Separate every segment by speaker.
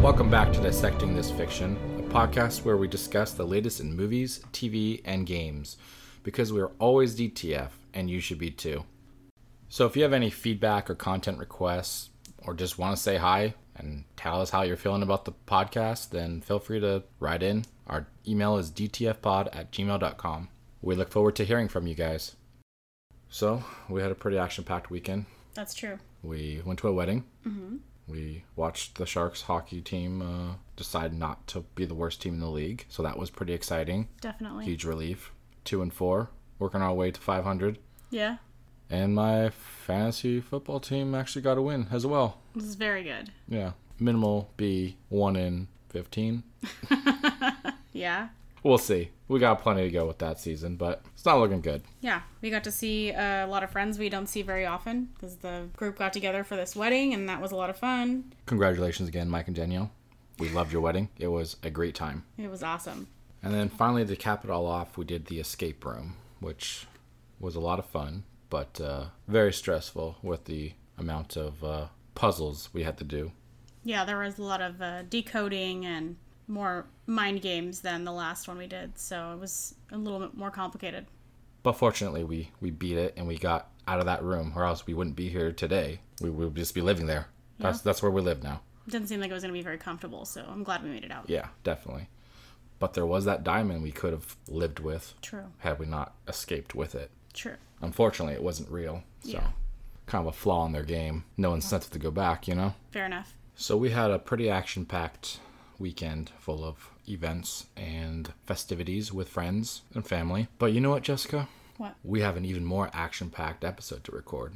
Speaker 1: Welcome back to Dissecting This Fiction, a podcast where we discuss the latest in movies, TV, and games, because we are always DTF, and you should be too. So if you have any feedback or content requests, or just want to say hi and tell us how you're feeling about the podcast, then feel free to write in. Our email is dtfpod at gmail.com. We look forward to hearing from you guys. So, we had a pretty action packed weekend.
Speaker 2: That's true.
Speaker 1: We went to a wedding. We watched the Sharks hockey team uh, decide not to be the worst team in the league. So, that was pretty exciting.
Speaker 2: Definitely.
Speaker 1: Huge relief. Two and four, working our way to 500.
Speaker 2: Yeah.
Speaker 1: And my fantasy football team actually got a win as well.
Speaker 2: This is very good.
Speaker 1: Yeah. Minimal B, 1 in 15.
Speaker 2: Yeah.
Speaker 1: We'll see. We got plenty to go with that season, but it's not looking good.
Speaker 2: Yeah. We got to see uh, a lot of friends we don't see very often because the group got together for this wedding and that was a lot of fun.
Speaker 1: Congratulations again, Mike and Danielle. We loved your wedding. It was a great time.
Speaker 2: It was awesome.
Speaker 1: And then finally, to cap it all off, we did the escape room, which was a lot of fun, but uh, very stressful with the amount of uh, puzzles we had to do.
Speaker 2: Yeah, there was a lot of uh, decoding and more mind games than the last one we did. So it was a little bit more complicated.
Speaker 1: But fortunately, we, we beat it and we got out of that room, or else we wouldn't be here today. We would just be living there. That's, that's where we live now.
Speaker 2: It didn't seem like it was going to be very comfortable. So I'm glad we made it out.
Speaker 1: Yeah, definitely. But there was that diamond we could have lived with
Speaker 2: True.
Speaker 1: had we not escaped with it.
Speaker 2: True.
Speaker 1: Unfortunately, it wasn't real. So,
Speaker 2: Yeah.
Speaker 1: kind of a flaw in their game. No incentive to go back, you know?
Speaker 2: Fair enough.
Speaker 1: So, we had a pretty action packed weekend full of events and festivities with friends and family. But you know what, Jessica?
Speaker 2: What?
Speaker 1: We have an even more action packed episode to record.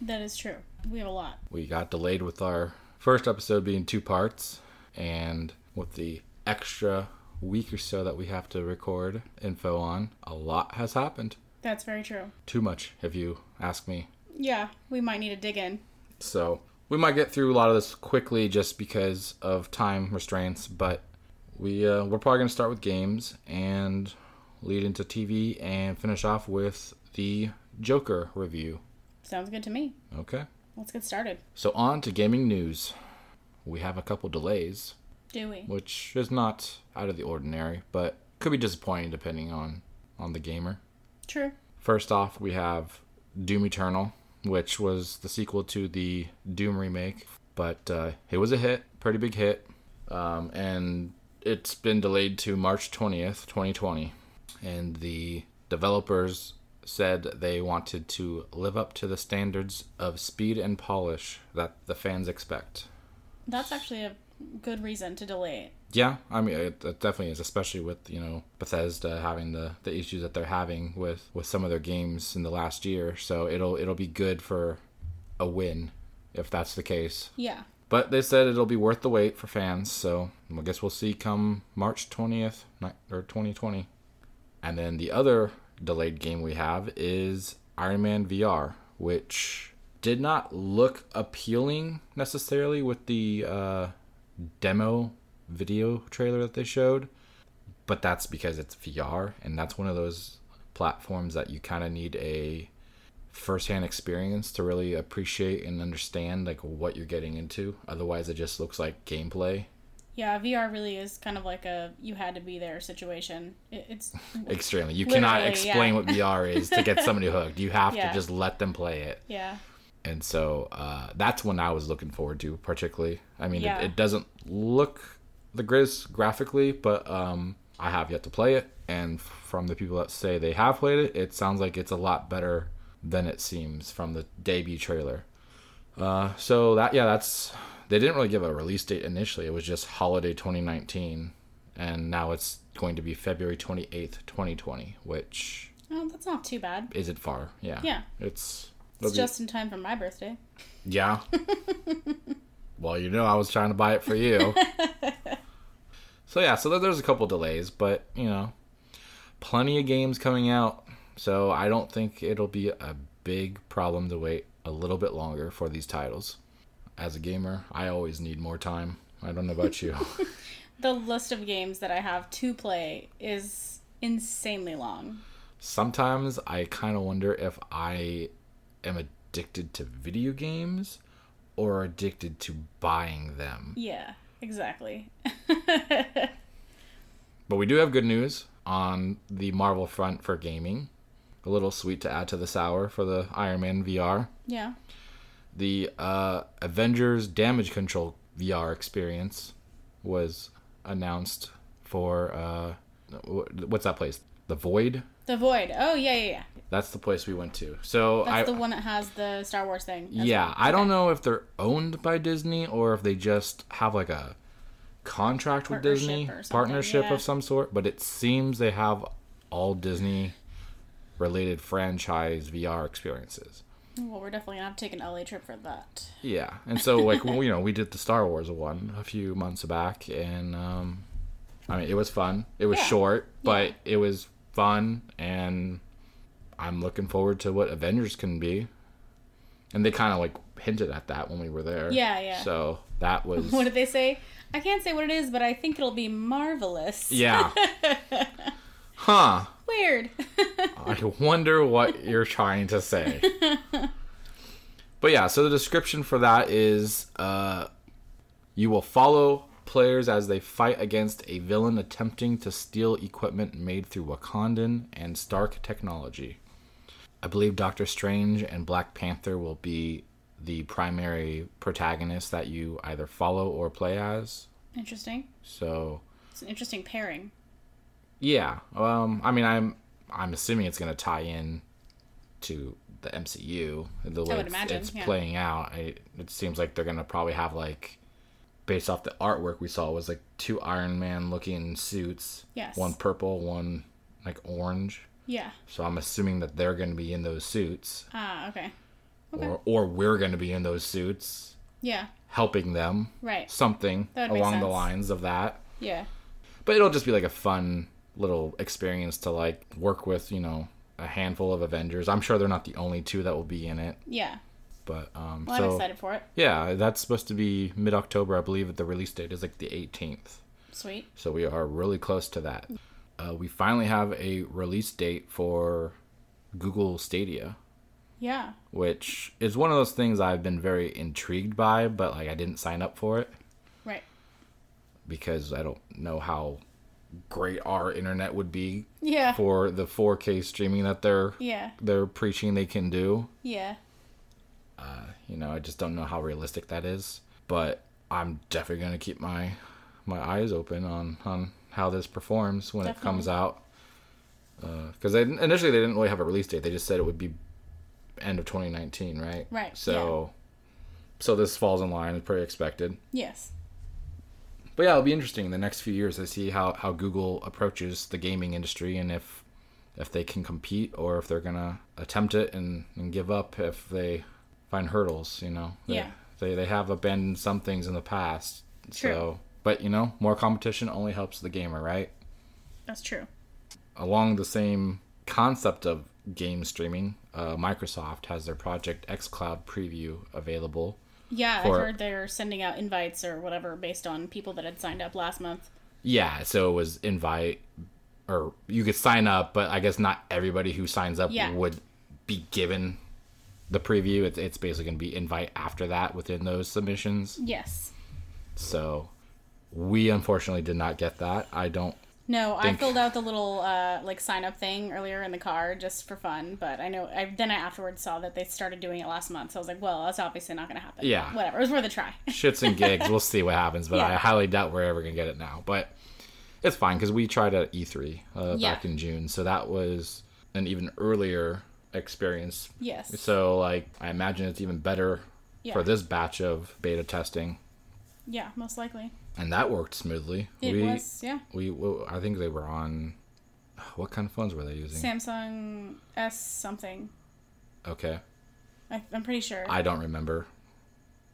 Speaker 2: That is true. We have a lot.
Speaker 1: We got delayed with our first episode being two parts, and with the extra week or so that we have to record info on, a lot has happened.
Speaker 2: That's very true.
Speaker 1: Too much, if you ask me.
Speaker 2: Yeah. We might need to dig in.
Speaker 1: So we might get through a lot of this quickly just because of time restraints, but we uh, we're probably gonna start with games and lead into TV and finish off with the Joker review.
Speaker 2: Sounds good to me.
Speaker 1: Okay.
Speaker 2: Let's get started.
Speaker 1: So on to gaming news. We have a couple delays.
Speaker 2: Do we?
Speaker 1: which is not out of the ordinary, but could be disappointing depending on on the gamer.
Speaker 2: True.
Speaker 1: First off, we have Doom Eternal, which was the sequel to the Doom remake, but uh, it was a hit, pretty big hit, um, and it's been delayed to March 20th, 2020. And the developers said they wanted to live up to the standards of speed and polish that the fans expect.
Speaker 2: That's actually a good reason to delay it.
Speaker 1: Yeah, I mean it, it definitely is, especially with you know Bethesda having the, the issues that they're having with with some of their games in the last year. So it'll it'll be good for a win if that's the case.
Speaker 2: Yeah.
Speaker 1: But they said it'll be worth the wait for fans. So I guess we'll see come March twentieth or twenty twenty. And then the other delayed game we have is Iron Man VR, which did not look appealing necessarily with the uh, demo video trailer that they showed, but that's because it's VR, and that's one of those platforms that you kind of need a firsthand experience to really appreciate and understand like what you're getting into. Otherwise, it just looks like gameplay.
Speaker 2: Yeah, VR really is kind of like a you had to be there situation. It, it's
Speaker 1: Extremely, you cannot
Speaker 2: Literally,
Speaker 1: explain
Speaker 2: yeah.
Speaker 1: what VR is to get somebody hooked. You have
Speaker 2: Yeah.
Speaker 1: to just let them play it.
Speaker 2: yeah,
Speaker 1: and so uh, that's one I was looking forward to particularly. I mean,
Speaker 2: Yeah.
Speaker 1: it, it doesn't look the greatest graphically, but um, I have yet to play it, and from the people that say they have played it, it sounds like it's a lot better than it seems from the debut trailer. Uh, so that yeah, that's they didn't really give a release date initially. It was just holiday 2019, and now it's going to be February 28th, 2020, which
Speaker 2: oh, that's not too bad.
Speaker 1: isn't far. Yeah,
Speaker 2: Yeah.
Speaker 1: it's it'll
Speaker 2: It's
Speaker 1: be-
Speaker 2: just in time for my birthday.
Speaker 1: yeah. well, you know, I was trying to buy it for you. so yeah, so there- there's a couple delays, but you know, plenty of games coming out. So I don't think it'll be a big problem to wait a little bit longer for these titles. As a gamer, I always need more time. I don't know about you.
Speaker 2: The list of games that I have to play is insanely long.
Speaker 1: Sometimes I kind of wonder if I am addicted to video games or addicted to buying them.
Speaker 2: Yeah, Exactly.
Speaker 1: But we do have good news on the Marvel front for gaming. A little sweet to add to the sour for the Iron Man VR.
Speaker 2: yeah.
Speaker 1: The uh, Avengers Damage Control VR experience was announced for uh, wh- what's that place? The Void.
Speaker 2: The Void. Oh, yeah, yeah, yeah.
Speaker 1: That's the place we went to. So
Speaker 2: That's
Speaker 1: I,
Speaker 2: the one that has the Star Wars thing. That's
Speaker 1: yeah, I don't know if they're owned by Disney or if they just have like a contract with
Speaker 2: Partnership
Speaker 1: Disney,
Speaker 2: or something,
Speaker 1: partnership
Speaker 2: yeah.
Speaker 1: of some sort, but it seems they have all Disney related franchise VR experiences.
Speaker 2: Well, we're definitely gonna have to take an LA trip for that.
Speaker 1: Yeah. And so like we- you know, we did the Star Wars one a few months back and um I mean, it was fun. It was
Speaker 2: Yeah.
Speaker 1: short, but it was fun and I'm looking forward to what Avengers can be. And they kind of like hinted at that when we were there.
Speaker 2: Yeah, yeah.
Speaker 1: So that was
Speaker 2: What did they say? I can't say what it is, but I think it'll be marvelous.
Speaker 1: Yeah. huh.
Speaker 2: Weird.
Speaker 1: I wonder what you're trying to say. but yeah, so the description for that is uh, you will follow players as they fight against a villain attempting to steal equipment made through Wakandan and Stark technology. I believe Doctor Strange and Black Panther will be the primary protagonists that you either follow or play as.
Speaker 2: interesting.
Speaker 1: So
Speaker 2: It's an interesting pairing.
Speaker 1: yeah. Um. I mean, I'm I'm assuming it's gonna tie in to the MCU the way
Speaker 2: would
Speaker 1: it's,
Speaker 2: imagine,
Speaker 1: it's
Speaker 2: yeah.
Speaker 1: playing out. I, it seems like they're gonna probably have like, based off the artwork we saw was like two Iron Man looking suits.
Speaker 2: Yes.
Speaker 1: One purple, one like orange.
Speaker 2: Yeah.
Speaker 1: So I'm assuming that they're gonna be in those suits,
Speaker 2: Ah, okay.
Speaker 1: or or we're gonna be in those suits
Speaker 2: Yeah.
Speaker 1: helping them.
Speaker 2: Right.
Speaker 1: Something
Speaker 2: That would make
Speaker 1: along the
Speaker 2: sense.
Speaker 1: lines of that.
Speaker 2: Yeah.
Speaker 1: but it'll just be like a fun little experience to like work with you know a handful of avengers i'm sure they're not the only two that will be in it
Speaker 2: Yeah.
Speaker 1: but um
Speaker 2: Well, I'm
Speaker 1: so
Speaker 2: excited for it.
Speaker 1: yeah that's supposed to be mid-october i believe the release date is like the 18th
Speaker 2: Sweet.
Speaker 1: so we are really close to that uh, we finally have a release date for google stadia
Speaker 2: Yeah.
Speaker 1: which is one of those things i've been very intrigued by but like i didn't sign up for it
Speaker 2: Right.
Speaker 1: because i don't know how great our internet would be
Speaker 2: Yeah.
Speaker 1: for the 4K streaming that they're
Speaker 2: Yeah.
Speaker 1: they're preaching they can do.
Speaker 2: Yeah.
Speaker 1: You know, I just don't know how realistic that is, but I'm definitely going to keep my my eyes open on on how this performs when it comes out. Because they initially they didn't really have a release date. They just said it would be end of 2019, right?
Speaker 2: Right,
Speaker 1: So, so this falls in line. It's pretty expected.
Speaker 2: Yes.
Speaker 1: But yeah, it'll be interesting in the next few years to see how, how Google approaches the gaming industry and if if they can compete or if they're gonna attempt it and, and give up if they find hurdles, you know. They,
Speaker 2: Yeah.
Speaker 1: They they have abandoned some things in the past.
Speaker 2: True.
Speaker 1: So but you know, more competition only helps the gamer, right?
Speaker 2: That's true.
Speaker 1: Along the same concept of game streaming, uh, Microsoft has their Project xCloud preview available.
Speaker 2: Yeah,
Speaker 1: For-
Speaker 2: I've heard they're sending out invites or whatever based on people that had signed up last month.
Speaker 1: Yeah, so it was invite or you could sign up, but I guess not everybody who signs up
Speaker 2: Yeah.
Speaker 1: would be given the preview. It's it's basically going to be invite after that within those submissions.
Speaker 2: Yes.
Speaker 1: So we unfortunately did not get that. I don't
Speaker 2: No,
Speaker 1: Think-
Speaker 2: I filled out the little uh, like sign up thing earlier in the car just for fun, but I know I then I afterwards saw that they started doing it last month, so I was like, well, that's obviously not going to happen.
Speaker 1: Yeah.
Speaker 2: whatever. It was worth a try.
Speaker 1: shits and gigs. we'll see what happens, but I
Speaker 2: Yeah.
Speaker 1: highly doubt we're ever going to get it now. But it's fine because we tried at E3 uh,
Speaker 2: Yeah.
Speaker 1: back in June, so that was an even earlier experience
Speaker 2: yes.
Speaker 1: So like I imagine it's even better
Speaker 2: Yeah.
Speaker 1: for this batch of beta testing,
Speaker 2: Yeah, most likely.
Speaker 1: and that worked smoothly.
Speaker 2: It
Speaker 1: we,
Speaker 2: was yeah.
Speaker 1: we we I think they were on. What kind of phones were they using?
Speaker 2: Samsung S something.
Speaker 1: Okay,
Speaker 2: I, I'm pretty sure.
Speaker 1: I don't remember.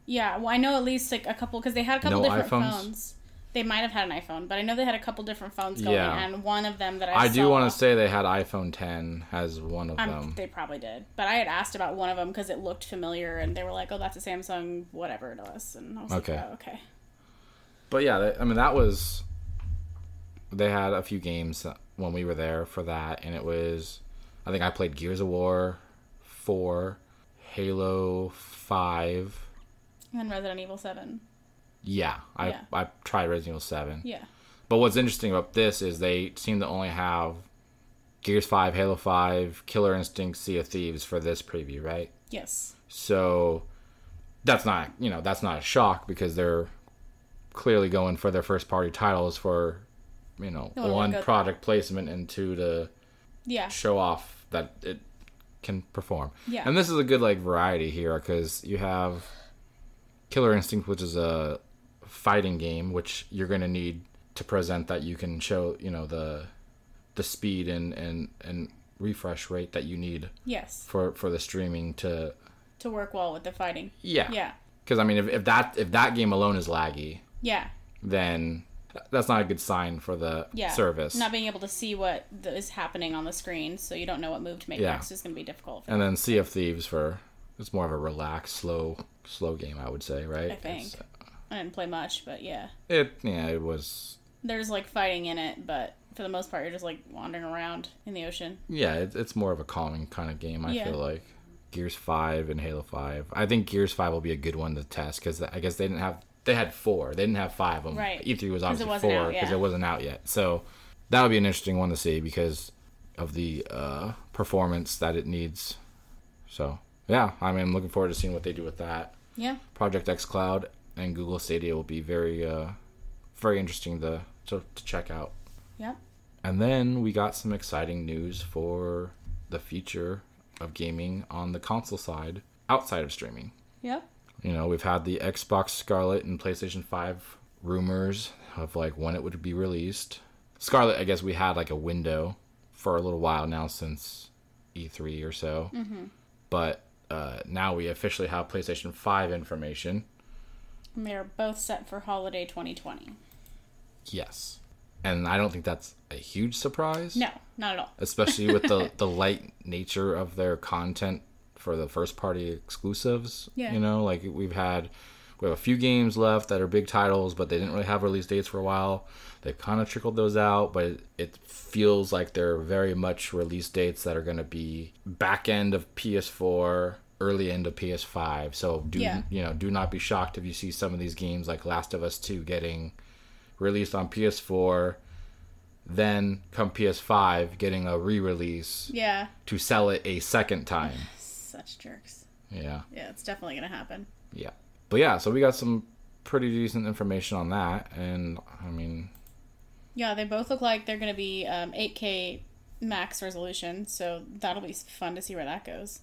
Speaker 2: yeah, well, I know at least like a couple because they had a couple
Speaker 1: No
Speaker 2: different
Speaker 1: iPhones?
Speaker 2: phones. They might have had an iPhone, but I know they had a couple different phones going,
Speaker 1: Yeah.
Speaker 2: and one of them that I,
Speaker 1: I do
Speaker 2: saw-
Speaker 1: want to say they had iPhone 10 as one of
Speaker 2: I'm,
Speaker 1: them.
Speaker 2: They probably did, but I had asked about one of them because it looked familiar, and they were like, "Oh, that's a Samsung, whatever it is," and I was
Speaker 1: Okay.
Speaker 2: like, "Oh, okay,
Speaker 1: But yeah, that- I mean that was. They had a few games when we were there for that, and it was, I think I played Gears of War, four, Halo five.
Speaker 2: And then Resident Evil Seven.
Speaker 1: Yeah, I
Speaker 2: Yeah.
Speaker 1: I tried Resident Evil Seven.
Speaker 2: Yeah.
Speaker 1: But what's interesting about this is they seem to only have Gears Five, Halo Five, Killer Instinct, Sea of Thieves for this preview, right?
Speaker 2: Yes.
Speaker 1: So that's not you know that's not a shock because they're clearly going for their first party titles for you know
Speaker 2: wanna
Speaker 1: one
Speaker 2: look up-
Speaker 1: product placement and two to
Speaker 2: Yeah.
Speaker 1: show off that it can perform.
Speaker 2: Yeah.
Speaker 1: And this is a good like variety here because you have Killer Instinct, which is a fighting game, which you're gonna need to present that you can show you know the the speed and and and refresh rate that you need
Speaker 2: Yes.
Speaker 1: for for the streaming to
Speaker 2: To work well with the fighting.
Speaker 1: yeah
Speaker 2: Yeah.
Speaker 1: because I mean if, if that if that game alone is laggy
Speaker 2: Yeah.
Speaker 1: then that's not a good sign for the
Speaker 2: Yeah.
Speaker 1: service
Speaker 2: Not being able to see what th- is happening on the screen, so you don't know what move to make
Speaker 1: Yeah.
Speaker 2: next is going to be difficult.
Speaker 1: And then Sea of Thieves for it's more of a relaxed, slow, slow game, I would say, right?
Speaker 2: I think.
Speaker 1: It's-
Speaker 2: I didn't play much, but yeah.
Speaker 1: It yeah, it was
Speaker 2: There's like fighting in it, but for the most part, you're just like wandering around in the ocean.
Speaker 1: yeah, it, it's more of a calming kind of game. I
Speaker 2: Yeah.
Speaker 1: feel like Gears Five and Halo Five. I think Gears Five will be a good one to test because I guess they didn't have they had four, they didn't have five of them.
Speaker 2: Right.
Speaker 1: E three was obviously
Speaker 2: wasn't
Speaker 1: four
Speaker 2: out,
Speaker 1: because
Speaker 2: yeah.
Speaker 1: it wasn't out yet. So that would be an interesting one to see because of the uh, performance that it needs. So yeah, I mean, I'm looking forward to seeing what they do with that.
Speaker 2: Yeah.
Speaker 1: Project X Cloud and Google Stadia will be very, uh, very interesting to, to to check out.
Speaker 2: Yeah.
Speaker 1: And then we got some exciting news for the future of gaming on the console side outside of streaming.
Speaker 2: Yeah.
Speaker 1: You know, we've had the Xbox Scarlet and PlayStation 5 rumors of like when it would be released. Scarlet, I guess we had like a window for a little while now since E3 or so. But uh, now we officially have PlayStation 5 information.
Speaker 2: And they're both set for holiday 2020.
Speaker 1: Yes. And I don't think that's a huge surprise.
Speaker 2: No, not at all.
Speaker 1: Especially with the, the light nature of their content for the first party exclusives.
Speaker 2: Yeah.
Speaker 1: You know, like we've had we have a few games left that are big titles, but they didn't really have release dates for a while. They've kind of trickled those out, but it, it feels like they're very much release dates that are going to be back end of PS4, early end of PS5. So do
Speaker 2: Yeah.
Speaker 1: you know, do not be shocked if you see some of these games like Last of Us 2 getting released on PS4, then come PS5 getting a re-release
Speaker 2: Yeah.
Speaker 1: to sell it a second time.
Speaker 2: Such jerks.
Speaker 1: Yeah.
Speaker 2: Yeah, it's definitely going to happen.
Speaker 1: Yeah. But yeah, so we got some pretty decent information on that and I mean,
Speaker 2: Yeah, they both look like they're going to be um, 8K max resolution, so that'll be fun to see where that goes.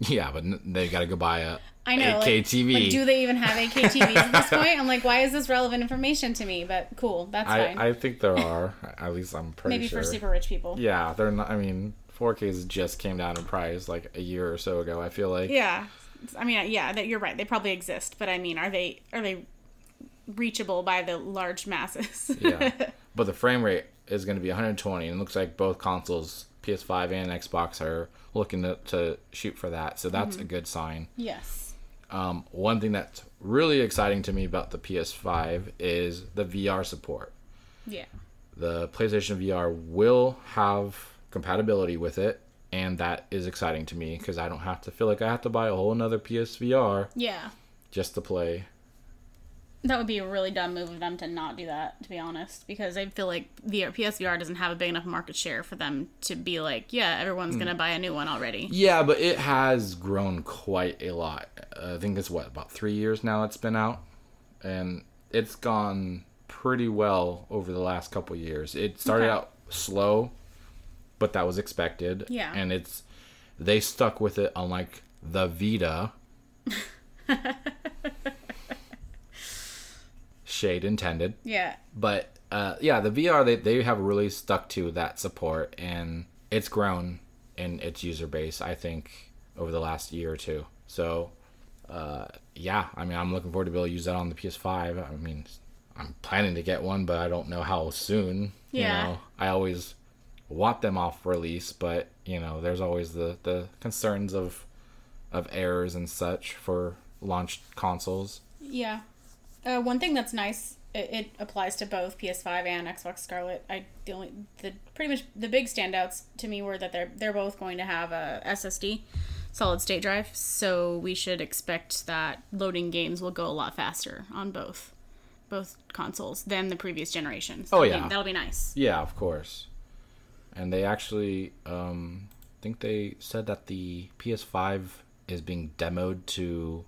Speaker 1: yeah, but n- they got to go buy a
Speaker 2: I know.
Speaker 1: 8K
Speaker 2: like-
Speaker 1: TV.
Speaker 2: Like, do they even have 8K TVs at this point? I'm like, why is this relevant information to me? But cool, that's fine.
Speaker 1: I, I think there are. At least I'm pretty
Speaker 2: Maybe
Speaker 1: sure.
Speaker 2: for super rich people.
Speaker 1: yeah, they're not I mean, 4Ks just came down in price like a year or so ago, I feel like.
Speaker 2: Yeah. I mean, yeah, that you're right. They probably exist, but I mean, are they are they reachable by the large masses?
Speaker 1: yeah. But the frame rate is going to be 120, and it looks like both consoles, PS5 and Xbox, are looking to, to shoot for that. So that's a good sign.
Speaker 2: yes.
Speaker 1: Um, one thing that's really exciting to me about the PS5 is the VR support.
Speaker 2: Yeah.
Speaker 1: The PlayStation VR will have compatibility with it, and that is exciting to me because I don't have to feel like I have to buy a whole another PSVR
Speaker 2: Yeah.
Speaker 1: just to play.
Speaker 2: That would be a really dumb move of them to not do that, to be honest, because I feel like the PSVR doesn't have a big enough market share for them to be like, yeah,
Speaker 1: Hmm.
Speaker 2: everyone's gonna buy a new one already.
Speaker 1: Yeah, but it has grown quite a lot. I think it's what about three years now it's been out, and it's gone pretty well over the last couple years. It started
Speaker 2: Okay.
Speaker 1: out slow, but that was expected.
Speaker 2: Yeah.
Speaker 1: and it's they stuck with it, unlike the Vita. Shade intended
Speaker 2: Yeah.
Speaker 1: but uh, yeah, the VR they they have really stuck to that support, and it's grown in its user base. I think over the last year or two. So uh, yeah, I mean, I'm looking forward to be able to use that on the PS5. I mean, I'm planning to get one, but I don't know how soon.
Speaker 2: Yeah.
Speaker 1: You know, I always want them off release, but you know, there's always the the concerns of of errors and such for launch consoles.
Speaker 2: Yeah. Uh, one thing that's nice, it, it applies to both PS5 and Xbox Scarlet. I the only the pretty much the big standouts to me were that they're they're both going to have a SSD, solid state drive. So we should expect that loading games will go a lot faster on both. both consoles than the previous generations.
Speaker 1: Oh,
Speaker 2: That'll be-
Speaker 1: yeah.
Speaker 2: that'll be nice.
Speaker 1: Yeah, of course. And they actually um, think they said that the PS5 is being demoed to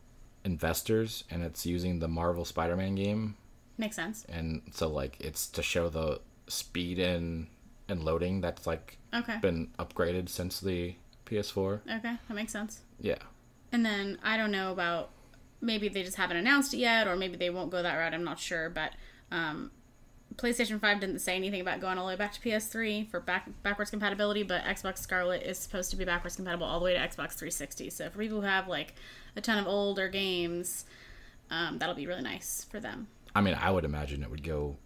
Speaker 1: investors and it's using the Marvel Spider Man game.
Speaker 2: Makes sense.
Speaker 1: And so, like, it's to show the speed and, and loading that's, like,
Speaker 2: Okay.
Speaker 1: been upgraded since the PS4.
Speaker 2: Okay, that makes sense.
Speaker 1: Yeah.
Speaker 2: And then I don't know about maybe they just haven't announced it yet, or maybe they won't go that route. I'm not sure, but um, PlayStation Five didn't say anything about going all the way back to PS3 for back backwards compatibility, but Xbox Scarlet is supposed to be backwards compatible all the way to Xbox 360. So for people who have like a ton of older games, um, that'll be really nice for them.
Speaker 1: I mean, I would imagine it would go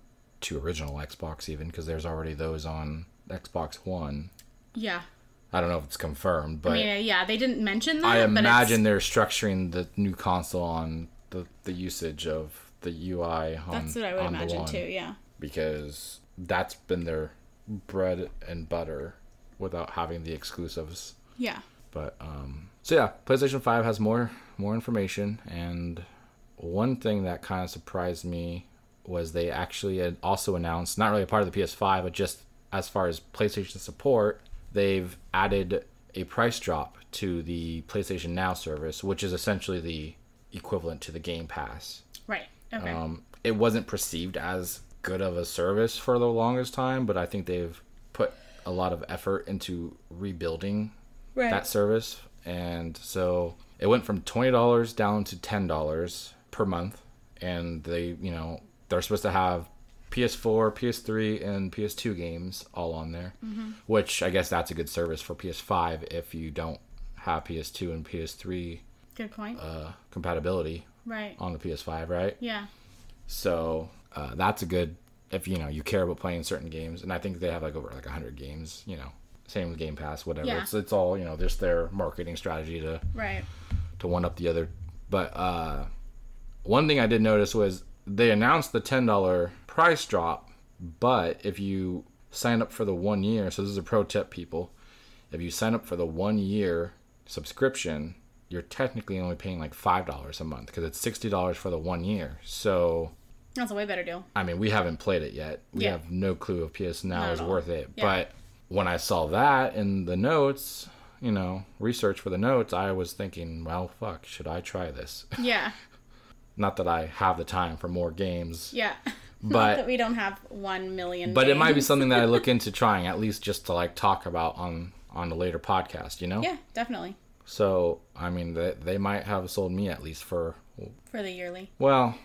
Speaker 1: to original Xbox even because there's already those on Xbox One.
Speaker 2: Yeah,
Speaker 1: I don't know if it's confirmed, but.
Speaker 2: I mean, yeah, they didn't mention that.
Speaker 1: I
Speaker 2: but
Speaker 1: imagine they're structuring the new console on the, the usage of the UI on
Speaker 2: it's, that's what I would
Speaker 1: on the
Speaker 2: imagine
Speaker 1: one,
Speaker 2: too. Yeah,
Speaker 1: because that's been their bread and butter without having the exclusives.
Speaker 2: yeah.
Speaker 1: But um, so yeah, PlayStation Five has more more information, and one thing that kind of surprised me was they actually had also announced not really a part of the PS Five, but just as far as PlayStation support, they've added a price drop to the PlayStation Now service, which is essentially the equivalent to the Game Pass.
Speaker 2: Right. Okay.
Speaker 1: Um, it wasn't perceived as good of a service for the longest time, but I think they've put a lot of effort into rebuilding
Speaker 2: right.
Speaker 1: that service. And so it went from twenty dollars down to ten dollars per month. And they, you know, they're supposed to have PS4, PS3, and PS2 games all on there,
Speaker 2: Mm-hmm.
Speaker 1: which I guess that's a good service for PS5 if you don't have PS2 and PS3
Speaker 2: Good point.
Speaker 1: uh, compatibility
Speaker 2: right.
Speaker 1: on the PS5, right?
Speaker 2: yeah.
Speaker 1: So uh, that's a good if you know you care about playing certain games, and I think they have like over like hundred games. You know, same with Game Pass, whatever.
Speaker 2: Yeah.
Speaker 1: It's it's all you know, just their marketing strategy to
Speaker 2: Right.
Speaker 1: to one up the other. But uh, one thing I did notice was they announced the ten dollar price drop, but if you sign up for the one year, so this is a pro tip, people. If you sign up for the one year subscription, you're technically only paying like five dollars a month because it's sixty dollars for the one year. So
Speaker 2: That's a way better deal.
Speaker 1: I mean, we haven't played it yet. We
Speaker 2: Yeah.
Speaker 1: have no clue if PS Now
Speaker 2: Not
Speaker 1: is
Speaker 2: at all.
Speaker 1: worth it.
Speaker 2: Yeah.
Speaker 1: But when I saw that in the notes, you know, research for the notes, I was thinking, well, fuck, should I try this?
Speaker 2: Yeah.
Speaker 1: Not that I have the time for more games,
Speaker 2: Yeah.
Speaker 1: but
Speaker 2: that we don't have one million.
Speaker 1: but it might be
Speaker 2: games.
Speaker 1: something that I look into trying at least just to like talk about on on a later podcast, you know?
Speaker 2: Yeah, definitely
Speaker 1: So, I mean, they, they might have sold me at least for
Speaker 2: for the yearly.
Speaker 1: well,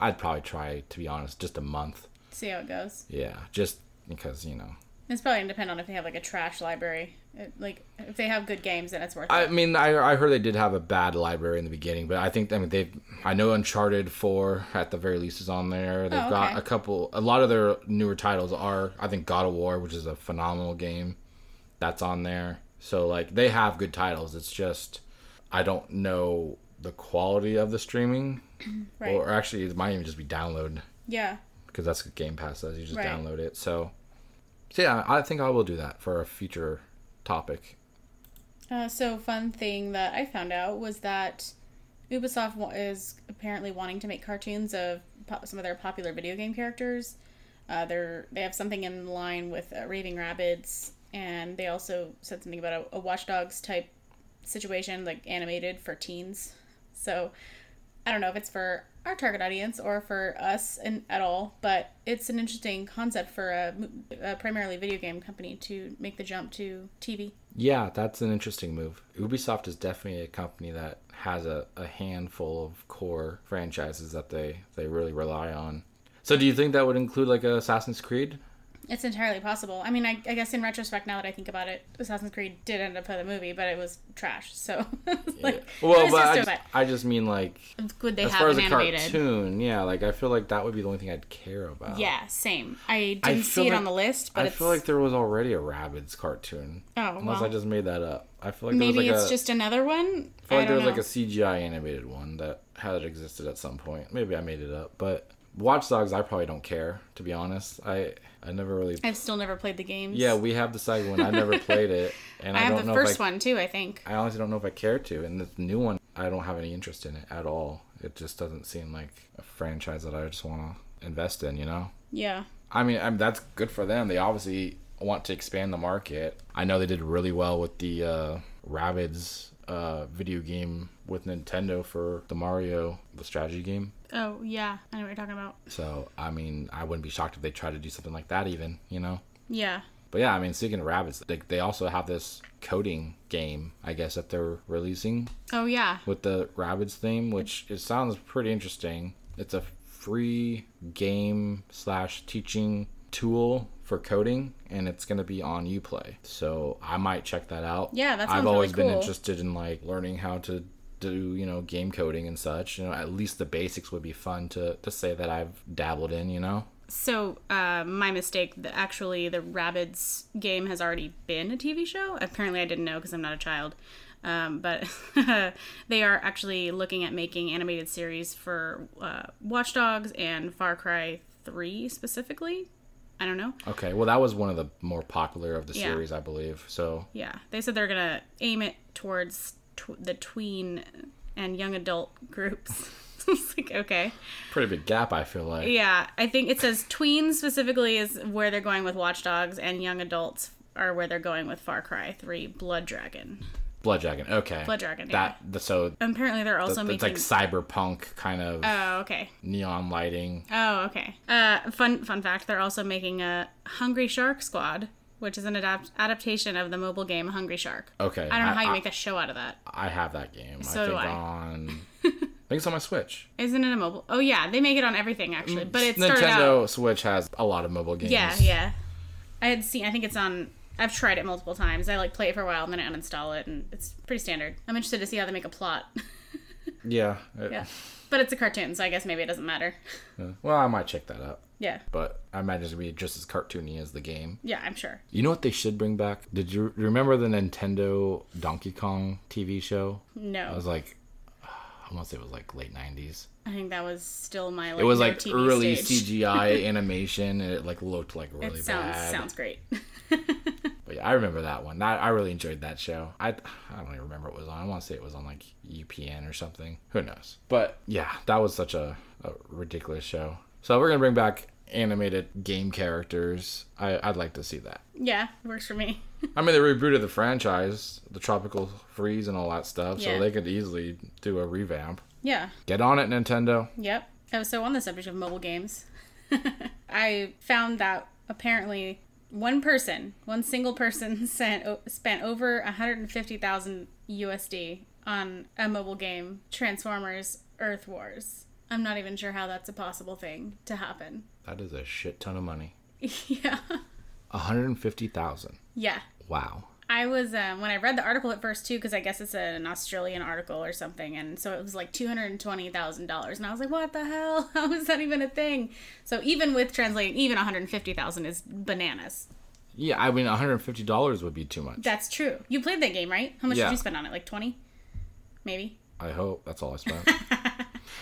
Speaker 1: I'd probably try to be honest, just a month.
Speaker 2: See how it goes.
Speaker 1: Yeah, just because, you know,
Speaker 2: It's probably gonna depend on if they have like a trash library. It- like if they have good games, then it's worth
Speaker 1: I
Speaker 2: it.
Speaker 1: mean, I, I heard they did have a bad library in the beginning, but I think I mean they. I know Uncharted Four at the very least is on there. They've
Speaker 2: Oh,
Speaker 1: got
Speaker 2: okay.
Speaker 1: a couple. A lot of their newer titles are. I think God of War, which is a phenomenal game, that's on there. So like they have good titles. It's just I don't know the quality of the streaming,
Speaker 2: Right.
Speaker 1: or actually it might even just be download
Speaker 2: Yeah.
Speaker 1: because that's what Game Pass does. You just
Speaker 2: Right.
Speaker 1: download it. So, so yeah, I think I will do that for a future topic.
Speaker 2: Uh, so fun thing that I found out was that Ubisoft wa- is apparently wanting to make cartoons of po- some of their popular video game characters. Uh, they're they have something in line with uh, Raving Rabbids, and they also said something about a, a Watch Dogs type situation, like animated for teens. So I don't know if it's for our target audience or for us in, at all, but it's an interesting concept for a, mo- a primarily video game company to make the jump to TV.
Speaker 1: Yeah, that's an interesting move. Ubisoft is definitely a company that has a, a handful of core franchises that they, they really rely on. So do you think that would include like a Assassin's Creed?
Speaker 2: It's entirely possible. I mean, I, I guess in retrospect, now that I think about it, Assassin's Creed did end up with a movie, but it was trash. So, like, it
Speaker 1: well,
Speaker 2: was
Speaker 1: but I just,
Speaker 2: just stupid.
Speaker 1: I just mean like
Speaker 2: Would they
Speaker 1: as
Speaker 2: have
Speaker 1: far as
Speaker 2: an
Speaker 1: a
Speaker 2: animated?
Speaker 1: cartoon, yeah, like I feel like that would be the only thing I'd care about.
Speaker 2: Yeah, same. I didn't
Speaker 1: I feel
Speaker 2: see it
Speaker 1: like-
Speaker 2: on the list, but
Speaker 1: I
Speaker 2: it's
Speaker 1: feel like there was already a Rabbids cartoon.
Speaker 2: Oh,
Speaker 1: Unless
Speaker 2: well.
Speaker 1: I just made that up. I feel like there was
Speaker 2: maybe
Speaker 1: like
Speaker 2: it's
Speaker 1: a,
Speaker 2: just another one.
Speaker 1: I feel like
Speaker 2: I
Speaker 1: there
Speaker 2: don't
Speaker 1: was
Speaker 2: know.
Speaker 1: like a CGI animated one that had existed at some point. Maybe I made it up, but Watch Dogs, I probably don't care to be honest. I I never really.
Speaker 2: I've still never played the games.
Speaker 1: Yeah, we have the second one. I never played it, and
Speaker 2: I
Speaker 1: I,
Speaker 2: have
Speaker 1: don't
Speaker 2: the
Speaker 1: know.
Speaker 2: first
Speaker 1: if I,
Speaker 2: one too. I think.
Speaker 1: I honestly don't know if I care to. And this new one, I don't have any interest in it at all. It just doesn't seem like a franchise that I just want to invest in, you know?
Speaker 2: Yeah.
Speaker 1: I mean, I mean, that's good for them. They obviously want to expand the market. I know they did really well with the uh, Rabbids uh, video game with Nintendo for the Mario, the strategy game.
Speaker 2: Oh yeah, I know what you're talking about.
Speaker 1: So, I mean, I wouldn't be shocked if they try to do something like that, even, you know?
Speaker 2: Yeah.
Speaker 1: But yeah, I mean, speaking of rabbits, they, they also have this coding game, I guess, that they're releasing
Speaker 2: Oh yeah.
Speaker 1: with the rabbits theme, which it sounds pretty interesting. It's a free game slash teaching tool for coding, and it's going to be on UPlay. So I might check that out.
Speaker 2: Yeah, that sounds
Speaker 1: I've
Speaker 2: really
Speaker 1: always been
Speaker 2: cool.
Speaker 1: interested in like learning how to do you know game coding and such. You know, at least the basics would be fun to to say that I've dabbled in. You know.
Speaker 2: So uh, my mistake. The, actually, the Rabbids game has already been a TV show. Apparently, I didn't know because I'm not a child. Um, but they are actually looking at making animated series for uh, Watch Dogs and Far Cry Three specifically. I don't know.
Speaker 1: Okay, well that was one of the more popular of the
Speaker 2: Yeah.
Speaker 1: series, I believe. So
Speaker 2: Yeah, they said they're gonna aim it towards tw- the tween and young adult groups. it's like okay.
Speaker 1: pretty big gap, I feel like.
Speaker 2: Yeah, I think it says tweens specifically is where they're going with Watchdogs, and young adults are where they're going with Far Cry Three Blood Dragon.
Speaker 1: Blood Dragon. Okay.
Speaker 2: Blood Dragon, yeah.
Speaker 1: That the, so
Speaker 2: Apparently, they're also
Speaker 1: it's
Speaker 2: making.
Speaker 1: like cyberpunk kind of
Speaker 2: oh, okay.
Speaker 1: neon lighting.
Speaker 2: Oh, okay. Uh, fun fun fact: they're also making a Hungry Shark Squad, which is an adapt- adaptation of the mobile game Hungry Shark.
Speaker 1: Okay.
Speaker 2: Oh, I don't know how you
Speaker 1: I,
Speaker 2: make a show out of that.
Speaker 1: I have that game. I
Speaker 2: So do
Speaker 1: think
Speaker 2: I.
Speaker 1: on I think it's on my Switch.
Speaker 2: Isn't it a mobile? Oh yeah, they make it on everything actually, but it started
Speaker 1: Mm,
Speaker 2: out.
Speaker 1: Nintendo Switch has a lot of mobile games.
Speaker 2: Yeah, yeah. I had seen. I think it's on. I've tried it multiple times. I like play it for a while and then I uninstall it, and it's pretty standard. I'm interested to see how they make a plot.
Speaker 1: Yeah.
Speaker 2: yeah, but it's a cartoon, so I guess maybe it doesn't matter.
Speaker 1: Uh, Well, I might check that out.
Speaker 2: Yeah,
Speaker 1: But I imagine it's gonna be just as cartoony as the game.
Speaker 2: yeah, I'm sure.
Speaker 1: You know what they should bring back? Did you remember the Nintendo Donkey Kong TV show? I
Speaker 2: No,
Speaker 1: was like, I want to say it was like late '90s.
Speaker 2: I think that was still my. Like,
Speaker 1: It was
Speaker 2: no
Speaker 1: like
Speaker 2: TV
Speaker 1: early
Speaker 2: stage.
Speaker 1: CGI animation, and it like looked like really
Speaker 2: It sounds
Speaker 1: bad.
Speaker 2: sounds great.
Speaker 1: But yeah, I remember that one. I, I really enjoyed that show. I I don't even remember what it was on. I want to say it was on like UPN or something. Who knows? But yeah, that was such a, a ridiculous show. So we're gonna bring back animated game characters. I, I'd like to see that.
Speaker 2: yeah, works for me.
Speaker 1: I mean, they rebooted the franchise, the Tropical Freeze, and all that stuff,
Speaker 2: Yeah.
Speaker 1: so they could easily do a revamp.
Speaker 2: Yeah.
Speaker 1: Get on it, Nintendo.
Speaker 2: Yep. Oh, so on the subject of mobile games, I found that apparently one person, one single person, sent o- spent over 150,000 USD on a mobile game, Transformers Earth Wars. I'm not even sure how that's a possible thing to happen.
Speaker 1: That is a shit ton of money.
Speaker 2: yeah.
Speaker 1: One hundred fifty thousand.
Speaker 2: Yeah.
Speaker 1: Wow.
Speaker 2: I was um, when I read the article at first too, because I guess it's an Australian article or something, and so it was like two hundred and twenty thousand dollars, and I was like, "What the hell? How is that even a thing?" So even with translating, even one hundred fifty thousand is bananas.
Speaker 1: Yeah, I mean, one hundred fifty dollars would be too much.
Speaker 2: That's true. You played that game, right? How much
Speaker 1: Yeah.
Speaker 2: did you spend on it? Like twenty, maybe.
Speaker 1: I hope that's all I spent.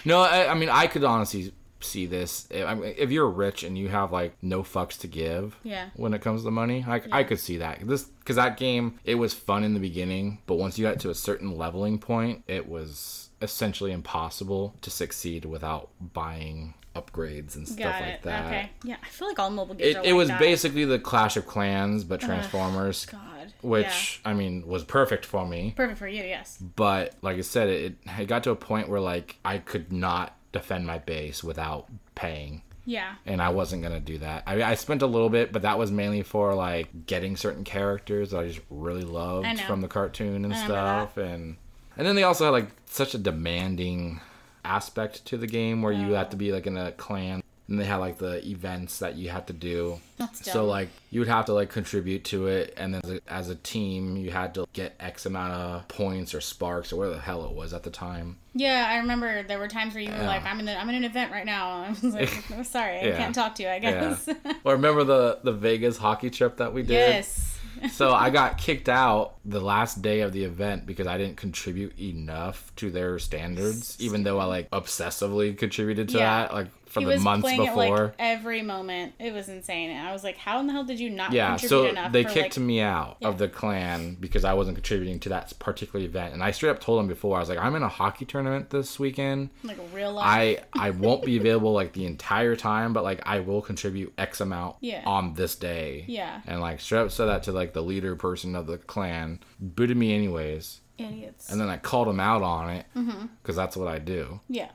Speaker 1: no, I, I mean I could honestly see this. If, I mean, if you're rich and you have like no fucks to give,
Speaker 2: Yeah.
Speaker 1: when it comes to money, I, I could see that. This because that game it was fun in the beginning, but once you got to a certain leveling point, it was essentially impossible to succeed without buying upgrades and stuff
Speaker 2: Got
Speaker 1: like
Speaker 2: it.
Speaker 1: that.
Speaker 2: Okay. Yeah, I feel like all mobile games.
Speaker 1: It,
Speaker 2: are
Speaker 1: it
Speaker 2: like
Speaker 1: was
Speaker 2: that.
Speaker 1: basically the Clash of Clans, but Transformers,
Speaker 2: God. Yeah.
Speaker 1: which I mean was perfect for me
Speaker 2: Perfect for you. Yes.
Speaker 1: but like I said, it it got to a point where like I could not defend my base without paying,
Speaker 2: Yeah.
Speaker 1: and I wasn't gonna do that. I I spent a little bit, but that was mainly for like getting certain characters that I just really
Speaker 2: I
Speaker 1: loved
Speaker 2: know.
Speaker 1: from the cartoon and
Speaker 2: remember
Speaker 1: stuff, and and then they also had like such a demanding aspect to the game where you have to be like in a clan. And they had like the events that you had to do.
Speaker 2: That's
Speaker 1: So
Speaker 2: dumb.
Speaker 1: like you would have to like contribute to it, and then as a, as a team, you had to get X amount of points or sparks or whatever the hell it was at the time.
Speaker 2: Yeah, I remember there were times where you were like, "I'm in, a, I'm in an event right now." I was like, "I'm sorry, I
Speaker 1: Yeah.
Speaker 2: can't talk to you." I guess.
Speaker 1: Or remember the the Vegas hockey trip that we did?
Speaker 2: yes.
Speaker 1: So I got kicked out the last day of the event because I didn't contribute enough to their standards, even though I like obsessively contributed to
Speaker 2: Yeah.
Speaker 1: that, like for
Speaker 2: he
Speaker 1: the
Speaker 2: was
Speaker 1: months
Speaker 2: playing
Speaker 1: before.
Speaker 2: it like every moment. It was insane, and I was like, "How in the hell did you not
Speaker 1: yeah,
Speaker 2: contribute
Speaker 1: so
Speaker 2: enough?"
Speaker 1: they
Speaker 2: for,
Speaker 1: kicked
Speaker 2: like,
Speaker 1: me out of the clan because I wasn't contributing to that particular event, and I straight up told them before I was like, "I'm in a hockey tournament this weekend.
Speaker 2: like real life.
Speaker 1: I I won't be available like the entire time, but like I will contribute X amount
Speaker 2: Yeah.
Speaker 1: on this day."
Speaker 2: Yeah.
Speaker 1: and like straight up said that to like the leader person of the clan, booted me anyways,
Speaker 2: Idiots.
Speaker 1: and then I called him out on it because
Speaker 2: Mm-hmm.
Speaker 1: that's what I do.
Speaker 2: yeah.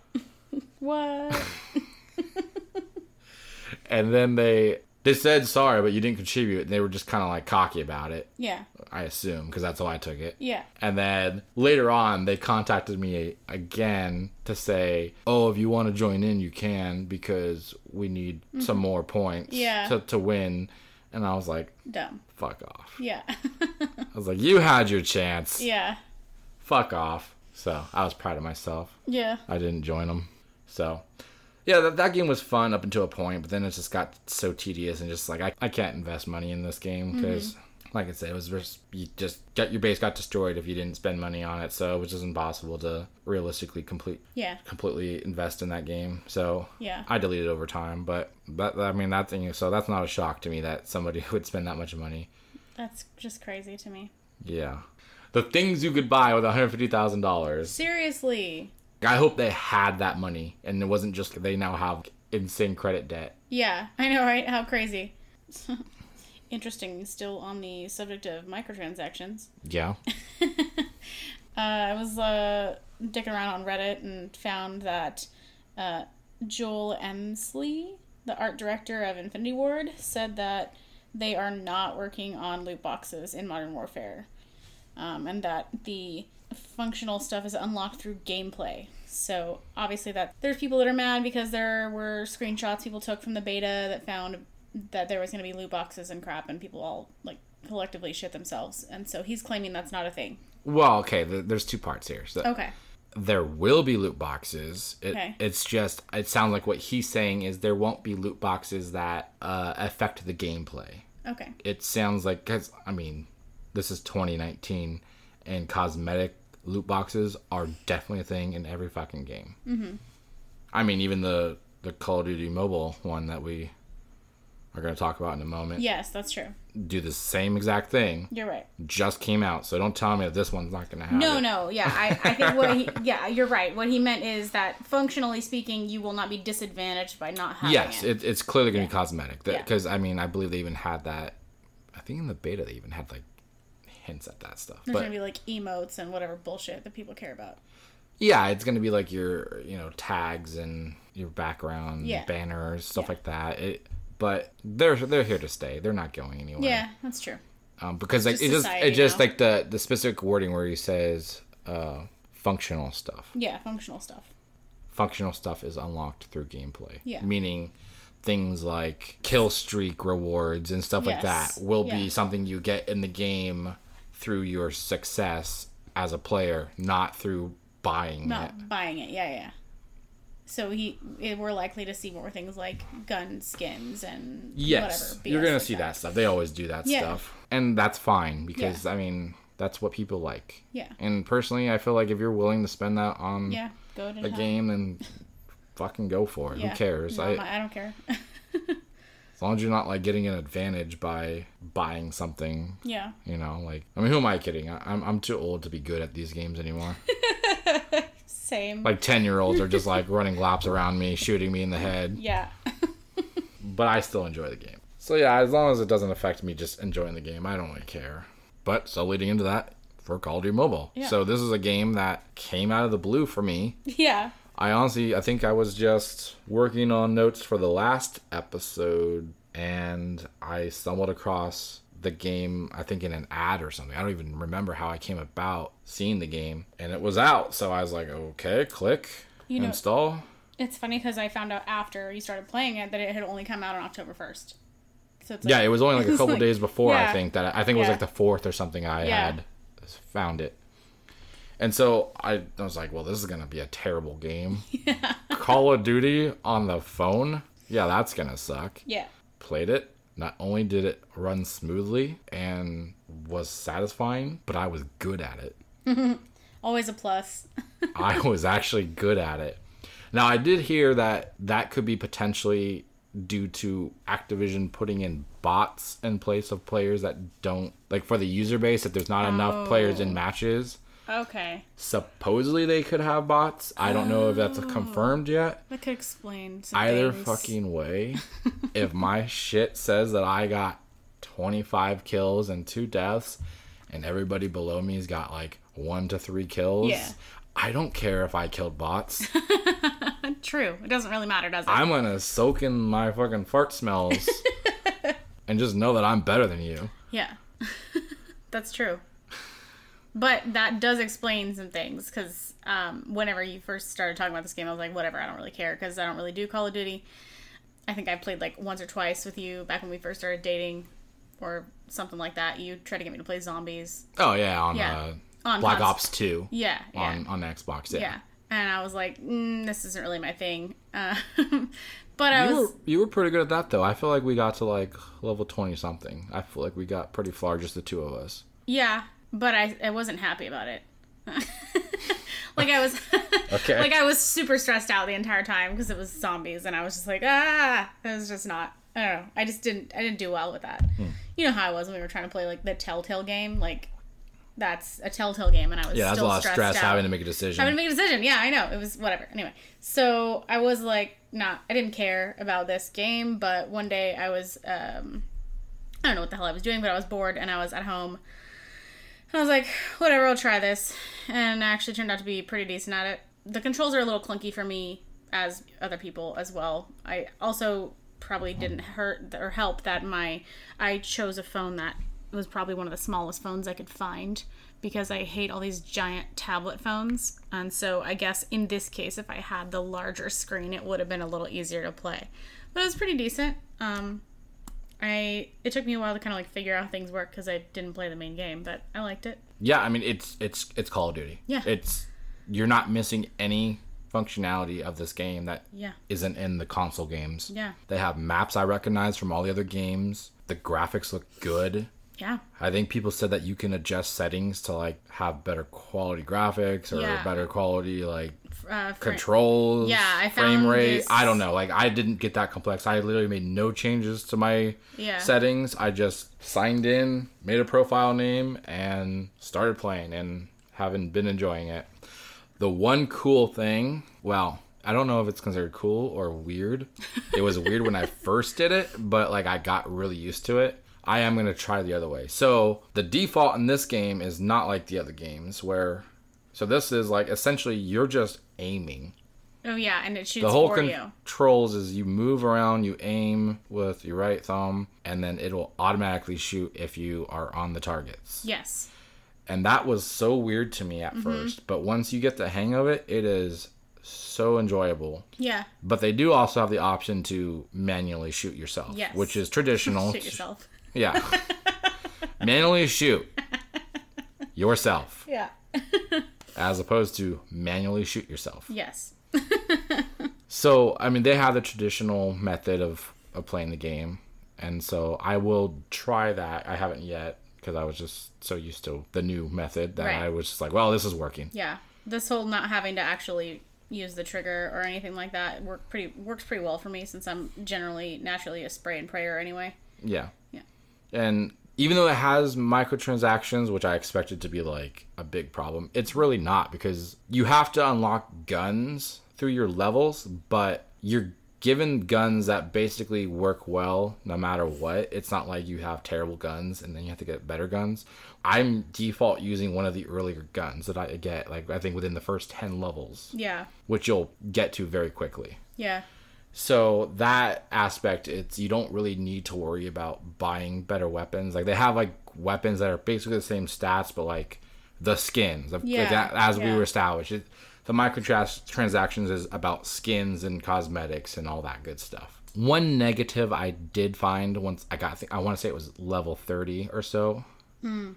Speaker 2: what?
Speaker 1: And then they they said sorry, but you didn't contribute. And they were just kind of like cocky about it,
Speaker 2: Yeah.
Speaker 1: I assume, because that's how I took it.
Speaker 2: Yeah.
Speaker 1: And then later on, they contacted me again to say, "Oh, if you want to join in, you can because we need some more points
Speaker 2: Mm-hmm. Yeah.
Speaker 1: to to win." And I was like,
Speaker 2: Dumb.
Speaker 1: "Fuck off!"
Speaker 2: Yeah.
Speaker 1: I was like, "You had your chance.
Speaker 2: yeah.
Speaker 1: Fuck off!" So I was proud of myself.
Speaker 2: Yeah.
Speaker 1: I didn't join them. So, yeah, that, that game was fun up until a point, but then it just got so tedious and just like, I, I can't invest money in this game because, like I said, it was just, you just got your base got destroyed if you didn't spend money on it. So it was just impossible to realistically complete
Speaker 2: Yeah.
Speaker 1: completely invest in that game. So
Speaker 2: Yeah.
Speaker 1: I deleted it over time, but that, I mean, that thing, so that's not a shock to me that somebody would spend that much money.
Speaker 2: That's just crazy to me.
Speaker 1: Yeah. The things you could buy with $150,000.
Speaker 2: Seriously.
Speaker 1: I hope they had that money and it wasn't just they now have insane credit debt.
Speaker 2: Yeah, I know, right? How crazy. Interesting, still on the subject of microtransactions.
Speaker 1: Yeah.
Speaker 2: Uh, I was uh, dicking around on Reddit and found that uh, Joel Emsley, the art director of Infinity Ward, said that they are not working on loot boxes in Modern Warfare um, and that the functional stuff is unlocked through gameplay. So obviously that there's people that are mad because there were screenshots people took from the beta that found that there was going to be loot boxes and crap and people all like collectively shit themselves. And so he's claiming that's not a thing.
Speaker 1: Well, okay, th- there's two parts here. So
Speaker 2: Okay.
Speaker 1: there will be loot boxes. It,
Speaker 2: Oh. Okay.
Speaker 1: It's just it sounds like what he's saying is there won't be loot boxes that uh, affect the gameplay.
Speaker 2: Okay.
Speaker 1: It sounds like cuz I mean, this is 2019 and cosmetic loot boxes are definitely a thing in every fucking game. Mhm. I mean, even the the Call of Duty mobile one that we are going to talk about in a moment.
Speaker 2: Yes, that's true.
Speaker 1: do the same exact thing
Speaker 2: You're right.
Speaker 1: just came out so don't tell me that this one's not gonna happen
Speaker 2: No, no, yeah, I, I think what he, yeah, you're right. What he meant is that functionally speaking, you will not be disadvantaged by not having
Speaker 1: yes
Speaker 2: it.
Speaker 1: it, it's clearly gonna be cosmetic
Speaker 2: Yeah.
Speaker 1: because i mean i believe they even had that i think in the beta they even had like hints at that stuff
Speaker 2: There's
Speaker 1: but
Speaker 2: gonna be like emotes and whatever bullshit that people care about.
Speaker 1: yeah it's gonna be like your you know tags and your background
Speaker 2: Yeah.
Speaker 1: banners stuff
Speaker 2: Yeah.
Speaker 1: like that it but they're they're here to stay they're not going anywhere
Speaker 2: Yeah, that's true.
Speaker 1: um, because like
Speaker 2: Just
Speaker 1: it just
Speaker 2: society
Speaker 1: it just
Speaker 2: now.
Speaker 1: like the the specific wording where he says uh functional stuff
Speaker 2: Yeah, functional stuff.
Speaker 1: functional stuff is unlocked through gameplay.
Speaker 2: Yeah.
Speaker 1: Meaning things like kill streak rewards and stuff like
Speaker 2: Yes.
Speaker 1: that will
Speaker 2: Yeah.
Speaker 1: be something you get in the game through your success as a player, not through buying
Speaker 2: Not
Speaker 1: it.
Speaker 2: buying it. Yeah, yeah. So he, it, we're likely to see more things like gun skins and
Speaker 1: Yes.
Speaker 2: whatever.
Speaker 1: You're
Speaker 2: BS
Speaker 1: going
Speaker 2: like
Speaker 1: to see that. stuff. They always do that
Speaker 2: Yeah.
Speaker 1: stuff. And that's fine because I mean, that's what people like.
Speaker 2: Yeah.
Speaker 1: And personally, I feel like if you're willing to spend that on
Speaker 2: Yeah, go to
Speaker 1: a game then fucking go for it. Who cares? I,
Speaker 2: I don't care.
Speaker 1: as long as you're not like getting an advantage by buying something
Speaker 2: yeah.
Speaker 1: You know, like I mean, who am I kidding? I, I'm I'm too old to be good at these games anymore.
Speaker 2: Same.
Speaker 1: like ten year olds are just like running laps around me, shooting me in the head,
Speaker 2: yeah.
Speaker 1: but I still enjoy the game. So yeah, as long as it doesn't affect me just enjoying the game, I don't really care. But so leading into that for Call of Duty Mobile.
Speaker 2: Yeah.
Speaker 1: So this is a game that came out of the blue for me.
Speaker 2: yeah.
Speaker 1: I honestly, I think I was just working on notes for the last episode and I stumbled across the game, I think in an ad or something. I don't even remember how I came about seeing the game and it was out. So I was like, okay, click,
Speaker 2: You know-
Speaker 1: install.
Speaker 2: It's funny because I found out after you started playing it that it had only come out on October 1st. So it's like,
Speaker 1: Yeah, it was only like a
Speaker 2: It's
Speaker 1: couple
Speaker 2: like-
Speaker 1: days before, I
Speaker 2: yeah.
Speaker 1: think, that I, I think it was
Speaker 2: Yeah.
Speaker 1: like the fourth or something I
Speaker 2: Yeah.
Speaker 1: had found it. And so I, I was like, well, this is going to be a terrible game. Call of Duty on the phone? Yeah, that's going to suck.
Speaker 2: yeah.
Speaker 1: played it. Not only did it run smoothly and was satisfying, but I was good at it.
Speaker 2: Always a plus.
Speaker 1: I was actually good at it. Now, I did hear that that could be potentially due to Activision putting in bots in place of players that don't, like for the user base, if there's not enough players in matches,
Speaker 2: Okay.
Speaker 1: supposedly they could have bots. I don't know if that's confirmed yet.
Speaker 2: That could explain some
Speaker 1: Either
Speaker 2: things.
Speaker 1: fucking way, if my shit says that I got 25 kills and two deaths, and everybody below me's got like one to three kills,
Speaker 2: Yeah.
Speaker 1: I don't care if I killed bots.
Speaker 2: True. It doesn't really matter, does it?
Speaker 1: I'm gonna soak in my fucking fart smells and just know that I'm better than you.
Speaker 2: Yeah. That's true. But that does explain some things because um, whenever you first started talking about this game, I was like, whatever, I don't really care because I don't really do Call of Duty. I think I played like once or twice with you back when we first started dating or something like that. You tried to get me to play zombies.
Speaker 1: Oh yeah, on
Speaker 2: Yeah.
Speaker 1: Uh,
Speaker 2: On
Speaker 1: Black
Speaker 2: cons-
Speaker 1: Ops Two
Speaker 2: Yeah. Yeah.
Speaker 1: on on Xbox. Yeah,
Speaker 2: yeah. And I was like, mm, this isn't really my thing. Uh, but I
Speaker 1: you
Speaker 2: was.
Speaker 1: were you were pretty good at that though. I feel like we got to like level twenty something. I feel like we got pretty far, just the two of us.
Speaker 2: Yeah, but I, I wasn't happy about it. like I was
Speaker 1: Okay.
Speaker 2: like I was super stressed out the entire time because it was zombies and I was just like, ah, it was just not I don't know. I just didn't I didn't do well with that.
Speaker 1: Hmm.
Speaker 2: You know how I was when we were trying to play like the telltale game, like that's a telltale game and I was
Speaker 1: Yeah, that's a
Speaker 2: still
Speaker 1: lot of
Speaker 2: stressed
Speaker 1: stress
Speaker 2: out.
Speaker 1: having to make a decision.
Speaker 2: I would make a decision. Yeah, I know. It was whatever. Anyway, so I was like, nah, I didn't care about this game. But one day I was, um, I don't know what the hell I was doing, but I was bored and I was at home. And I was like, whatever, I'll try this. And I actually turned out to be pretty decent at it. The controls are a little clunky for me, as other people as well. I also probably didn't hurt or help that my I chose a phone that was probably one of the smallest phones I could find because I hate all these giant tablet phones. And so I guess in this case, if I had the larger screen, it would have been a little easier to play. But it was pretty decent. Um, I it took me a while to kind of like figure out how things work because I didn't play the main game, but I liked it.
Speaker 1: Yeah, I mean it's it's it's Call of Duty.
Speaker 2: Yeah.
Speaker 1: It's you're not missing any functionality of this game that
Speaker 2: Yeah.
Speaker 1: not in the console games.
Speaker 2: Yeah.
Speaker 1: They have maps I recognize from all the other games. The graphics look good.
Speaker 2: Yeah.
Speaker 1: I think people said that you can adjust settings to like have better quality graphics or
Speaker 2: Yeah.
Speaker 1: better quality like
Speaker 2: Uh, for-
Speaker 1: controls.
Speaker 2: Yeah, I
Speaker 1: frame
Speaker 2: found
Speaker 1: rate.
Speaker 2: this-
Speaker 1: I don't know. Like I didn't get that complex. I literally made no changes to my
Speaker 2: Yeah.
Speaker 1: settings. I just signed in, made a profile name, and started playing, and haven't been enjoying it. The one cool thing, well, I don't know if it's considered cool or weird. It was weird when I first did it, but like I got really used to it. I am going to try the other way. So, the default in this game is not like the other games where so this is like essentially you're just aiming.
Speaker 2: Oh yeah, and it shoots
Speaker 1: The whole
Speaker 2: for
Speaker 1: con-
Speaker 2: you.
Speaker 1: controls is you move around, you aim with your right thumb, and then it'll automatically shoot if you are on the targets
Speaker 2: Yes.
Speaker 1: and that was so weird to me at
Speaker 2: Mm-hmm.
Speaker 1: first but once you get the hang of it it is so enjoyable
Speaker 2: Yeah.
Speaker 1: but they do also have the option to manually shoot yourself
Speaker 2: Yes.
Speaker 1: which is traditional
Speaker 2: Shoot yourself.
Speaker 1: yeah manually shoot yourself
Speaker 2: Yeah.
Speaker 1: as opposed to manually shoot yourself
Speaker 2: Yes.
Speaker 1: so i mean they have the traditional method of, of playing the game and so i will try that i haven't yet because i was just so used to the new method that
Speaker 2: Right.
Speaker 1: i was just like well this is working
Speaker 2: Yeah. This whole not having to actually use the trigger or anything like that work pretty works pretty well for me since I'm generally naturally a spray and prayer anyway.
Speaker 1: Yeah.
Speaker 2: Yeah.
Speaker 1: And even though it has microtransactions, which I expected to be like a big problem, it's really not because you have to unlock guns through your levels, but you're given guns that basically work well no matter what. It's not like you have terrible guns and then you have to get better guns. I'm default using one of the earlier guns that I get, like I think within the first 10 levels,
Speaker 2: Yeah.
Speaker 1: which you'll get to very quickly.
Speaker 2: Yeah.
Speaker 1: So that aspect, it's you don't really need to worry about buying better weapons. Like they have like weapons that are basically the same stats, but like the skins. Of-
Speaker 2: Yeah,
Speaker 1: Like that, as we
Speaker 2: yeah.
Speaker 1: were established, it, the microtrans- transactions is about skins and cosmetics and all that good stuff. One negative I did find once I got, I, think, I want to say it was level thirty or so,
Speaker 2: Hmm.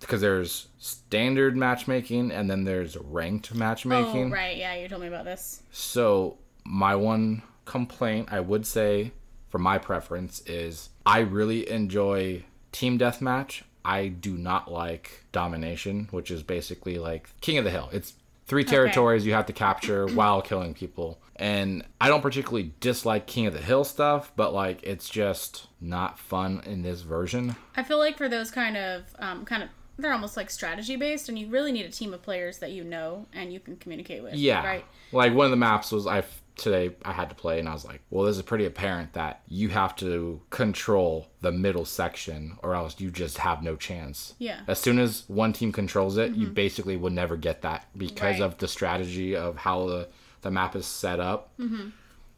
Speaker 1: because there's standard matchmaking and then there's ranked matchmaking.
Speaker 2: Oh right, yeah, you told me about this.
Speaker 1: So my one complaint I would say for my preference is I really enjoy team deathmatch I do not like domination, which is basically like King of the Hill. It's three territories you have to capture while killing people. And I don't particularly dislike King of the Hill stuff, but like it's just not fun in this version.
Speaker 2: I feel like for those kind of um, kind of they're almost like strategy based, and you really need a team of players that you know and you can communicate with.
Speaker 1: Yeah.
Speaker 2: Right.
Speaker 1: Like one of the maps was I today I had to play and I was like, well, this is pretty apparent that you have to control the middle section or else you just have no chance.
Speaker 2: Yeah. Mm-hmm.
Speaker 1: As soon as one team controls it, you basically will never get that because
Speaker 2: Right.
Speaker 1: of the strategy of how the the map is set up.
Speaker 2: Mm-hmm.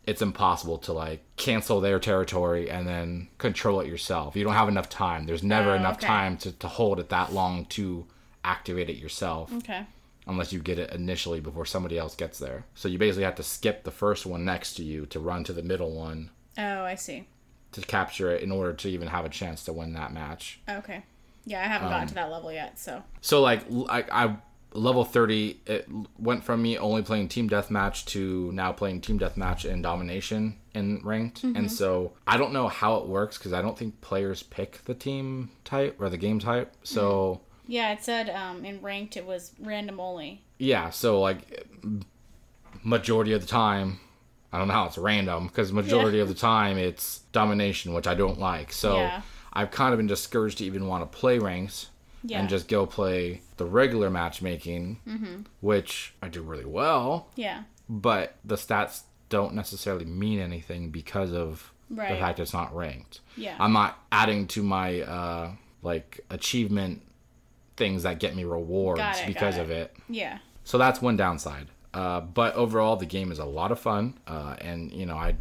Speaker 1: It's impossible to like cancel their territory and then control it yourself. You don't have enough time. There's never
Speaker 2: Oh,
Speaker 1: enough
Speaker 2: okay.
Speaker 1: time to, to hold it that long to activate it yourself
Speaker 2: Okay.
Speaker 1: unless you get it initially before somebody else gets there. So you basically have to skip the first one next to you to run to the middle one
Speaker 2: Oh, I see.
Speaker 1: to capture it in order to even have a chance to win that match.
Speaker 2: Okay. Yeah, I haven't gotten to that level yet, so
Speaker 1: So like l- I, I- level 30 it l- went from me only playing team deathmatch to now playing team deathmatch and domination in ranked. And so I don't know how it works cuz I don't think players pick the team type or the game type. So
Speaker 2: yeah, it said um, in ranked it was random only.
Speaker 1: yeah so like m- majority of the time i don't know how it's random because majority of the time it's domination which i don't like so
Speaker 2: Yeah.
Speaker 1: i've kind of been discouraged to even want to play ranks
Speaker 2: Yeah. Mm-hmm.
Speaker 1: and just go play the regular matchmaking which i do really well
Speaker 2: Yeah.
Speaker 1: but the stats don't necessarily mean anything because of the
Speaker 2: Right.
Speaker 1: fact it's not ranked
Speaker 2: Yeah.
Speaker 1: i'm not adding to my uh like achievement things that get me rewards
Speaker 2: Got it,
Speaker 1: because
Speaker 2: got
Speaker 1: of it
Speaker 2: Yeah.
Speaker 1: so that's one downside. Uh, but overall, the game is a lot of fun, uh, and you know I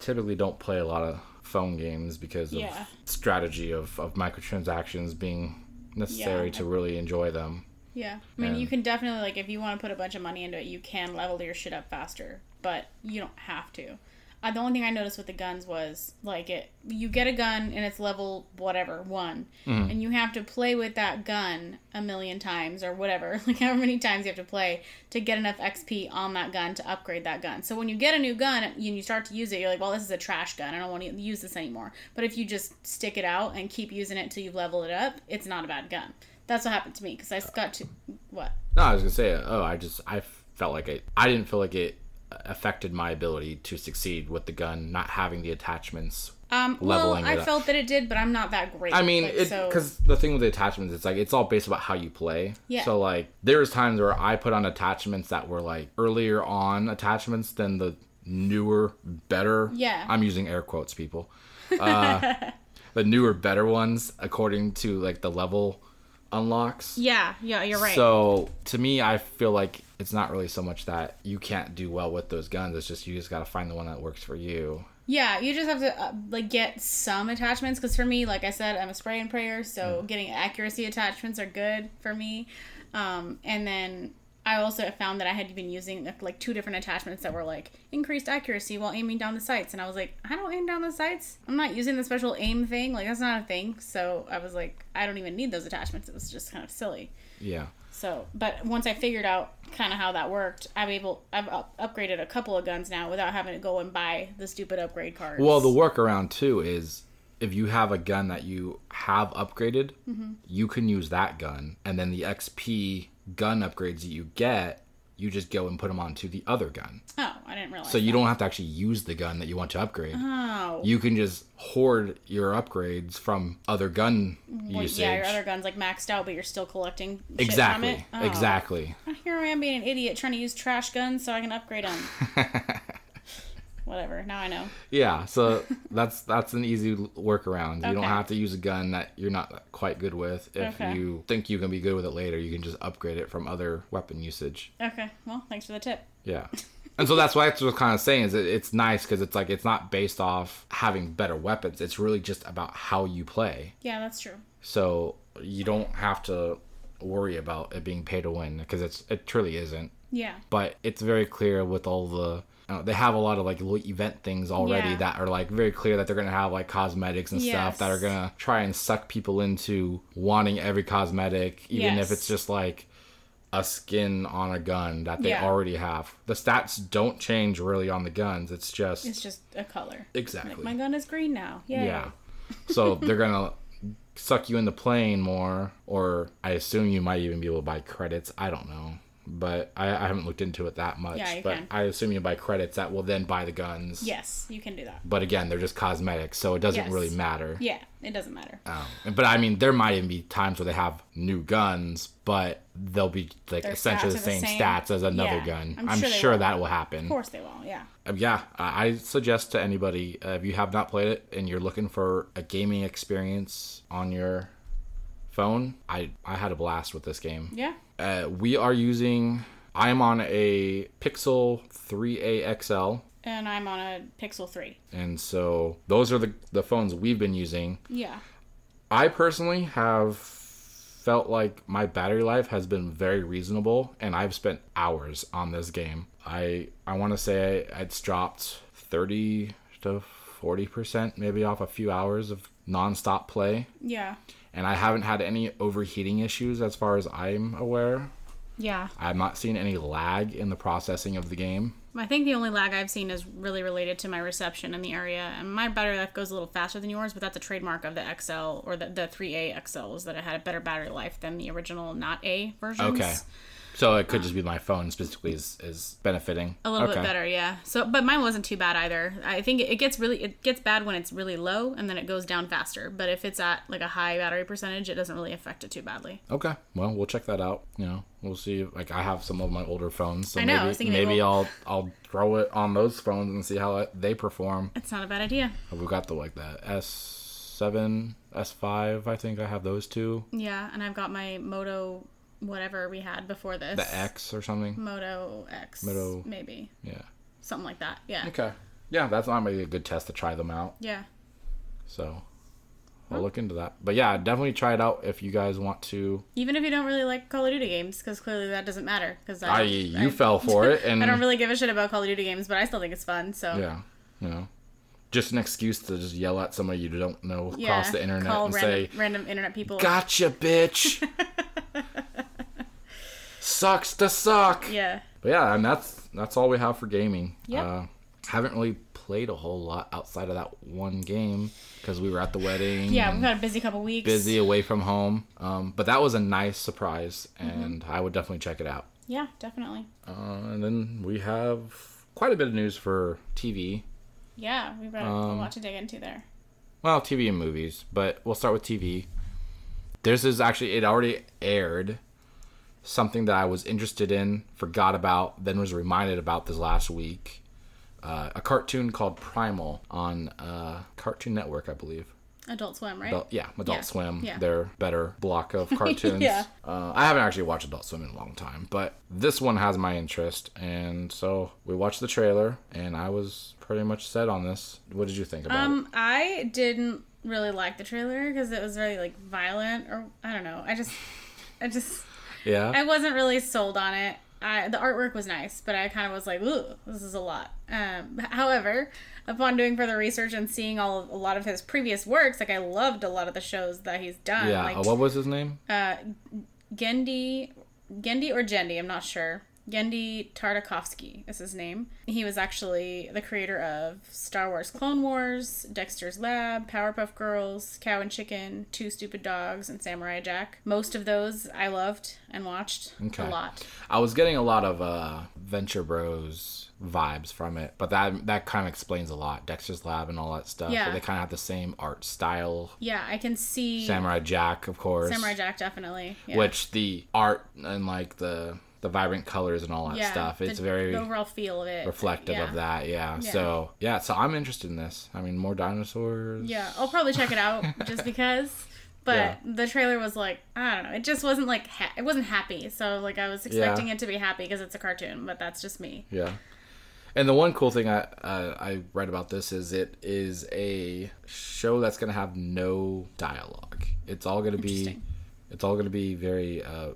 Speaker 1: typically don't play a lot of phone games because of
Speaker 2: Yeah.
Speaker 1: strategy of, of microtransactions being necessary
Speaker 2: Yeah.
Speaker 1: to really enjoy them.
Speaker 2: Yeah. I mean,
Speaker 1: And-
Speaker 2: you can definitely like if you want to put a bunch of money into it, you can level your shit up faster, but you don't have to. Uh, the only thing I noticed with the guns was like it you get a gun and it's level whatever, 1, and you have to play with that gun a million times or whatever, like however many times you have to play to get enough XP on that gun to upgrade that gun. So when you get a new gun and you start to use it, you're like, "Well, this is a trash gun. I don't want to use this anymore." But if you just stick it out and keep using it till you level it up, it's not a bad gun. That's what happened to me because I just got to what?
Speaker 1: No, I was gonna say, oh, I just I felt like it. I didn't feel like it affected my ability to succeed with the gun, not having the attachments.
Speaker 2: Um, well,
Speaker 1: Leveling it
Speaker 2: I
Speaker 1: up.
Speaker 2: felt that it did, but I'm not that great.
Speaker 1: I mean,
Speaker 2: like,
Speaker 1: it
Speaker 2: so-
Speaker 1: because the thing with the attachments, it's like it's all based about how you play.
Speaker 2: Yeah.
Speaker 1: So like, there was times where I put on attachments that were like earlier on attachments than the newer, better.
Speaker 2: Yeah.
Speaker 1: I'm using air quotes, people. Uh, the newer, better ones according to like the level unlocks.
Speaker 2: yeah, yeah, you're right.
Speaker 1: So to me, I feel like it's not really so much that you can't do well with those guns. It's just you just gotta find the one that works for you.
Speaker 2: yeah, you just have to uh, like get some attachments because for me, like I said, I'm a spray and prayer, so
Speaker 1: Mm.
Speaker 2: getting accuracy attachments are good for me. Um, and then I also found that I had been using like, like two different attachments that were like increased accuracy while aiming down the sights, and I was like, I don't aim down the sights. I'm not using the special aim thing. Like that's not a thing. So I was like, I don't even need those attachments. It was just kind of silly.
Speaker 1: Yeah.
Speaker 2: So, but once I figured out kind of how that worked, I'm able. I've up- upgraded a couple of guns now without having to go and buy the stupid upgrade cards.
Speaker 1: Well, the workaround too is if you have a gun that you have upgraded,
Speaker 2: Mm-hmm.
Speaker 1: you can use that gun, and then the XP gun upgrades that you get, you just go and put them onto the other gun.
Speaker 2: oh, I didn't realize.
Speaker 1: So you don't have to actually use the gun that you want to upgrade.
Speaker 2: oh,
Speaker 1: You can just hoard your upgrades from other gun
Speaker 2: Well,
Speaker 1: usage.
Speaker 2: yeah, your other guns like maxed out, but you're still collecting shit
Speaker 1: exactly.
Speaker 2: From it. Oh.
Speaker 1: Exactly.
Speaker 2: Here I am being an idiot trying to use trash guns so I can upgrade them. Whatever. Now I know.
Speaker 1: Yeah, so that's that's an easy l- workaround. You don't
Speaker 2: Okay.
Speaker 1: have to use a gun that you're not uh, quite good with. If
Speaker 2: Okay.
Speaker 1: you think you can be good with it later, you can just upgrade it from other weapon usage.
Speaker 2: Okay. Well, thanks for the tip.
Speaker 1: Yeah. And so that's why I was kind of saying is it, it's nice because it's like it's not based off having better weapons. It's really just about how you play.
Speaker 2: Yeah, that's true.
Speaker 1: So you don't have to worry about it being pay to win because it's it truly isn't
Speaker 2: Yeah.
Speaker 1: but it's very clear with all the I don't know, they have a lot of like little event things already
Speaker 2: Yeah.
Speaker 1: that are like very clear that they're gonna have like cosmetics and stuff that are
Speaker 2: Yes.
Speaker 1: gonna try and suck people into wanting every cosmetic, even
Speaker 2: Yes.
Speaker 1: if it's just like a skin on a gun that they
Speaker 2: Yeah.
Speaker 1: already have. The stats don't change really on the guns. It's just
Speaker 2: It's just a color.
Speaker 1: exactly
Speaker 2: My gun is green now. Yay.
Speaker 1: yeah. So they're gonna suck you into playing more, or I assume you might even be able to buy credits. I don't know, but I, I haven't looked into it that much.
Speaker 2: Yeah, you
Speaker 1: but
Speaker 2: can.
Speaker 1: I assume you buy credits that will then buy the guns.
Speaker 2: Yes, you can do that.
Speaker 1: But again, they're just cosmetics, so it doesn't
Speaker 2: Yes.
Speaker 1: really matter.
Speaker 2: Yeah, it doesn't matter.
Speaker 1: Um, but I mean, there might even be times where they have new guns, but they'll be like
Speaker 2: Their
Speaker 1: essentially
Speaker 2: stats
Speaker 1: the
Speaker 2: are the
Speaker 1: same,
Speaker 2: same.
Speaker 1: stats as another
Speaker 2: Yeah,
Speaker 1: gun. I'm,
Speaker 2: I'm sure
Speaker 1: sure,
Speaker 2: they will.
Speaker 1: that will happen.
Speaker 2: Of course they will. Yeah.
Speaker 1: Uh, yeah, I I suggest to anybody uh, if you have not played it and you're looking for a gaming experience on your phone, I I had a blast with this game.
Speaker 2: Yeah.
Speaker 1: Uh, we are using. I'm on a Pixel 3a XL,
Speaker 2: And I'm on a Pixel 3.
Speaker 1: and so those are the the phones we've been using.
Speaker 2: Yeah.
Speaker 1: I personally have felt like my battery life has been very reasonable, and I've spent hours on this game. I I want to say it's dropped thirty to forty percent, maybe off a few hours of nonstop play,
Speaker 2: Yeah.
Speaker 1: and I haven't had any overheating issues as far as I'm aware.
Speaker 2: Yeah.
Speaker 1: I've not seen any lag in the processing of the game.
Speaker 2: I think the only lag I've seen is really related to my reception in the area. And my battery life goes a little faster than yours, but that's a trademark of the XL or the, the 3A XL is that it had a better battery life than the original not A versions.
Speaker 1: Okay. So it could just be my phone specifically is, is benefiting.
Speaker 2: A little
Speaker 1: okay.
Speaker 2: bit better, yeah. So, but mine wasn't too bad either. I think it gets really it gets bad when it's really low, and then it goes down faster. But if it's at like a high battery percentage, it doesn't really affect it too badly.
Speaker 1: Okay. Well, we'll check that out. You know, we'll see. Like, I have some of my older phones, so
Speaker 2: I know, I
Speaker 1: maybe
Speaker 2: was thinking
Speaker 1: maybe
Speaker 2: maybe-
Speaker 1: I'll I'll throw it on those phones and see how it- they perform.
Speaker 2: It's not a bad idea.
Speaker 1: We've got the like the S seven, S five. I think I have those two.
Speaker 2: Yeah, and I've got my Moto whatever we had before this.
Speaker 1: The X or something.
Speaker 2: Moto X.
Speaker 1: Moto-
Speaker 2: Maybe
Speaker 1: Yeah.
Speaker 2: something like that. Yeah.
Speaker 1: Okay. Yeah, that's not maybe a good test to try them out.
Speaker 2: Yeah.
Speaker 1: So. I'll look into that. But yeah, definitely try it out if you guys want to.
Speaker 2: Even if you don't really like Call of Duty games, because clearly that doesn't matter. Because I,
Speaker 1: I you fell for it and
Speaker 2: I don't really give a shit about Call of Duty games, but I still think it's fun. So
Speaker 1: Yeah. You know. Just an excuse to just yell at somebody you don't know across the internet
Speaker 2: call
Speaker 1: and
Speaker 2: random,
Speaker 1: say,
Speaker 2: random internet people.
Speaker 1: Gotcha, bitch. Sucks to suck.
Speaker 2: Yeah.
Speaker 1: But yeah, and that's that's all we have for gaming.
Speaker 2: Yep.
Speaker 1: Uh, haven't really played a whole lot outside of that one game because we were at the wedding.
Speaker 2: Yeah,
Speaker 1: and
Speaker 2: we've had a busy couple weeks.
Speaker 1: busy away from home. Um, but that was a nice surprise,
Speaker 2: Mm-hmm.
Speaker 1: and I would definitely check it out.
Speaker 2: Yeah, definitely.
Speaker 1: Uh, and then we have quite a bit of news for TV.
Speaker 2: Yeah, we've got
Speaker 1: Um,
Speaker 2: a lot to dig into there.
Speaker 1: Well, TV and movies, but we'll start with TV. This is actually it already aired. Something that I was interested in, forgot about, then was reminded about this last week. Uh, a cartoon called Primal on uh, Cartoon Network, I believe.
Speaker 2: Adult Swim, right?
Speaker 1: Adult, yeah, Adult
Speaker 2: Yeah,
Speaker 1: Swim,
Speaker 2: yeah.
Speaker 1: their better block of cartoons.
Speaker 2: Yeah.
Speaker 1: uh, I haven't actually watched Adult Swim in a long time, but this one has my interest, and so we watched the trailer, and I was pretty much set on this. What did you think about it?
Speaker 2: Um, I didn't really like the trailer because it was very like violent, or I don't know. I just, I just,
Speaker 1: Yeah,
Speaker 2: I wasn't really sold on it. I, the artwork was nice, but I kind of was like, "Ooh, this is a lot." Um, however, upon doing further research and seeing all of, a lot of his previous works, like I loved a lot of the shows that he's done.
Speaker 1: yeah.
Speaker 2: like
Speaker 1: uh, what was his name?
Speaker 2: uh, Gendy, Gendy or Gendy, I'm not sure. Gendy Tartakovsky is his name. He was actually the creator of Star Wars Clone Wars, Dexter's Lab, Powerpuff Girls, Cow and Chicken, Two Stupid Dogs, and Samurai Jack. Most of those I loved and watched
Speaker 1: Okay.
Speaker 2: a lot.
Speaker 1: I was getting a lot of uh, Venture Bros vibes from it, but that that kind of explains a lot. Dexter's Lab and all that stuff.
Speaker 2: Yeah.
Speaker 1: They kind of have the same art style.
Speaker 2: Yeah, I can see
Speaker 1: Samurai Jack, of course.
Speaker 2: Samurai Jack definitely. Yeah.
Speaker 1: Which the art and like the the vibrant colors and all that
Speaker 2: yeah,
Speaker 1: stuff. It's
Speaker 2: the-
Speaker 1: very
Speaker 2: the overall feel of it
Speaker 1: reflective
Speaker 2: yeah.
Speaker 1: of that. Yeah.
Speaker 2: Yeah.
Speaker 1: So yeah. So I'm interested in this. I mean, more dinosaurs.
Speaker 2: Yeah, I'll probably check it out just because. But
Speaker 1: Yeah.
Speaker 2: the trailer was like, I don't know, it just wasn't like ha- it wasn't happy. So like I was expecting it to be happy because it's a cartoon, but that's just me.
Speaker 1: Yeah. And the one cool thing I uh, I read about this is it is a show that's going to have no dialogue. It's all going to be
Speaker 2: Interesting.
Speaker 1: it's all going to be very uh,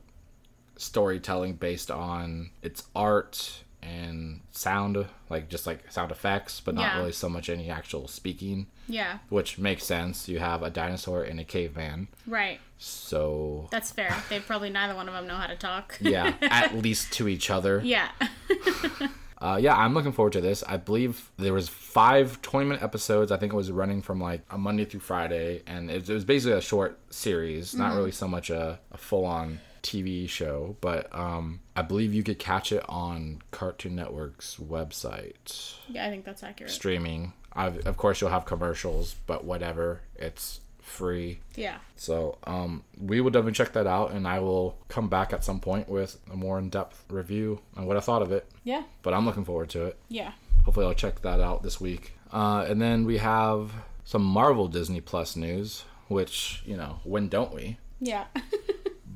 Speaker 1: storytelling based on its art and sound, like just like sound effects, but not
Speaker 2: Yeah.
Speaker 1: really so much any actual speaking,
Speaker 2: Yeah,
Speaker 1: which makes sense. You have a dinosaur and a caveman.
Speaker 2: right.
Speaker 1: So
Speaker 2: That's fair. They probably neither one of them know how to talk.
Speaker 1: yeah, at least to each other.
Speaker 2: yeah.
Speaker 1: Uh, yeah, I'm looking forward to this. I believe there was five 20 minute episodes. I think it was running from like a Monday through Friday, and it, it was basically a short series, not really so much a, a full on TV show. But um, I believe you could catch it on Cartoon Network's website
Speaker 2: Yeah, I think that's accurate.
Speaker 1: streaming. I've, of course, you'll have commercials, but whatever, it's free.
Speaker 2: Yeah.
Speaker 1: So um, we will definitely check that out, and I will come back at some point with a more in depth review on what I thought of it.
Speaker 2: Yeah.
Speaker 1: But I'm looking forward to it.
Speaker 2: Yeah.
Speaker 1: Hopefully, I'll check that out this week. Uh, and then we have some Marvel Disney Plus news, which, you know, when don't we?
Speaker 2: Yeah.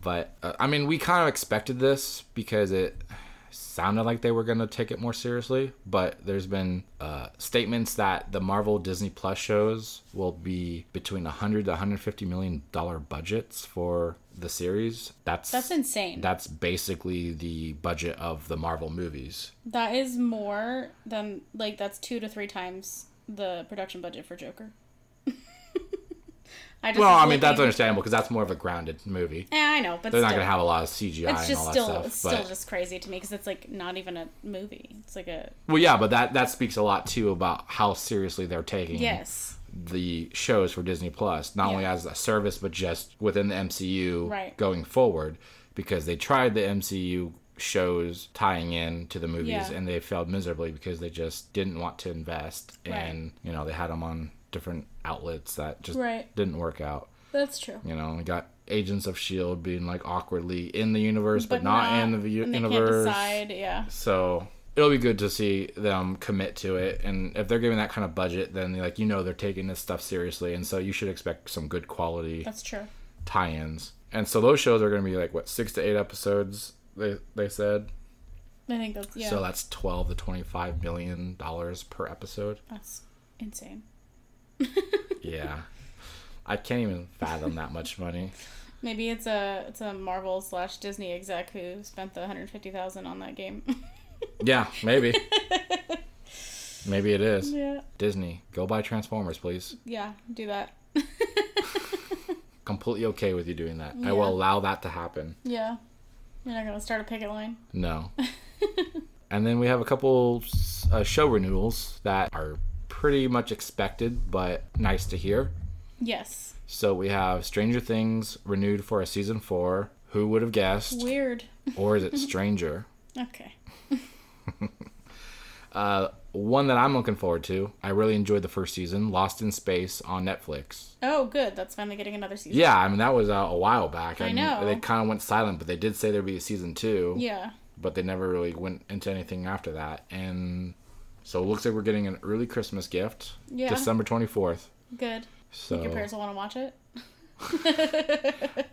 Speaker 1: But uh, I mean, we kind of expected this because it sounded like they were going to take it more seriously. But there's been uh, statements that the Marvel Disney Plus shows will be between 100 to 150 million dollar budgets for the series. That's
Speaker 2: That's insane.
Speaker 1: That's basically the budget of the Marvel movies.
Speaker 2: that is more than like that's two to three times the production budget for Joker. I just
Speaker 1: Well,
Speaker 2: was
Speaker 1: I mean that's
Speaker 2: looking-
Speaker 1: understandable because that's more of a grounded movie.
Speaker 2: Eh, I know, but
Speaker 1: They're
Speaker 2: still,
Speaker 1: not gonna have a lot of CGI
Speaker 2: it's
Speaker 1: and
Speaker 2: just
Speaker 1: all that
Speaker 2: still
Speaker 1: stuff.
Speaker 2: it's
Speaker 1: but
Speaker 2: still just crazy to me because it's like not even a movie. It's like a
Speaker 1: well, yeah, but that that speaks a lot too about how seriously they're taking
Speaker 2: yes,
Speaker 1: the shows for Disney Plus, not only
Speaker 2: Yeah.
Speaker 1: as a service but just within the MCU
Speaker 2: Right.
Speaker 1: going forward, because they tried the MCU shows tying in to the movies
Speaker 2: Yeah.
Speaker 1: and they failed miserably because they just didn't want to invest
Speaker 2: Right.
Speaker 1: and you know they had them on different outlets that just
Speaker 2: Right.
Speaker 1: didn't work out.
Speaker 2: that's true.
Speaker 1: You know, we got Agents of Shield E being like awkwardly in the universe, but, not, in the v-
Speaker 2: and they
Speaker 1: universe.
Speaker 2: Can't decide. Yeah,
Speaker 1: So it'll be good to see them commit to it. And if they're giving that kind of budget, then like you know they're taking this stuff seriously, and so you should expect some good quality
Speaker 2: that's true.
Speaker 1: tie-ins. And so those shows are going to be like what six to eight episodes. They they said
Speaker 2: I think that's yeah.
Speaker 1: so that's twelve to twenty five million dollars per episode.
Speaker 2: that's insane.
Speaker 1: Yeah. I can't even fathom that much money.
Speaker 2: Maybe it's a it's a Marvel slash Disney exec who spent the one hundred fifty thousand on that game.
Speaker 1: Yeah, maybe. maybe it is.
Speaker 2: yeah,
Speaker 1: Disney, go buy Transformers, please.
Speaker 2: yeah, do that.
Speaker 1: Completely okay with you doing that. I
Speaker 2: Yeah.
Speaker 1: will allow that to happen.
Speaker 2: yeah, you're not gonna start a picket line.
Speaker 1: No. and then we have a couple uh, show renewals that are pretty much expected, but nice to hear.
Speaker 2: Yes,
Speaker 1: So we have Stranger Things renewed for a season four. Who would have guessed?
Speaker 2: weird.
Speaker 1: Or is it Stranger?
Speaker 2: Okay.
Speaker 1: Uh, one that I'm looking forward to. I really enjoyed the first season, Lost in Space on Netflix.
Speaker 2: Oh, good. That's finally getting another season.
Speaker 1: Yeah, I mean that was out a while back.
Speaker 2: I
Speaker 1: and
Speaker 2: know.
Speaker 1: they kind of went silent, but they did say there'd be a season two.
Speaker 2: Yeah.
Speaker 1: but they never really went into anything after that. And so it looks like we're getting an early Christmas gift,
Speaker 2: Yeah.
Speaker 1: December 24th.
Speaker 2: Good. Your
Speaker 1: So
Speaker 2: parents will want to watch it.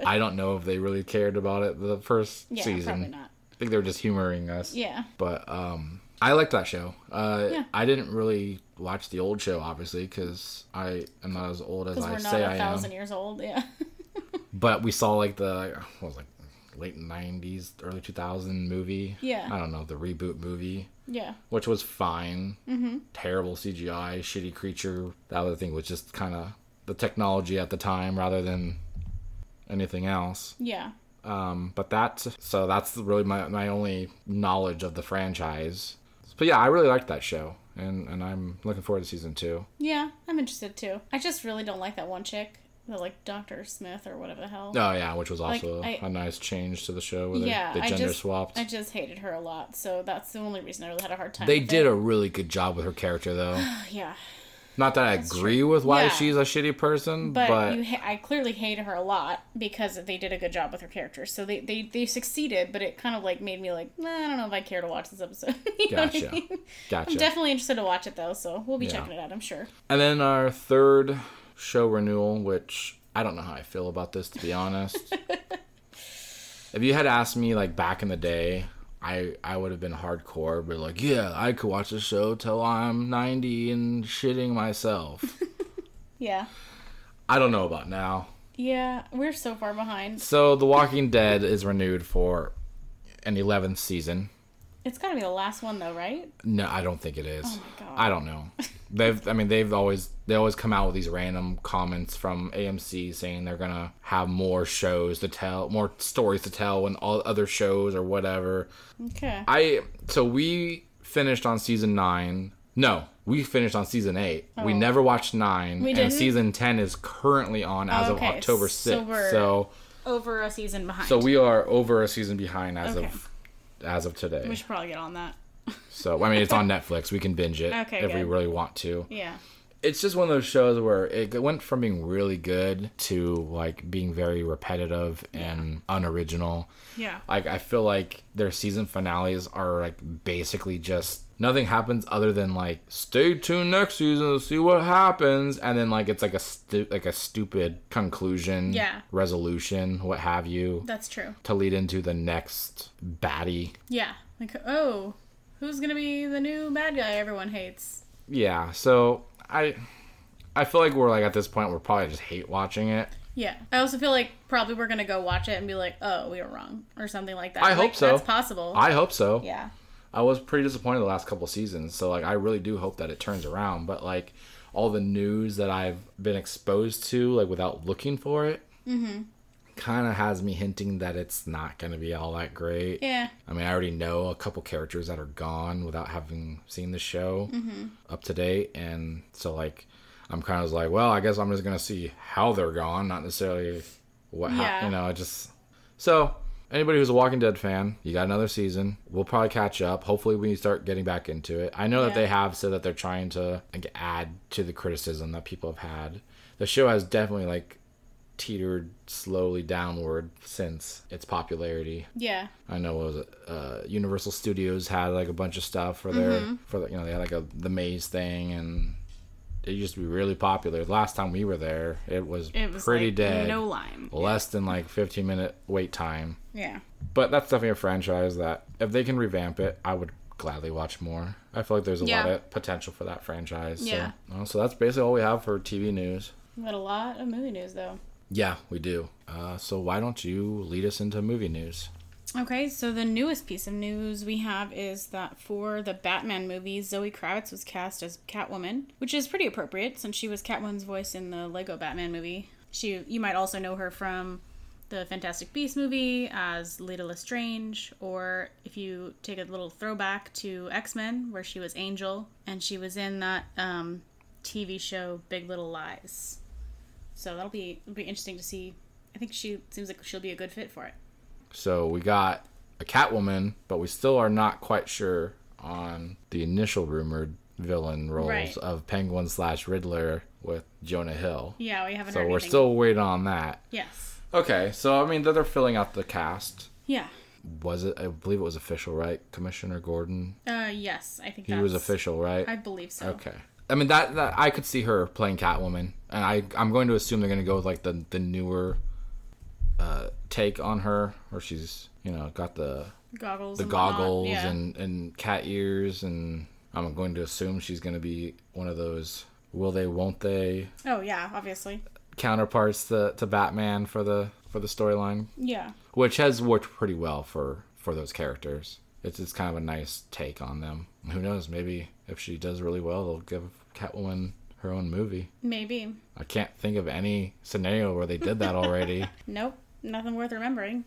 Speaker 1: I don't know if they really cared about it the first
Speaker 2: Yeah, probably
Speaker 1: season.
Speaker 2: not.
Speaker 1: I think they were just humoring us.
Speaker 2: Yeah.
Speaker 1: But um, I liked that show. Uh,
Speaker 2: Yeah.
Speaker 1: I didn't really watch the old show, obviously, because I am not as old as
Speaker 2: Because
Speaker 1: I
Speaker 2: we're not
Speaker 1: say I
Speaker 2: a
Speaker 1: am.
Speaker 2: thousand years old. Yeah.
Speaker 1: But we saw like the what was it, like late 90s, early 2000 movie.
Speaker 2: Yeah.
Speaker 1: I don't know the reboot movie.
Speaker 2: yeah.
Speaker 1: which was fine.
Speaker 2: Mm-hmm.
Speaker 1: Terrible CGI, shitty creature. The other thing was just kind of the technology at the time rather than anything else.
Speaker 2: Yeah.
Speaker 1: Um, but that's so that's really my, my only knowledge of the franchise. But yeah, I really liked that show, and, and I'm looking forward to season two.
Speaker 2: Yeah. I'm interested too. I just really don't like that one chick, the like Doctor Smith or whatever the hell.
Speaker 1: Oh yeah, which was also a
Speaker 2: I-
Speaker 1: nice change to the show where they,
Speaker 2: Yeah,
Speaker 1: they
Speaker 2: I
Speaker 1: gender
Speaker 2: just-
Speaker 1: swapped.
Speaker 2: I just hated her a lot, so that's the only reason I really had a hard time.
Speaker 1: they
Speaker 2: with
Speaker 1: did
Speaker 2: It.
Speaker 1: a really good job with her character though.
Speaker 2: yeah,
Speaker 1: Not that I agree with why
Speaker 2: Yeah.
Speaker 1: she's a shitty person,
Speaker 2: but,
Speaker 1: but,
Speaker 2: you ha- I clearly hated her a lot because they did a good job with her character. So they they, they succeeded, but it kind of like made me like, nah, I don't know if I care to watch this episode. You know what I
Speaker 1: Gotcha.
Speaker 2: mean?
Speaker 1: gotcha.
Speaker 2: I'm definitely interested to watch it though, so we'll be
Speaker 1: Yeah.
Speaker 2: checking it out. I'm sure.
Speaker 1: And then our third show renewal, which I don't know how I feel about this, to be honest. if you had asked me like back in the day, I I would have been hardcore, but like, yeah, I could watch this show till I'm 90 and shitting myself.
Speaker 2: Yeah,
Speaker 1: I don't know about now.
Speaker 2: yeah, we're so far behind.
Speaker 1: So The Walking Dead is renewed for an 11th season.
Speaker 2: It's got to be the last one though, right?
Speaker 1: No, I don't think it is.
Speaker 2: Oh my God.
Speaker 1: I don't know. They've, I mean, they've always they always come out with these random comments from AMC saying they're gonna have more shows to tell, more stories to tell, and all other shows or whatever.
Speaker 2: Okay.
Speaker 1: I so we finished on season nine. No, we finished on season eight. We
Speaker 2: Oh.
Speaker 1: never watched nine,
Speaker 2: We
Speaker 1: and
Speaker 2: didn't?
Speaker 1: season ten is currently on as of
Speaker 2: Okay,
Speaker 1: October
Speaker 2: so
Speaker 1: sixth.
Speaker 2: we're-
Speaker 1: So,
Speaker 2: Over a season behind.
Speaker 1: so we are over a season behind as
Speaker 2: Okay.
Speaker 1: of as of today.
Speaker 2: we should probably get on that.
Speaker 1: So I mean, it's on Netflix. We can binge it
Speaker 2: Okay,
Speaker 1: if we
Speaker 2: good.
Speaker 1: really want to.
Speaker 2: Yeah.
Speaker 1: It's just one of those shows where it went from being really good to like being very repetitive and unoriginal.
Speaker 2: Yeah.
Speaker 1: Like I feel like their season finales are like basically just nothing happens other than like stay tuned next season to see what happens, and then like it's like a stu- like a stupid conclusion,
Speaker 2: Yeah.
Speaker 1: resolution, what have you,
Speaker 2: That's true.
Speaker 1: to lead into the next baddie.
Speaker 2: Yeah. Like, oh, who's going to be the new bad guy everyone hates?
Speaker 1: Yeah, so I. I feel like we're like at this point we're probably just hate watching it.
Speaker 2: Yeah. I also feel like probably we're going to go watch it and be like, oh, we were wrong or something like that.
Speaker 1: I
Speaker 2: Like,
Speaker 1: hope so.
Speaker 2: That's possible.
Speaker 1: I hope so.
Speaker 2: yeah.
Speaker 1: I was pretty disappointed the last couple seasons, so like I really do hope that it turns around. But like all the news that I've been exposed to, like without looking for it, kind of has me hinting that it's not going to be all that great.
Speaker 2: Yeah.
Speaker 1: I mean, I already know a couple characters that are gone without having seen the show
Speaker 2: Mm-hmm.
Speaker 1: up to date, and so like I'm kind of like, well, I guess I'm just going to see how they're gone, not necessarily what hap
Speaker 2: Yeah.
Speaker 1: you know. I just so anybody who's a Walking Dead fan, you got another season. We'll probably catch up. Hopefully, we start getting back into it. I know that
Speaker 2: Yeah.
Speaker 1: they have said that they're trying to like add to the criticism that people have had. The show has definitely like teetered slowly downward since its popularity.
Speaker 2: Yeah.
Speaker 1: I know what was it? Uh, Universal Studios had like a bunch of stuff for their
Speaker 2: Mm-hmm.
Speaker 1: for the, you know they had like a the maze thing and it used to be really popular. Last time we were there, it was,
Speaker 2: It was
Speaker 1: pretty
Speaker 2: like,
Speaker 1: dead,
Speaker 2: No lime.
Speaker 1: less than like 15 minute wait time.
Speaker 2: Yeah.
Speaker 1: But that's definitely a franchise that if they can revamp it, I would gladly watch more. I feel like there's a
Speaker 2: Yeah.
Speaker 1: lot of potential for that franchise.
Speaker 2: Yeah.
Speaker 1: So, well, so that's basically all we have for TV news.
Speaker 2: We got a lot of movie news though.
Speaker 1: Yeah, we do. Uh, so why don't you lead us into movie news?
Speaker 2: Okay, so the newest piece of news we have is that for the Batman movie, Zoe Kravitz was cast as Catwoman, which is pretty appropriate since she was Catwoman's voice in the Lego Batman movie. She, you might also know her from the Fantastic Beasts movie as Lita Lestrange, or if you take a little throwback to X Men, where she was Angel, and she was in that um, TV show Big Little Lies. So that'll be it'll be interesting to see. I think she seems like she'll be a good fit for it.
Speaker 1: So we got a Catwoman, but we still are not quite sure on the initial rumored villain roles
Speaker 2: Right.
Speaker 1: of Penguin slash Riddler with Jonah Hill.
Speaker 2: Yeah, we haven't
Speaker 1: So
Speaker 2: heard
Speaker 1: we're
Speaker 2: anything.
Speaker 1: still waiting on that.
Speaker 2: Yes.
Speaker 1: Okay, so I mean they're they're filling out the cast.
Speaker 2: Yeah.
Speaker 1: Was it? I believe it was official, right? Commissioner Gordon.
Speaker 2: Uh, yes, I think
Speaker 1: He
Speaker 2: that's,
Speaker 1: was official, right?
Speaker 2: I believe so.
Speaker 1: Okay. I mean that, that I could see her playing Catwoman, and I I'm going to assume they're going to go with like the the newer uh, take on her, where she's you know got the
Speaker 2: Goggles.
Speaker 1: the
Speaker 2: and whatnot,
Speaker 1: goggles
Speaker 2: yeah.
Speaker 1: and, and cat ears and i'm going to assume she's going to be one of those will they won't they
Speaker 2: Oh yeah, obviously.
Speaker 1: counterparts to, to batman for the for the storyline
Speaker 2: Yeah.
Speaker 1: which has worked pretty well for for those characters it's it's kind of a nice take on them who knows maybe if she does really well they'll give catwoman her own movie
Speaker 2: Maybe.
Speaker 1: i can't think of any scenario where they did that already
Speaker 2: Nope. Nothing worth remembering.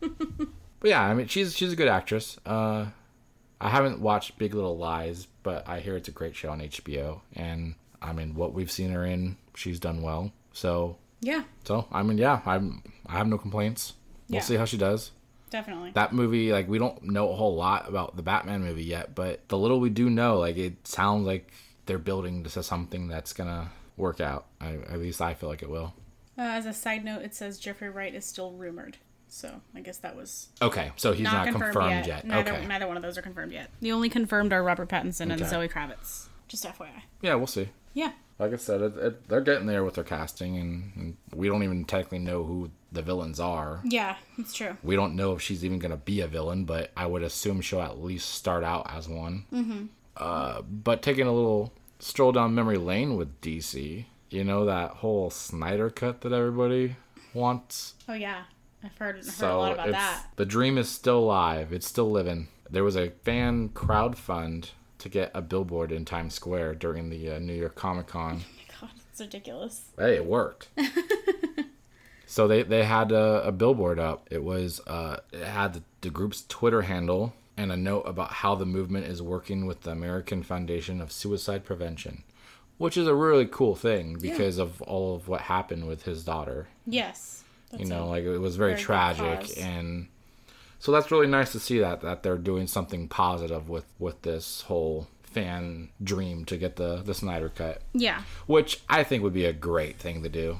Speaker 1: But yeah, I mean, she's she's a good actress. Uh, I haven't watched Big Little Lies, but I hear it's a great show on HBO. And I mean, what we've seen her in, she's done well. So
Speaker 2: Yeah,
Speaker 1: so I mean, yeah, I'm I have no complaints. We'll
Speaker 2: Yeah.
Speaker 1: see how she does.
Speaker 2: definitely.
Speaker 1: That movie, like, we don't know a whole lot about the Batman movie yet, but the little we do know, like, it sounds like they're building to something that's gonna work out. I, at least I feel like it will.
Speaker 2: Uh, as a side note, it says Jeffrey Wright is still rumored. So I guess that was
Speaker 1: Okay, so he's not, confirmed, yet.
Speaker 2: Neither,
Speaker 1: Okay,
Speaker 2: neither one of those are confirmed yet. The only confirmed are Robert Pattinson
Speaker 1: Okay.
Speaker 2: and Zoe Kravitz. Just FYI.
Speaker 1: yeah, we'll see.
Speaker 2: Yeah.
Speaker 1: like I said, it, it, they're getting there with their casting, and, and we don't even technically know who the villains are.
Speaker 2: Yeah, it's true.
Speaker 1: We don't know if she's even going to be a villain, but I would assume she'll at least start out as one. Mm-hmm. Uh, but taking a little stroll down memory lane with DC, you know that whole Snyder cut that everybody wants.
Speaker 2: Oh yeah, I've heard, heard
Speaker 1: so
Speaker 2: a lot about
Speaker 1: it's,
Speaker 2: that.
Speaker 1: the dream is still alive. It's still living. There was a fan crowd fund to get a billboard in Times Square during the uh, New York Comic Con.
Speaker 2: God, it's ridiculous.
Speaker 1: Hey, it worked. so they they had a, a billboard up. It was uh, it had the, the group's Twitter handle and a note about how the movement is working with the American Foundation of Suicide Prevention, which is a really cool thing because of all of what happened with his daughter.
Speaker 2: Yes.
Speaker 1: you
Speaker 2: That's
Speaker 1: know,
Speaker 2: it.
Speaker 1: like it was very,
Speaker 2: very good
Speaker 1: tragic
Speaker 2: cause.
Speaker 1: and so that's really nice to see that that they're doing something positive with with this whole fan dream to get the the Snyder cut,
Speaker 2: yeah.
Speaker 1: which I think would be a great thing to do.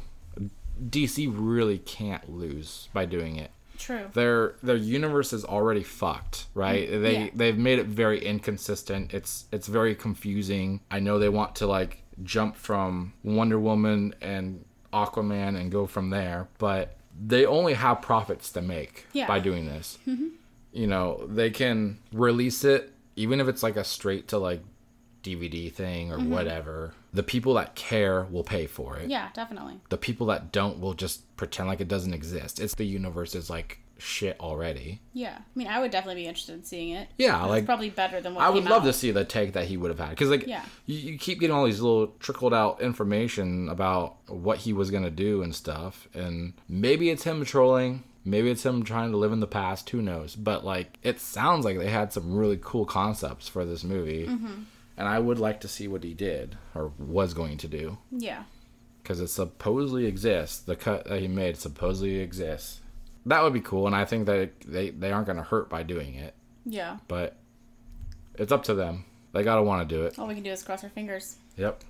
Speaker 1: DC really can't lose by doing it
Speaker 2: True. Mm,
Speaker 1: their their universe is already fucked, right? They
Speaker 2: yeah.
Speaker 1: they've made it very inconsistent. It's it's very confusing. I know they want to like jump from Wonder Woman and Aquaman and go from there, but they only have profits to make
Speaker 2: Yeah. Mm-hmm.
Speaker 1: by doing this. You know, they can release it even if it's like a straight to like DVD thing or
Speaker 2: Mm-hmm.
Speaker 1: whatever. The people that care will pay for it
Speaker 2: yeah, definitely.
Speaker 1: the people that don't will just pretend like it doesn't exist. It's the universe is like shit already.
Speaker 2: Yeah. I mean, I would definitely be interested in seeing it.
Speaker 1: Yeah,
Speaker 2: It's
Speaker 1: like
Speaker 2: probably better than what
Speaker 1: I would
Speaker 2: came
Speaker 1: love
Speaker 2: out.
Speaker 1: to see the take that he would have had because like
Speaker 2: Yeah.
Speaker 1: you, you keep getting all these little trickled out information about what he was gonna do and stuff, and maybe it's him trolling. Maybe it's him trying to live in the past. Who knows? But like, it sounds like they had some really cool concepts for this movie,
Speaker 2: Mm-hmm.
Speaker 1: and I would like to see what he did or was going to do.
Speaker 2: Yeah.
Speaker 1: because it supposedly exists. The cut that he made supposedly exists. That would be cool, and I think that they they aren't gonna hurt by doing it.
Speaker 2: Yeah.
Speaker 1: But it's up to them. They gotta want to do it.
Speaker 2: All we can do is cross our fingers.
Speaker 1: Yep.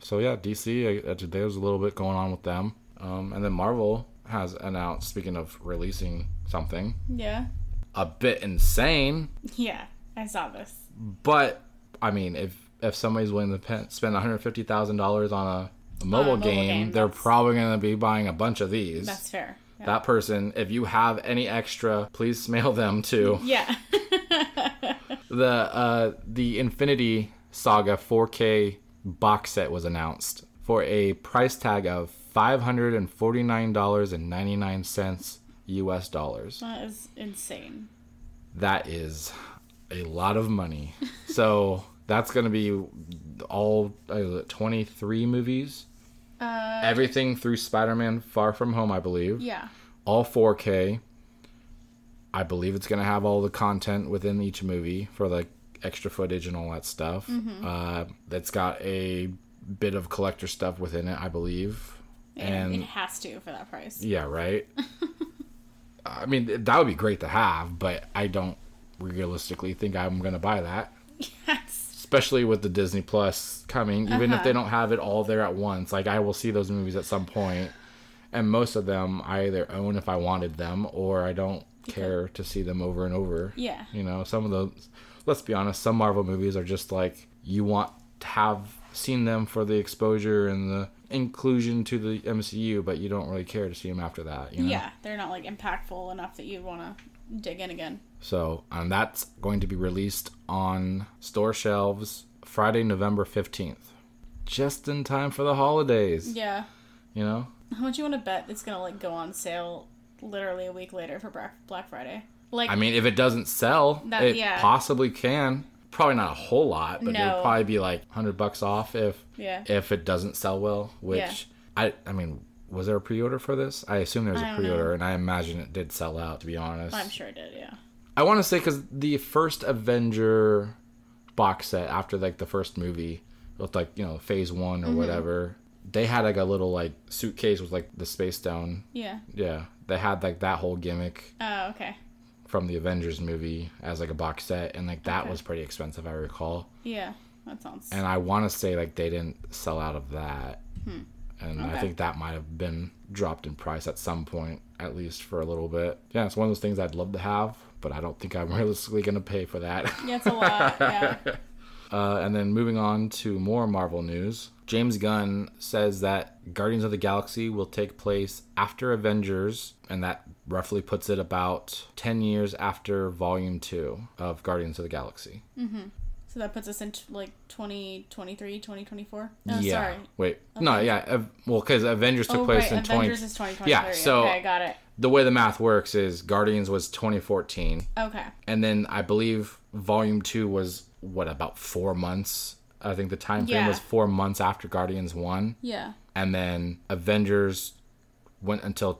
Speaker 1: So yeah, DC. I- I- There's a little bit going on with them, um, and then Marvel has announced. Speaking of releasing something,
Speaker 2: Yeah.
Speaker 1: a bit insane,
Speaker 2: Yeah. I saw this.
Speaker 1: but I mean, if if somebody's willing to pen, spend 150 thousand dollars on a mobile,
Speaker 2: mobile
Speaker 1: game,
Speaker 2: game,
Speaker 1: they're
Speaker 2: that's-
Speaker 1: probably gonna be buying a bunch of these.
Speaker 2: That's fair. Yeah.
Speaker 1: that person if you have any extra please mail them to
Speaker 2: yeah.
Speaker 1: the uh the infinity saga 4k box set was announced for a price tag of $549.99 us dollars
Speaker 2: that is insane.
Speaker 1: that is a lot of money so that's gonna be all uh, 23 movies
Speaker 2: Uh,
Speaker 1: everything through spider-man far from home i believe
Speaker 2: yeah.
Speaker 1: all 4K. I believe it's going to have all the content within each movie for like extra footage and all that stuff. Uh, that's got a bit of collector stuff within it, I believe.
Speaker 2: And it
Speaker 1: And
Speaker 2: has to for that price.
Speaker 1: yeah, right. I mean, th- that would be great to have, but I don't realistically think I'm going to buy that.
Speaker 2: Yes.
Speaker 1: Especially with the Disney Plus coming, even
Speaker 2: Uh-huh.
Speaker 1: if they don't have it all there at once, like I will see those movies at some point, and most of them I either own if I wanted them or I don't care to see them over and over.
Speaker 2: Yeah.
Speaker 1: You know, some of those, let's be honest, some Marvel movies are just like you want to have seen them for the exposure and the inclusion to the MCU, but you don't really care to see them after that. You know?
Speaker 2: Yeah. They're not like impactful enough that you'd want to dig in again.
Speaker 1: So, and that's going to be released on store shelves Friday, November 15th. Just in time for the holidays,
Speaker 2: Yeah.
Speaker 1: you know?
Speaker 2: How much you want to bet it's gonna like go on sale literally a week later for Bra- Black Friday? Like,
Speaker 1: I mean, if it doesn't sell,
Speaker 2: That-
Speaker 1: it
Speaker 2: yeah.
Speaker 1: possibly can. Probably not a whole lot, but
Speaker 2: No.
Speaker 1: it'll probably be like 100 bucks off if
Speaker 2: Yeah.
Speaker 1: if it doesn't sell well, which
Speaker 2: Yeah.
Speaker 1: I I mean, was there a pre-order for this? I assume there was
Speaker 2: I
Speaker 1: a
Speaker 2: don't
Speaker 1: pre-order and I imagine it did sell out to be honest.
Speaker 2: I'm sure it did. Yeah.
Speaker 1: I want to say because the first Avenger box set after like the first movie with like you know Phase One
Speaker 2: Mm-hmm.
Speaker 1: or whatever, they had like a little like suitcase with like the space stone.
Speaker 2: Yeah.
Speaker 1: Yeah, they had like that whole gimmick
Speaker 2: Oh, okay.
Speaker 1: from the Avengers movie as like a box set, and like that
Speaker 2: Okay.
Speaker 1: was pretty expensive, I recall.
Speaker 2: Yeah. That sounds.
Speaker 1: And I want to say like they didn't sell out of that, and I
Speaker 2: Hmm. Okay.
Speaker 1: think that might have been dropped in price at some point, at least for a little bit. Yeah, it's one of those things I'd love to have. But I don't think I'm realistically gonna pay for that.
Speaker 2: yeah, it's a lot. Yeah.
Speaker 1: Uh, and then moving on to more Marvel news, James Gunn says that Guardians of the Galaxy will take place after Avengers, and that roughly puts it about 10 years after Volume 2 of Guardians of the Galaxy.
Speaker 2: So that puts us in like 2023, 2024. No,
Speaker 1: yeah.
Speaker 2: sorry.
Speaker 1: Wait. No, yeah. Ev- well, because Avengers took
Speaker 2: Oh,
Speaker 1: place
Speaker 2: right.
Speaker 1: in 20.
Speaker 2: Avengers is 2023.
Speaker 1: Yeah, so-
Speaker 2: okay, got it.
Speaker 1: the way the math works is Guardians was 2014,
Speaker 2: Okay.
Speaker 1: and then I believe Volume 2 was, what, about four months? I think the time frame
Speaker 2: Yeah.
Speaker 1: was four months after Guardians 1.
Speaker 2: Yeah.
Speaker 1: and then Avengers went until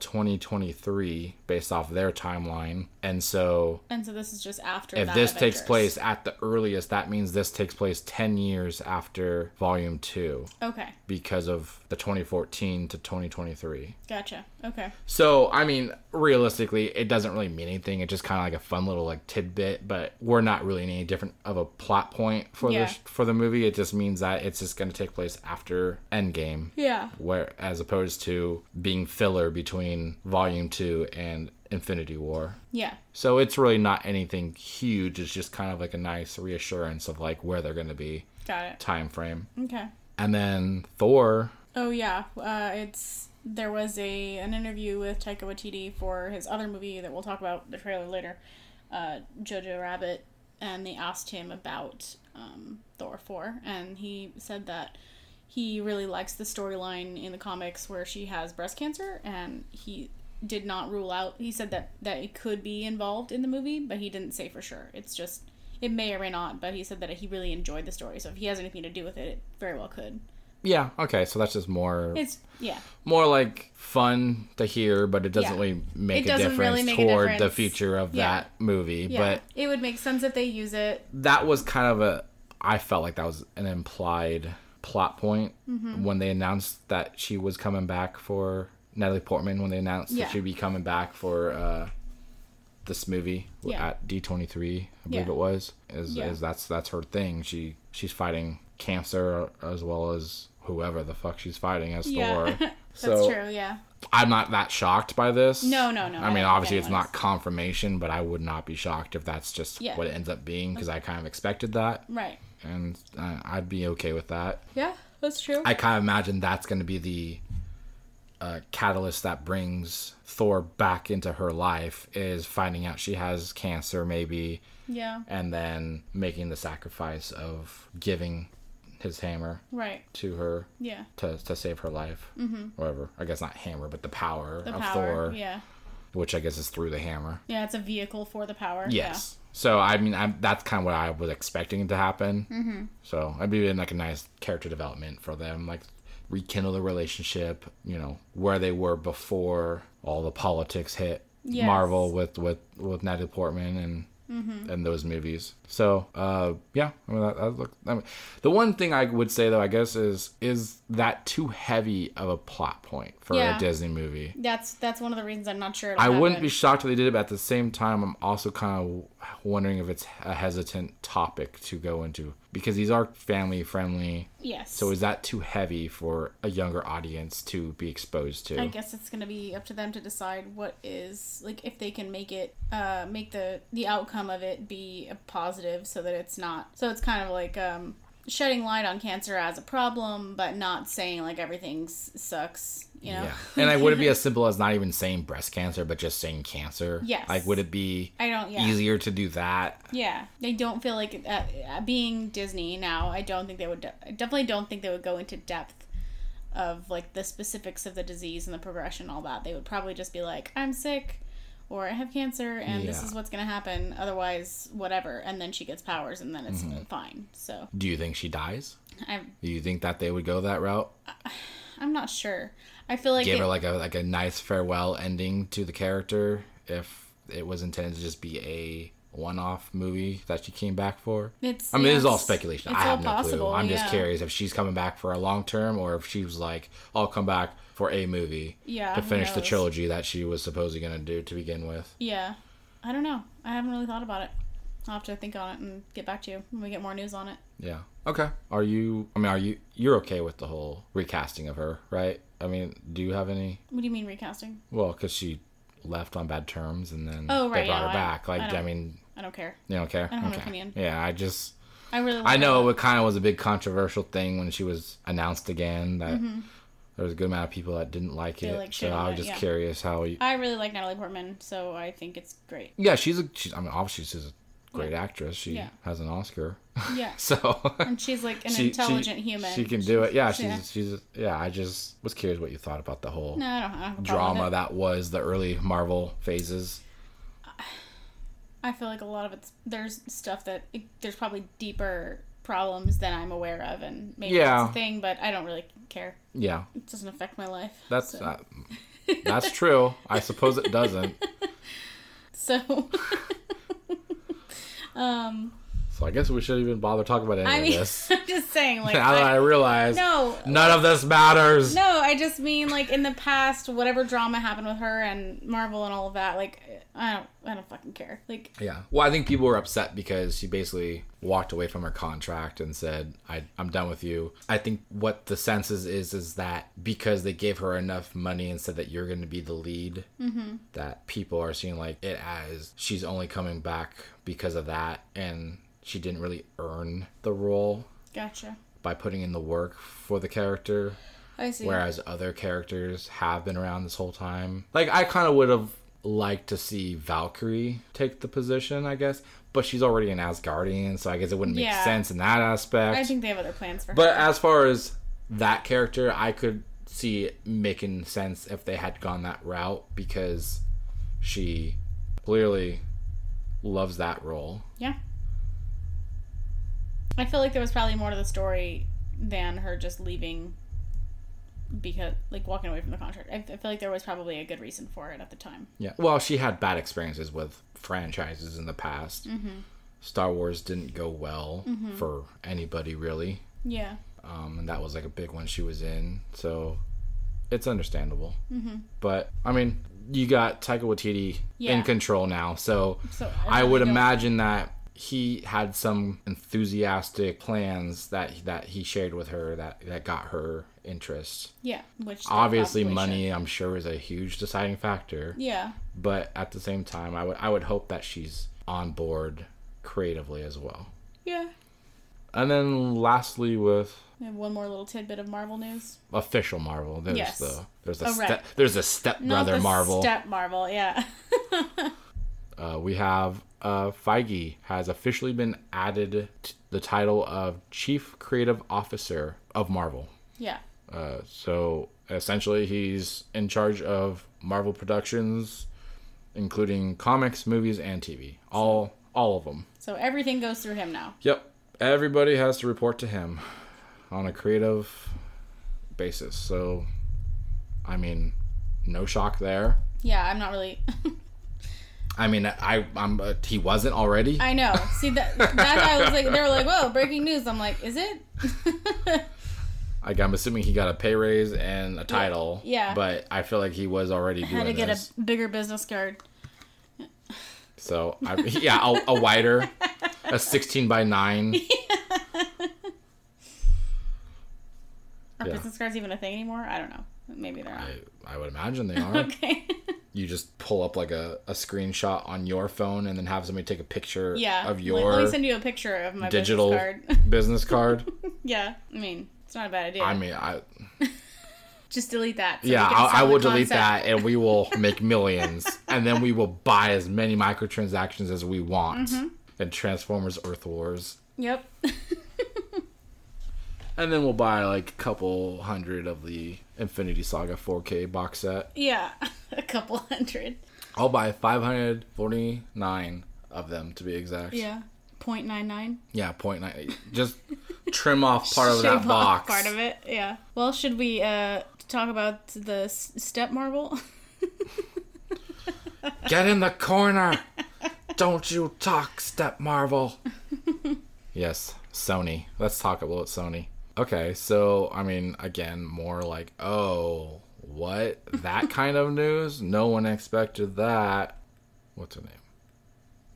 Speaker 1: 2023 based off their timeline. And so
Speaker 2: And so this is just after.
Speaker 1: if
Speaker 2: that
Speaker 1: this takes
Speaker 2: Avengers.
Speaker 1: place at the earliest, that means this takes place 10 years after Volume 2
Speaker 2: Okay,
Speaker 1: because of the 2014 to 2023.
Speaker 2: gotcha. Okay,
Speaker 1: So, I mean, realistically, it doesn't really mean anything. It's just kind of like a fun little like tidbit, but we're not really in any different of a plot point for
Speaker 2: Yeah.
Speaker 1: the for the movie. It just means that it's just going to take place after Endgame,
Speaker 2: yeah,
Speaker 1: where as opposed to being filler between Volume 2 and Infinity War.
Speaker 2: yeah,
Speaker 1: So, it's really not anything huge. It's just kind of like a nice reassurance of like where they're going to be
Speaker 2: got it.
Speaker 1: time frame.
Speaker 2: Okay.
Speaker 1: And then Thor
Speaker 2: Oh yeah, uh, it's there was a an interview with Taika Waititi for his other movie that we'll talk about the trailer later, uh, Jojo Rabbit, and they asked him about um, Thor four, and he said that he really likes the storyline in the comics where she has breast cancer, and he did not rule out. He said that that it could be involved in the movie, but he didn't say for sure. It's just it may or may not, but he said that he really enjoyed the story. So if he has anything to do with it, it very well could.
Speaker 1: yeah, okay, so that's just more
Speaker 2: It's yeah.
Speaker 1: more like fun to hear, but it doesn't
Speaker 2: Yeah.
Speaker 1: really make
Speaker 2: It
Speaker 1: a
Speaker 2: doesn't
Speaker 1: difference
Speaker 2: really make a
Speaker 1: toward the
Speaker 2: difference.
Speaker 1: future of
Speaker 2: Yeah.
Speaker 1: that movie.
Speaker 2: Yeah,
Speaker 1: But
Speaker 2: it would make sense if they use it.
Speaker 1: that was kind of a I felt like that was an implied plot point
Speaker 2: Mm-hmm.
Speaker 1: when they announced that she was coming back for Natalie Portman when they announced
Speaker 2: Yeah.
Speaker 1: that she'd be coming back for uh this movie
Speaker 2: Yeah.
Speaker 1: at D twenty three, I believe
Speaker 2: Yeah.
Speaker 1: it was. Is,
Speaker 2: Yeah.
Speaker 1: is that's that's her thing. She she's fighting cancer uh, as well as whoever the fuck she's fighting as Thor.
Speaker 2: Yeah, that's
Speaker 1: So-
Speaker 2: true. Yeah,
Speaker 1: I'm not that shocked by this.
Speaker 2: No, no, no, I
Speaker 1: I mean,
Speaker 2: don't
Speaker 1: obviously,
Speaker 2: think
Speaker 1: it's
Speaker 2: anyone's.
Speaker 1: not confirmation, but I would not be shocked if that's just
Speaker 2: Yeah.
Speaker 1: what it ends up being because I kind of expected that,
Speaker 2: right.
Speaker 1: and uh, I'd be okay with that.
Speaker 2: Yeah, that's true.
Speaker 1: I kind of imagine that's going to be the uh, catalyst that brings Thor back into her life is finding out she has cancer, maybe,
Speaker 2: yeah,
Speaker 1: and then making the sacrifice of giving his hammer
Speaker 2: right.
Speaker 1: to her
Speaker 2: Yeah,
Speaker 1: to, to save her life. Mm-hmm. Whatever. I guess not hammer, but the power
Speaker 2: the
Speaker 1: of
Speaker 2: power.
Speaker 1: Thor,
Speaker 2: Yeah,
Speaker 1: which I guess is through the hammer.
Speaker 2: yeah. It's a vehicle for the power.
Speaker 1: Yes. So I mean, I'm, that's kind of what I was expecting to happen. Mm-hmm. So I'd be in like a nice character development for them, like rekindle the relationship. You know where they were before all the politics hit
Speaker 2: Yes.
Speaker 1: Marvel with with with Natalie Portman and.
Speaker 2: Mm-hmm.
Speaker 1: And those movies. So, uh, yeah, I mean, that, that look, I mean, the one thing I would say though, I guess, is is that too heavy of a plot point for
Speaker 2: Yeah.
Speaker 1: a Disney movie?
Speaker 2: Yeah. That's that's one of the reasons I'm not sure. It'll
Speaker 1: I wouldn't
Speaker 2: happen.
Speaker 1: be shocked if they did it, but at the same time, I'm also kind of wondering if it's a hesitant topic to go into because these are family friendly.
Speaker 2: Yes.
Speaker 1: So is that too heavy for a younger audience to be exposed to?
Speaker 2: I guess it's gonna be up to them to decide what is like if they can make it, uh, make the the outcome of it be a positive, so that it's not. So it's kind of like um, shedding light on cancer as a problem, but not saying like everything s- sucks. You know.
Speaker 1: Yeah. and I would it be as simple as not even saying breast cancer, but just saying cancer?
Speaker 2: Yes.
Speaker 1: Like, would it be
Speaker 2: I don't. Yeah.
Speaker 1: easier to do that?
Speaker 2: Yeah, they don't feel like uh, uh, being Disney now. I don't think they would. I definitely don't think they would go into depth of like the specifics of the disease and the progression, all that. They would probably just be like, "I'm sick," or "I have cancer," and this
Speaker 1: Yeah.
Speaker 2: is what's gonna happen. Otherwise, whatever. And then she gets powers, and then it's
Speaker 1: Mm-hmm.
Speaker 2: fine. So
Speaker 1: Do you think she dies?
Speaker 2: I'm
Speaker 1: Do you think that they would go that route?
Speaker 2: I'm not sure. I feel like
Speaker 1: Give
Speaker 2: it-
Speaker 1: her like a like a nice farewell ending to the character if it was intended to just be a one off movie that she came back for.
Speaker 2: it's.
Speaker 1: I mean, this is all
Speaker 2: yes,
Speaker 1: speculation.
Speaker 2: it's
Speaker 1: I
Speaker 2: all
Speaker 1: have no
Speaker 2: possible,
Speaker 1: clue. I'm
Speaker 2: yeah.
Speaker 1: just curious if she's coming back for a long term or if she was like, I'll come back for a movie
Speaker 2: Yeah,
Speaker 1: to
Speaker 2: who
Speaker 1: finish the
Speaker 2: knows?
Speaker 1: trilogy that she was supposedly going to do to begin with.
Speaker 2: Yeah, I don't know. I haven't really thought about it. I'll have to think on it and get back to you when we get more news on it.
Speaker 1: Yeah. Okay. Are you, I mean, are you, you're okay with the whole recasting of her, right? I mean, do you have any,
Speaker 2: What do you mean recasting?
Speaker 1: well, because she left on bad terms and then
Speaker 2: Oh, right,
Speaker 1: they brought
Speaker 2: yeah,
Speaker 1: her
Speaker 2: I-
Speaker 1: back. Like,
Speaker 2: I
Speaker 1: I,
Speaker 2: don't-
Speaker 1: mean,
Speaker 2: I don't care.
Speaker 1: you don't care?
Speaker 2: don't have an
Speaker 1: okay.
Speaker 2: opinion.
Speaker 1: Yeah, I just,
Speaker 2: I really.
Speaker 1: I know it kind of was a big controversial thing when she was announced again that there was a good amount of people that didn't like
Speaker 2: Mm-hmm. They,
Speaker 1: it.
Speaker 2: like,
Speaker 1: so
Speaker 2: shit on
Speaker 1: I
Speaker 2: it,
Speaker 1: was just
Speaker 2: yeah. Uh,
Speaker 1: curious how you.
Speaker 2: I really like Natalie Portman, so I think it's great.
Speaker 1: Yeah, she's a. She's, I mean, obviously she's a great actress. She
Speaker 2: Yeah.
Speaker 1: has an Oscar,
Speaker 2: Yeah,
Speaker 1: so
Speaker 2: and she's like an
Speaker 1: she- she-
Speaker 2: intelligent human.
Speaker 1: She can do it. Yeah, she's
Speaker 2: yeah.
Speaker 1: she's yeah. I just was curious what you thought about the whole
Speaker 2: No, I don't, I don't have a problem
Speaker 1: drama
Speaker 2: with it.
Speaker 1: that was the early Marvel phases.
Speaker 2: I feel like a lot of it's there's stuff that there's probably deeper problems than I'm aware of, and maybe
Speaker 1: Yeah.
Speaker 2: it's a thing, but I don't really care.
Speaker 1: Yeah,
Speaker 2: It doesn't affect my life.
Speaker 1: that's
Speaker 2: so.
Speaker 1: uh, That's true. I suppose it doesn't.
Speaker 2: So, um,
Speaker 1: So I guess we shouldn't even bother talking about any
Speaker 2: I
Speaker 1: of
Speaker 2: mean,
Speaker 1: this.
Speaker 2: I'm just saying, like,
Speaker 1: now that I
Speaker 2: I,
Speaker 1: realize
Speaker 2: no,
Speaker 1: none of this matters.
Speaker 2: no, I just mean like in the past, whatever drama happened with her and Marvel and all of that, like, I don't, I don't fucking care. Like,
Speaker 1: Yeah. Well, I think people were upset because she basically walked away from her contract and said, I, I'm done with you. I think what the sense is, is, is that because they gave her enough money and said that you're going to be the lead,
Speaker 2: Mm-hmm.
Speaker 1: that people are seeing like it as she's only coming back because of that. And she didn't really earn the role
Speaker 2: gotcha.
Speaker 1: by putting in the work for the character.
Speaker 2: I see.
Speaker 1: whereas other characters have been around this whole time. Like I kind of would have liked to see Valkyrie take the position, I guess, but she's already an Asgardian, so I guess it wouldn't make
Speaker 2: Yeah.
Speaker 1: sense in that aspect.
Speaker 2: I think they have other plans for
Speaker 1: but
Speaker 2: her.
Speaker 1: as far as that character, I could see it making sense if they had gone that route because she clearly loves that role.
Speaker 2: Yeah. I feel like there was probably more to the story than her just leaving because like walking away from the contract. I, I feel like there was probably a good reason for it at the time.
Speaker 1: Yeah. Well, she had bad experiences with franchises in the past.
Speaker 2: Mm-hmm.
Speaker 1: Star Wars didn't go well for anybody really,
Speaker 2: Yeah.
Speaker 1: um, and that was like a big one she was in. So it's understandable.
Speaker 2: Mm-hmm.
Speaker 1: But I mean, you got Taika Waititi
Speaker 2: Yeah.
Speaker 1: in control now, so,
Speaker 2: So
Speaker 1: I would
Speaker 2: really don't-
Speaker 1: imagine that he had some enthusiastic plans that that he shared with her that that got her interest.
Speaker 2: Yeah, which they
Speaker 1: Obviously,
Speaker 2: probably
Speaker 1: money I'm sure is a huge deciding factor
Speaker 2: should. Yeah.
Speaker 1: but at the same time i would i would hope that she's on board creatively as well
Speaker 2: Yeah.
Speaker 1: and then lastly with
Speaker 2: I have one more little tidbit of Marvel news.
Speaker 1: official marvel there's
Speaker 2: Yes.
Speaker 1: the there's a
Speaker 2: Oh, right.
Speaker 1: step there's a step
Speaker 2: Not
Speaker 1: brother
Speaker 2: the
Speaker 1: marvel
Speaker 2: Step Marvel, yeah.
Speaker 1: uh, we have uh, feige has officially been added to the title of chief creative officer of marvel
Speaker 2: yeah.
Speaker 1: Uh, so essentially, he's in charge of Marvel Productions, including comics, movies, and TV. All all of them.
Speaker 2: So everything goes through him now.
Speaker 1: Yep. Everybody has to report to him on a creative basis. So, I mean, no shock there.
Speaker 2: Yeah, I'm not really
Speaker 1: I mean, I I'm uh, he wasn't already.
Speaker 2: I know. See that that I was like they were like, "Whoa, breaking news." I'm like, "Is it?"
Speaker 1: Like I'm assuming he got a pay raise and a title.
Speaker 2: Yeah.
Speaker 1: But I feel like he was already doing
Speaker 2: Had to get
Speaker 1: this.
Speaker 2: a bigger business card.
Speaker 1: So I yeah, a, a wider, a 16 by 9.
Speaker 2: Are
Speaker 1: Yeah.
Speaker 2: business cards even a thing anymore? I don't know. Maybe they're not.
Speaker 1: I, I would imagine they are.
Speaker 2: Okay.
Speaker 1: You just pull up like a, a screenshot on your phone and then have somebody take a picture
Speaker 2: yeah.
Speaker 1: of
Speaker 2: Let- Let me
Speaker 1: your
Speaker 2: send you a picture of my
Speaker 1: digital
Speaker 2: business card.
Speaker 1: business card.
Speaker 2: yeah. I mean, it's not a bad idea.
Speaker 1: I mean, I
Speaker 2: Just delete that. so we
Speaker 1: yeah,
Speaker 2: can
Speaker 1: I, I
Speaker 2: sell the
Speaker 1: will delete
Speaker 2: concept.
Speaker 1: that, and we will make millions, and then we will buy as many microtransactions as we want
Speaker 2: Mm-hmm.
Speaker 1: in Transformers Earth Wars,
Speaker 2: Yep.
Speaker 1: and then we'll buy like a couple hundred of the Infinity Saga 4K box set.
Speaker 2: yeah. a couple hundred.
Speaker 1: I'll buy 549 of them to be exact.
Speaker 2: Yeah. Point nine nine.
Speaker 1: yeah, point nine. Just trim off part of that
Speaker 2: Shave off
Speaker 1: box.
Speaker 2: Part of it. Yeah. Well, should we uh talk about the s- step marble?
Speaker 1: Get in the corner. Don't you talk, Step Marvel. yes, Sony. Let's talk about Sony. Okay, so I mean, again, more like, oh, what? That kind of news? No one expected that. What's her name?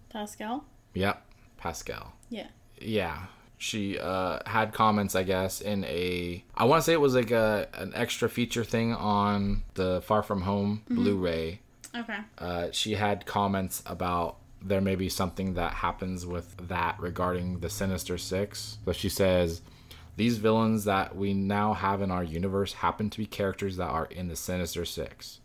Speaker 2: Pascal.
Speaker 1: Yep, Pascal.
Speaker 2: Yeah.
Speaker 1: Yeah, she uh, had comments, I guess, in a. I want to say it was like a an extra feature thing on the Far From Home Blu-ray
Speaker 2: Okay.
Speaker 1: uh, she had comments about there may be something that happens with that regarding the Sinister Six. So she says, These villains that we now have in our universe happen to be characters that are in the Sinister Six.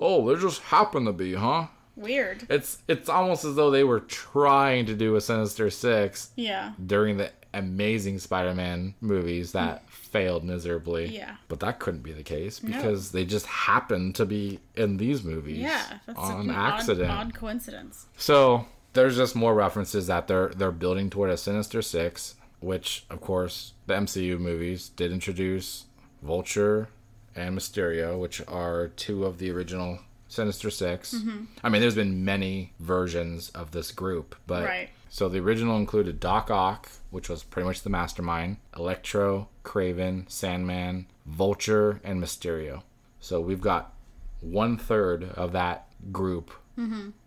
Speaker 1: Oh, they just happen to be, huh?
Speaker 2: Weird.
Speaker 1: It's it's almost as though they were trying to do a Sinister Six
Speaker 2: Yeah.
Speaker 1: during the amazing Spider-Man movies that failed miserably.
Speaker 2: Yeah.
Speaker 1: But that couldn't be the case because they just happened to be in these movies
Speaker 2: Yeah. That's such
Speaker 1: on
Speaker 2: an
Speaker 1: accident.
Speaker 2: Odd, odd coincidence.
Speaker 1: So there's just more references that they're they're building toward a Sinister Six, which of course the MCU movies did introduce Vulture and Mysterio, which are two of the original Sinister 6 I mean, there's been many versions of this group, but
Speaker 2: Right.
Speaker 1: so the original included Doc Ock, which was pretty much the mastermind, Electro, Craven, Sandman, Vulture, and Mysterio. So we've got one third of that group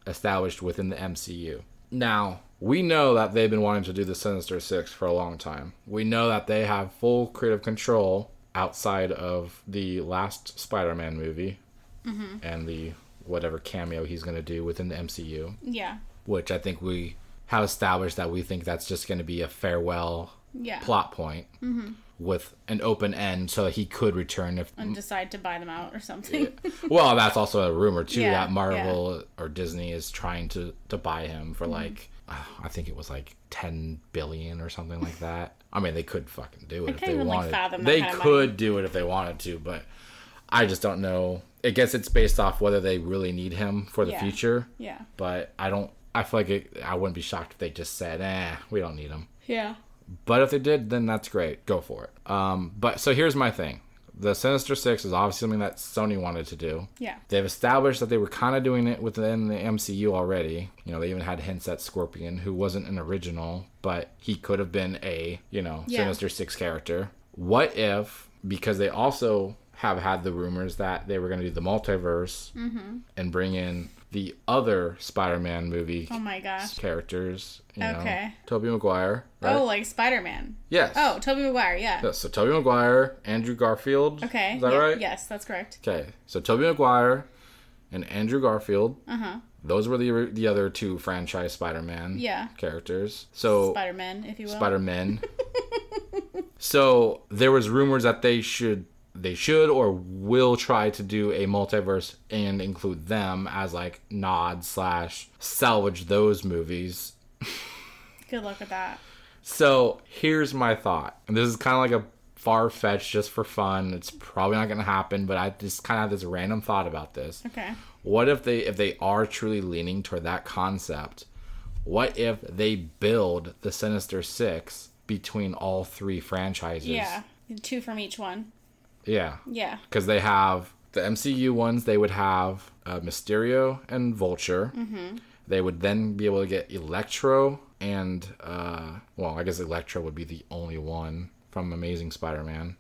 Speaker 1: established within the MCU. Now, we know that they've been wanting to do the Sinister Six for a long time. We know that they have full creative control outside of the last Spider Man movie and the whatever cameo he's going to do within the MCU,
Speaker 2: Yeah.
Speaker 1: which I think we have established that we think that's just going to be a farewell
Speaker 2: Yeah.
Speaker 1: plot point with an open end so that he could return if
Speaker 2: And decide to buy them out or something.
Speaker 1: well, that's also a rumor too
Speaker 2: Yeah,
Speaker 1: that Marvel or Disney is trying to to buy him
Speaker 2: Mm-hmm.
Speaker 1: for like uh, I think it was like ten billion or something like that. I mean, they could fucking do it if
Speaker 2: can't
Speaker 1: they
Speaker 2: even, like,
Speaker 1: wanted.
Speaker 2: fathom that
Speaker 1: they
Speaker 2: kind of money.
Speaker 1: could do it if they wanted to, but I just don't know. I guess it's based off whether they really need him for the
Speaker 2: Yeah.
Speaker 1: future.
Speaker 2: yeah.
Speaker 1: But I don't. I feel like it, I wouldn't be shocked if they just said, "Eh, we don't need him."
Speaker 2: Yeah.
Speaker 1: But if they did, then that's great. Go for it. Um, but so here's my thing: the Sinister Six is obviously something that Sony wanted to do.
Speaker 2: Yeah.
Speaker 1: They've established that they were kind of doing it within the MCU already. You know, they even had hints at Scorpion, who wasn't an original, but he could have been a, you know,
Speaker 2: Yeah.
Speaker 1: Sinister Six character. What if, because they also have had the rumors that they were going to do the multiverse
Speaker 2: Mm-hmm.
Speaker 1: and bring in the other Spider Man movie
Speaker 2: Oh my gosh.
Speaker 1: characters, you know,
Speaker 2: Okay.
Speaker 1: Tobey Maguire, right?
Speaker 2: Oh, like Spider Man.
Speaker 1: yes.
Speaker 2: Oh, Toby Maguire. Yeah.
Speaker 1: Yes, So Tobey Maguire, Andrew Garfield.
Speaker 2: Okay.
Speaker 1: Is that
Speaker 2: yeah.
Speaker 1: right?
Speaker 2: Yes, that's correct.
Speaker 1: Okay, so Tobey Maguire and Andrew Garfield.
Speaker 2: Uh-huh.
Speaker 1: Those were the the other two franchise Spider-Man
Speaker 2: Yeah.
Speaker 1: characters. So
Speaker 2: Spider Man, if you will.
Speaker 1: Spider-Man. so there was rumors that they should they should or will try to do a multiverse and include them as like nod slash salvage those movies
Speaker 2: Good luck with that.
Speaker 1: so here's my thought. And this is kind of like a far fetched just for fun. It's probably not going to happen, but I just kind of have this random thought about this.
Speaker 2: Okay.
Speaker 1: What if they if they are truly leaning toward that concept? What if they build the Sinister 6 between all three franchises?
Speaker 2: Yeah. Two from each one.
Speaker 1: Yeah.
Speaker 2: Yeah.
Speaker 1: Cuz they have the MCU ones, they would have uh, Mysterio and Vulture.
Speaker 2: Mm-hmm.
Speaker 1: They would then be able to get Electro and uh, well, I guess Electro would be the only one from Amazing Spider-Man.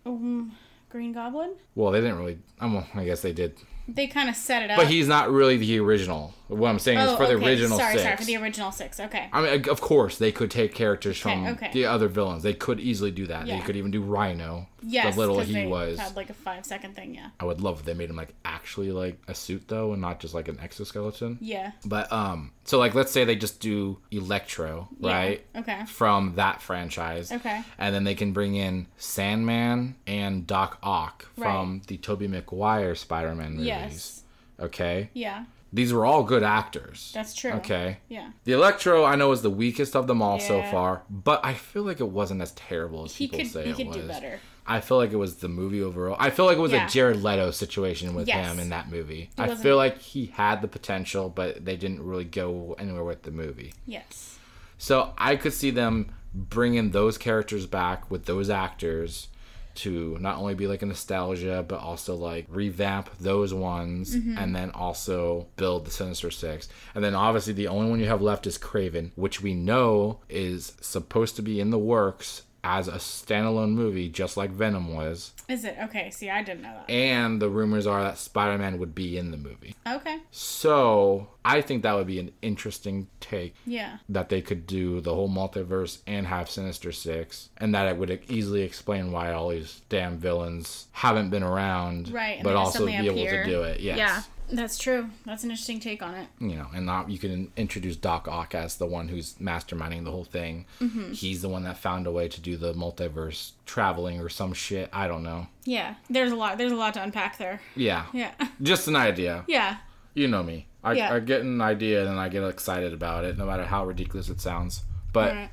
Speaker 2: Green Goblin?
Speaker 1: Well, they didn't really. I'm, I guess they did,
Speaker 2: They kind of set it up. Oh,
Speaker 1: but he's not really the original. What I'm saying is for the original
Speaker 2: Sorry,
Speaker 1: six.
Speaker 2: sorry, for the original six. Okay.
Speaker 1: I mean, of course, they could take characters from
Speaker 2: okay.
Speaker 1: the other villains. They could easily do that. They
Speaker 2: Yeah.
Speaker 1: could even do Rhino,
Speaker 2: Yes,
Speaker 1: the little
Speaker 2: 'cause
Speaker 1: he
Speaker 2: they
Speaker 1: was.
Speaker 2: Had like a five second thing, yeah.
Speaker 1: I would love if they made him like actually like a suit though, and not just like an exoskeleton.
Speaker 2: Yeah.
Speaker 1: But um, so like let's say they just do Electro,
Speaker 2: Yeah.
Speaker 1: right?
Speaker 2: Okay.
Speaker 1: From that franchise.
Speaker 2: Okay.
Speaker 1: And then they can bring in Sandman and Doc Ock from the Tobey Maguire Spider-Man movies.
Speaker 2: Yes.
Speaker 1: Okay.
Speaker 2: Yeah.
Speaker 1: These were all good actors.
Speaker 2: That's true.
Speaker 1: Okay.
Speaker 2: Yeah.
Speaker 1: The Electro I know is the weakest of them all so
Speaker 2: Yeah.
Speaker 1: far, but I feel like it wasn't as terrible as
Speaker 2: He
Speaker 1: people
Speaker 2: could
Speaker 1: say
Speaker 2: he
Speaker 1: it
Speaker 2: could
Speaker 1: was.
Speaker 2: do better.
Speaker 1: I feel like it was the movie overall. I feel like it was
Speaker 2: Yeah.
Speaker 1: a Jared Leto situation with
Speaker 2: Yes.
Speaker 1: him in that movie. I
Speaker 2: wasn't-
Speaker 1: feel like he had the potential, but they didn't really go anywhere with the movie.
Speaker 2: Yes.
Speaker 1: So I could see them bringing those characters back with those actors to not only be like a nostalgia, but also like revamp those ones and then also build the Sinister Six. And then obviously the only one you have left is Craven, which we know is supposed to be in the works as a standalone movie, just like Venom was.
Speaker 2: Is it okay, see I didn't know that.
Speaker 1: And the rumors are that Spider Man would be in the movie.
Speaker 2: Okay.
Speaker 1: So I think that would be an interesting take
Speaker 2: Yeah.
Speaker 1: that they could do the whole multiverse and have Sinister Six, and that it would e-, easily explain why all these damn villains haven't been around,
Speaker 2: Right. and
Speaker 1: But
Speaker 2: they just
Speaker 1: also be
Speaker 2: suddenly
Speaker 1: able to
Speaker 2: appear.
Speaker 1: do it, yes.
Speaker 2: Yeah. That's true. That's an interesting take on it.
Speaker 1: You know, and now you can introduce Doc Ock as the one who's masterminding the whole thing.
Speaker 2: Mm-hmm.
Speaker 1: He's the one that found a way to do the multiverse traveling or some shit. I don't know.
Speaker 2: Yeah. There's a lot there's a lot to unpack there.
Speaker 1: Yeah,
Speaker 2: Yeah.
Speaker 1: just an idea.
Speaker 2: Yeah.
Speaker 1: You know me. I,
Speaker 2: Yeah.
Speaker 1: I get an idea and then I get excited about it, no matter how ridiculous it sounds. But
Speaker 2: Alright.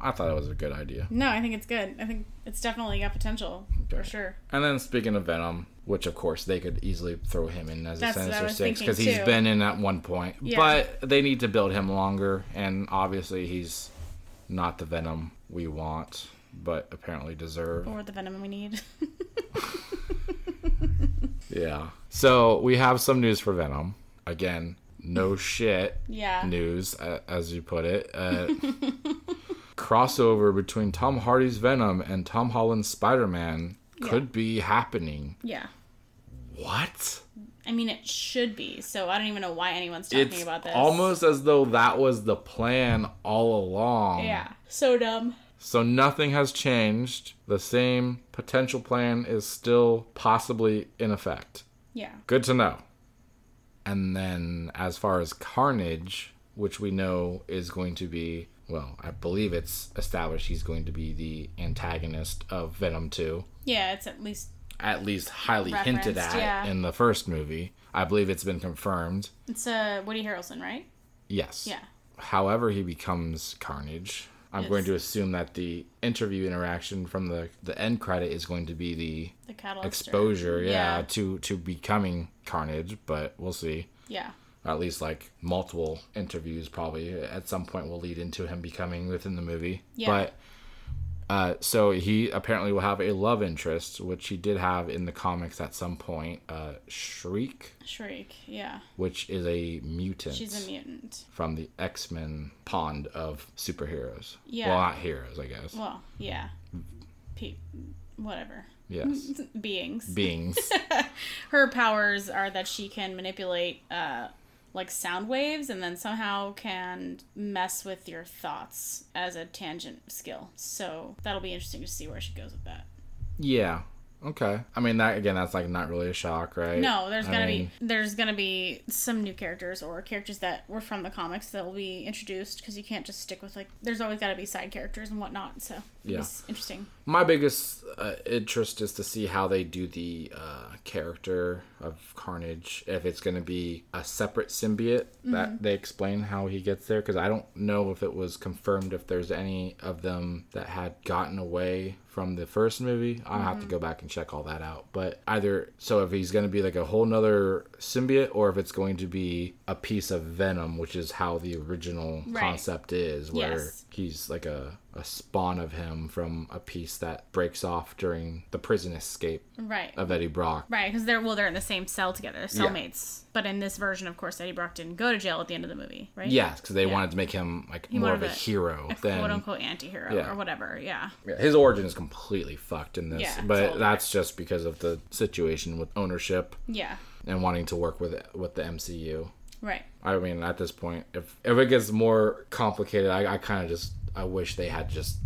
Speaker 1: I thought it was a good idea.
Speaker 2: No, I think it's good. I think it's definitely got potential for
Speaker 1: Okay.
Speaker 2: sure.
Speaker 1: And then speaking of Venom, which of course they could easily throw him in as
Speaker 2: That's
Speaker 1: a
Speaker 2: what I
Speaker 1: Sinister
Speaker 2: was
Speaker 1: Six
Speaker 2: thinking,
Speaker 1: because he's
Speaker 2: too.
Speaker 1: been in at one point.
Speaker 2: Yeah.
Speaker 1: But they need to build him longer, and obviously he's not the Venom we want, but apparently deserve.
Speaker 2: Or the venom we need.
Speaker 1: Yeah. So we have some news for Venom. Again, no shit
Speaker 2: Yeah.
Speaker 1: news, a- as you put it. Uh, crossover between Tom Hardy's Venom and Tom Holland's Spider Man could be happening.
Speaker 2: Yeah.
Speaker 1: What?
Speaker 2: I mean, it should be. So I don't even know why anyone's talking
Speaker 1: it's
Speaker 2: about this.
Speaker 1: almost as though that was the plan all along.
Speaker 2: Yeah. So dumb.
Speaker 1: So nothing has changed. The same potential plan is still possibly in effect.
Speaker 2: Yeah.
Speaker 1: Good to know. And then as far as Carnage, which we know is going to be, well, I believe it's established he's going to be the antagonist of Venom 2,
Speaker 2: Yeah. It's at least
Speaker 1: at least highly hinted
Speaker 2: Referenced,
Speaker 1: at
Speaker 2: yeah.
Speaker 1: in the first movie. I believe it's been confirmed.
Speaker 2: it's uh, Woody Harrelson, right?
Speaker 1: Yes.
Speaker 2: Yeah.
Speaker 1: However, he becomes Carnage. I'm
Speaker 2: Yes.
Speaker 1: going to assume that the interview interaction from the, the end credit is going to be the
Speaker 2: The catalyst. or-
Speaker 1: exposure, yeah,
Speaker 2: Yeah.
Speaker 1: to to becoming Carnage, but we'll see.
Speaker 2: Yeah.
Speaker 1: Or at least like multiple interviews probably at some point will lead into him becoming within the movie.
Speaker 2: Yeah.
Speaker 1: But uh, so he apparently will have a love interest, which he did have in the comics at some point, uh, Shriek,
Speaker 2: Shriek. Yeah.
Speaker 1: which is a mutant
Speaker 2: She's a mutant.
Speaker 1: from the X Men pond of superheroes.
Speaker 2: Yeah.
Speaker 1: Well, not heroes, I guess.
Speaker 2: Well, yeah. Pe- whatever.
Speaker 1: yes.
Speaker 2: Beings.
Speaker 1: Beings.
Speaker 2: Her powers are that she can manipulate uh like sound waves and then somehow can mess with your thoughts as a tangent skill. So that'll be interesting to see where she goes with that.
Speaker 1: yeah. Okay. I mean, that again, that's like not really a shock, right?
Speaker 2: No, there's
Speaker 1: I
Speaker 2: gonna
Speaker 1: mean,
Speaker 2: be there's gonna be some new characters or characters that were from the comics that will be introduced because you can't just stick with like there's always gotta be side characters and whatnot. So
Speaker 1: Yeah.
Speaker 2: it's interesting.
Speaker 1: My biggest uh, interest is to see how they do the uh, character of Carnage. If it's going to be a separate symbiote that they explain how he gets there, because I don't know if it was confirmed if there's any of them that had gotten away from the first movie. I'll have to go back and check all that out. But either so if he's going to be like a whole nother symbiote, or if it's going to be a piece of Venom, which is how the original
Speaker 2: Right.
Speaker 1: concept is, where
Speaker 2: Yes.
Speaker 1: he's like a, a spawn of him from a piece that breaks off during the prison escape
Speaker 2: Right.
Speaker 1: of Eddie Brock.
Speaker 2: Right, because they're well, they're in the same cell together, cellmates. But in this version, of course, Eddie Brock didn't go to jail at the end of the movie, right?
Speaker 1: Yes, because they wanted to make him like more of a,
Speaker 2: wanted a-
Speaker 1: hero than
Speaker 2: quote unquote antihero
Speaker 1: Yeah.
Speaker 2: or whatever. Yeah,
Speaker 1: Yeah, his origin is completely fucked in this,
Speaker 2: Yeah,
Speaker 1: but
Speaker 2: totally.
Speaker 1: that's just because of the situation with ownership
Speaker 2: yeah,
Speaker 1: and wanting to work with with the MCU.
Speaker 2: right.
Speaker 1: I mean, at this point, if if it gets more complicated, I, I kind of just I wish they had just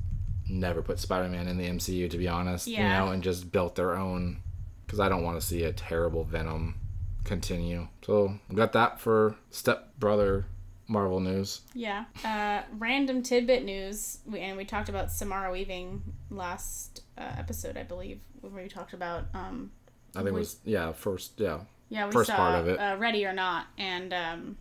Speaker 1: never put Spider-Man in the MCU to be honest,
Speaker 2: Yeah.
Speaker 1: you know, and just built their own because I don't want to see a terrible Venom continue. So we got that for step brother Marvel news.
Speaker 2: Yeah. Uh, random tidbit news, we, and we talked about Samara Weaving last uh, episode, I believe, when we talked about um,
Speaker 1: I think it was yeah first yeah
Speaker 2: yeah, we
Speaker 1: First
Speaker 2: saw
Speaker 1: part of it.
Speaker 2: Uh, Ready or Not, and um,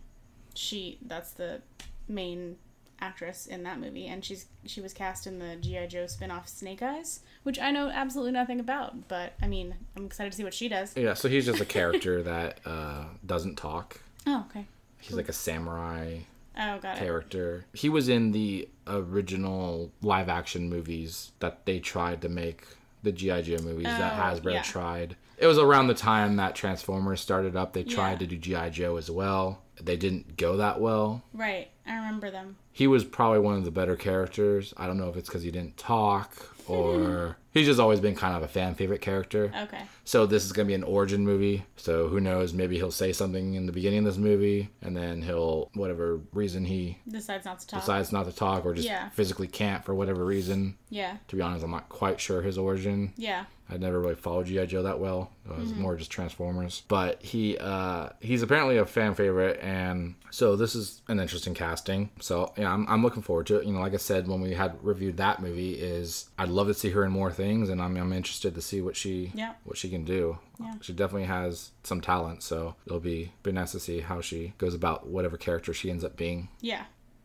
Speaker 2: she that's the main actress in that movie, and she's she was cast in the GI Joe spinoff Snake Eyes, which I know absolutely nothing about, but I mean I'm excited to see what she does.
Speaker 1: yeah. So he's just a character that uh, doesn't talk.
Speaker 2: Oh okay.
Speaker 1: He's like a samurai
Speaker 2: Oh got it.
Speaker 1: character. He was in the original live action movies that they tried to make, the G.I. Joe movies that
Speaker 2: Oh,
Speaker 1: Hasbro
Speaker 2: yeah.
Speaker 1: tried. It was around the time that Transformers started up. They tried
Speaker 2: Yeah.
Speaker 1: to do G.I. Joe as well. They didn't go that well.
Speaker 2: Right, I remember them.
Speaker 1: He was probably one of the better characters. I don't know if it's because he didn't talk or he's just always been kind of a fan favorite character.
Speaker 2: Okay.
Speaker 1: So this is gonna be an origin movie. So who knows? Maybe he'll say something in the beginning of this movie, and then he'll whatever reason he
Speaker 2: Decides not to talk.
Speaker 1: decides not to talk or just
Speaker 2: Yeah.
Speaker 1: physically can't for whatever reason.
Speaker 2: Yeah.
Speaker 1: To be honest, I'm not quite sure his origin.
Speaker 2: Yeah.
Speaker 1: I never really followed G.I. Joe that well. Uh, It was
Speaker 2: Mm-hmm.
Speaker 1: more just Transformers. But he uh, he's apparently a fan favorite, and so this is an interesting casting. So yeah, I'm, I'm looking forward to it. You know, like I said when we had reviewed that movie, is I'd love to see her in more things, and I'm, I'm interested to see what she
Speaker 2: Yeah.
Speaker 1: what she can do.
Speaker 2: Yeah.
Speaker 1: She definitely has some talent, so it'll be be nice to see how she goes about whatever character she ends up being.
Speaker 2: Yeah.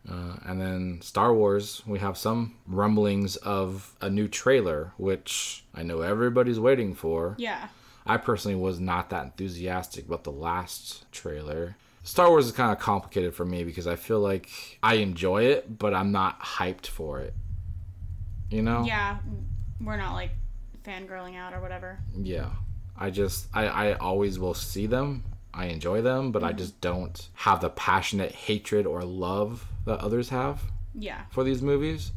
Speaker 1: Uh, and then Star Wars, we have some rumblings of a new trailer, which I know everybody's waiting for.
Speaker 2: Yeah.
Speaker 1: I personally was not that enthusiastic about the last trailer. Star Wars is kind of complicated for me because I feel like I enjoy it, but I'm not hyped for it. You know? Oh.
Speaker 2: Yeah. We're not like fangirling out or whatever.
Speaker 1: Yeah. I just I, I always will see them. I enjoy them, but I just don't have the passionate hatred or love that others have
Speaker 2: Yeah.
Speaker 1: for these movies.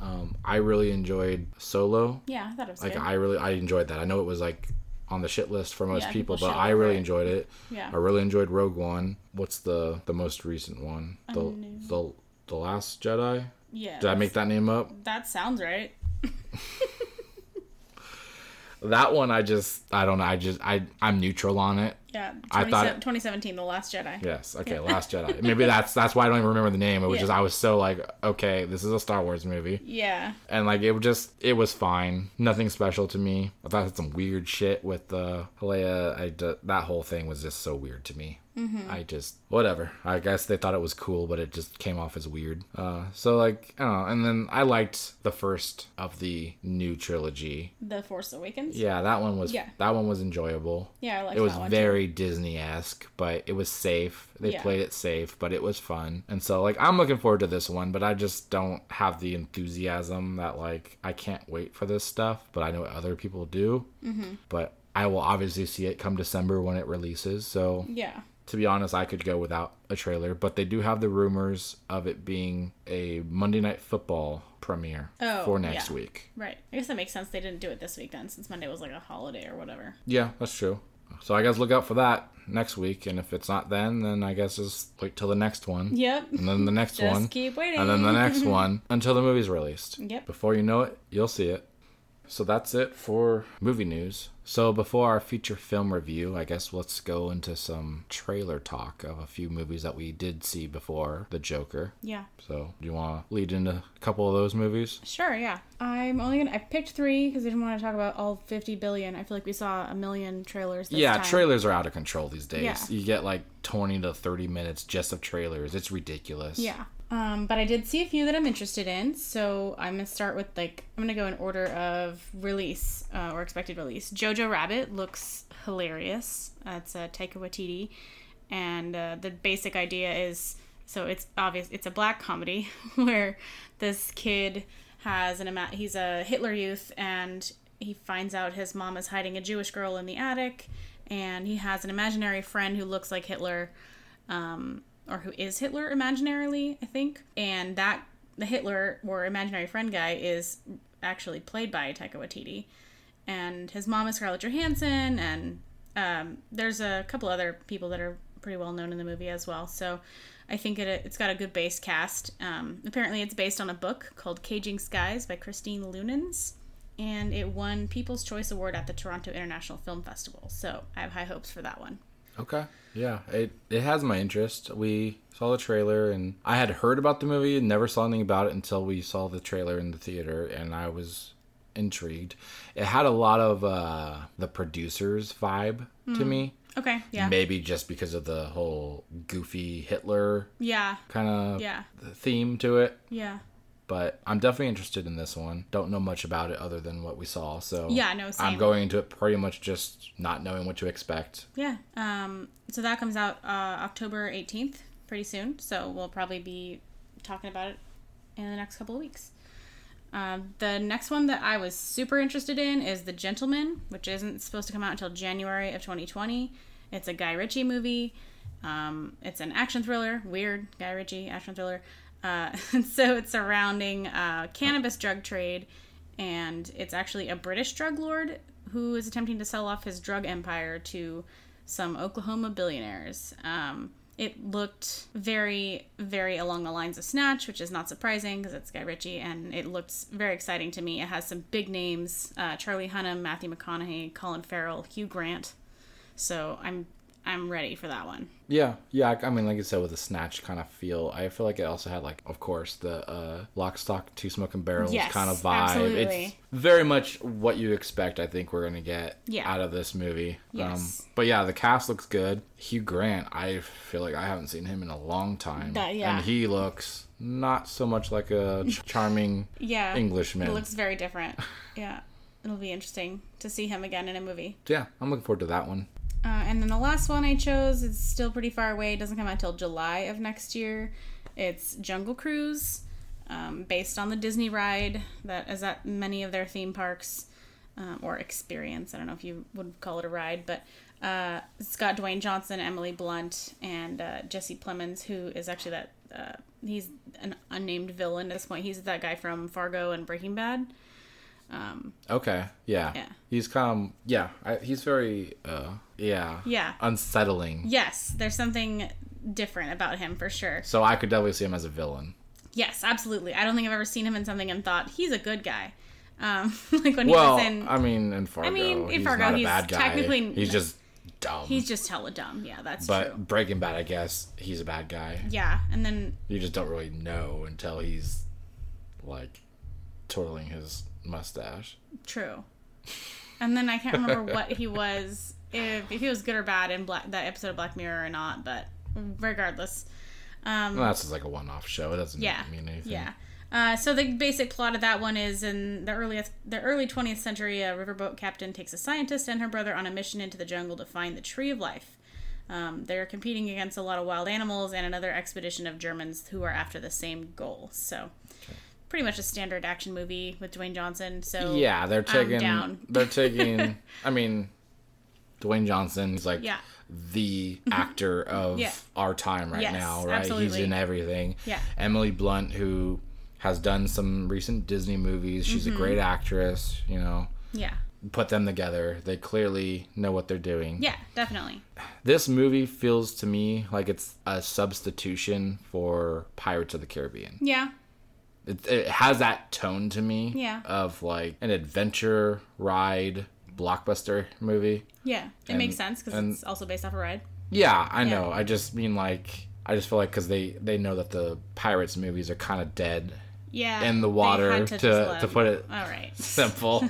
Speaker 1: Um, I really enjoyed Solo.
Speaker 2: Yeah, I thought it was
Speaker 1: Like
Speaker 2: good.
Speaker 1: I really I enjoyed that. I know it was like on the shit list for most
Speaker 2: Yeah,
Speaker 1: people,
Speaker 2: people
Speaker 1: but
Speaker 2: shit
Speaker 1: I
Speaker 2: over
Speaker 1: really
Speaker 2: it.
Speaker 1: enjoyed it.
Speaker 2: Yeah.
Speaker 1: I really enjoyed Rogue One. What's the the most recent one? The the the Last Jedi.
Speaker 2: yeah.
Speaker 1: Did I make that name up?
Speaker 2: That sounds right.
Speaker 1: That one I just I don't know. I just I I'm neutral on it.
Speaker 2: Yeah. 20,
Speaker 1: I thought-
Speaker 2: 2017, The Last Jedi.
Speaker 1: Yes. Okay. Last Jedi. Maybe that's that's why I don't even remember the name. It was
Speaker 2: Yeah.
Speaker 1: just I was so like, okay, this is a Star Wars movie,
Speaker 2: Yeah.
Speaker 1: and like it was just it was fine. Nothing special to me. I thought it had some weird shit with uh, Leia. I d- that whole thing was just so weird to me. I just whatever. I guess they thought it was cool, but it just came off as weird. Uh, so like I don't know. And then I liked the first of the new trilogy.
Speaker 2: The Force Awakens. Yeah,
Speaker 1: Yeah, that one was
Speaker 2: Yeah.
Speaker 1: that one was enjoyable
Speaker 2: I like
Speaker 1: it was
Speaker 2: that one. too.
Speaker 1: very disney-esque but it was safe they
Speaker 2: Yeah.
Speaker 1: played it safe but it was fun and so like i'm looking forward to this one but i just don't have the enthusiasm that like i can't wait for this stuff but i know other people do mm-hmm. but i will obviously see it come december when it releases so
Speaker 2: yeah.
Speaker 1: to be honest i could go without a trailer but they do have the rumors of it being a monday night football premiere
Speaker 2: Oh,
Speaker 1: for next
Speaker 2: yeah.
Speaker 1: week
Speaker 2: Right. I guess that makes sense. They didn't do it this week then, since Monday was like a holiday or whatever.
Speaker 1: Yeah, that's true. So I guess look out for that next week, and if it's not then, then I guess just wait till the next one,
Speaker 2: Yep.
Speaker 1: and then the Mm, next
Speaker 2: Just
Speaker 1: one,
Speaker 2: keep waiting.
Speaker 1: and then the next one until the movie's released.
Speaker 2: Yep.
Speaker 1: Before you know it, you'll see it. So that's it for movie news. So before our feature film review, I guess let's go into some trailer talk of a few movies that we did see before The Joker.
Speaker 2: Yeah.
Speaker 1: So do you want to lead into a couple of those movies?
Speaker 2: Sure, yeah. I'm only gonna. I picked three because I didn't want to talk about all 50 billion. I feel like we saw a million trailers. This
Speaker 1: yeah
Speaker 2: time.
Speaker 1: trailers are out of control these days
Speaker 2: Yeah.
Speaker 1: you get like 20 to 30 minutes just of trailers it's ridiculous
Speaker 2: Yeah. Um, but I did see a few that I'm interested in, so I'm gonna start with like I'm gonna go in order of release uh, or expected release. Jojo Rabbit looks hilarious. Uh, it's a Taika Waititi, and uh, the basic idea is so it's obvious it's a black comedy where this kid has an ima- he's a Hitler youth and he finds out his mom is hiding a Jewish girl in the attic, and he has an imaginary friend who looks like Hitler um, or who is Hitler imaginarily, I think. And that the Hitler or imaginary friend guy is actually played by Taika Waititi, and his mom is Scarlett Johansson, and um, there's a couple other people that are pretty well known in the movie as well. So I think it, it's got a good base cast. Um, apparently, it's based on a book called Caging Skies by Christine Lunans. And it won People's Choice Award at the Toronto International Film Festival. So I have high hopes for that one.
Speaker 1: okay yeah it it has my interest we saw the trailer and i had heard about the movie and never saw anything about it until we saw the trailer in the theater and i was intrigued it had a lot of uh the producers vibe to me
Speaker 2: Okay, Mm. yeah.
Speaker 1: maybe just because of the whole goofy hitler
Speaker 2: Yeah,
Speaker 1: kind of
Speaker 2: Yeah.
Speaker 1: theme to it
Speaker 2: Yeah.
Speaker 1: but I'm definitely interested in this one. Don't know much about it other than what we saw, so
Speaker 2: Yeah, no,
Speaker 1: I'm
Speaker 2: same.
Speaker 1: going into it pretty much just not knowing what to expect.
Speaker 2: Yeah. Um, so that comes out uh, October 18th, pretty soon. So we'll probably be talking about it in the next couple of weeks. Um, the next one that I was super interested in is The Gentleman, which isn't supposed to come out until January of 2020. It's a Guy Ritchie movie. Um, it's an action thriller, weird Guy Ritchie action thriller. Uh, so it's surrounding uh, cannabis drug trade, and it's actually a British drug lord who is attempting to sell off his drug empire to some Oklahoma billionaires. Um, it looked very, very along the lines of Snatch, which is not surprising because it's Guy Ritchie, and it looked very exciting to me. It has some big names: uh, Charlie Hunnam, Matthew McConaughey, Colin Farrell, Hugh Grant. So I'm I'm ready for that one.
Speaker 1: Yeah, yeah. I- I mean, like you said, with a snatch kind of feel, I feel like it also had like, of course, the uh, lock, stock, two smoking barrels
Speaker 2: Yes,
Speaker 1: kind of vibe. It's
Speaker 2: absolutely.
Speaker 1: very much what you expect. I think we're gonna get
Speaker 2: Yeah.
Speaker 1: out of this movie. Um,
Speaker 2: Yes.
Speaker 1: but yeah, the cast looks good. Hugh Grant, I feel like I haven't seen him in a long time.
Speaker 2: That- yeah.
Speaker 1: and he looks not so much like a ch- charming
Speaker 2: Yeah,
Speaker 1: Englishman.
Speaker 2: It looks very different. Yeah, it'll be interesting to see him again in a movie.
Speaker 1: yeah, I'm looking forward to that one.
Speaker 2: Uh, and then the last one I chose is still pretty far away. It doesn't come out till July of next year. It's Jungle Cruise, um, based on the Disney ride that is at many of their theme parks. um, or experience. I don't know if you would call it a ride, but uh, it's got Dwayne Johnson, Emily Blunt, and uh, Jesse Plemons, who is actually that uh, he's an unnamed villain at this point. He's that guy from Fargo and Breaking Bad. Um,
Speaker 1: Okay. Yeah.
Speaker 2: Yeah.
Speaker 1: He's kind of yeah. I, he's very uh yeah
Speaker 2: yeah.
Speaker 1: unsettling.
Speaker 2: Yes, there's something different about him for sure.
Speaker 1: So I could definitely see him as a villain.
Speaker 2: Yes, absolutely. I don't think I've ever seen him in something and thought he's a good guy. Um, like when
Speaker 1: well,
Speaker 2: he was in,
Speaker 1: I mean, in Fargo,
Speaker 2: mean, in
Speaker 1: he's
Speaker 2: Fargo,
Speaker 1: not a
Speaker 2: he's
Speaker 1: bad guy.
Speaker 2: technically-
Speaker 1: he's just dumb.
Speaker 2: he's just hella dumb. Yeah, that's
Speaker 1: but
Speaker 2: true.
Speaker 1: Breaking Bad, I guess he's a bad guy.
Speaker 2: Yeah, and then
Speaker 1: You just don't really know until he's like twirling his mustache.
Speaker 2: True. And then I can't remember what he was, if, if he was good or bad in Black, that episode of Black Mirror or not, but regardless. Um,
Speaker 1: Well, that's just like a one-off show. It doesn't
Speaker 2: Yeah.
Speaker 1: mean anything.
Speaker 2: yeah. Uh, so the basic plot of that one is in the early the early 20th century, a riverboat captain takes a scientist and her brother on a mission into the jungle to find the tree of life. Um, they're competing against a lot of wild animals and another expedition of Germans who are after the same goal. So, pretty much a standard action movie with Dwayne Johnson. So
Speaker 1: Yeah, they're taking.
Speaker 2: down.
Speaker 1: They're taking. I mean, Dwayne Johnson is like
Speaker 2: Yeah. Mm-hmm.
Speaker 1: the actor of
Speaker 2: Yeah.
Speaker 1: our time right
Speaker 2: Yes,
Speaker 1: now, right? He's
Speaker 2: absolutely.
Speaker 1: in everything.
Speaker 2: Yeah.
Speaker 1: Emily Blunt, who has done some recent Disney movies, she's
Speaker 2: Mm-hmm.
Speaker 1: a great actress. You know,
Speaker 2: yeah,
Speaker 1: put them together. They clearly know what they're doing.
Speaker 2: yeah, definitely.
Speaker 1: This movie feels to me like it's a substitution for Pirates of the Caribbean.
Speaker 2: Yeah,
Speaker 1: it, it has that tone to me
Speaker 2: Yeah.
Speaker 1: of like an adventure ride blockbuster movie
Speaker 2: yeah, it makes sense because
Speaker 1: and-
Speaker 2: it's also based off a ride.
Speaker 1: yeah i know i just mean like i just feel like because they they know that the pirates movies are kind of dead
Speaker 2: Yeah,
Speaker 1: in the
Speaker 2: they
Speaker 1: water
Speaker 2: had
Speaker 1: to,
Speaker 2: just
Speaker 1: to,
Speaker 2: let-
Speaker 1: put it
Speaker 2: All right.
Speaker 1: simple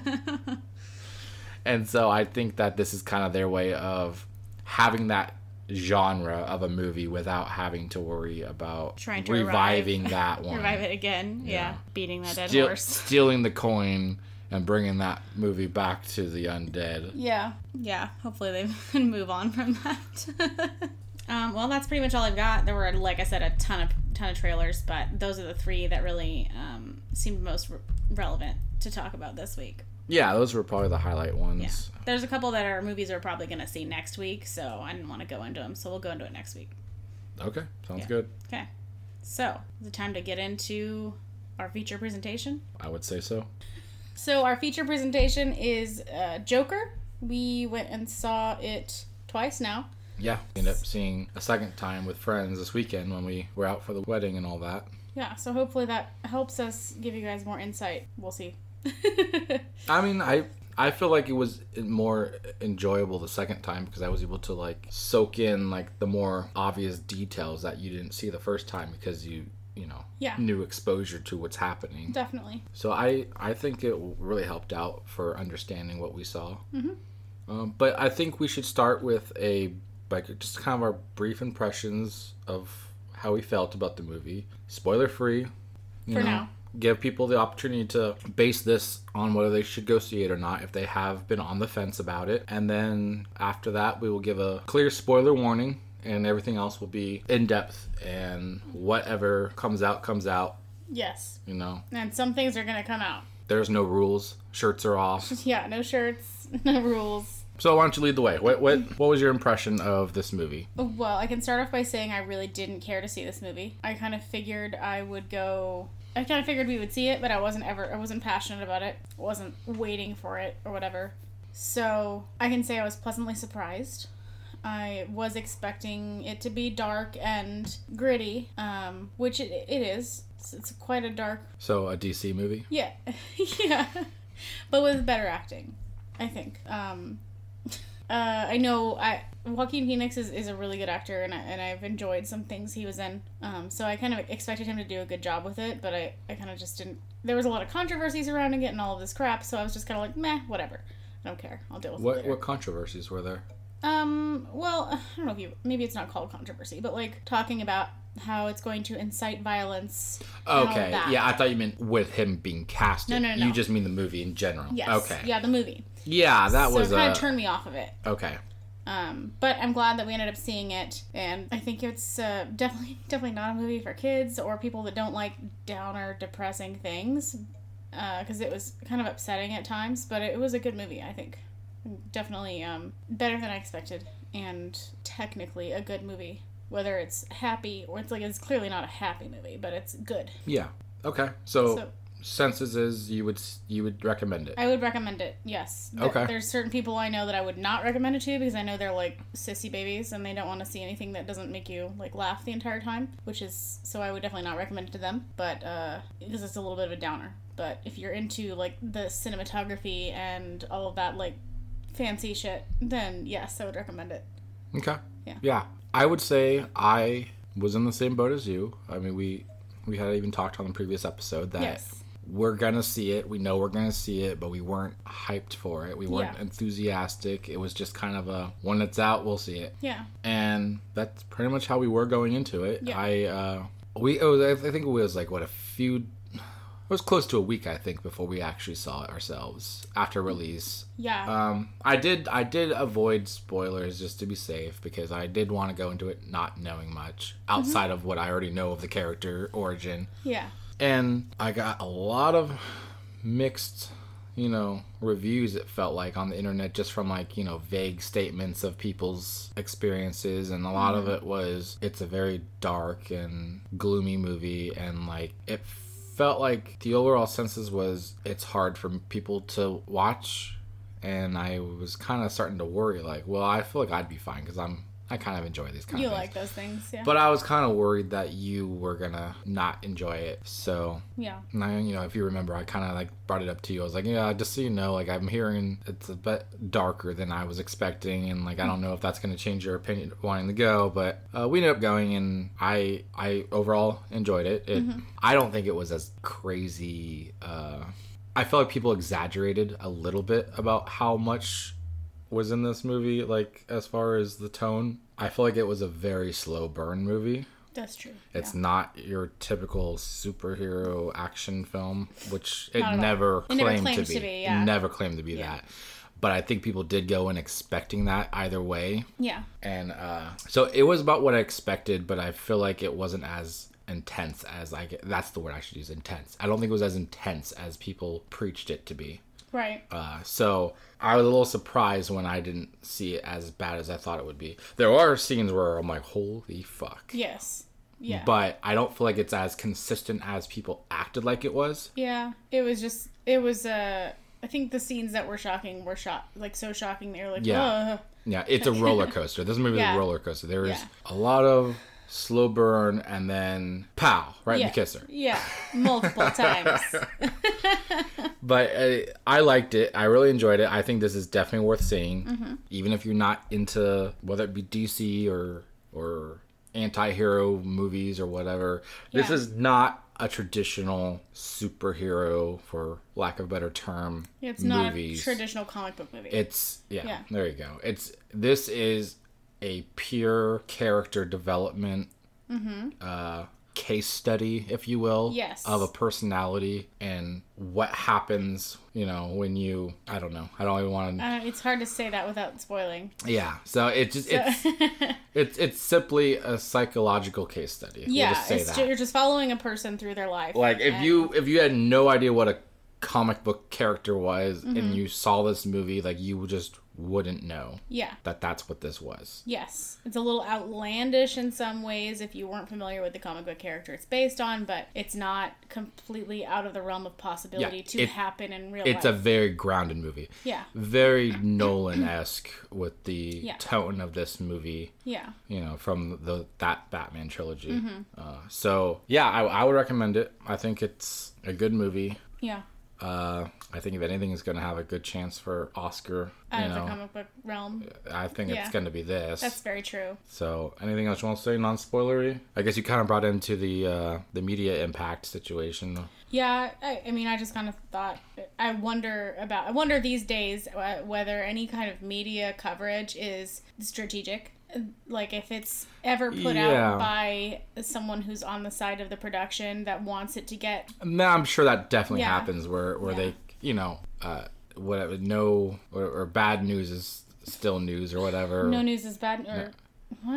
Speaker 1: and so i think that this is kind of their way of having that genre of a movie without having to worry about
Speaker 2: Trying to revive-
Speaker 1: reviving that one
Speaker 2: Revive it again. Yeah, beating that dead
Speaker 1: Steal-
Speaker 2: horse.
Speaker 1: stealing the coin and bringing that movie back to the undead.
Speaker 2: Yeah, yeah. Hopefully they can move on from that. um, well, that's pretty much all I've got. There were, like I said, a ton of ton of trailers, but those are the three that really um, seemed most re- relevant to talk about this week.
Speaker 1: Yeah, those were probably the highlight ones.
Speaker 2: There's a couple that are movies we're probably going to see next week, so I didn't want to go into them, so we'll go into it next week.
Speaker 1: Okay, sounds
Speaker 2: Yeah.
Speaker 1: good.
Speaker 2: Okay. So, is it time to get into our feature presentation?
Speaker 1: I would say so.
Speaker 2: So, our feature presentation is uh, Joker. We went and saw it twice now.
Speaker 1: Yeah, end up seeing a second time with friends this weekend when we were out for the wedding and all that.
Speaker 2: Yeah, so hopefully that helps us give you guys more insight. We'll see.
Speaker 1: I mean, I I feel like it was more enjoyable the second time because I was able to like soak in like the more obvious details that you didn't see the first time because you you know
Speaker 2: Yeah.
Speaker 1: new exposure to what's happening.
Speaker 2: Definitely.
Speaker 1: So I I think it really helped out for understanding what we saw.
Speaker 2: Mm-hmm.
Speaker 1: Um, but I think we should start with a like just kind of our brief impressions of how we felt about the movie. Spoiler free. You
Speaker 2: For now.
Speaker 1: Give people the opportunity to base this on whether they should go see it or not if they have been on the fence about it. And then after that, we will give a clear spoiler warning and everything else will be in depth and whatever comes out comes out,
Speaker 2: Yes.
Speaker 1: you know.
Speaker 2: And some things are going to come out.
Speaker 1: There's no rules. Shirts are off.
Speaker 2: Yeah, no shirts, no rules.
Speaker 1: So why don't you lead the way? What what what was your impression of this movie?
Speaker 2: Well, I can start off by saying I really didn't care to see this movie. I kind of figured I would go. I kind of figured we would see it, but I wasn't ever. I wasn't passionate about it. wasn't waiting for it or whatever. So I can say I was pleasantly surprised. I was expecting it to be dark and gritty, um, which it, it is. It's, it's quite a dark.
Speaker 1: So a DC movie?
Speaker 2: Yeah, yeah, but with better acting, I think. Um, uh, I know I Joaquin Phoenix is, is a really good actor, and I, and I've enjoyed some things he was in. Um, so I kind of expected him to do a good job with it, but I, I kind of just didn't. There was a lot of controversy surrounding it and all of this crap, so I was just kind of like, meh, whatever. I don't care. I'll deal with it
Speaker 1: What
Speaker 2: later.
Speaker 1: what controversies were there?
Speaker 2: Um, well, I don't know if you maybe it's not called controversy, but like talking about how it's going to incite violence. all
Speaker 1: Okay,
Speaker 2: that.
Speaker 1: yeah, I thought you meant with him being casted.
Speaker 2: No, no, no.
Speaker 1: You just mean the movie in general.
Speaker 2: Yes.
Speaker 1: Okay. Yeah,
Speaker 2: Yeah, the movie.
Speaker 1: that
Speaker 2: so
Speaker 1: was
Speaker 2: it kind
Speaker 1: a
Speaker 2: of turned me off of it.
Speaker 1: okay.
Speaker 2: Um, but I'm glad that we ended up seeing it, and I think it's uh, definitely definitely not a movie for kids or people that don't like downer, depressing things. because it was kind of upsetting at times, but it was a good movie, I think. Definitely um, better than I expected, and technically a good movie. Whether it's happy or it's like it's clearly not a happy movie, but it's good.
Speaker 1: Yeah. Okay. So,
Speaker 2: So-
Speaker 1: census is you would s- you would recommend it.
Speaker 2: I would recommend it. Yes. Th-
Speaker 1: Okay.
Speaker 2: There's certain people I know that I would not recommend it to because I know they're like sissy babies and they don't want to see anything that doesn't make you like laugh the entire time, which is so I would definitely not recommend it to them. But uh, because it's a little bit of a downer. But if you're into like the cinematography and all of that like fancy shit, then yes, I would recommend it.
Speaker 1: Okay.
Speaker 2: Yeah.
Speaker 1: Yeah. I would say I was in the same boat as you. I mean, we we had even talked on the previous episode that
Speaker 2: Yes.
Speaker 1: we're gonna see it. We know we're gonna see it, but we weren't hyped for it. We weren't
Speaker 2: Yeah.
Speaker 1: enthusiastic. It was just kind of a when it's out, we'll see it.
Speaker 2: Yeah.
Speaker 1: and that's pretty much how we were going into it.
Speaker 2: Yeah.
Speaker 1: I uh, we it was, I think it was like what a few it was close to a week I think before we actually saw it ourselves after release.
Speaker 2: Yeah.
Speaker 1: Um, I did I did avoid spoilers just to be safe because I did want to go into it not knowing much
Speaker 2: Mm-hmm.
Speaker 1: outside of what I already know of the character origin,
Speaker 2: yeah.
Speaker 1: and I got a lot of mixed. You know, reviews it felt like on the internet just from like, you know, vague statements of people's experiences. And a lot
Speaker 2: Mm-hmm.
Speaker 1: of it was, it's a very dark and gloomy movie. And like, it felt like the overall census was, it's hard for people to watch. And I was kind of starting to worry, like, well, I feel like I'd be fine because I'm, I kind of enjoy these kind
Speaker 2: You
Speaker 1: of things.
Speaker 2: like those things. Yeah.
Speaker 1: But I was kind of worried that you were gonna not enjoy it. So,
Speaker 2: yeah.
Speaker 1: and I, you know, if you remember, I kind of like brought it up to you. I was like, yeah, just so you know, like I'm hearing it's a bit darker than I was expecting, and like I don't know if that's gonna change your opinion of wanting to go. But uh, we ended up going, and I I overall enjoyed it. it I don't think it was as crazy. Uh, I felt like people exaggerated a little bit about how much was in this movie, like as far as the tone. I feel like it was a very slow burn movie.
Speaker 2: That's true.
Speaker 1: It's not your typical superhero action film, which it
Speaker 2: Not at all.
Speaker 1: never
Speaker 2: It
Speaker 1: claimed,
Speaker 2: never
Speaker 1: to
Speaker 2: claimed
Speaker 1: be.
Speaker 2: to be, yeah.
Speaker 1: Never claimed to be that. But I think people did go in expecting that either way.
Speaker 2: yeah.
Speaker 1: And uh, so it was about what I expected, but I feel like it wasn't as intense as I get. That's the word I should use intense. I don't think it was as intense as people preached it to be.
Speaker 2: Yeah. Right.
Speaker 1: Uh, so I was a little surprised when I didn't see it as bad as I thought it would be. There are scenes where I'm like, holy fuck
Speaker 2: Yes. Yeah.
Speaker 1: but I don't feel like it's as consistent as people acted like it was.
Speaker 2: Yeah, it was just it was uh I think the scenes that were shocking were shot like so shocking they were like
Speaker 1: Yeah.
Speaker 2: yeah.
Speaker 1: Yeah, it's a roller coaster. This movie is
Speaker 2: Yeah.
Speaker 1: a roller coaster. There is
Speaker 2: Yeah.
Speaker 1: a lot of slow burn and then pow right
Speaker 2: yeah.
Speaker 1: in the kisser.
Speaker 2: Yeah, multiple times.
Speaker 1: But uh, I liked it. I really enjoyed it. I think this is definitely worth seeing,
Speaker 2: Mm-hmm.
Speaker 1: even if you're not into whether it be DC or or anti-hero movies or whatever. This
Speaker 2: Yeah.
Speaker 1: is not a traditional superhero, for lack of a better term,
Speaker 2: It's not a traditional comic book movie.
Speaker 1: It's yeah,
Speaker 2: Yeah.
Speaker 1: There you go. It's this is a pure character development uh, case study, if you will,
Speaker 2: Mm-hmm. Yes.
Speaker 1: of a personality and what happens. You know, when you I don't know. I don't even want to.
Speaker 2: uh, it's hard to say that without spoiling.
Speaker 1: yeah. So it just it's it's it's simply a psychological case study. We'll
Speaker 2: yeah,
Speaker 1: just say
Speaker 2: it's
Speaker 1: that.
Speaker 2: ju- you're just following a person through their life. Uh,
Speaker 1: Like if
Speaker 2: and-
Speaker 1: you if you had no idea what a comic book character was
Speaker 2: Mm-hmm.
Speaker 1: and you saw this movie, like you just wouldn't know
Speaker 2: yeah.
Speaker 1: that that's what this was.
Speaker 2: Yes, it's a little outlandish in some ways if you weren't familiar with the comic book character it's based on, but it's not completely out of the realm of possibility
Speaker 1: Yeah,
Speaker 2: to
Speaker 1: it-
Speaker 2: happen in real
Speaker 1: It's a
Speaker 2: life.
Speaker 1: very grounded movie.
Speaker 2: yeah,
Speaker 1: Very Nolan esque with the
Speaker 2: Yeah.
Speaker 1: tone of this movie,
Speaker 2: yeah,
Speaker 1: you know, from the that Batman trilogy.
Speaker 2: Mm-hmm.
Speaker 1: Uh, so yeah, I, I would recommend it. I think it's a good movie.
Speaker 2: yeah.
Speaker 1: Uh, I think if anything is going to have a good chance for Oscar,
Speaker 2: Out
Speaker 1: you
Speaker 2: of the
Speaker 1: know,
Speaker 2: comic book realm.
Speaker 1: I think it's
Speaker 2: Yeah.
Speaker 1: going to be this.
Speaker 2: That's very true.
Speaker 1: So, anything else you want to say, non-spoilery? I guess you kind of brought into the uh, the media impact situation.
Speaker 2: Yeah, I, I mean, I just kind of thought. I wonder about. I wonder these days uh, whether any kind of media coverage is strategic. Like if it's ever put
Speaker 1: Yeah.
Speaker 2: out by someone who's on the side of the production that wants it to get.
Speaker 1: No, I'm sure that definitely
Speaker 2: Yeah.
Speaker 1: happens where where they you know uh whatever no or, or bad news is still news or whatever
Speaker 2: No news is bad or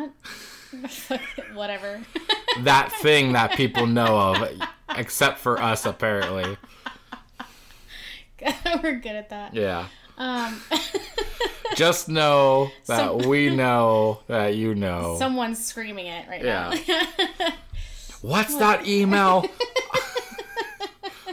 Speaker 2: what? Whatever.
Speaker 1: that thing that people know of except for us apparently
Speaker 2: We're good at that.
Speaker 1: Yeah.
Speaker 2: Um,
Speaker 1: Just know that
Speaker 2: Some-
Speaker 1: we know that you know.
Speaker 2: someone's screaming it right now.
Speaker 1: What's that email?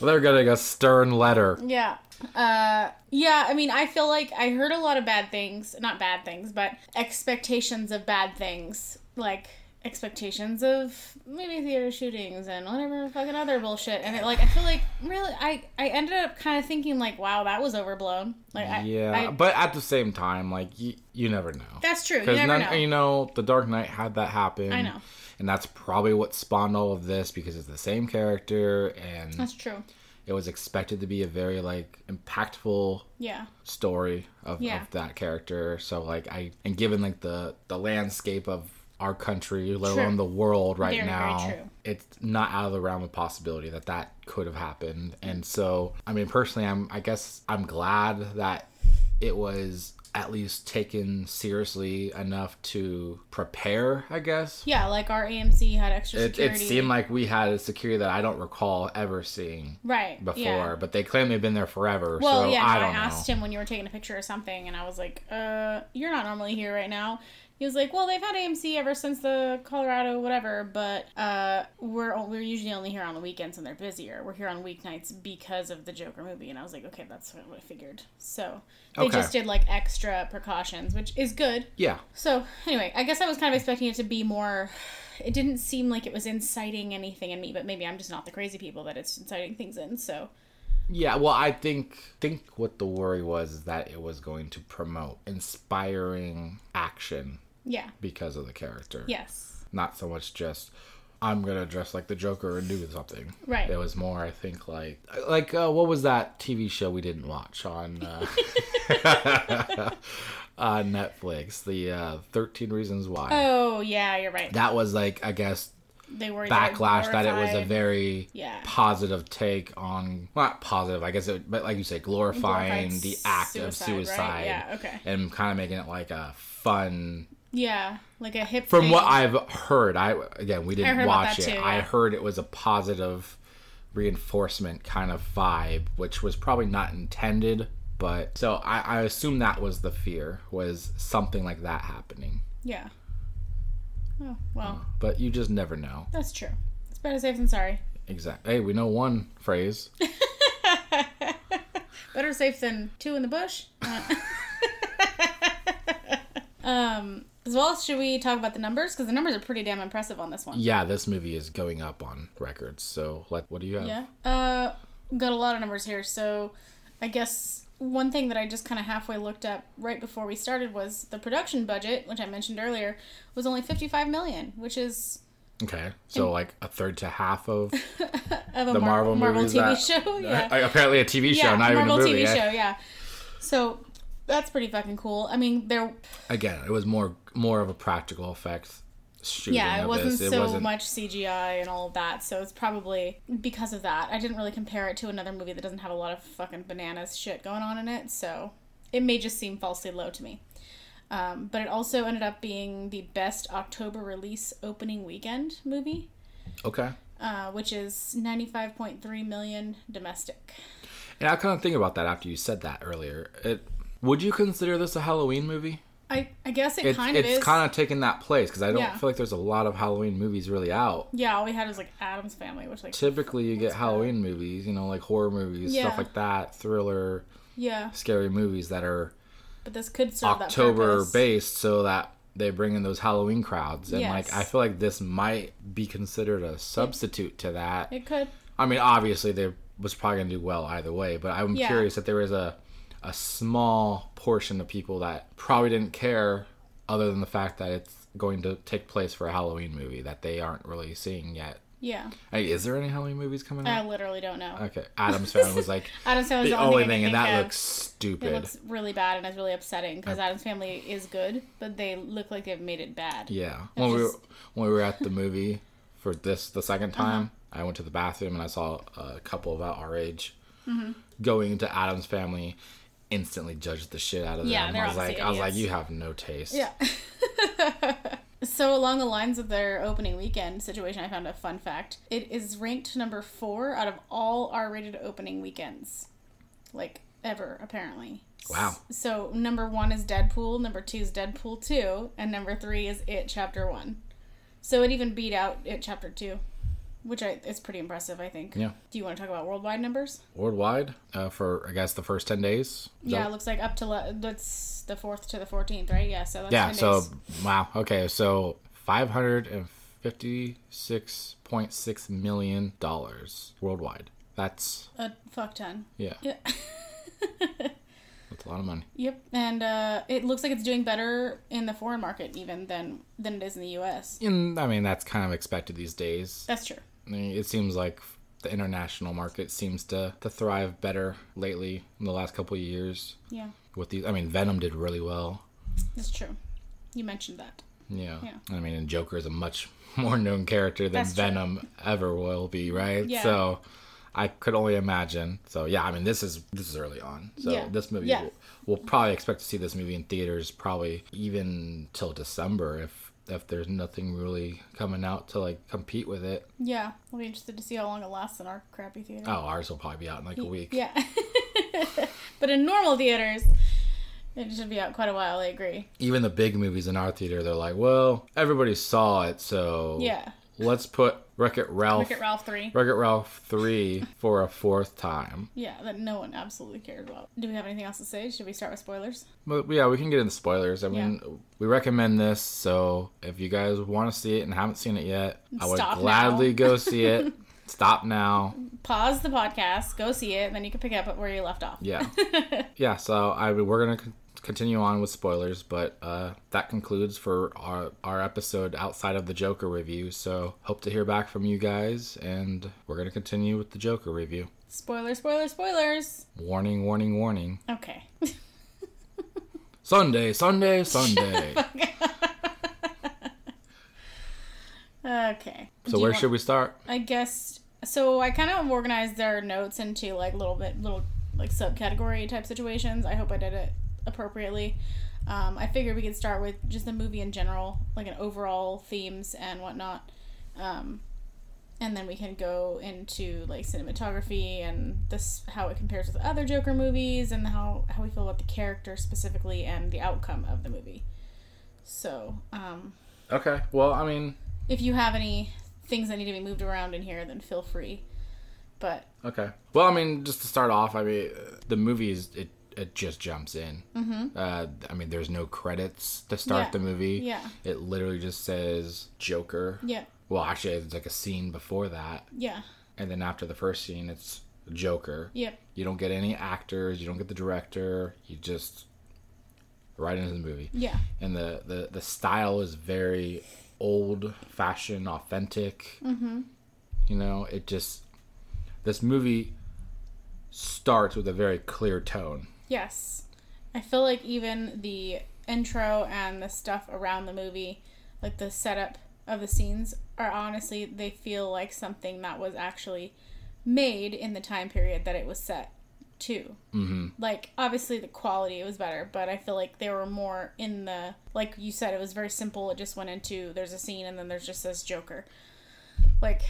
Speaker 1: well, they're getting a stern letter.
Speaker 2: Yeah. Uh, yeah, I mean, I feel like I heard a lot of bad things. Not bad things, but expectations of bad things. Like, expectations of movie theater shootings and whatever fucking other bullshit. And it, like, I feel like, really, I, I ended up kind of thinking, like, wow, that was overblown. Like, I,
Speaker 1: yeah,
Speaker 2: I,
Speaker 1: but at the same time, like you, you never know.
Speaker 2: that's true. You
Speaker 1: Because
Speaker 2: never
Speaker 1: none,
Speaker 2: know.
Speaker 1: you know, the Dark Knight had that happen.
Speaker 2: I know.
Speaker 1: and that's probably what spawned all of this because it's the same character, and
Speaker 2: that's true.
Speaker 1: it was expected to be a very like impactful
Speaker 2: Yeah.
Speaker 1: story of,
Speaker 2: Yeah.
Speaker 1: of that character. So like I and given like the the landscape of our country, let
Speaker 2: True.
Speaker 1: alone the world right
Speaker 2: Very, very
Speaker 1: now,
Speaker 2: true.
Speaker 1: it's not out of the realm of possibility that that could have happened. And so I mean personally, I'm I guess I'm glad that it was at least taken seriously enough to prepare, I guess,
Speaker 2: Yeah, like, our AMC had extra
Speaker 1: it, it
Speaker 2: security.
Speaker 1: seemed like we had a security that I don't recall ever seeing
Speaker 2: right.
Speaker 1: before,
Speaker 2: Yeah.
Speaker 1: but they claim they've been there forever.
Speaker 2: Well,
Speaker 1: so
Speaker 2: yeah,
Speaker 1: I
Speaker 2: I,
Speaker 1: don't
Speaker 2: asked
Speaker 1: know.
Speaker 2: him when you were taking a picture or something, and I was like, "Uh, you're not normally here right now." He was like, "Well, they've had AMC ever since the Colorado whatever, but uh, we're o- we're usually only here on the weekends and they're busier. We're here on weeknights because of the Joker movie." And I was like, "Okay, that's what I figured." So they
Speaker 1: Okay.
Speaker 2: just did like extra precautions, which is good.
Speaker 1: Yeah,
Speaker 2: So anyway, I guess I was kind of expecting it to be more. It didn't seem like it was inciting anything in me, but maybe I'm just not the crazy people that it's inciting things in. So
Speaker 1: yeah. Well, I think think what the worry was is that it was going to promote inspiring action
Speaker 2: yeah,
Speaker 1: because of the character.
Speaker 2: yes.
Speaker 1: Not so much just I'm gonna dress like the Joker and do something.
Speaker 2: Right.
Speaker 1: It was more, I think, like like uh, what was that TV show we didn't watch on uh, on Netflix? The uh, Thirteen Reasons Why.
Speaker 2: Oh yeah, you're right.
Speaker 1: that was like I guess
Speaker 2: they were that
Speaker 1: backlash that it was a
Speaker 2: glorified-
Speaker 1: very
Speaker 2: Yeah.
Speaker 1: positive take on well, not positive I guess it, but like you say glorifying
Speaker 2: glorified
Speaker 1: the act of
Speaker 2: right?
Speaker 1: suicide
Speaker 2: Yeah, okay.
Speaker 1: and kind of making it like a fun
Speaker 2: Yeah, like a hip.
Speaker 1: from
Speaker 2: thing.
Speaker 1: what I've heard I again we didn't
Speaker 2: heard about
Speaker 1: watch it
Speaker 2: that too,
Speaker 1: I
Speaker 2: yeah.
Speaker 1: heard it was a positive reinforcement kind of vibe which was probably not intended but so I, I assume that was the fear was something like that happening
Speaker 2: Yeah. Oh well,
Speaker 1: but you just never know
Speaker 2: that's true. It's better safe than sorry.
Speaker 1: exactly hey we know one phrase
Speaker 2: Better safe than two in the bush. Uh, um. As well, should we talk about the numbers? Because the numbers are pretty damn impressive on this one.
Speaker 1: Yeah, this movie is going up on records. So, like, what do you have?
Speaker 2: Yeah. Uh, got a lot of numbers here. So, I guess one thing that I just kind of halfway looked up right before we started was the production budget, which I mentioned earlier, was only fifty-five million, which is
Speaker 1: Okay, so like a third to half of
Speaker 2: of a
Speaker 1: the
Speaker 2: Mar-
Speaker 1: Marvel, movies.
Speaker 2: TV
Speaker 1: that-
Speaker 2: show. Yeah.
Speaker 1: apparently a TV show,
Speaker 2: yeah.
Speaker 1: not even
Speaker 2: Marvel
Speaker 1: a movie.
Speaker 2: TV
Speaker 1: eh?
Speaker 2: show. Yeah. So. That's pretty fucking cool. I mean, there.
Speaker 1: Again, it was more more of a practical effects shooting.
Speaker 2: Yeah, it
Speaker 1: of
Speaker 2: wasn't
Speaker 1: this. It
Speaker 2: so
Speaker 1: wasn't,
Speaker 2: much CGI and all of that, so it's probably because of that. I didn't really compare it to another movie that doesn't have a lot of fucking bananas shit going on in it, so it may just seem falsely low to me. Um, but it also ended up being the best October release opening weekend movie,
Speaker 1: Okay,
Speaker 2: uh, which is 95.3 million domestic.
Speaker 1: and I kind of think about that after you said that earlier. It would you consider this a Halloween movie?
Speaker 2: I, I guess it,
Speaker 1: It's
Speaker 2: kind of
Speaker 1: it's
Speaker 2: is.
Speaker 1: kind of taking that place because I don't
Speaker 2: Yeah.
Speaker 1: feel like there's a lot of Halloween movies really out.
Speaker 2: yeah, all we had was like Adam's Family, which like
Speaker 1: Typically, you get Halloween movies, you know, like horror movies,
Speaker 2: Yeah.
Speaker 1: stuff like that, thriller,
Speaker 2: yeah,
Speaker 1: scary movies that are
Speaker 2: but this could serve
Speaker 1: October
Speaker 2: that purpose.
Speaker 1: based so that they bring in those Halloween crowds. And
Speaker 2: Yes.
Speaker 1: like I feel like this might be considered a substitute to that.
Speaker 2: It could.
Speaker 1: I mean, obviously they was probably gonna do well either way, but I'm
Speaker 2: Yeah.
Speaker 1: curious that there is a a small portion of people that probably didn't care other than the fact that it's going to take place for a Halloween movie that they aren't really seeing yet.
Speaker 2: Yeah,
Speaker 1: Hey, is there any Halloween movies coming
Speaker 2: I
Speaker 1: out?
Speaker 2: literally don't know.
Speaker 1: okay. Adam's family was like
Speaker 2: Adam's Family is
Speaker 1: the
Speaker 2: the
Speaker 1: only
Speaker 2: I
Speaker 1: thing
Speaker 2: can
Speaker 1: and that
Speaker 2: think of.
Speaker 1: looks stupid.
Speaker 2: It looks really bad and it's really upsetting because Adam's Family is good, but they look like they've made it bad.
Speaker 1: Yeah. When we were,
Speaker 2: just- Uh-huh.
Speaker 1: when we were at the movie for this the second time, I went to the bathroom and I saw a couple about our age
Speaker 2: Mm-hmm.
Speaker 1: going into Adam's family. Instantly judged the shit out of them.
Speaker 2: Yeah, they're
Speaker 1: I was like,
Speaker 2: obviously
Speaker 1: I was like,
Speaker 2: idiots.
Speaker 1: you have no taste.
Speaker 2: Yeah. so along the lines of their opening weekend situation, I found a fun fact. It is ranked number four out of all R-rated opening weekends. like ever apparently.
Speaker 1: Wow.
Speaker 2: S- So number one is Deadpool, number two is Deadpool two, and number three is It Chapter One. So it even beat out It Chapter Two, which I is pretty impressive. I think.
Speaker 1: Yeah.
Speaker 2: Do you want to talk about worldwide numbers?
Speaker 1: Worldwide uh, for, I guess, the first 10 days. Is
Speaker 2: yeah,
Speaker 1: that-
Speaker 2: it looks like up to le- that's the fourth to the fourteenth, right? Yeah. So that's
Speaker 1: Yeah.
Speaker 2: 10
Speaker 1: So,
Speaker 2: days.
Speaker 1: wow. Okay. So, $556.6 million worldwide. That's,
Speaker 2: a fuck ton.
Speaker 1: yeah,
Speaker 2: Yeah.
Speaker 1: that's a lot of money.
Speaker 2: Yep, and uh, it looks like it's doing better in the foreign market even than than it is in the U.S.
Speaker 1: And, I mean, that's kind of expected these days.
Speaker 2: That's true.
Speaker 1: I mean, It seems like the international market seems to, to thrive better lately in the last couple of years.
Speaker 2: Yeah,
Speaker 1: With these, I mean, Venom did really well.
Speaker 2: that's true. You mentioned that.
Speaker 1: Yeah.
Speaker 2: Yeah.
Speaker 1: I mean, and Joker is a much more known character than
Speaker 2: That's true.
Speaker 1: Venom ever will be, right?
Speaker 2: Yeah.
Speaker 1: So I could only imagine. So yeah, I mean, this is this is early on. So
Speaker 2: Yeah.
Speaker 1: this movie
Speaker 2: Yeah.
Speaker 1: we'll, we'll probably expect to see this movie in theaters probably even till December if if there's nothing really coming out to like compete with it.
Speaker 2: Yeah, I'll be interested to see how long it lasts in our crappy theater.
Speaker 1: Oh, ours will probably be out in like a week.
Speaker 2: Yeah, but in normal theaters, it should be out quite a while. I agree.
Speaker 1: Even the big movies in our theater, they're like, well, everybody saw it, so
Speaker 2: Yeah,
Speaker 1: let's put Wreck It Ralph.
Speaker 2: Look at Ralph three.
Speaker 1: Wreck It Ralph 3 for a fourth time.
Speaker 2: Yeah, that no one absolutely cared about. Do we have anything else to say? Should we start with spoilers?
Speaker 1: But yeah, we can get into spoilers. I mean, we recommend this, so if you guys want to see it and haven't seen it yet, I would
Speaker 2: Stop now.
Speaker 1: gladly go see it. Stop now.
Speaker 2: Pause the podcast, go see it, and then you can pick up where you left off.
Speaker 1: Yeah. Yeah, so I we're going to con- continue on with spoilers, but uh, that concludes for our, our episode outside of the Joker review. So hope to hear back from you guys, and we're going to continue with the Joker review.
Speaker 2: spoiler, spoiler, spoilers.
Speaker 1: Warning, warning, warning.
Speaker 2: Okay.
Speaker 1: Sunday, Sunday, Sunday.
Speaker 2: Okay.
Speaker 1: so where should we start?
Speaker 2: I guess so. I kind of organized their notes into like little bit, little like subcategory type situations. I hope I did it appropriately. Um, I figured we could start with just the movie in general, like an overall themes and whatnot, um, and then we can go into like cinematography and this how it compares with other Joker movies and how how we feel about the character specifically and the outcome of the movie. So. Um,
Speaker 1: Okay. Well, I mean,
Speaker 2: if you have any things that need to be moved around in here, then feel free. But
Speaker 1: Okay. Well, I mean, just to start off, I mean, uh, the movie is it it just jumps in. Mm-hmm. Uh, I mean, there's no credits to start
Speaker 2: Yeah.
Speaker 1: the movie.
Speaker 2: Yeah.
Speaker 1: It literally just says Joker.
Speaker 2: yeah,
Speaker 1: Well, actually, it's like a scene before that,
Speaker 2: yeah,
Speaker 1: and then after the first scene, it's Joker.
Speaker 2: yeah,
Speaker 1: You don't get any actors. You don't get the director. You just right into the movie
Speaker 2: yeah,
Speaker 1: and the the, the style is very old fashioned authentic mm-hmm. you know it just this movie starts with a very clear tone
Speaker 2: yes. I feel like even the intro and the stuff around the movie, like the setup of the scenes, are honestly, they feel like something that was actually made in the time period that it was set to. Mm-hmm. Like, obviously, the quality was better, but I feel like they were more in the, like you said, it was very simple. It just went into there's a scene and then there's just this Joker. Like,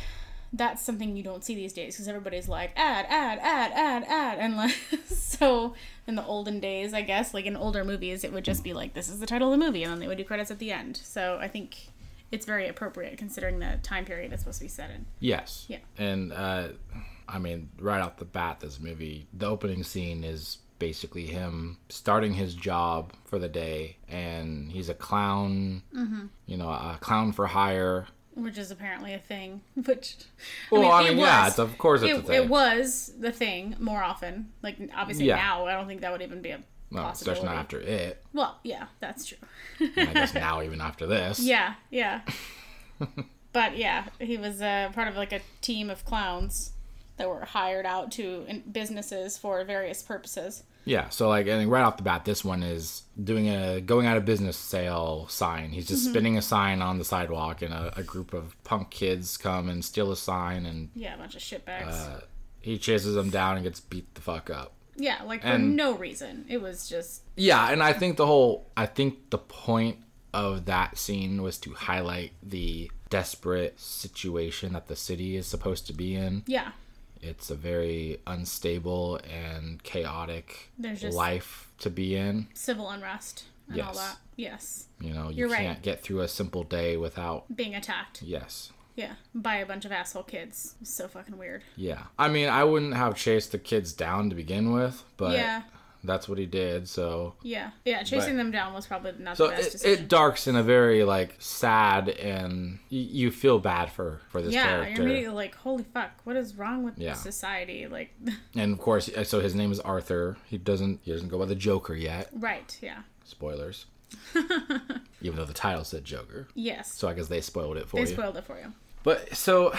Speaker 2: that's something you don't see these days because everybody's like ad ad ad ad ad and like so in the olden days i guess like in older movies it would just be like this is the title of the movie and then they would do credits at the end so i think it's very appropriate considering the time period it's supposed to be set in
Speaker 1: yes
Speaker 2: Yeah.
Speaker 1: and uh i mean right off the bat this movie the opening scene is basically him starting his job for the day and he's a clown
Speaker 2: Mm-hmm.
Speaker 1: you know a clown for hire
Speaker 2: which is apparently a thing which
Speaker 1: well i mean,
Speaker 2: it
Speaker 1: yeah
Speaker 2: was.
Speaker 1: it's, of course it's a
Speaker 2: it,
Speaker 1: thing
Speaker 2: it was the thing more often like obviously
Speaker 1: Yeah.
Speaker 2: now i don't think that would even be a
Speaker 1: no,
Speaker 2: possibility
Speaker 1: especially not after it
Speaker 2: well yeah that's true
Speaker 1: and i guess now even after this
Speaker 2: Yeah, yeah. but yeah, he was uh, part of like a team of clowns that were hired out to in- businesses for various purposes.
Speaker 1: Yeah, so like I think right off the bat, this one is doing a going out of business sale sign. He's
Speaker 2: Mm-hmm.
Speaker 1: just spinning a sign on the sidewalk, and a, a group of punk kids come and steal a sign, and
Speaker 2: Yeah, a bunch of shitbags.
Speaker 1: uh, he chases them down and gets beat the fuck up.
Speaker 2: yeah, like for
Speaker 1: and-
Speaker 2: no reason. It was just
Speaker 1: Yeah, and I think the whole I think the point of that scene was to highlight the desperate situation that the city is supposed to be in.
Speaker 2: yeah,
Speaker 1: It's a very unstable and chaotic
Speaker 2: There's just
Speaker 1: life to be in.
Speaker 2: civil unrest and all
Speaker 1: Yes.
Speaker 2: that. Yes.
Speaker 1: You know, you
Speaker 2: You're right.
Speaker 1: can't get through a simple day without.
Speaker 2: Being attacked.
Speaker 1: Yes.
Speaker 2: Yeah. By a bunch of asshole kids. So fucking weird.
Speaker 1: Yeah. I mean, I wouldn't have chased the kids down to begin with, but
Speaker 2: yeah.
Speaker 1: that's what he did. So,
Speaker 2: Yeah. Yeah. Chasing them down was probably not
Speaker 1: so
Speaker 2: the best
Speaker 1: it,
Speaker 2: decision.
Speaker 1: it darks in a very like sad and y- you feel bad for for this
Speaker 2: yeah.
Speaker 1: character.
Speaker 2: You're immediately like, holy fuck, what is wrong with
Speaker 1: Yeah.
Speaker 2: society? Like,
Speaker 1: And of course, uh, so his name is Arthur. He doesn't he doesn't go by the Joker yet.
Speaker 2: right. Yeah.
Speaker 1: Spoilers. Even though the title said Joker,
Speaker 2: Yes.
Speaker 1: so I guess they spoiled it for
Speaker 2: they
Speaker 1: you.
Speaker 2: spoiled it for you.
Speaker 1: But so,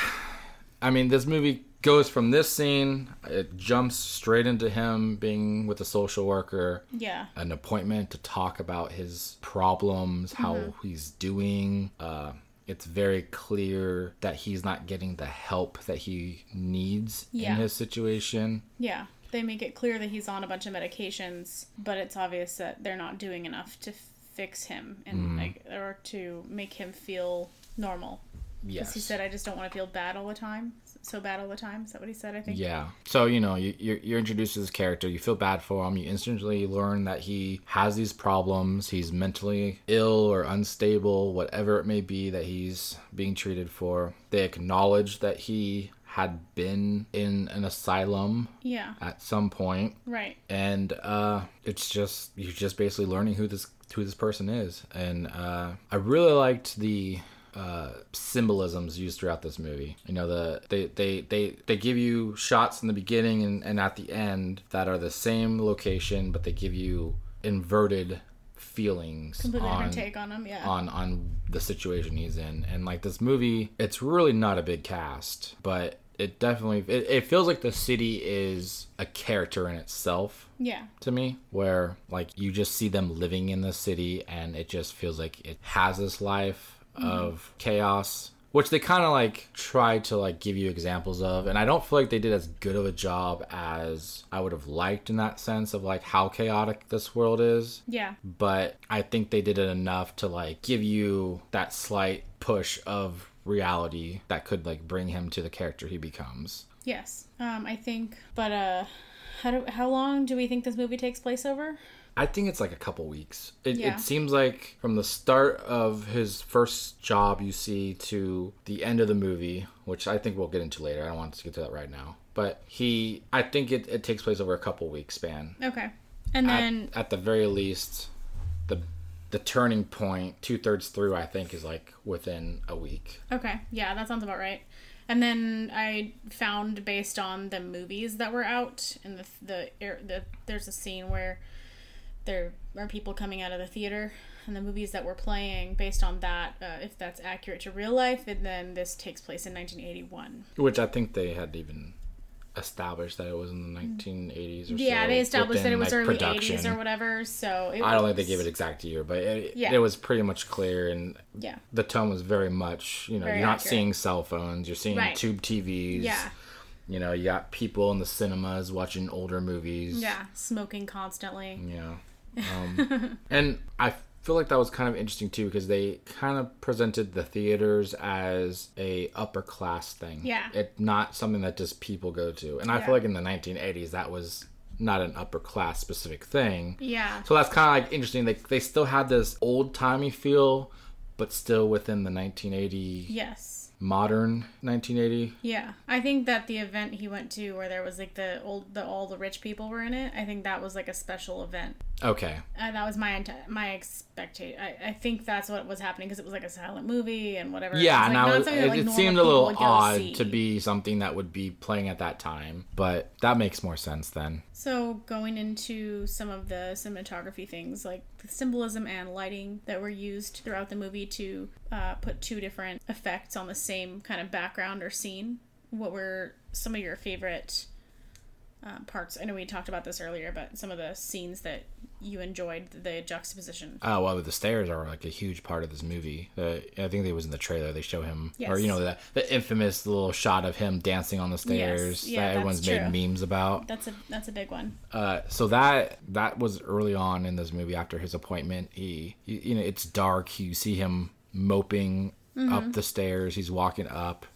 Speaker 1: I mean, this movie goes from this scene, it jumps straight into him being with a social worker,
Speaker 2: Yeah.
Speaker 1: an appointment to talk about his problems, how
Speaker 2: Mm-hmm.
Speaker 1: he's doing. Uh, it's very clear that he's not getting the help that he needs
Speaker 2: Yeah.
Speaker 1: in his situation.
Speaker 2: Yeah. They make it clear that he's on a bunch of medications, but it's obvious that they're not doing enough to fix him and
Speaker 1: Mm.
Speaker 2: like or to make him feel normal.
Speaker 1: Yes.
Speaker 2: He said, "I just don't want to feel bad all the time, so bad all the time." Is that what he said? I think.
Speaker 1: Yeah. So, you know, you, you're, you're introduced to this character, you feel bad for him, you instantly learn that he has these problems, he's mentally ill or unstable, whatever it may be that he's being treated for. They acknowledge that he had been in an asylum
Speaker 2: Yeah.
Speaker 1: at some point
Speaker 2: Right.
Speaker 1: and uh it's just you're just basically learning who this who this person is and uh i really liked the uh symbolisms used throughout this movie you know the they they they, they give you shots in the beginning and, and at the end that are the same location but they give you inverted feelings
Speaker 2: Completely
Speaker 1: on,
Speaker 2: different take on him. Yeah.
Speaker 1: on on the situation he's in and like this movie it's really not a big cast but it definitely it, it feels like the city is a character in itself
Speaker 2: yeah.
Speaker 1: to me where like you just see them living in the city and it just feels like it has this life of chaos which they kind of like try to like give you examples of and i don't feel like they did as good of a job as i would have liked in that sense of like how chaotic this world is
Speaker 2: Yeah.
Speaker 1: but I think they did it enough to like give you that slight push of reality that could like bring him to the character he becomes.
Speaker 2: Yes. Um. I think. But uh, how do how long do we think this movie takes place over?
Speaker 1: I think it's like a couple weeks. It,
Speaker 2: Yeah.
Speaker 1: it seems like from the start of his first job you see to the end of the movie, which I think we'll get into later. I don't want to get to that right now. But he, I think it, it takes place over a couple weeks span.
Speaker 2: Okay. And
Speaker 1: at-
Speaker 2: then
Speaker 1: at, the very least, the the turning point two thirds through I think is like within a week.
Speaker 2: Okay, yeah, that sounds about right. And then I found based on the movies that were out and the the, air- the there's a scene where there are people coming out of the theater and the movies that were playing based on that uh, if that's accurate to real life and then this takes place in 1981.
Speaker 1: Which I think they had even established that it was in the 1980s or
Speaker 2: Mm. Yeah,
Speaker 1: so,
Speaker 2: they established that it
Speaker 1: within,
Speaker 2: was
Speaker 1: like,
Speaker 2: early
Speaker 1: production.
Speaker 2: 80s or whatever, so it
Speaker 1: I don't
Speaker 2: was-
Speaker 1: think they gave it exact year, but it,
Speaker 2: Yeah.
Speaker 1: it was pretty much clear, and
Speaker 2: Yeah.
Speaker 1: the tone was very much, you know,
Speaker 2: Very
Speaker 1: you're not
Speaker 2: accurate.
Speaker 1: seeing cell phones, you're seeing
Speaker 2: Right.
Speaker 1: tube TVs.
Speaker 2: Yeah.
Speaker 1: You know, you got people in the cinemas watching older movies.
Speaker 2: Yeah, smoking constantly.
Speaker 1: Yeah. Um, and I feel like that was kind of interesting too because they kind of presented the theaters as a upper class thing.
Speaker 2: Yeah.
Speaker 1: It not something that just people go to. And I
Speaker 2: Yeah.
Speaker 1: feel like in the 1980s that was not an upper class specific thing.
Speaker 2: Yeah.
Speaker 1: So that's kind of like interesting. They they still had this old timey feel, but still within the 1980
Speaker 2: Yes.
Speaker 1: modern 1980.
Speaker 2: Yeah, I think that the event he went to where there was like the old, the all the rich people were in it. I think that was like a special event.
Speaker 1: Okay.
Speaker 2: Uh, that was my enti- my expectation. I, I think that's what was happening because it was like a silent movie and whatever.
Speaker 1: Yeah,
Speaker 2: It's, like,
Speaker 1: and
Speaker 2: not
Speaker 1: I was,
Speaker 2: something
Speaker 1: it,
Speaker 2: that, like,
Speaker 1: it
Speaker 2: normal
Speaker 1: seemed a
Speaker 2: people
Speaker 1: little
Speaker 2: would go
Speaker 1: odd
Speaker 2: see.
Speaker 1: to be something that would be playing at that time, but that makes more sense then.
Speaker 2: So going into some of the cinematography things, like the symbolism and lighting that were used throughout the movie to uh, put two different effects on the same kind of background or scene. What were some of your favorite uh, parts? I know we talked about this earlier, but some of the scenes that you enjoyed the juxtaposition.
Speaker 1: Oh well, the stairs are like a huge part of this movie. Uh, I think it was in the trailer. They show him, or
Speaker 2: Yes.
Speaker 1: you know, the, the infamous little shot of him dancing on the stairs
Speaker 2: Yeah,
Speaker 1: that
Speaker 2: that's
Speaker 1: everyone's
Speaker 2: true.
Speaker 1: made memes about.
Speaker 2: That's a that's a big one.
Speaker 1: Uh, so that that was early on in this movie after his appointment. He, you, you know, it's dark. You see him moping up the stairs. He's walking up.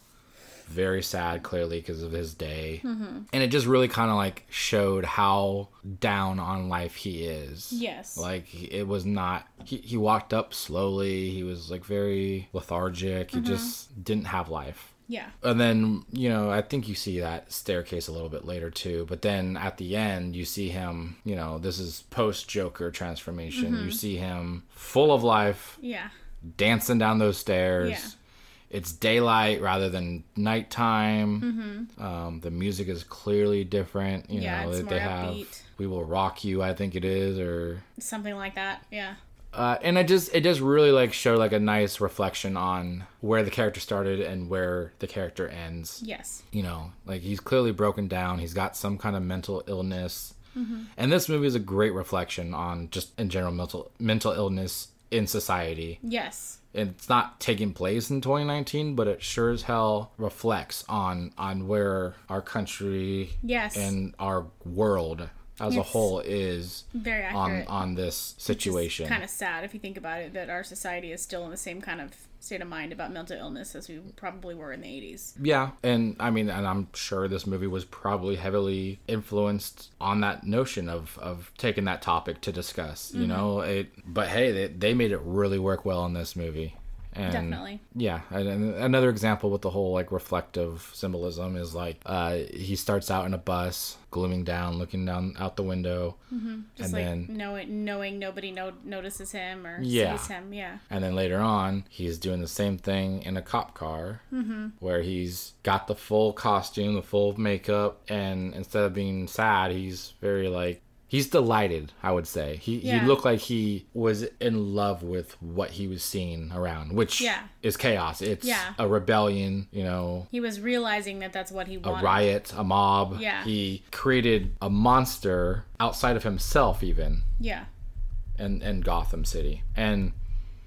Speaker 1: very sad, clearly, because of his day. And it just really kind of like showed how down on life he is.
Speaker 2: Yes.
Speaker 1: Like, he- it was not, he, he walked up slowly. He was like very lethargic. He just didn't have life.
Speaker 2: Yeah.
Speaker 1: And then, you know, I think you see that staircase a little bit later too. But then at the end, you see him, you know, this is post Joker transformation.
Speaker 2: Mm-hmm.
Speaker 1: You see him full of life,
Speaker 2: Yeah.
Speaker 1: dancing down those stairs.
Speaker 2: Yeah.
Speaker 1: It's daylight rather than nighttime. Um, the music is clearly different. You
Speaker 2: Mm-hmm. Yeah,
Speaker 1: know,
Speaker 2: it's
Speaker 1: that they
Speaker 2: more
Speaker 1: have
Speaker 2: upbeat.
Speaker 1: We Will Rock You, I think it is, or
Speaker 2: Something like that. Yeah.
Speaker 1: uh, and it just it just really like showed like a nice reflection on where the character started and where the character ends
Speaker 2: Yes.
Speaker 1: you know, like he's clearly broken down. He's got some kind of mental illness,
Speaker 2: Mm-hmm.
Speaker 1: and this movie is a great reflection on just in general mental mental illness in society.
Speaker 2: Yes.
Speaker 1: And it's not taking place in 2019, but it sure as hell reflects on on where our country
Speaker 2: Yes.
Speaker 1: and our world as a
Speaker 2: Yes.
Speaker 1: whole is
Speaker 2: Very
Speaker 1: on
Speaker 2: accurate.
Speaker 1: on this situation.
Speaker 2: Kind of sad if you think about it that our society is still in the same kind of state of mind about mental illness as we probably were in the 80s.
Speaker 1: Yeah, and I mean, and I'm sure this movie was probably heavily influenced on that notion of of taking that topic to discuss.
Speaker 2: Mm-hmm.
Speaker 1: You know, it. But hey, they, they made it really work well in this movie. And
Speaker 2: Definitely.
Speaker 1: Yeah, and, and another example with the whole like reflective symbolism is like uh, he starts out in a bus, glooming down, looking down out the window,
Speaker 2: Mm-hmm. Just
Speaker 1: and
Speaker 2: like
Speaker 1: then
Speaker 2: knowing, knowing nobody no- notices him or
Speaker 1: Yeah.
Speaker 2: sees him. Yeah.
Speaker 1: And then later on, he's doing the same thing in a cop car,
Speaker 2: Mm-hmm.
Speaker 1: where he's got the full costume, the full makeup, and instead of being sad, he's very like he's delighted. I would say he
Speaker 2: Yeah.
Speaker 1: he looked like he was in love with what he was seeing around, which
Speaker 2: Yeah.
Speaker 1: is chaos. It's
Speaker 2: Yeah.
Speaker 1: a rebellion, you know,
Speaker 2: He was realizing that that's what he
Speaker 1: a
Speaker 2: wanted.
Speaker 1: riot, a mob.
Speaker 2: Yeah.
Speaker 1: He created a monster outside of himself, even
Speaker 2: Yeah.
Speaker 1: and and Gotham City. And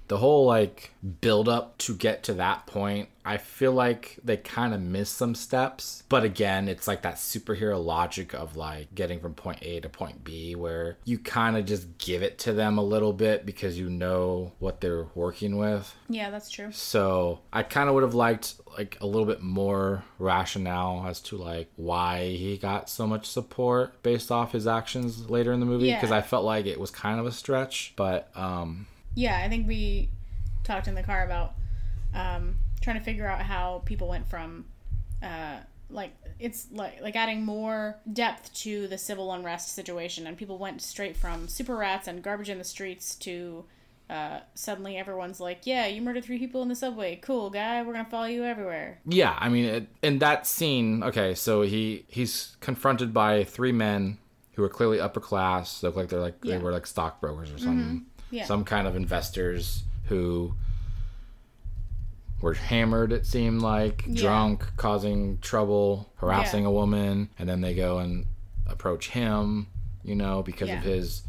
Speaker 1: the whole like build up to get to that point, I feel like they kind of missed some steps. But again, it's like that superhero logic of like getting from point A to point B where you kind of just give it to them a little bit because you know what they're working with.
Speaker 2: Yeah, that's true.
Speaker 1: So I kind of would have liked like a little bit more rationale as to like why he got so much support based off his actions later in the movie
Speaker 2: Yeah.
Speaker 1: because I felt like it was kind of a stretch. But um,
Speaker 2: Yeah, I think we talked in the car about um, trying to figure out how people went from uh, like it's like like adding more depth to the civil unrest situation, and people went straight from super rats and garbage in the streets to uh, suddenly everyone's like, "Yeah, you murdered three people in the subway. Cool guy, we're gonna follow you everywhere."
Speaker 1: yeah, I mean, it, in that scene, okay, so he he's confronted by three men who are clearly upper class, look like they're like
Speaker 2: Yeah. Mm-hmm.
Speaker 1: they were like stockbrokers or something.
Speaker 2: Yeah,
Speaker 1: some kind of investors who were hammered it seemed like
Speaker 2: Yeah.
Speaker 1: drunk causing trouble harassing a woman and then they go and approach him you know because
Speaker 2: Yeah.
Speaker 1: of his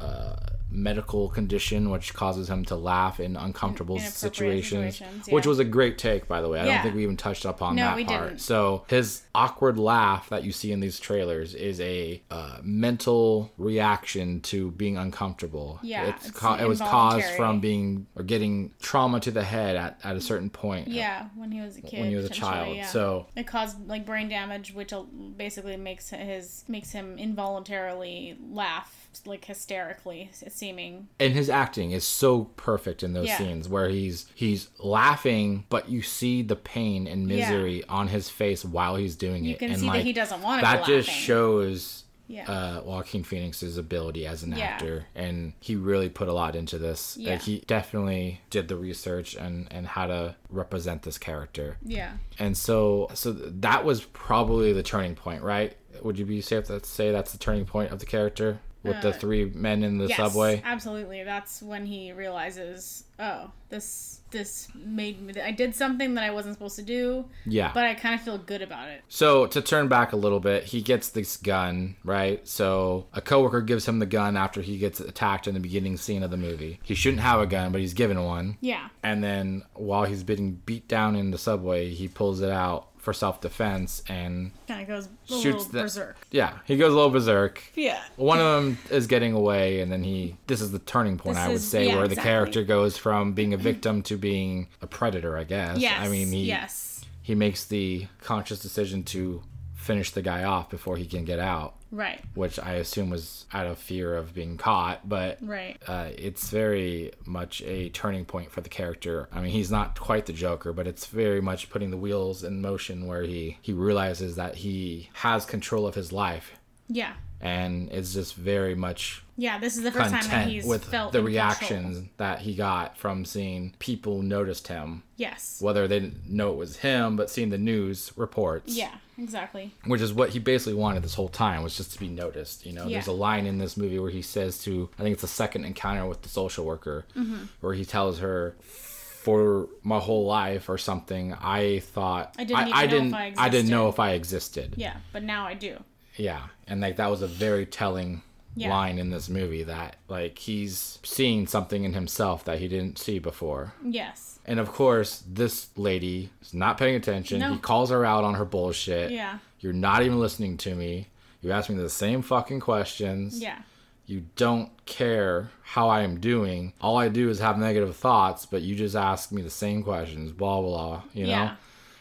Speaker 1: uh, medical condition which causes him to laugh in uncomfortable
Speaker 2: inappropriate
Speaker 1: situations,
Speaker 2: situations,
Speaker 1: which
Speaker 2: yeah.
Speaker 1: was a great take by the way i
Speaker 2: Yeah.
Speaker 1: don't think we even touched up on
Speaker 2: No,
Speaker 1: that
Speaker 2: we
Speaker 1: part
Speaker 2: didn't.
Speaker 1: so his awkward laugh that you see in these trailers is a uh, mental reaction to being uncomfortable
Speaker 2: Yeah,
Speaker 1: it's
Speaker 2: it's
Speaker 1: ca- it was caused
Speaker 2: involuntary.
Speaker 1: from being or getting trauma to the head at, at a certain point
Speaker 2: yeah. When he was a kid,
Speaker 1: when you was a
Speaker 2: potentially,
Speaker 1: child.
Speaker 2: yeah.
Speaker 1: So
Speaker 2: it caused like brain damage which al- basically makes his makes him involuntarily laugh like hysterically s- seeming
Speaker 1: and his acting is so perfect in those
Speaker 2: Yeah.
Speaker 1: scenes where he's he's laughing, but you see the pain and misery on his face while he's doing it.
Speaker 2: you can
Speaker 1: and
Speaker 2: see
Speaker 1: like,
Speaker 2: that he doesn't want to
Speaker 1: that
Speaker 2: be
Speaker 1: just
Speaker 2: laughing.
Speaker 1: shows
Speaker 2: Yeah.
Speaker 1: uh, Joaquin Phoenix's ability as an
Speaker 2: Yeah.
Speaker 1: actor, and he really put a lot into this.
Speaker 2: Yeah.
Speaker 1: Like he definitely did the research and and how to represent this character.
Speaker 2: yeah
Speaker 1: And so, so th- that was probably the turning point, right? Would you be safe to say that's the turning point of the character with the three men in the
Speaker 2: Uh, yes,
Speaker 1: subway?
Speaker 2: absolutely that's when he realizes oh this this made me i did something that i wasn't supposed to do
Speaker 1: Yeah.
Speaker 2: but i kind of feel good about it
Speaker 1: so to turn back a little bit, he gets this gun, right? So a coworker gives him the gun after he gets attacked in the beginning scene of the movie. He shouldn't have a gun, but he's given one.
Speaker 2: yeah
Speaker 1: And then while he's being beat down in the subway, he pulls it out for self-defense and
Speaker 2: kind of goes a
Speaker 1: shoots
Speaker 2: little
Speaker 1: the
Speaker 2: berserk
Speaker 1: Yeah, he goes a little berserk.
Speaker 2: yeah
Speaker 1: One of them is getting away, and then he. This is the turning point,
Speaker 2: This
Speaker 1: I would
Speaker 2: is-
Speaker 1: say,
Speaker 2: yeah,
Speaker 1: where the
Speaker 2: exactly.
Speaker 1: character goes from being a victim to being a predator. I guess.
Speaker 2: yes
Speaker 1: I mean, he
Speaker 2: yes
Speaker 1: he makes the conscious decision to finish the guy off before he can get out,
Speaker 2: Right.
Speaker 1: which I assume was out of fear of being caught, but
Speaker 2: Right.
Speaker 1: uh, it's very much a turning point for the character. I mean, he's not quite the Joker, but it's very much putting the wheels in motion where he he realizes that he has control of his life,
Speaker 2: Yeah.
Speaker 1: and it's just very much
Speaker 2: Yeah. This is the first time that
Speaker 1: content
Speaker 2: he's
Speaker 1: with
Speaker 2: felt
Speaker 1: the
Speaker 2: in control.
Speaker 1: reactions that he got from seeing people noticed him,
Speaker 2: Yes.
Speaker 1: whether they didn't know it was him, but seeing the news reports
Speaker 2: Yeah. Exactly.
Speaker 1: which is what he basically wanted this whole time was just to be noticed you know
Speaker 2: Yeah.
Speaker 1: there's a line in this movie where he says to i think it's the second encounter with the social worker
Speaker 2: Mm-hmm.
Speaker 1: where he tells her for my whole life or something i thought
Speaker 2: I didn't even know
Speaker 1: I
Speaker 2: if
Speaker 1: didn't,
Speaker 2: I
Speaker 1: I didn't know
Speaker 2: existed."
Speaker 1: if i existed
Speaker 2: Yeah. But now I do.
Speaker 1: yeah, and like that was a very telling
Speaker 2: Yeah.
Speaker 1: line in this movie that like he's seeing something in himself that he didn't see before.
Speaker 2: Yes.
Speaker 1: And of course, this lady is not paying attention.
Speaker 2: No.
Speaker 1: He calls her out on her bullshit.
Speaker 2: Yeah.
Speaker 1: You're not even listening to me. You ask me the same fucking questions.
Speaker 2: Yeah.
Speaker 1: You don't care how I am doing. All I do is have negative thoughts, but you just ask me the same questions, blah blah, blah you know?
Speaker 2: Yeah.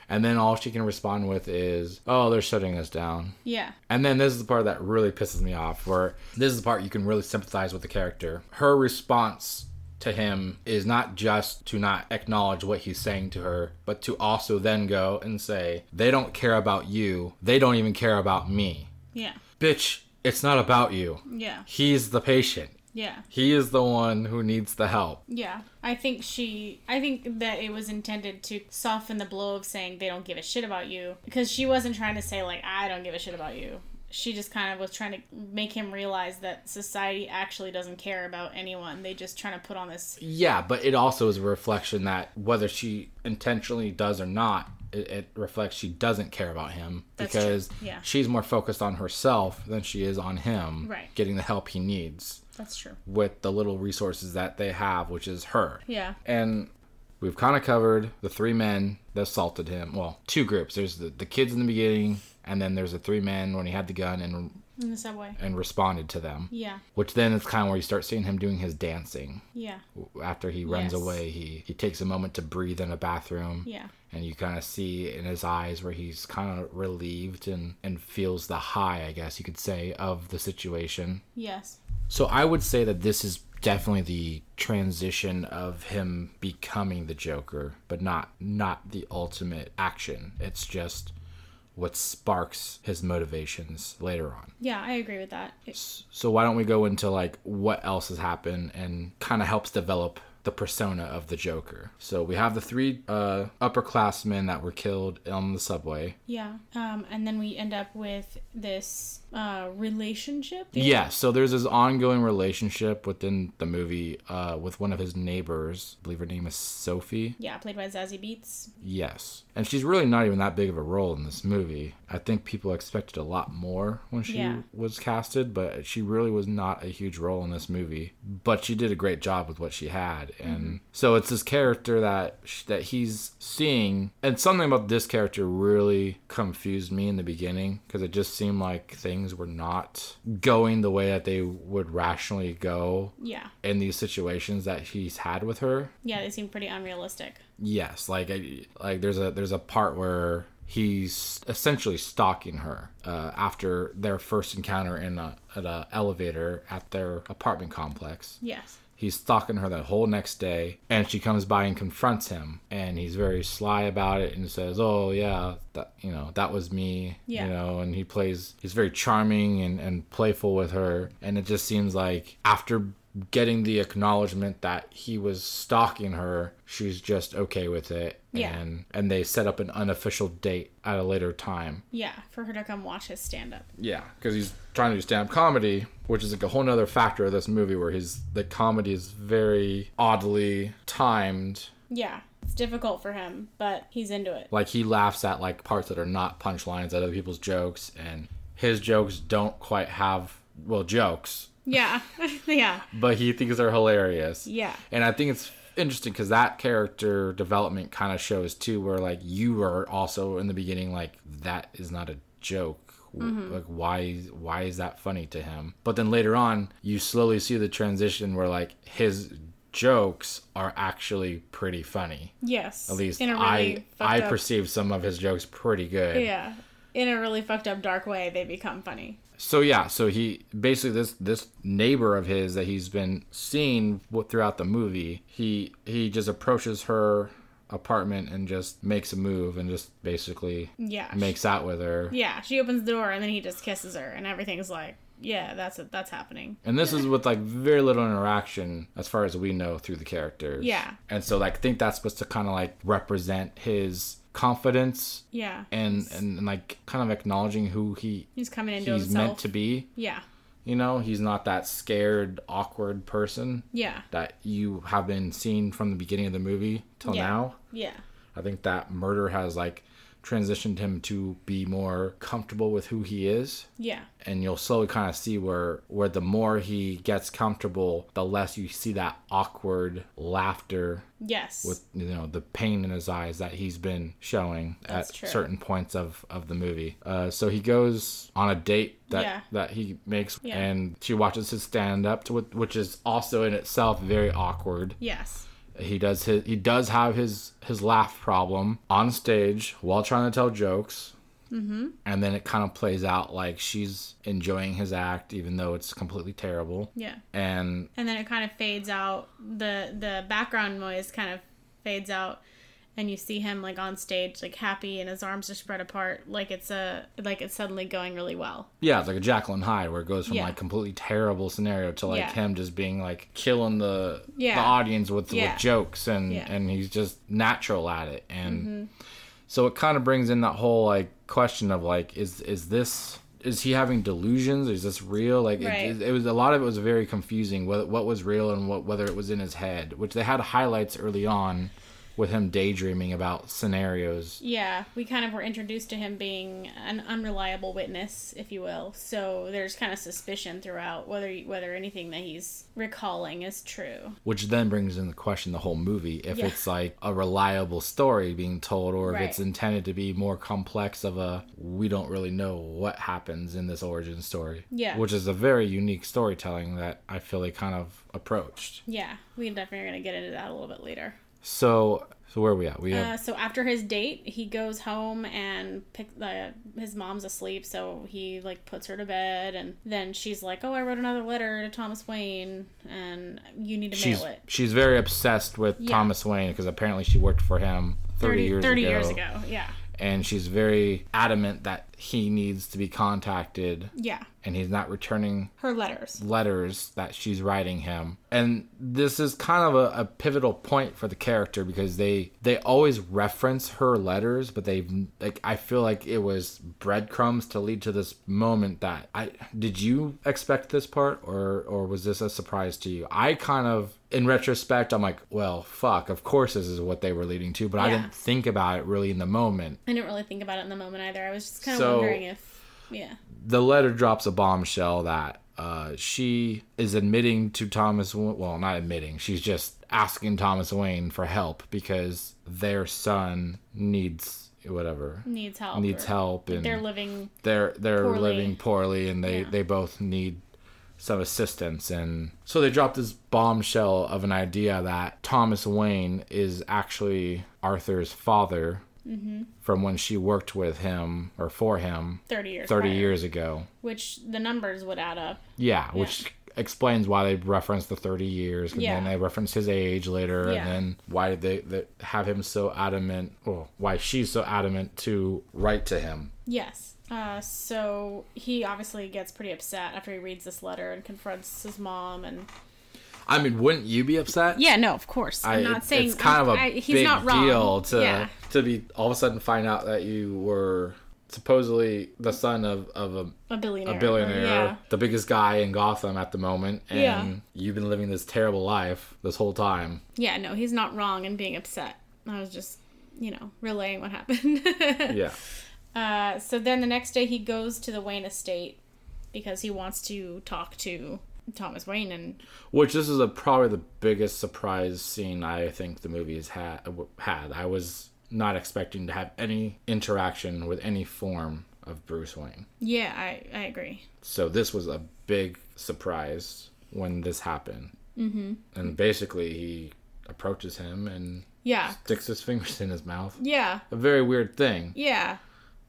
Speaker 1: And then all she can respond with is, "Oh, they're shutting us down."
Speaker 2: Yeah.
Speaker 1: And then this is the part that really pisses me off, where this is the part you can really sympathize with the character. Her response to him is not just to not acknowledge what he's saying to her, but to also then go and say, they don't care about you. They don't even care about me.
Speaker 2: Yeah.
Speaker 1: Bitch, it's not about you.
Speaker 2: Yeah.
Speaker 1: He's the patient.
Speaker 2: Yeah.
Speaker 1: He is the one who needs the help.
Speaker 2: Yeah. I think she I think that it was intended to soften the blow of saying they don't give a shit about you because she wasn't trying to say like I don't give a shit about you. She just kind of was trying to make him realize that society actually doesn't care about anyone. They just trying to put on this
Speaker 1: Yeah, but it also is a reflection that whether she intentionally does or not, it, it reflects she doesn't care about him
Speaker 2: That's true.
Speaker 1: because
Speaker 2: Yeah.
Speaker 1: she's more focused on herself than she is on him
Speaker 2: Right.
Speaker 1: getting the help he needs
Speaker 2: That's true.
Speaker 1: with the little resources that they have, which is her.
Speaker 2: Yeah.
Speaker 1: And we've kind of covered the three men that assaulted him. Well, two groups. There's the, the kids in the beginning, and then there's the three men when he had the gun and
Speaker 2: In the subway.
Speaker 1: and responded to them.
Speaker 2: Yeah.
Speaker 1: Which then is kind of where you start seeing him doing his dancing
Speaker 2: Yeah.
Speaker 1: after he runs
Speaker 2: Yes.
Speaker 1: away he he takes a moment to breathe in a bathroom
Speaker 2: Yeah.
Speaker 1: and you kind of see in his eyes where he's kind of relieved and and feels the high i guess you could say of the situation
Speaker 2: Yes.
Speaker 1: so i would say that this is definitely the transition of him becoming the joker but not not the ultimate action it's just what sparks his motivations later on
Speaker 2: Yeah, I agree with that. It-
Speaker 1: so why don't we go into like what else has happened and kind of helps develop the persona of the Joker. So we have the three uh, upperclassmen that were killed on the subway.
Speaker 2: yeah. Um, and then we end up with this uh, relationship.
Speaker 1: Yeah, so there's this ongoing relationship within the movie uh, with one of his neighbors. I believe her name is Sophie.
Speaker 2: Yeah, played by Zazie Beats.
Speaker 1: Yes. And she's really not even that big of a role in this movie. I think people expected a lot more when she
Speaker 2: Yeah.
Speaker 1: was casted, but she really was not a huge role in this movie. But she did a great job with what she had. And so it's this character that sh- that he's seeing and something about this character really confused me in the beginning because it just seemed like things were not going the way that they would rationally go
Speaker 2: Yeah.
Speaker 1: in these situations that he's had with her.
Speaker 2: Yeah, they seem pretty unrealistic.
Speaker 1: Yes, like I, like there's a there's a part where he's essentially stalking her uh, after their first encounter in a at a elevator at their apartment complex.
Speaker 2: Yes.
Speaker 1: He's stalking her the whole next day, and she comes by and confronts him, and he's very sly about it and says, "Oh yeah, that you know that was me,
Speaker 2: Yeah.
Speaker 1: you know." And he plays, he's very charming and and playful with her, and it just seems like after getting the acknowledgement that he was stalking her, she's just okay with it,
Speaker 2: Yeah.
Speaker 1: and and they set up an unofficial date at a later time.
Speaker 2: Yeah, for her to come watch his stand up.
Speaker 1: Yeah, because he's trying to do stand up comedy, which is like a whole nother factor of this movie where his the comedy is very oddly timed.
Speaker 2: Yeah, it's difficult for him, but he's into it.
Speaker 1: Like he laughs at like parts that are not punchlines at other people's jokes, and his jokes don't quite have well jokes,
Speaker 2: Yeah. yeah.
Speaker 1: but he thinks they're hilarious.
Speaker 2: Yeah.
Speaker 1: and I think it's interesting because that character development kind of shows too, where like you are also in the beginning like that is not a joke.
Speaker 2: Mm-hmm.
Speaker 1: Like why why is that funny to him? But then later on, you slowly see the transition where like his jokes are actually pretty funny.
Speaker 2: Yes.
Speaker 1: At least
Speaker 2: in a
Speaker 1: I
Speaker 2: really
Speaker 1: I
Speaker 2: fucked up,
Speaker 1: perceive some of his jokes pretty good.
Speaker 2: yeah, in a really fucked up dark way, they become funny.
Speaker 1: So yeah, so he basically this this neighbor of his that he's been seeing w- throughout the movie, he he just approaches her apartment and just makes a move and just basically
Speaker 2: Yeah.
Speaker 1: makes out with her.
Speaker 2: Yeah, she opens the door and then he just kisses her, and everything's like, yeah, that's it, that's happening.
Speaker 1: And this is with like very little interaction as far as we know through the characters.
Speaker 2: Yeah.
Speaker 1: And so like I think that's supposed to kind of like represent his confidence
Speaker 2: Yeah,
Speaker 1: and, and and like kind of acknowledging who he
Speaker 2: he's coming into
Speaker 1: he's
Speaker 2: himself.
Speaker 1: meant to be.
Speaker 2: Yeah,
Speaker 1: You know, he's not that scared, awkward person
Speaker 2: yeah,
Speaker 1: that you have been seeing from the beginning of the movie till
Speaker 2: Yeah.
Speaker 1: now.
Speaker 2: yeah,
Speaker 1: I think that murder has like transitioned him to be more comfortable with who he is
Speaker 2: yeah,
Speaker 1: and you'll slowly kind of see where where the more he gets comfortable the less you see that awkward laughter
Speaker 2: yes,
Speaker 1: with you know the pain in his eyes that he's been showing
Speaker 2: That's
Speaker 1: at
Speaker 2: true.
Speaker 1: certain points of of the movie uh, so he goes on a date that
Speaker 2: Yeah.
Speaker 1: that he makes
Speaker 2: Yeah.
Speaker 1: and she watches his stand up to wh- which is also in itself very awkward
Speaker 2: yes,
Speaker 1: he does his he does have his his laugh problem on stage while trying to tell jokes mm-hmm. and then it kind of plays out like she's enjoying his act even though it's completely terrible
Speaker 2: yeah.
Speaker 1: and
Speaker 2: And then it kind of fades out. the The background noise kind of fades out, and you see him like on stage, like happy, and his arms are spread apart, like it's a like it's suddenly going really well.
Speaker 1: yeah it's like a jacqueline high where it goes from
Speaker 2: Yeah.
Speaker 1: like completely terrible scenario to like
Speaker 2: Yeah.
Speaker 1: him just being like killing the
Speaker 2: Yeah.
Speaker 1: the audience with,
Speaker 2: Yeah.
Speaker 1: with jokes and
Speaker 2: Yeah. Mm-hmm.
Speaker 1: and he's just natural at it and so it kind of brings in that whole like question of like is is this is he having delusions is this real like it-
Speaker 2: Right.
Speaker 1: it, it was a lot of it was very confusing what, what was real and what whether it was in his head which they had highlights early on with him daydreaming about scenarios
Speaker 2: Yeah, we kind of were introduced to him being an unreliable witness, if you will. So there's kind of suspicion throughout whether whether anything that he's recalling is true.
Speaker 1: which then brings in the question the whole movie if
Speaker 2: Yeah.
Speaker 1: it's like a reliable story being told or if it's
Speaker 2: Right.
Speaker 1: intended to be more complex of a we don't really know what happens in this origin story
Speaker 2: Yeah.
Speaker 1: which is a very unique storytelling that i feel they kind of approached
Speaker 2: Yeah, we definitely are going to get into that a little bit later.
Speaker 1: So, so where are we at? We have
Speaker 2: Uh, so after his date, he goes home and pick the his mom's asleep, so he like puts her to bed, and then she's like, "Oh, I wrote another letter to Thomas Wayne, and you need to
Speaker 1: she's
Speaker 2: mail it."
Speaker 1: she's very obsessed with
Speaker 2: Yeah.
Speaker 1: Thomas Wayne because apparently she worked for him 30, years,
Speaker 2: 30
Speaker 1: ago,
Speaker 2: years ago. Yeah.
Speaker 1: and she's very adamant that he needs to be contacted
Speaker 2: Yeah.
Speaker 1: and he's not returning
Speaker 2: Her letters.
Speaker 1: letters that she's writing him and this is kind of a, a pivotal point for the character because they they always reference her letters but they like i feel like it was breadcrumbs to lead to this moment that i did you expect this part or or was this a surprise to you i kind of in retrospect i'm like well fuck of course this is what they were leading to but i
Speaker 2: Yeah.
Speaker 1: didn't think about it really in the moment
Speaker 2: I didn't really think about it in the moment either. I was just kind of
Speaker 1: So-
Speaker 2: wondering if, yeah,
Speaker 1: the letter drops a bombshell that uh, she is admitting to Thomas. W- Well, not admitting. She's just asking Thomas Wayne for help because their son needs whatever
Speaker 2: needs help.
Speaker 1: needs
Speaker 2: or-
Speaker 1: help, and
Speaker 2: Mm. They're
Speaker 1: they're
Speaker 2: living.
Speaker 1: they're,
Speaker 2: poorly.
Speaker 1: living poorly, and they
Speaker 2: Yeah.
Speaker 1: they both need some assistance. And so they dropped this bombshell of an idea that Thomas Wayne is actually Arthur's father
Speaker 2: Mm-hmm.
Speaker 1: from when she worked with him or for him
Speaker 2: 30 years
Speaker 1: 30
Speaker 2: prior,
Speaker 1: years ago.
Speaker 2: which the numbers would add up
Speaker 1: Yeah, which explains why they reference the 30 years and
Speaker 2: Yeah.
Speaker 1: then they reference his age later
Speaker 2: Yeah.
Speaker 1: and then why they, they have him so adamant or why she's so adamant to write to him.
Speaker 2: yes uh, so he obviously gets pretty upset after he reads this letter and confronts his mom and
Speaker 1: I mean, wouldn't you be upset?
Speaker 2: yeah no of course i'm
Speaker 1: I-
Speaker 2: not
Speaker 1: it's-
Speaker 2: saying
Speaker 1: it's kind of a
Speaker 2: I- he's
Speaker 1: big
Speaker 2: not wrong
Speaker 1: deal to
Speaker 2: yeah
Speaker 1: to be all of a sudden find out that you were supposedly the son of, of a
Speaker 2: a billionaire
Speaker 1: a billionaire,
Speaker 2: yeah
Speaker 1: the biggest guy in Gotham at the moment, and
Speaker 2: Yeah.
Speaker 1: you've been living this terrible life this whole time.
Speaker 2: yeah no he's not wrong in being upset i was just you know relaying what happened
Speaker 1: Yeah.
Speaker 2: Uh, so then the next day he goes to the Wayne estate because he wants to talk to Thomas Wayne and
Speaker 1: Which this is a, probably the biggest surprise scene I think the movie has had. Had I was not expecting to have any interaction with any form of Bruce Wayne,
Speaker 2: yeah, I, I agree.
Speaker 1: so this was a big surprise when this happened. Mm-hmm. And basically, he approaches him and
Speaker 2: Yeah.
Speaker 1: sticks his fingers in his mouth.
Speaker 2: Yeah.
Speaker 1: A very weird thing.
Speaker 2: Yeah.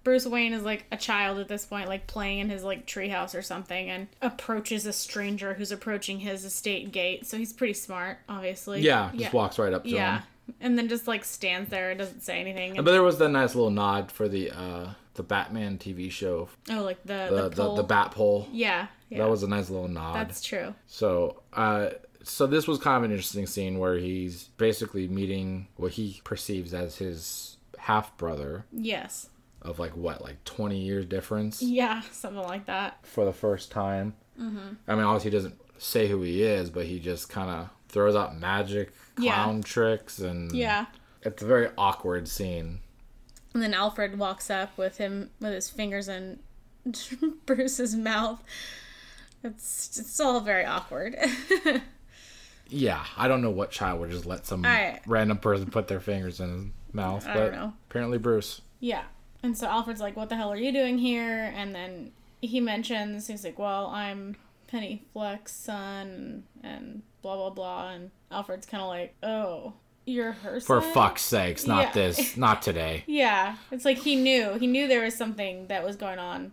Speaker 2: Bruce Wayne is like a child at this point, like playing in his like treehouse or something, and approaches a stranger who's approaching his estate gate. So he's pretty smart, obviously.
Speaker 1: Yeah, just walks right up to
Speaker 2: Yeah.
Speaker 1: him.
Speaker 2: And then just like stands there and doesn't say anything. And,
Speaker 1: But there was that nice little nod for the uh, the Batman TV show,
Speaker 2: oh, like the
Speaker 1: the
Speaker 2: the,
Speaker 1: the,
Speaker 2: pole.
Speaker 1: the, bat pole.
Speaker 2: yeah, yeah.
Speaker 1: That was a nice little nod.
Speaker 2: that's true.
Speaker 1: So, uh, so this was kind of an interesting scene where he's basically meeting what he perceives as his half brother
Speaker 2: Yes.
Speaker 1: of like what, like twenty years difference
Speaker 2: Yeah, something like that.
Speaker 1: for the first time. Mm-hmm. I mean, obviously he doesn't say who he is, but he just kind of throws out magic
Speaker 2: Yeah.
Speaker 1: clown tricks and
Speaker 2: Yeah.
Speaker 1: it's a very awkward scene.
Speaker 2: And then Alfred walks up with him with his fingers in Bruce's mouth. It's it's all very awkward.
Speaker 1: Yeah, I don't know what child would just let some
Speaker 2: I-
Speaker 1: random person put their fingers in his mouth,
Speaker 2: I
Speaker 1: but
Speaker 2: don't know.
Speaker 1: apparently Bruce.
Speaker 2: Yeah. And so Alfred's like, What the hell are you doing here? And then he mentions, he's like, Well, I'm Penny Fleck's son and blah, blah, blah. And Alfred's kind of like, Oh, you're her
Speaker 1: For
Speaker 2: son?
Speaker 1: fuck's sakes, not
Speaker 2: Uh, Yeah.
Speaker 1: this, not today.
Speaker 2: Yeah. It's like he knew. He knew there was something that was going on.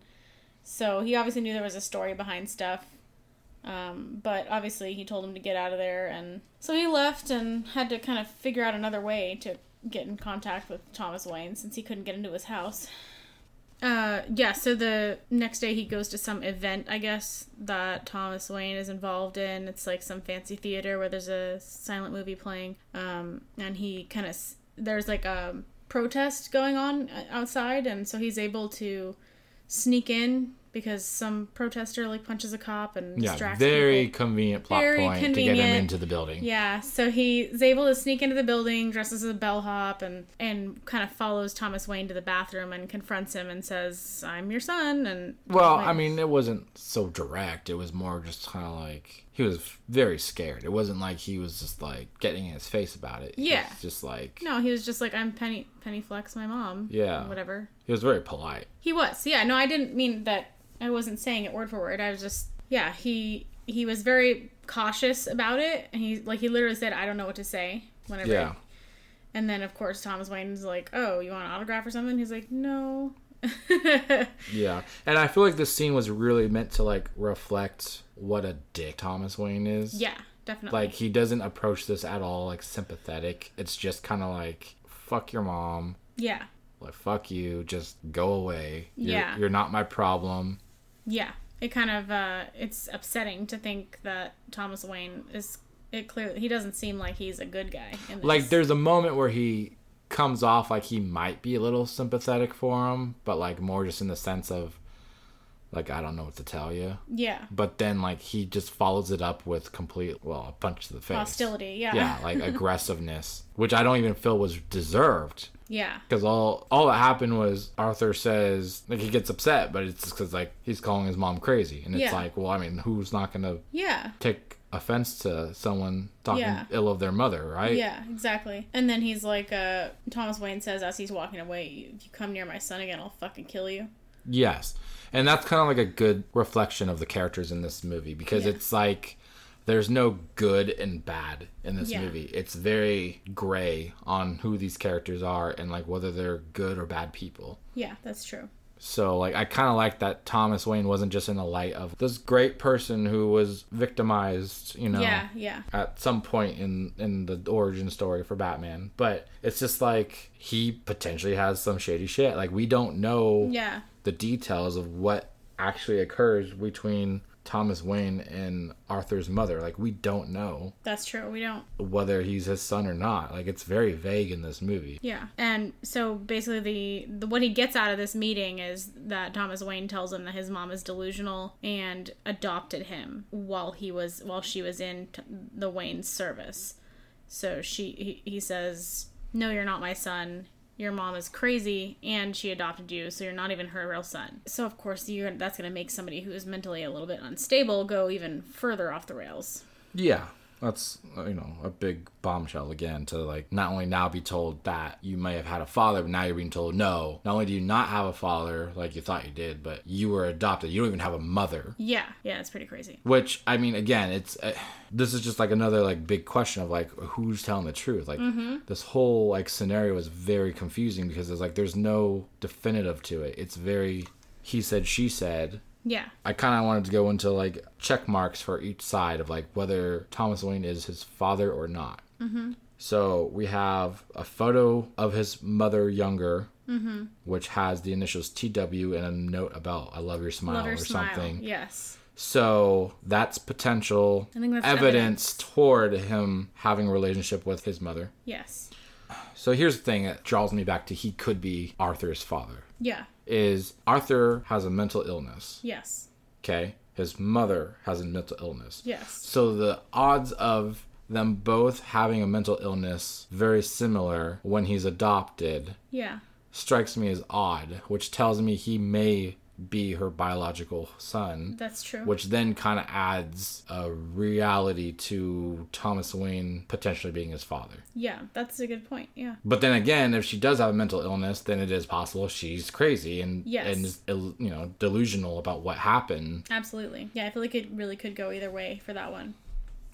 Speaker 2: So he obviously knew there was a story behind stuff. Um, but obviously he told him to get out of there. And so he left and had to kind of figure out another way to get in contact with Thomas Wayne since he couldn't get into his house. Uh, yeah, so the next day he goes to some event, I guess, that Thomas Wayne is involved in. It's like some fancy theater where there's a silent movie playing. Um, and he kind of, there's like a protest going on uh, outside, and so he's able to sneak in because some protester like punches a cop and
Speaker 1: Yeah,
Speaker 2: distracts
Speaker 1: very
Speaker 2: people.
Speaker 1: convenient plot
Speaker 2: Very
Speaker 1: point to get him
Speaker 2: convenient.
Speaker 1: into the building.
Speaker 2: Yeah, so he's able to sneak into the building, dresses as a bellhop, and and kind of follows Thomas Wayne to the bathroom and confronts him and says, "I'm your son." And
Speaker 1: Well,
Speaker 2: Wayne-
Speaker 1: I mean, it wasn't so direct. It was more just kind of like he was very scared. It wasn't like he was just like getting in his face about it. He
Speaker 2: Yeah.
Speaker 1: was just like
Speaker 2: no, he was just like, "I'm Penny Penny Flex, my mom."
Speaker 1: Yeah.
Speaker 2: whatever.
Speaker 1: he was very polite.
Speaker 2: He was. Yeah, no, I didn't mean that. I wasn't saying it word for word. I was just yeah. He he was very cautious about it, and he like he literally said, "I don't know what to say." Whenever
Speaker 1: Yeah,
Speaker 2: And then, of course, Thomas Wayne's like, "Oh, you want an autograph or something?" He's like, "No."
Speaker 1: yeah. And I feel like this scene was really meant to like reflect what a dick Thomas Wayne is.
Speaker 2: yeah, definitely.
Speaker 1: Like he doesn't approach this at all like sympathetic. It's just kind of like fuck your mom.
Speaker 2: yeah,
Speaker 1: Like fuck you. Just go away. You're,
Speaker 2: Yeah.
Speaker 1: You're not my problem.
Speaker 2: yeah. It kind of uh, it's upsetting to think that Thomas Wayne is. It clearly he doesn't seem like he's a good guy. In this.
Speaker 1: like there's a moment where he comes off like he might be a little sympathetic for him but like more just in the sense of like i don't know what to tell you
Speaker 2: yeah
Speaker 1: but then like he just follows it up with complete well a punch to the face
Speaker 2: hostility. Yeah,
Speaker 1: yeah like aggressiveness which i don't even feel was deserved
Speaker 2: yeah,
Speaker 1: because all all that happened was arthur says like he gets upset but it's because like he's calling his mom crazy and it's
Speaker 2: Yeah.
Speaker 1: like well i mean who's not gonna
Speaker 2: yeah.
Speaker 1: take offense to someone talking
Speaker 2: Yeah.
Speaker 1: ill of their mother right
Speaker 2: Yeah, exactly. And then he's like, uh, Thomas Wayne says as he's walking away, if you come near my son again, I'll fucking kill you.
Speaker 1: Yes. And that's kind of like a good reflection of the characters in this movie because
Speaker 2: Yeah.
Speaker 1: it's like there's no good and bad in this
Speaker 2: Yeah.
Speaker 1: movie. It's very gray on who these characters are and like whether they're good or bad people.
Speaker 2: Yeah, that's true.
Speaker 1: So like I kind of like that Thomas Wayne wasn't just in the light of this great person who was victimized, you know
Speaker 2: Yeah, yeah,
Speaker 1: at some point in in the origin story for Batman, but it's just like he potentially has some shady shit. Like we don't know
Speaker 2: yeah,
Speaker 1: the details of what actually occurs between Thomas Wayne and Arthur's mother. Like we don't know
Speaker 2: that's true. We don't
Speaker 1: whether he's his son or not. Like it's very vague in this movie.
Speaker 2: Yeah, and so basically, the, the what he gets out of this meeting is that Thomas Wayne tells him that his mom is delusional and adopted him while he was while she was in t- the Wayne service. So she he, he says, "No, you're not my son. Your mom is crazy, and she adopted you, so you're not even her real son." So of course, you that's going to make somebody who is mentally a little bit unstable go even further off the rails.
Speaker 1: Yeah. that's uh, you know a big bombshell again to like not only now be told that you may have had a father but now you're being told no not only do you not have a father like you thought you did but you were adopted you don't even have a mother
Speaker 2: Yeah, yeah, it's pretty crazy.
Speaker 1: which i mean again it's uh, this is just like another like big question of like who's telling the truth like this whole like scenario is very confusing because it's like there's no definitive to it it's very he said she said
Speaker 2: Yeah,
Speaker 1: I kind of wanted to go into like check marks for each side of like whether Thomas Wayne is his father or not. Mm-hmm. So we have a photo of his mother younger,
Speaker 2: Mm-hmm.
Speaker 1: which has the initials TW and a note about "I love your smile"
Speaker 2: love
Speaker 1: or
Speaker 2: her smile.
Speaker 1: something.
Speaker 2: Yes,
Speaker 1: So that's potential
Speaker 2: I think that's
Speaker 1: evidence
Speaker 2: evidence.
Speaker 1: toward him having a relationship with his mother.
Speaker 2: yes,
Speaker 1: So here's the thing that draws me back to he could be Arthur's father.
Speaker 2: yeah,
Speaker 1: Is Arthur has a mental illness.
Speaker 2: yes,
Speaker 1: Okay. His mother has a mental illness.
Speaker 2: yes,
Speaker 1: So the odds of them both having a mental illness very similar when he's adopted
Speaker 2: yeah,
Speaker 1: strikes me as odd, which tells me he may be her biological son,
Speaker 2: that's true.
Speaker 1: which then kind of adds a reality to Thomas Wayne potentially being his father.
Speaker 2: yeah, that's a good point. Yeah,
Speaker 1: But then again, if she does have a mental illness, then it is possible she's crazy and
Speaker 2: Yes.
Speaker 1: and is ill, you know delusional about what happened.
Speaker 2: absolutely. Yeah, I feel like it really could go either way for that one.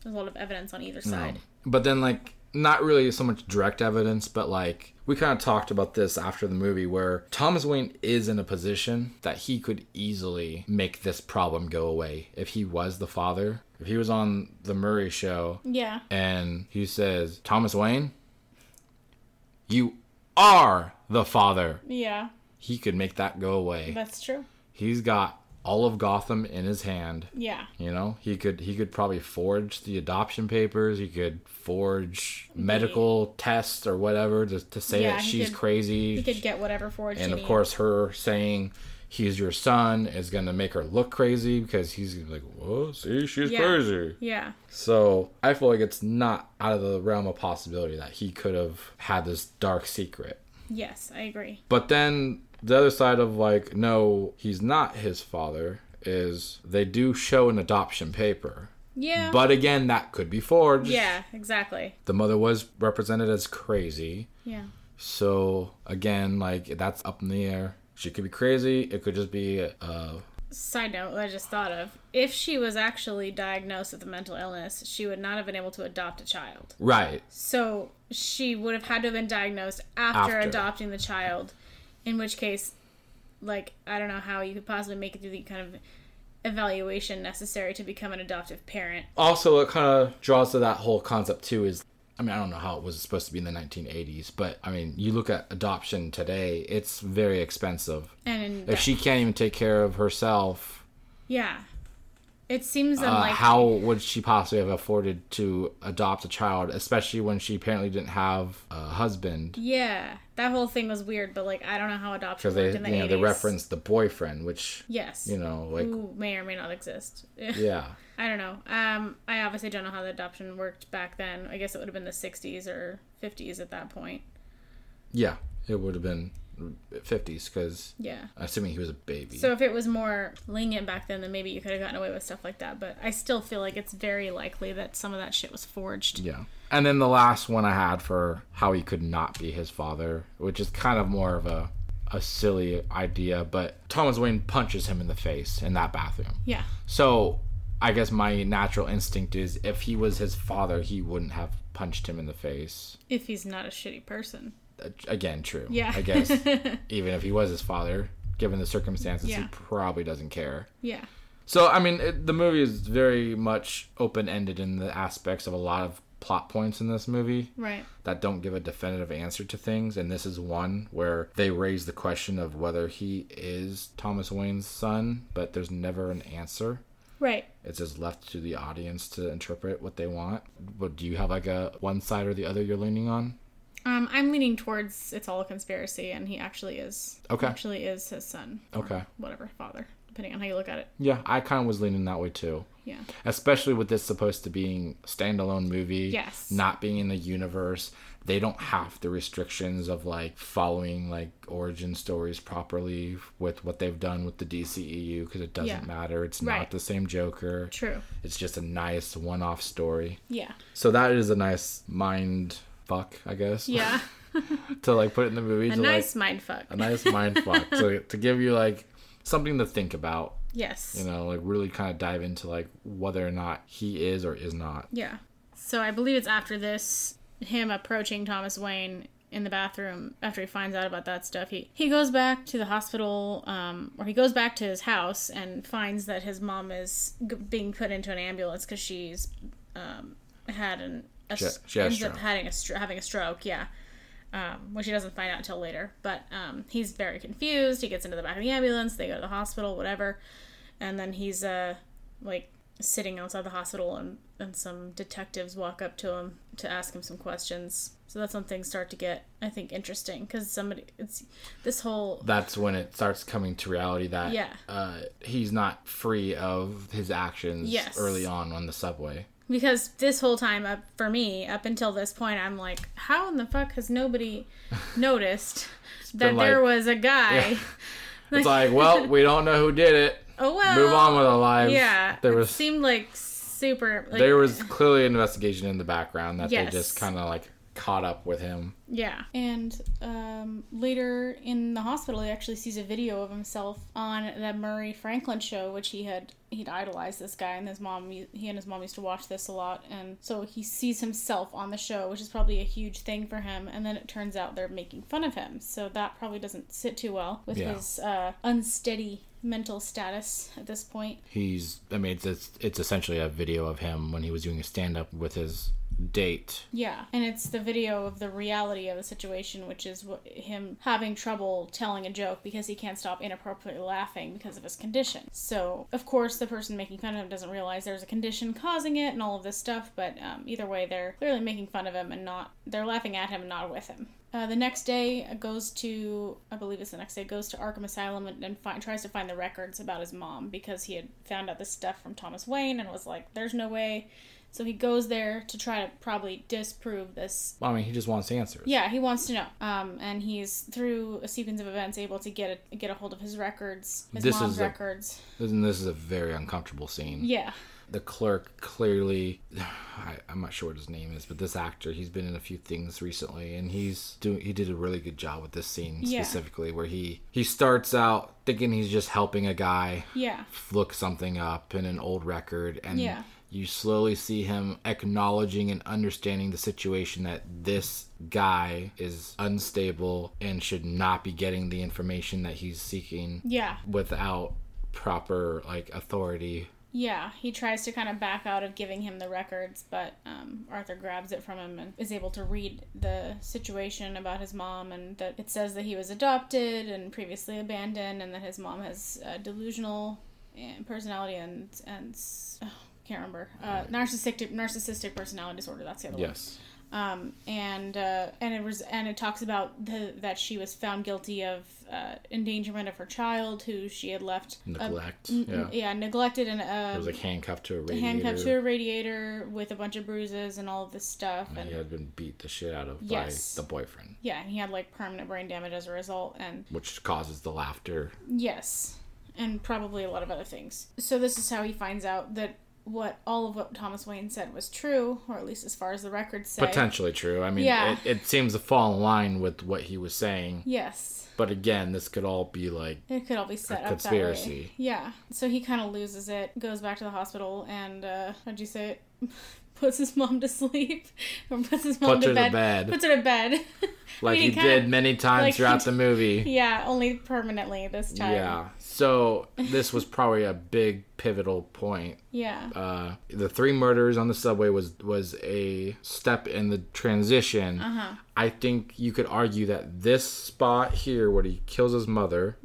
Speaker 2: There's a lot of evidence on either side.
Speaker 1: But then, like, not really so much direct evidence, but like, we kind of talked about this after the movie where Thomas Wayne is in a position that he could easily make this problem go away if he was the father. If he was on The Murray Show
Speaker 2: Yeah,
Speaker 1: and he says, Thomas Wayne, you are the father,
Speaker 2: yeah,
Speaker 1: he could make that go away.
Speaker 2: that's true.
Speaker 1: He's got all of Gotham in his hand.
Speaker 2: Yeah,
Speaker 1: You know, he could he could probably forge the adoption papers. He could forge medical tests or whatever to, to say
Speaker 2: Yeah,
Speaker 1: that
Speaker 2: he
Speaker 1: she's
Speaker 2: could-
Speaker 1: crazy.
Speaker 2: he could get whatever forged.
Speaker 1: and
Speaker 2: he
Speaker 1: of
Speaker 2: needs.
Speaker 1: course, her saying he's your son is going to make her look crazy because he's gonna be like, "Whoa, see, she's
Speaker 2: Yeah.
Speaker 1: crazy."
Speaker 2: yeah,
Speaker 1: So I feel like it's not out of the realm of possibility that he could have had this dark secret.
Speaker 2: yes, I agree.
Speaker 1: But then the other side of like, no, he's not his father. Is they do show an adoption paper.
Speaker 2: Yeah,
Speaker 1: But again, that could be forged.
Speaker 2: yeah, exactly.
Speaker 1: The mother was represented as crazy.
Speaker 2: Yeah,
Speaker 1: So again, like that's up in the air. She could be crazy. It could just be uh
Speaker 2: Side note, I just thought of. If she was actually diagnosed with a mental illness, she would not have been able to adopt a child.
Speaker 1: right.
Speaker 2: So she would have had to have been diagnosed after,
Speaker 1: After.
Speaker 2: adopting the child, in which case, like, I don't know how you could possibly make it through the kind of evaluation necessary to become an adoptive parent.
Speaker 1: Also, it kind of draws to that whole concept too. Is I mean, I don't know how it was supposed to be in the 1980s, but I mean, you look at adoption today; it's very expensive.
Speaker 2: And
Speaker 1: If she can't even take care of herself,
Speaker 2: yeah, it seems um,
Speaker 1: uh,
Speaker 2: unlikely.
Speaker 1: how would she possibly have afforded to adopt a child, especially when she apparently didn't have a husband?
Speaker 2: yeah, that whole thing was weird, but like, I don't know how adoption
Speaker 1: because
Speaker 2: worked
Speaker 1: they
Speaker 2: in the
Speaker 1: you know
Speaker 2: 80s.
Speaker 1: they referenced the boyfriend, which
Speaker 2: yes,
Speaker 1: you know like
Speaker 2: who may or may not exist.
Speaker 1: yeah
Speaker 2: I don't know. Um, I obviously don't know how the adoption worked back then. I guess it would have been the 60s or 50s at that point.
Speaker 1: yeah it would have been fifties because
Speaker 2: Yeah.
Speaker 1: assuming he was a baby.
Speaker 2: So if it was more lenient back then, then maybe you could have gotten away with stuff like that. But I still feel like it's very likely that some of that shit was forged.
Speaker 1: yeah. And then the last one I had for how he could not be his father, which is kind of more of a, a silly idea, but Thomas Wayne punches him in the face in that bathroom.
Speaker 2: Yeah.
Speaker 1: So I guess my natural instinct is if he was his father, he wouldn't have punched him in the face.
Speaker 2: If he's not a shitty person.
Speaker 1: Uh, Again, true.
Speaker 2: Yeah.
Speaker 1: I guess even if he was his father, given the circumstances, he
Speaker 2: Yeah.
Speaker 1: probably doesn't care.
Speaker 2: Yeah.
Speaker 1: So, I mean, it, the movie is very much open ended in the aspects of a lot of plot points in this movie
Speaker 2: Right.
Speaker 1: that don't give a definitive answer to things. And this is one where they raise the question of whether he is Thomas Wayne's son, but there's never an answer.
Speaker 2: Right.
Speaker 1: It's just left to the audience to interpret what they want. But do you have like a one side or the other you're leaning on?
Speaker 2: Um, I'm leaning towards it's all a conspiracy, and he actually is.
Speaker 1: Okay. Oh.
Speaker 2: Actually is his son.
Speaker 1: Okay.
Speaker 2: Whatever, father, depending on how you look at it.
Speaker 1: Yeah, I kind of was leaning that way too.
Speaker 2: Yeah.
Speaker 1: especially with this supposed to being standalone movie
Speaker 2: Yes.
Speaker 1: not being in the universe they don't have the restrictions of like following like origin stories properly with what they've done with the DCEU because it doesn't
Speaker 2: Yeah.
Speaker 1: matter it's
Speaker 2: Right.
Speaker 1: not the same joker
Speaker 2: True.
Speaker 1: it's just a nice one-off story
Speaker 2: Yeah.
Speaker 1: so that is a nice mind fuck I guess
Speaker 2: Yeah.
Speaker 1: to like put it in the movie
Speaker 2: A
Speaker 1: to
Speaker 2: nice
Speaker 1: like
Speaker 2: mind fuck.
Speaker 1: a nice mind fuck to, to give you like something to think about
Speaker 2: yes.
Speaker 1: you know like really kind of dive into like whether or not he is or is not
Speaker 2: Yeah. So I believe it's after this, him approaching Thomas Wayne in the bathroom after he finds out about that stuff. He he goes back to the hospital, um, or he goes back to his house and finds that his mom is g- being put into an ambulance because she's um, had an a, s-
Speaker 1: she had a
Speaker 2: ends up
Speaker 1: stroke.
Speaker 2: having a stro- having a stroke. Yeah. Um, which he doesn't find out until later, but um, he's very confused. He gets into the back of the ambulance. They go to the hospital, whatever, and then he's uh, like sitting outside the hospital and, and some detectives walk up to him to ask him some questions so that's when things start to get i think interesting because somebody it's this whole
Speaker 1: that's when it starts coming to reality that
Speaker 2: Yeah.
Speaker 1: uh, he's not free of his actions
Speaker 2: Yes.
Speaker 1: early on on the subway.
Speaker 2: because this whole time up for me up until this point i'm like how in the fuck has nobody noticed that
Speaker 1: been
Speaker 2: there
Speaker 1: like-
Speaker 2: was a guy
Speaker 1: It's like, well, we don't know who did it.
Speaker 2: oh well
Speaker 1: Move on with our lives.
Speaker 2: yeah
Speaker 1: there
Speaker 2: it
Speaker 1: was
Speaker 2: seemed like super like,
Speaker 1: there was clearly an investigation in the background that
Speaker 2: Yes.
Speaker 1: they just kind of like caught up with him.
Speaker 2: Yeah. And um, later in the hospital, he actually sees a video of himself on the Murray Franklin show, which he had he'd idolized this guy, and his mom he and his mom used to watch this a lot, and so he sees himself on the show, which is probably a huge thing for him. And then it turns out they're making fun of him, so that probably doesn't sit too well with
Speaker 1: Yeah.
Speaker 2: his uh, unsteady mental status at this point.
Speaker 1: He's, I mean, it's- it's it's essentially a video of him when he was doing a stand up with his date.
Speaker 2: Yeah, and it's the video of the reality of the situation, which is wh- him having trouble telling a joke because he can't stop inappropriately laughing because of his condition. So, of course, the person making fun of him doesn't realize there's a condition causing it and all of this stuff, but um, either way, they're clearly making fun of him and not, they're laughing at him and not with him. Uh, the next day goes to, I believe it's the next day, goes to Arkham Asylum and, and find, tries to find the records about his mom because he had found out this stuff from Thomas Wayne and was like, there's no way. So he goes there to try to probably disprove this
Speaker 1: Well, I mean, he just wants answers.
Speaker 2: yeah, he wants to know. Um, and he's through a sequence of events able to get a, get a hold of his records, his
Speaker 1: This
Speaker 2: mom's
Speaker 1: is a-
Speaker 2: records.
Speaker 1: And this is a very uncomfortable scene.
Speaker 2: Yeah,
Speaker 1: the clerk clearly I, i'm not sure what his name is but this actor he's been in a few things recently and he's doing he did a really good job with this scene
Speaker 2: Yeah.
Speaker 1: specifically where he he starts out thinking he's just helping a guy
Speaker 2: yeah,
Speaker 1: look something up in an old record and
Speaker 2: Yeah.
Speaker 1: you slowly see him acknowledging and understanding the situation that this guy is unstable and should not be getting the information that he's seeking
Speaker 2: yeah,
Speaker 1: without proper like authority
Speaker 2: yeah. He tries to kind of back out of giving him the records, but um, Arthur grabs it from him and is able to read the situation about his mom and that it says that he was adopted and previously abandoned and that his mom has uh, delusional uh, personality and and s- oh, can't remember uh, narcissistic narcissistic personality disorder. That's the other one.
Speaker 1: yes
Speaker 2: um, and uh, and it was and it talks about the, that she was found guilty of uh, endangerment of her child, who she had left
Speaker 1: neglect.
Speaker 2: yeah.
Speaker 1: yeah.
Speaker 2: neglected and
Speaker 1: It
Speaker 2: um,
Speaker 1: was like handcuffed to a radiator.
Speaker 2: mm, handcuffed to a radiator with a bunch of bruises and all of this stuff, and
Speaker 1: He had been beat the shit out of
Speaker 2: Yes.
Speaker 1: by the boyfriend,
Speaker 2: yeah, and he had like permanent brain damage as a result, and
Speaker 1: which causes the laughter.
Speaker 2: Yes, and probably a lot of other things. So this is how he finds out that what all of what Thomas Wayne said was true, or at least as far as the records say.
Speaker 1: Potentially true. I mean,
Speaker 2: Yeah.
Speaker 1: it, it seems to fall in line with what he was saying.
Speaker 2: Yes.
Speaker 1: But again, this could all be like
Speaker 2: It could all be set up that way.
Speaker 1: conspiracy.
Speaker 2: Yeah. So he kind of loses it, goes back to the hospital, and uh, how'd you say it? Puts his mom to sleep, or puts his mom
Speaker 1: Puts
Speaker 2: to,
Speaker 1: her to
Speaker 2: bed.
Speaker 1: bed.
Speaker 2: Puts her to bed.
Speaker 1: like he
Speaker 2: kinda-
Speaker 1: did many times
Speaker 2: like he
Speaker 1: throughout
Speaker 2: d-
Speaker 1: the movie.
Speaker 2: Yeah, only permanently this time.
Speaker 1: Yeah. So this was probably a big pivotal point
Speaker 2: Yeah.
Speaker 1: uh, the three murders on the subway was was a step in the transition. I think you could argue that this spot here, where he kills his mother,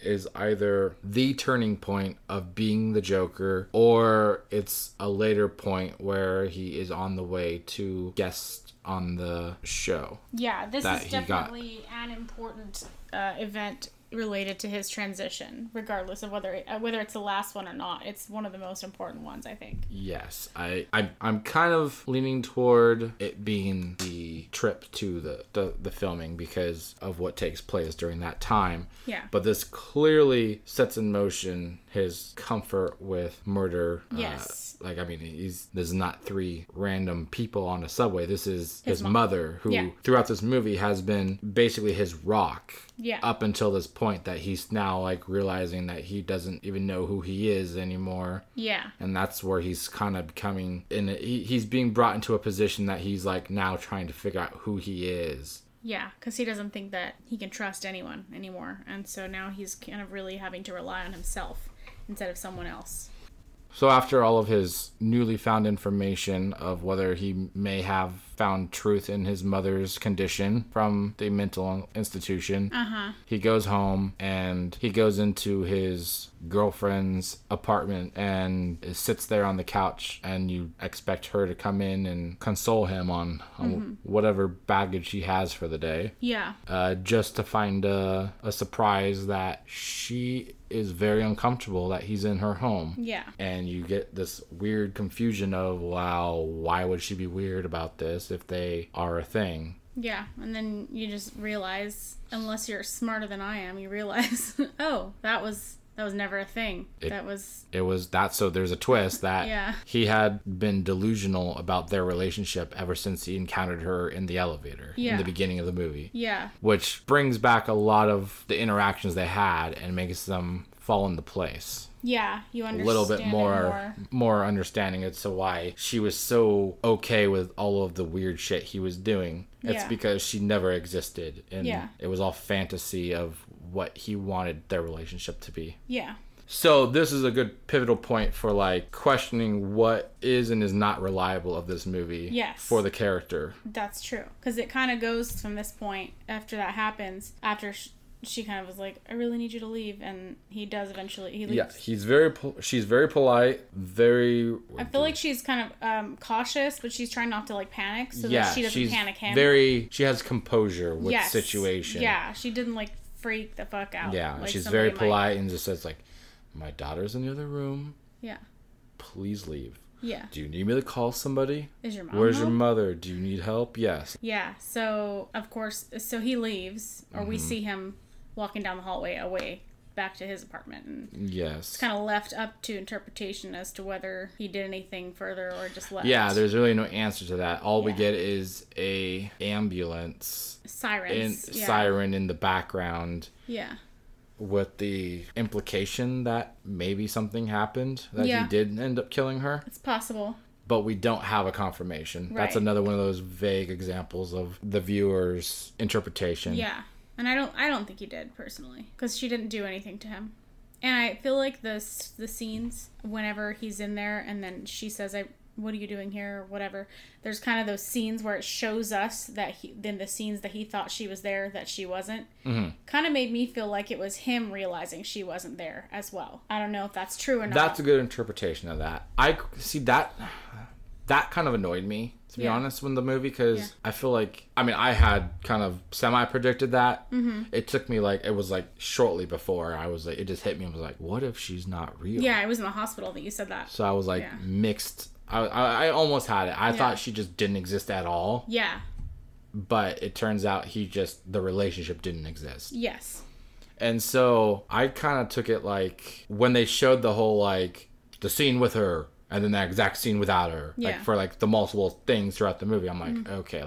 Speaker 1: is either the turning point of being the Joker, or it's a later point where he is on the way to guest on the show.
Speaker 2: Yeah. This
Speaker 1: that
Speaker 2: is
Speaker 1: he got.
Speaker 2: definitely an important uh, event related to his transition, regardless of whether it, uh, whether it's the last one or not. It's one of the most important ones, I think.
Speaker 1: Yes, I I'm, I'm kind of leaning toward it being the trip to the, the the filming because of what takes place during that time.
Speaker 2: Yeah.
Speaker 1: But this clearly sets in motion his comfort with murder. uh,
Speaker 2: Yes.
Speaker 1: like I mean, he's there's not three random people on a subway. This is his,
Speaker 2: mom.
Speaker 1: mother who
Speaker 2: Yeah.
Speaker 1: throughout this movie has been basically his rock
Speaker 2: Yeah.
Speaker 1: up until this point that he's now like realizing that he doesn't even know who he is anymore
Speaker 2: Yeah.
Speaker 1: and that's where he's kind of becoming in a, he, he's being brought into a position that he's like now trying to figure out who he is
Speaker 2: Yeah, because he doesn't think that he can trust anyone anymore. And so now he's kind of really having to rely on himself instead of someone else.
Speaker 1: so after all of his newly found information of whether he may have found truth in his mother's condition from the mental institution he goes home and he goes into his girlfriend's apartment and sits there on the couch and you expect her to come in and console him on, on whatever baggage he has for the day
Speaker 2: Yeah.
Speaker 1: uh, just to find a, a surprise that she is very uncomfortable that he's in her home.
Speaker 2: Yeah.
Speaker 1: And you get this weird confusion of, wow, why would she be weird about this if they are a thing?
Speaker 2: Yeah. And then you just realize, unless you're smarter than I am, you realize, oh, that was that was never a thing. that was
Speaker 1: It was that, so there's a twist that
Speaker 2: Yeah.
Speaker 1: he had been delusional about their relationship ever since he encountered her in the elevator in
Speaker 2: Yeah.
Speaker 1: the beginning of the movie.
Speaker 2: yeah.
Speaker 1: Which brings back a lot of the interactions they had and makes them fall into place.
Speaker 2: Yeah, you
Speaker 1: a
Speaker 2: understand
Speaker 1: little bit
Speaker 2: it
Speaker 1: more more understanding as to why she was so okay with all of the weird shit he was doing. It's
Speaker 2: Yeah.
Speaker 1: because she never existed and
Speaker 2: Yeah.
Speaker 1: it was all fantasy of what he wanted their relationship to be.
Speaker 2: Yeah.
Speaker 1: So this is a good pivotal point for like questioning what is and is not reliable of this movie
Speaker 2: Yes.
Speaker 1: for the character.
Speaker 2: That's true. Because it kind of goes from this point after that happens, after sh- she kind of was like, I really need you to leave. And he does eventually. He leaves.
Speaker 1: Yeah, he's very pol- she's very polite, very
Speaker 2: I feel like she's kind of um, cautious, but she's trying not to like panic so
Speaker 1: yeah,
Speaker 2: that she doesn't
Speaker 1: she's
Speaker 2: panic him.
Speaker 1: very she has composure with
Speaker 2: Yes.
Speaker 1: situation.
Speaker 2: Yeah, she didn't like freak the fuck out.
Speaker 1: Yeah,
Speaker 2: like
Speaker 1: she's very
Speaker 2: somebody might.
Speaker 1: polite and just says like, "My daughter's in the other room.
Speaker 2: Yeah,
Speaker 1: Please leave.
Speaker 2: yeah.
Speaker 1: Do you need me to call somebody?
Speaker 2: Is your mom?
Speaker 1: Where's your
Speaker 2: home?
Speaker 1: mother? Do you need help? Yes.
Speaker 2: Yeah. So of course, so he leaves, or
Speaker 1: Mm-hmm.
Speaker 2: we see him walking down the hallway away back to his apartment, and
Speaker 1: Yes."
Speaker 2: kind of left up to interpretation as to whether he did anything further or just left.
Speaker 1: Yeah, there's really no answer to that. All we
Speaker 2: Yeah.
Speaker 1: get is a ambulance and
Speaker 2: sirens. yeah.
Speaker 1: siren in the background
Speaker 2: Yeah.
Speaker 1: with the implication that maybe something happened that
Speaker 2: Yeah.
Speaker 1: he did end up killing her.
Speaker 2: It's possible.
Speaker 1: but we don't have a confirmation. That's
Speaker 2: Right.
Speaker 1: another one of those vague examples of the viewer's interpretation.
Speaker 2: Yeah, and I don't I don't think he did personally because she didn't do anything to him. And I feel like the s- the scenes whenever he's in there and then she says I what are you doing here or whatever. There's kind of those scenes where it shows us that he then the scenes that he thought she was there that she wasn't.
Speaker 1: Mm-hmm.
Speaker 2: Kind of made me feel like it was him realizing she wasn't there as well. I don't know if that's true or not.
Speaker 1: That's a good interpretation of that. I c- see that that kind of annoyed me to be
Speaker 2: Yeah.
Speaker 1: honest with the movie because
Speaker 2: Yeah.
Speaker 1: I feel like I mean I had kind of semi predicted that. Mm-hmm. It took me like it was like shortly before I was like it just hit me and was like what if she's not real?
Speaker 2: yeah, I was in the hospital that you said that.
Speaker 1: So I was like
Speaker 2: Yeah.
Speaker 1: mixed. I, I I almost had it. I thought she just didn't exist at all,
Speaker 2: Yeah.
Speaker 1: but it turns out he just the relationship didn't exist.
Speaker 2: Yes.
Speaker 1: And so I kind of took it like when they showed the whole like the scene with her and then that exact scene without her, like
Speaker 2: Yeah. Mm-hmm.
Speaker 1: for like the multiple things throughout the movie. I'm like, okay.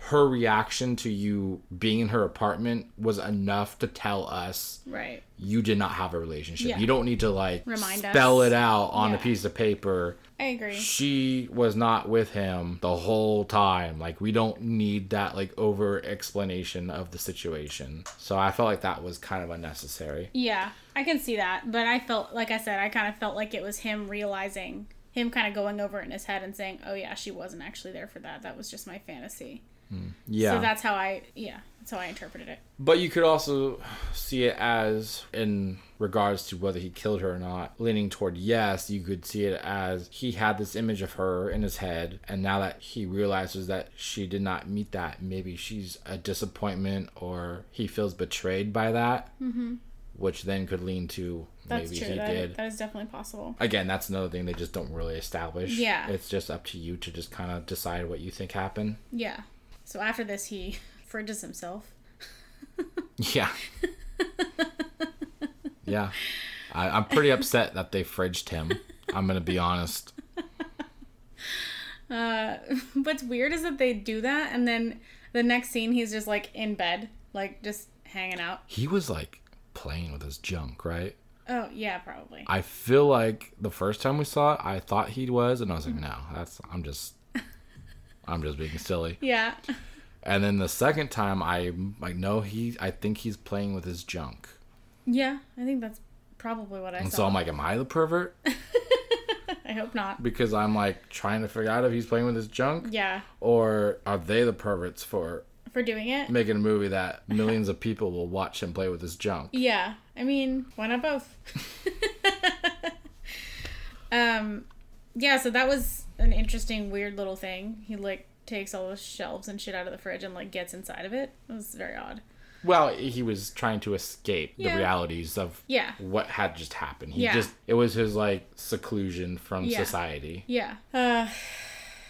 Speaker 1: Her reaction to you being in her apartment was enough to tell us
Speaker 2: Right.
Speaker 1: you did not have a relationship.
Speaker 2: Yeah.
Speaker 1: You don't need to like
Speaker 2: Remind us.
Speaker 1: spell it out on a
Speaker 2: Yeah.
Speaker 1: piece of paper.
Speaker 2: I agree.
Speaker 1: She was not with him the whole time. Like we don't need that like over explanation of the situation. So I felt like that was kind of unnecessary.
Speaker 2: Yeah, I can see that. But I felt, like I said, I kind of felt like it was him realizing, him kind of going over it in his head and saying, oh, yeah, she wasn't actually there for that. That was just my fantasy.
Speaker 1: Yeah.
Speaker 2: So that's how I yeah, that's how I interpreted it.
Speaker 1: But you could also see it as, in regards to whether he killed her or not, leaning toward yes, you could see it as he had this image of her in his head, and now that he realizes that she did not meet that, maybe she's a disappointment or he feels betrayed by that, mm-hmm. which then could lean to
Speaker 2: That's
Speaker 1: maybe
Speaker 2: true.
Speaker 1: he
Speaker 2: That,
Speaker 1: did.
Speaker 2: that is definitely possible.
Speaker 1: Again, that's another thing they just don't really establish.
Speaker 2: Yeah.
Speaker 1: It's just up to you to just kind of decide what you think happened.
Speaker 2: Yeah. So after this he fridges himself.
Speaker 1: Yeah. yeah. I, I'm pretty upset that they fridged him. I'm going to be honest.
Speaker 2: What's weird is that they do that and then the next scene he's just like in bed, like just hanging out.
Speaker 1: He was like playing with his junk, right?
Speaker 2: Oh, yeah, probably.
Speaker 1: I feel like the first time we saw it, I thought he was, and I was like, no, that's, I'm just. I'm just being silly.
Speaker 2: Yeah.
Speaker 1: And then the second time, I like no, he. I think he's playing with his junk.
Speaker 2: Yeah, I think that's probably what I
Speaker 1: And
Speaker 2: saw.
Speaker 1: so I'm like, am I the pervert?
Speaker 2: I hope not.
Speaker 1: Because I'm like trying to figure out if he's playing with his junk,
Speaker 2: Yeah,
Speaker 1: or are they the perverts for
Speaker 2: for doing it.
Speaker 1: making a movie that millions of people will watch him play with his junk.
Speaker 2: Yeah, I mean, why not both? um, yeah. So that was an interesting, weird little thing. He like takes all the shelves and shit out of the fridge and like gets inside of it. It was very odd.
Speaker 1: Well, he was trying to escape
Speaker 2: Yeah.
Speaker 1: the realities of
Speaker 2: Yeah,
Speaker 1: what had just happened. He
Speaker 2: Yeah.
Speaker 1: just it was his like seclusion from
Speaker 2: Yeah.
Speaker 1: society.
Speaker 2: yeah. Uh,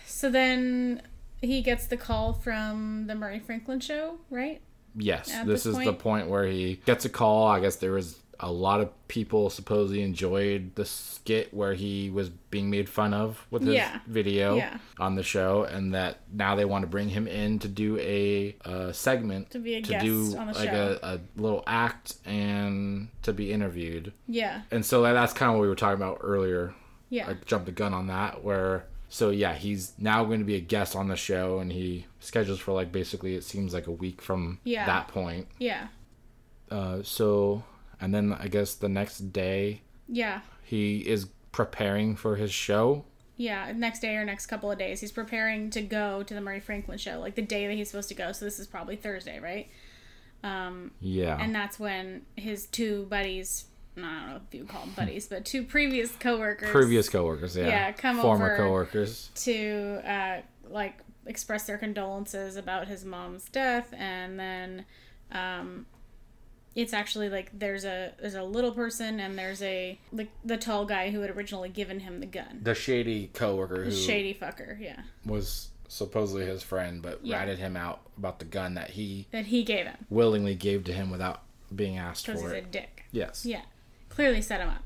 Speaker 2: so then he gets the call from the Murray Franklin show, right?
Speaker 1: Yes,
Speaker 2: At
Speaker 1: this,
Speaker 2: this
Speaker 1: is the
Speaker 2: point-
Speaker 1: point where he gets a call. I guess there was a lot of people supposedly enjoyed the skit where he was being made fun of with his
Speaker 2: Yeah.
Speaker 1: video
Speaker 2: Yeah.
Speaker 1: on the show, and that now they want to bring him in to do a, uh segment
Speaker 2: To be a guest on the
Speaker 1: like
Speaker 2: show.
Speaker 1: A, a little act and to be interviewed.
Speaker 2: Yeah,
Speaker 1: And so that, that's kind of what we were talking about earlier.
Speaker 2: yeah,
Speaker 1: I jumped the gun on that. Where so yeah, he's now going to be a guest on the show, and he schedules for like basically it seems like a week from
Speaker 2: Yeah.
Speaker 1: that point.
Speaker 2: yeah,
Speaker 1: Uh, so and then I guess the next day
Speaker 2: yeah.
Speaker 1: he is preparing for his show.
Speaker 2: Yeah, next day or next couple of days. He's preparing to go to the Murray Franklin show, like the day that he's supposed to go. So this is probably Thursday, right? Um,
Speaker 1: Yeah,
Speaker 2: and that's when his two buddies, I don't know if you call them buddies, but two previous coworkers
Speaker 1: Hmm. previous coworkers. Yeah,
Speaker 2: Yeah, come
Speaker 1: former
Speaker 2: over.
Speaker 1: coworkers.
Speaker 2: to uh, like express their condolences about his mom's death and then um, it's actually like there's a there's a little person and there's a like the tall guy who had originally given him the gun.
Speaker 1: The shady coworker who
Speaker 2: Shady fucker, yeah.
Speaker 1: was supposedly his friend, but
Speaker 2: Yeah.
Speaker 1: ratted him out about the gun that he
Speaker 2: That he gave him.
Speaker 1: willingly gave to him without being asked
Speaker 2: because
Speaker 1: for
Speaker 2: he's a
Speaker 1: it.
Speaker 2: dick.
Speaker 1: Yes.
Speaker 2: Yeah, clearly set him up.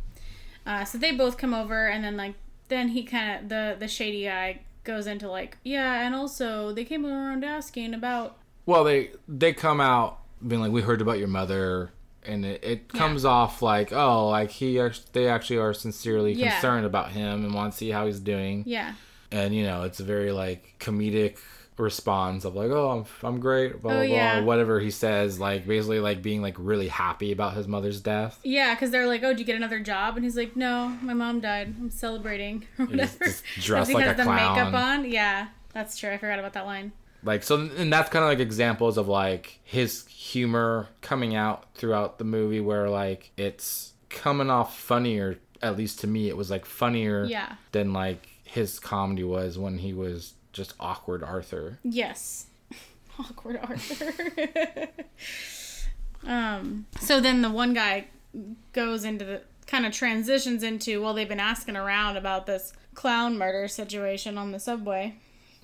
Speaker 2: Uh, so they both come over, and then like then he kind of the the shady guy goes into like yeah, and also they came around asking about
Speaker 1: Well, they they come out being like, "We heard about your mother," and it, it comes off like, "Oh, like he act- they actually are sincerely
Speaker 2: Yeah.
Speaker 1: concerned about him and want to see how he's doing."
Speaker 2: yeah
Speaker 1: And you know, it's a very like comedic response of like, "Oh, I'm I'm great," blah
Speaker 2: Oh,
Speaker 1: blah
Speaker 2: yeah.
Speaker 1: blah, whatever he says, like basically like being like really happy about his mother's death.
Speaker 2: yeah because they're like oh, do you get another job? And he's like, no, my mom died. I'm celebrating or
Speaker 1: He's
Speaker 2: whatever.
Speaker 1: just dressed
Speaker 2: Because
Speaker 1: like a
Speaker 2: the
Speaker 1: clown.
Speaker 2: makeup on, yeah, that's true. I forgot about that line.
Speaker 1: like so and that's kind of like examples of like his humor coming out throughout the movie where like it's coming off funnier at least to me it was like funnier
Speaker 2: Yeah.
Speaker 1: than like his comedy was when he was just awkward arthur
Speaker 2: Yes. Awkward Arthur. um, so then the one guy goes into the kind of transitions into well they've been asking around about this clown murder situation on the subway.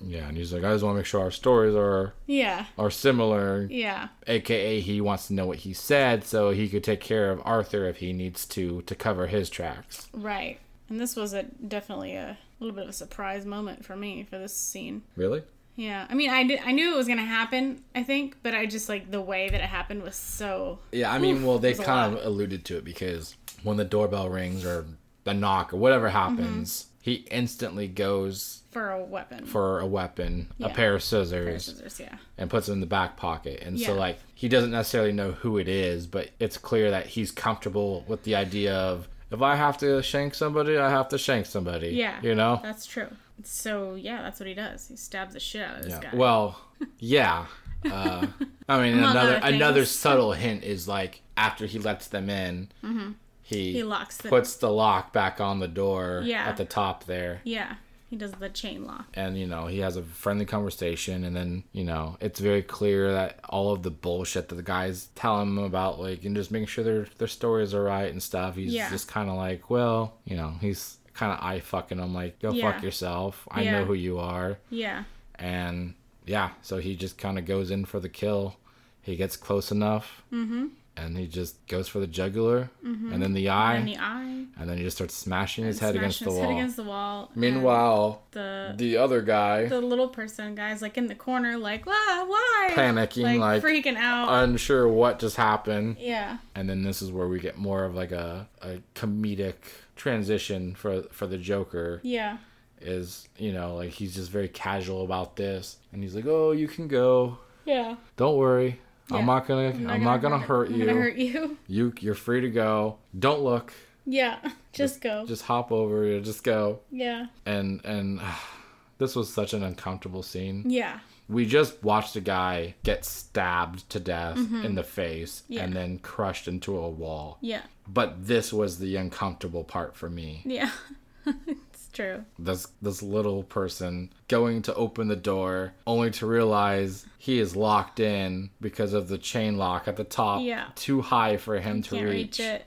Speaker 1: yeah and he's like i just want to make sure our stories are
Speaker 2: Yeah.
Speaker 1: are similar
Speaker 2: Yeah.
Speaker 1: aka he wants to know what he said so he could take care of arthur if he needs to to cover his tracks
Speaker 2: Right. And this was a definitely a little bit of a surprise moment for me for this scene.
Speaker 1: really
Speaker 2: Yeah. I mean, I did, I knew it was going to happen, I think, but I just like the way that it happened was so
Speaker 1: Yeah, I mean, well, they
Speaker 2: was a
Speaker 1: kind of alluded to it because when the doorbell rings or the knock or whatever
Speaker 2: Mm-hmm.
Speaker 1: happens, he instantly goes
Speaker 2: for a weapon.
Speaker 1: for a weapon, a
Speaker 2: Yeah.
Speaker 1: pair of scissors,
Speaker 2: scissors, yeah.
Speaker 1: and puts it in the back pocket. And so,
Speaker 2: Yeah.
Speaker 1: like, he doesn't necessarily know who it is, but it's clear that he's comfortable with the idea of if I have to shank somebody, I have to shank somebody.
Speaker 2: Yeah.
Speaker 1: You know?
Speaker 2: That's true. So yeah, that's what he does. He stabs the shit out of this
Speaker 1: Yeah.
Speaker 2: guy.
Speaker 1: Well, yeah. Uh, I mean,
Speaker 2: Among
Speaker 1: another
Speaker 2: other things.
Speaker 1: another subtle hint is like after he lets them in, he
Speaker 2: Mm-hmm. He locks the-
Speaker 1: puts the lock back on the door
Speaker 2: Yeah.
Speaker 1: at the top there,
Speaker 2: yeah, he does the chain lock.
Speaker 1: and you know he has a friendly conversation, and then you know it's very clear that all of the bullshit that the guys tell him about, like, and just making sure their their stories are right and stuff. He's
Speaker 2: Yeah.
Speaker 1: just kind of like, well, you know, he's kind of eye fucking him, like, go
Speaker 2: Yeah.
Speaker 1: fuck yourself. I
Speaker 2: Yeah.
Speaker 1: know who you are
Speaker 2: Yeah,
Speaker 1: and yeah, so he just kind of goes in for the kill. He gets close enough,
Speaker 2: Mm-hmm.
Speaker 1: and he just goes for the jugular, and then the eye,
Speaker 2: and
Speaker 1: and,
Speaker 2: the eye
Speaker 1: then he just starts smashing his head
Speaker 2: smashing
Speaker 1: against the
Speaker 2: his
Speaker 1: wall.
Speaker 2: head against the wall. and
Speaker 1: Meanwhile,
Speaker 2: the
Speaker 1: the other guy,
Speaker 2: the little person guy's like in the corner, like why, why,
Speaker 1: Panicking, like, "Uh,
Speaker 2: freaking out.
Speaker 1: unsure what just happened,
Speaker 2: yeah,
Speaker 1: and then this is where we get more of like a, a comedic transition for for the Joker.
Speaker 2: yeah,
Speaker 1: Is you know like he's just very casual about this, and he's like, "Oh, you can go.
Speaker 2: yeah.
Speaker 1: Don't worry." I'm
Speaker 2: Yeah.
Speaker 1: not gonna. I'm not, gonna, hurt,
Speaker 2: I'm
Speaker 1: you.
Speaker 2: gonna hurt you.
Speaker 1: You you're free to go. Don't look.
Speaker 2: Yeah, just go.
Speaker 1: Just hop over. you Just go.
Speaker 2: yeah,
Speaker 1: And and this was such an uncomfortable scene.
Speaker 2: yeah,
Speaker 1: We just watched a guy get stabbed to death in the face
Speaker 2: Mm-hmm. Yeah.
Speaker 1: and then crushed into a wall.
Speaker 2: yeah,
Speaker 1: But this was the uncomfortable part for me.
Speaker 2: yeah. it's true.
Speaker 1: This this little person going to open the door only to realize he is locked in because of the chain lock at the top
Speaker 2: Yeah.
Speaker 1: too high for him to
Speaker 2: Can't reach it.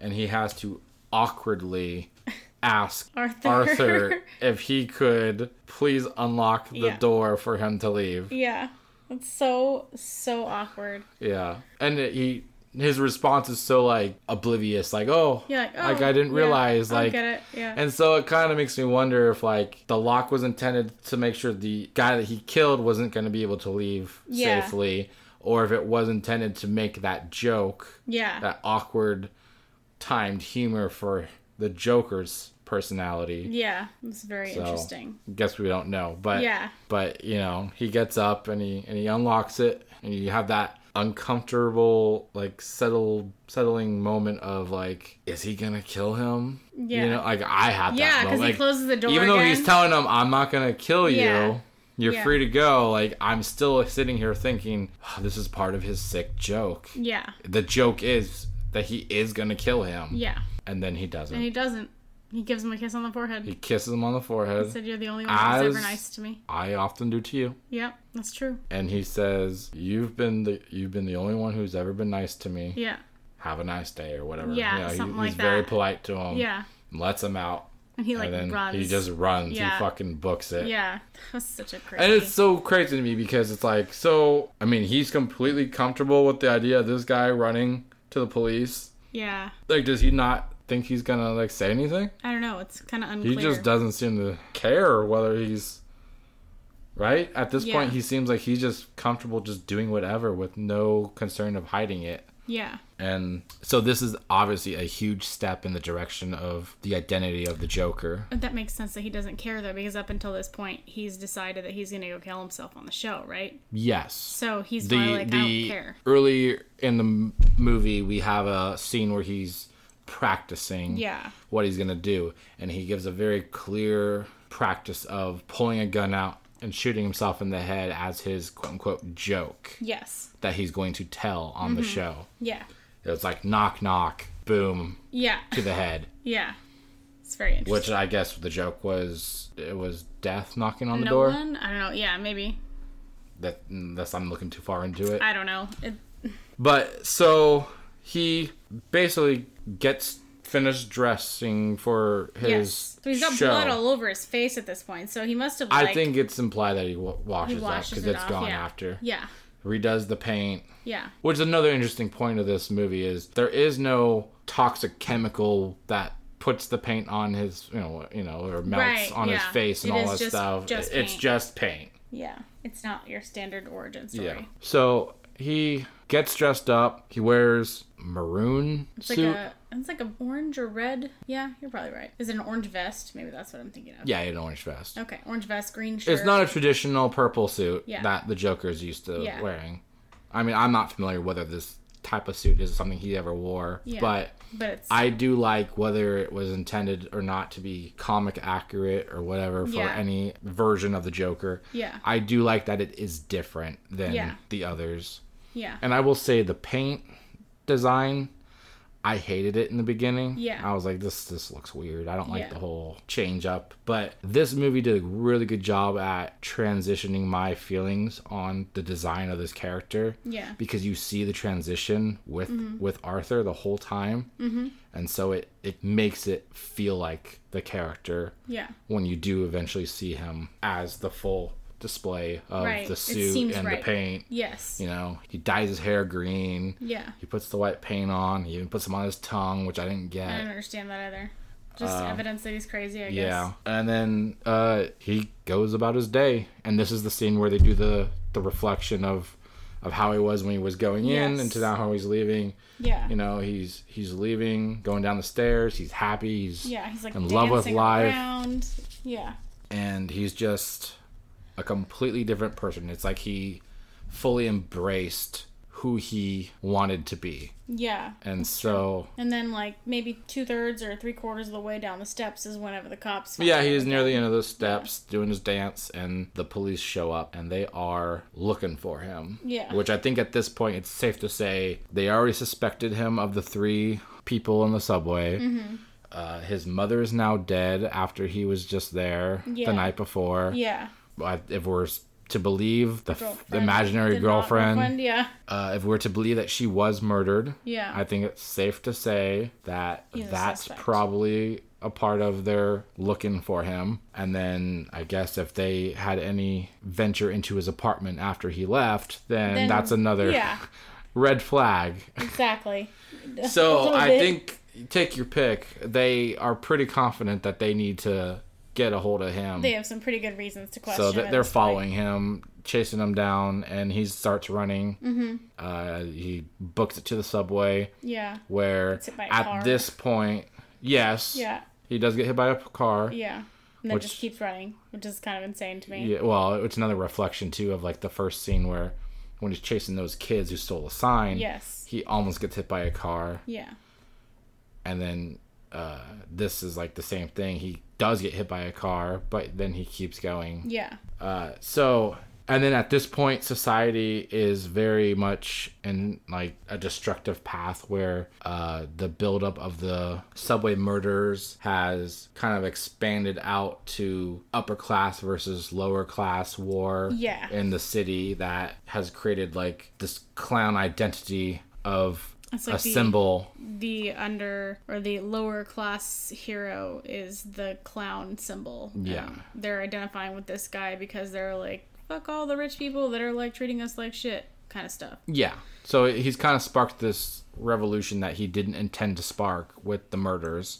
Speaker 1: and he has to awkwardly ask
Speaker 2: Arthur.
Speaker 1: Arthur if he could please unlock the
Speaker 2: Yeah.
Speaker 1: door for him to leave.
Speaker 2: Yeah. It's so so awkward.
Speaker 1: Yeah. And he his response is so like oblivious like oh
Speaker 2: Yeah, like, oh,
Speaker 1: I didn't
Speaker 2: yeah,
Speaker 1: realize
Speaker 2: I
Speaker 1: like
Speaker 2: get it. Yeah.
Speaker 1: and so it kind of makes me wonder if like the lock was intended to make sure the guy that he killed wasn't going to be able to leave
Speaker 2: Yeah.
Speaker 1: safely or if it was intended to make that joke
Speaker 2: yeah.
Speaker 1: that awkward timed humor for the Joker's personality.
Speaker 2: yeah. It's very
Speaker 1: So,
Speaker 2: interesting.
Speaker 1: Guess we don't know, but
Speaker 2: Yeah.
Speaker 1: but you know, he gets up and he and he unlocks it, and you have that uncomfortable like settle settling moment of like, is he gonna kill him?
Speaker 2: Yeah.
Speaker 1: you know, like I had
Speaker 2: Yeah,
Speaker 1: that.
Speaker 2: 'cause
Speaker 1: moment.
Speaker 2: he
Speaker 1: Like,
Speaker 2: closes the door
Speaker 1: even though he's
Speaker 2: again.
Speaker 1: telling him, "I'm not gonna kill you."
Speaker 2: Yeah.
Speaker 1: You're
Speaker 2: Yeah.
Speaker 1: free to go. Like I'm still sitting here thinking, "Oh, this is part of his sick joke.
Speaker 2: Yeah.
Speaker 1: The joke is that he is gonna kill him.
Speaker 2: Yeah.
Speaker 1: And then he doesn't.
Speaker 2: And he
Speaker 1: He,
Speaker 2: doesn't. He gives him a kiss on the forehead. He
Speaker 1: kisses him on the forehead.
Speaker 2: said, "You're the only one who's ever
Speaker 1: As-
Speaker 2: nice to me."
Speaker 1: I often do to you.
Speaker 2: Yep, that's true.
Speaker 1: And he says, "You've been the you've been the only one who's ever been nice to me.
Speaker 2: Yeah.
Speaker 1: Have a nice day or whatever."
Speaker 2: Yeah,
Speaker 1: he-
Speaker 2: something like
Speaker 1: he's very
Speaker 2: that.
Speaker 1: polite to him.
Speaker 2: Yeah.
Speaker 1: Lets him out.
Speaker 2: And he like
Speaker 1: and then
Speaker 2: runs.
Speaker 1: he just runs. He
Speaker 2: Yeah.
Speaker 1: fucking books it.
Speaker 2: Yeah. That was such a crazy.
Speaker 1: And it's so crazy to me because it's like, so I mean, he's completely comfortable with the idea of this guy running to the police.
Speaker 2: yeah.
Speaker 1: Like, does he not think he's gonna like say anything?
Speaker 2: I don't know. It's kind of
Speaker 1: He
Speaker 2: unclear.
Speaker 1: just doesn't seem to care whether he's right at this point.
Speaker 2: Yeah.
Speaker 1: He seems like he's just comfortable just doing whatever with no concern of hiding it.
Speaker 2: Yeah.
Speaker 1: And so this is obviously a huge step in the direction of the identity of the Joker.
Speaker 2: But that makes sense that he doesn't care though, because up until this point, he's decided that he's gonna go kill himself on the show, right?
Speaker 1: Yes.
Speaker 2: So he's
Speaker 1: The
Speaker 2: probably like, I don't
Speaker 1: the
Speaker 2: care.
Speaker 1: early in the m- movie we have a scene where he's practicing
Speaker 2: Yeah.
Speaker 1: what he's going to do and he gives a very clear practice of pulling a gun out and shooting himself in the head as his quote unquote joke
Speaker 2: Yes.
Speaker 1: that he's going to tell on
Speaker 2: Mm-hmm.
Speaker 1: the show.
Speaker 2: Yeah.
Speaker 1: It was like knock knock, boom
Speaker 2: Yeah.
Speaker 1: to the head,
Speaker 2: Yeah. It's very interesting.
Speaker 1: which I guess the joke was it was death knocking on the
Speaker 2: no
Speaker 1: door.
Speaker 2: one? I don't know. Yeah, maybe.
Speaker 1: That unless I'm looking too far into it.
Speaker 2: I don't know. It,
Speaker 1: But so he basically gets finished dressing for his
Speaker 2: yes. So he's got
Speaker 1: show.
Speaker 2: blood all over his face at this point, so he must have.
Speaker 1: I
Speaker 2: Like,
Speaker 1: think it's implied that he wa- washes,
Speaker 2: he
Speaker 1: off
Speaker 2: washes it
Speaker 1: because it's
Speaker 2: off.
Speaker 1: gone
Speaker 2: yeah.
Speaker 1: after.
Speaker 2: Yeah.
Speaker 1: Redoes the paint.
Speaker 2: Yeah.
Speaker 1: Which is another interesting point of this movie is there is no toxic chemical that puts the paint on his you know you know or melts
Speaker 2: Right,
Speaker 1: on his
Speaker 2: yeah.
Speaker 1: face and
Speaker 2: It
Speaker 1: all that
Speaker 2: is just-
Speaker 1: stuff.
Speaker 2: just
Speaker 1: it's
Speaker 2: paint.
Speaker 1: just paint.
Speaker 2: Yeah. It's not your standard origin story.
Speaker 1: Yeah. So he gets dressed up. He wears maroon
Speaker 2: It's like
Speaker 1: suit.
Speaker 2: a. It's like a orange or red. Yeah, you're probably right. Is it an orange vest? Maybe that's what I'm thinking of.
Speaker 1: yeah, he had an orange vest.
Speaker 2: Okay, orange vest, green shirt.
Speaker 1: It's not a traditional purple suit
Speaker 2: Yeah.
Speaker 1: that the Joker's used to
Speaker 2: Yeah.
Speaker 1: wearing. I mean, I'm not familiar whether this type of suit is something he ever wore.
Speaker 2: Yeah.
Speaker 1: But
Speaker 2: But it's
Speaker 1: I do like whether it was intended or not to be comic accurate or whatever for
Speaker 2: Yeah.
Speaker 1: any version of the Joker.
Speaker 2: yeah,
Speaker 1: I do like that it is different than
Speaker 2: Yeah.
Speaker 1: the others.
Speaker 2: yeah,
Speaker 1: And I will say the paint design, I hated it in the beginning.
Speaker 2: Yeah.
Speaker 1: I was like, this this looks weird. I don't like
Speaker 2: Yeah.
Speaker 1: the whole change up. But this movie did a really good job at transitioning my feelings on the design of this character
Speaker 2: yeah, Mm-hmm.
Speaker 1: because you see the transition with with Arthur the whole time, mm-hmm. and so it it makes it feel like the character
Speaker 2: yeah.
Speaker 1: when you do eventually see him as the full display of
Speaker 2: Right.
Speaker 1: the
Speaker 2: It
Speaker 1: suit
Speaker 2: seems
Speaker 1: and
Speaker 2: right.
Speaker 1: the paint.
Speaker 2: Yes.
Speaker 1: You know, he dyes his hair green.
Speaker 2: Yeah.
Speaker 1: He puts the white paint on. He even puts them on his tongue, which I didn't get.
Speaker 2: I don't understand that either. Just evidence that he's crazy, I
Speaker 1: Uh,
Speaker 2: guess.
Speaker 1: Yeah, and then uh, he goes about his day, and this is the scene where they do the the reflection of of how he was when he was going in,
Speaker 2: Yes.
Speaker 1: and to now how he's leaving.
Speaker 2: Yeah.
Speaker 1: You know, he's he's leaving, going down the stairs. He's happy. He's
Speaker 2: yeah, he's like
Speaker 1: in
Speaker 2: dancing
Speaker 1: love with life.
Speaker 2: around. Yeah.
Speaker 1: and he's just a completely different person. It's like he fully embraced who he wanted to be,
Speaker 2: Yeah.
Speaker 1: and so
Speaker 2: And then like maybe two thirds or three quarters of the way down the steps is whenever the cops.
Speaker 1: But Yeah, he is near the end of the steps doing his dance, and the police show up and they are looking for him.
Speaker 2: Yeah.
Speaker 1: Which I think at this point it's safe to say they already suspected him of the three people in the subway.
Speaker 2: Mm-hmm.
Speaker 1: Uh, his mother is now dead after he was just there
Speaker 2: Yeah.
Speaker 1: the night before.
Speaker 2: Yeah.
Speaker 1: But If we're s- to believe the, f-
Speaker 2: Girlfriend.
Speaker 1: the imaginary
Speaker 2: Did not
Speaker 1: girlfriend,
Speaker 2: Yeah.
Speaker 1: uh, if we're to believe that she was murdered,
Speaker 2: Yeah.
Speaker 1: I think it's safe to say that
Speaker 2: He's a
Speaker 1: that's
Speaker 2: suspect.
Speaker 1: probably a part of their looking for him. And then I guess if they had any venture into his apartment after he left, then,
Speaker 2: Then-
Speaker 1: that's another
Speaker 2: Yeah.
Speaker 1: red flag.
Speaker 2: Exactly. A
Speaker 1: So
Speaker 2: little
Speaker 1: I
Speaker 2: bit.
Speaker 1: think take your pick. They are pretty confident that they need to get a hold of him.
Speaker 2: They have some pretty good reasons to question.
Speaker 1: so
Speaker 2: it.
Speaker 1: th- they're following him, chasing him down, and he starts running. Mm-hmm. Uh, he books it to the subway
Speaker 2: Yeah.
Speaker 1: where
Speaker 2: hit by a
Speaker 1: at
Speaker 2: car.
Speaker 1: this point, yes,
Speaker 2: Yeah.
Speaker 1: he does get hit by a car. Yeah.
Speaker 2: Yeah. And then
Speaker 1: Which-
Speaker 2: just keeps running, which is kind of insane to me.
Speaker 1: well, it's another reflection too of like the first scene where when he's chasing those kids who stole a sign.
Speaker 2: Yes.
Speaker 1: He almost gets hit by a car,
Speaker 2: Yeah.
Speaker 1: and then uh, this is like the same thing. He does get hit by a car, but then he keeps going.
Speaker 2: Yeah.
Speaker 1: Uh, so. And then at this point, society is very much in like a destructive path where uh, the buildup of the subway murders has kind of expanded out to upper class versus lower class war
Speaker 2: Yeah.
Speaker 1: in the city that has created like this clown identity of
Speaker 2: It's like
Speaker 1: a
Speaker 2: the-
Speaker 1: symbol.
Speaker 2: The under or the lower class hero is the clown symbol. and
Speaker 1: Yeah.
Speaker 2: they're identifying with this guy because they're like, fuck all the rich people that are like treating us like shit kind of stuff.
Speaker 1: Yeah. So he's kind of sparked this revolution that he didn't intend to spark with the murders.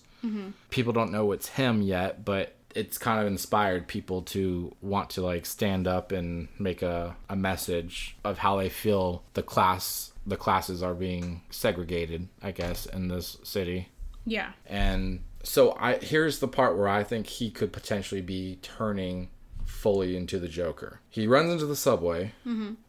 Speaker 1: People don't know it's him yet, but it's kind of inspired people to want to like stand up and make a, a message of how they feel the class the classes are being segregated, I guess, in this city.
Speaker 2: Yeah.
Speaker 1: And so I here's the part where I think he could potentially be turning fully into the Joker. He runs into the subway.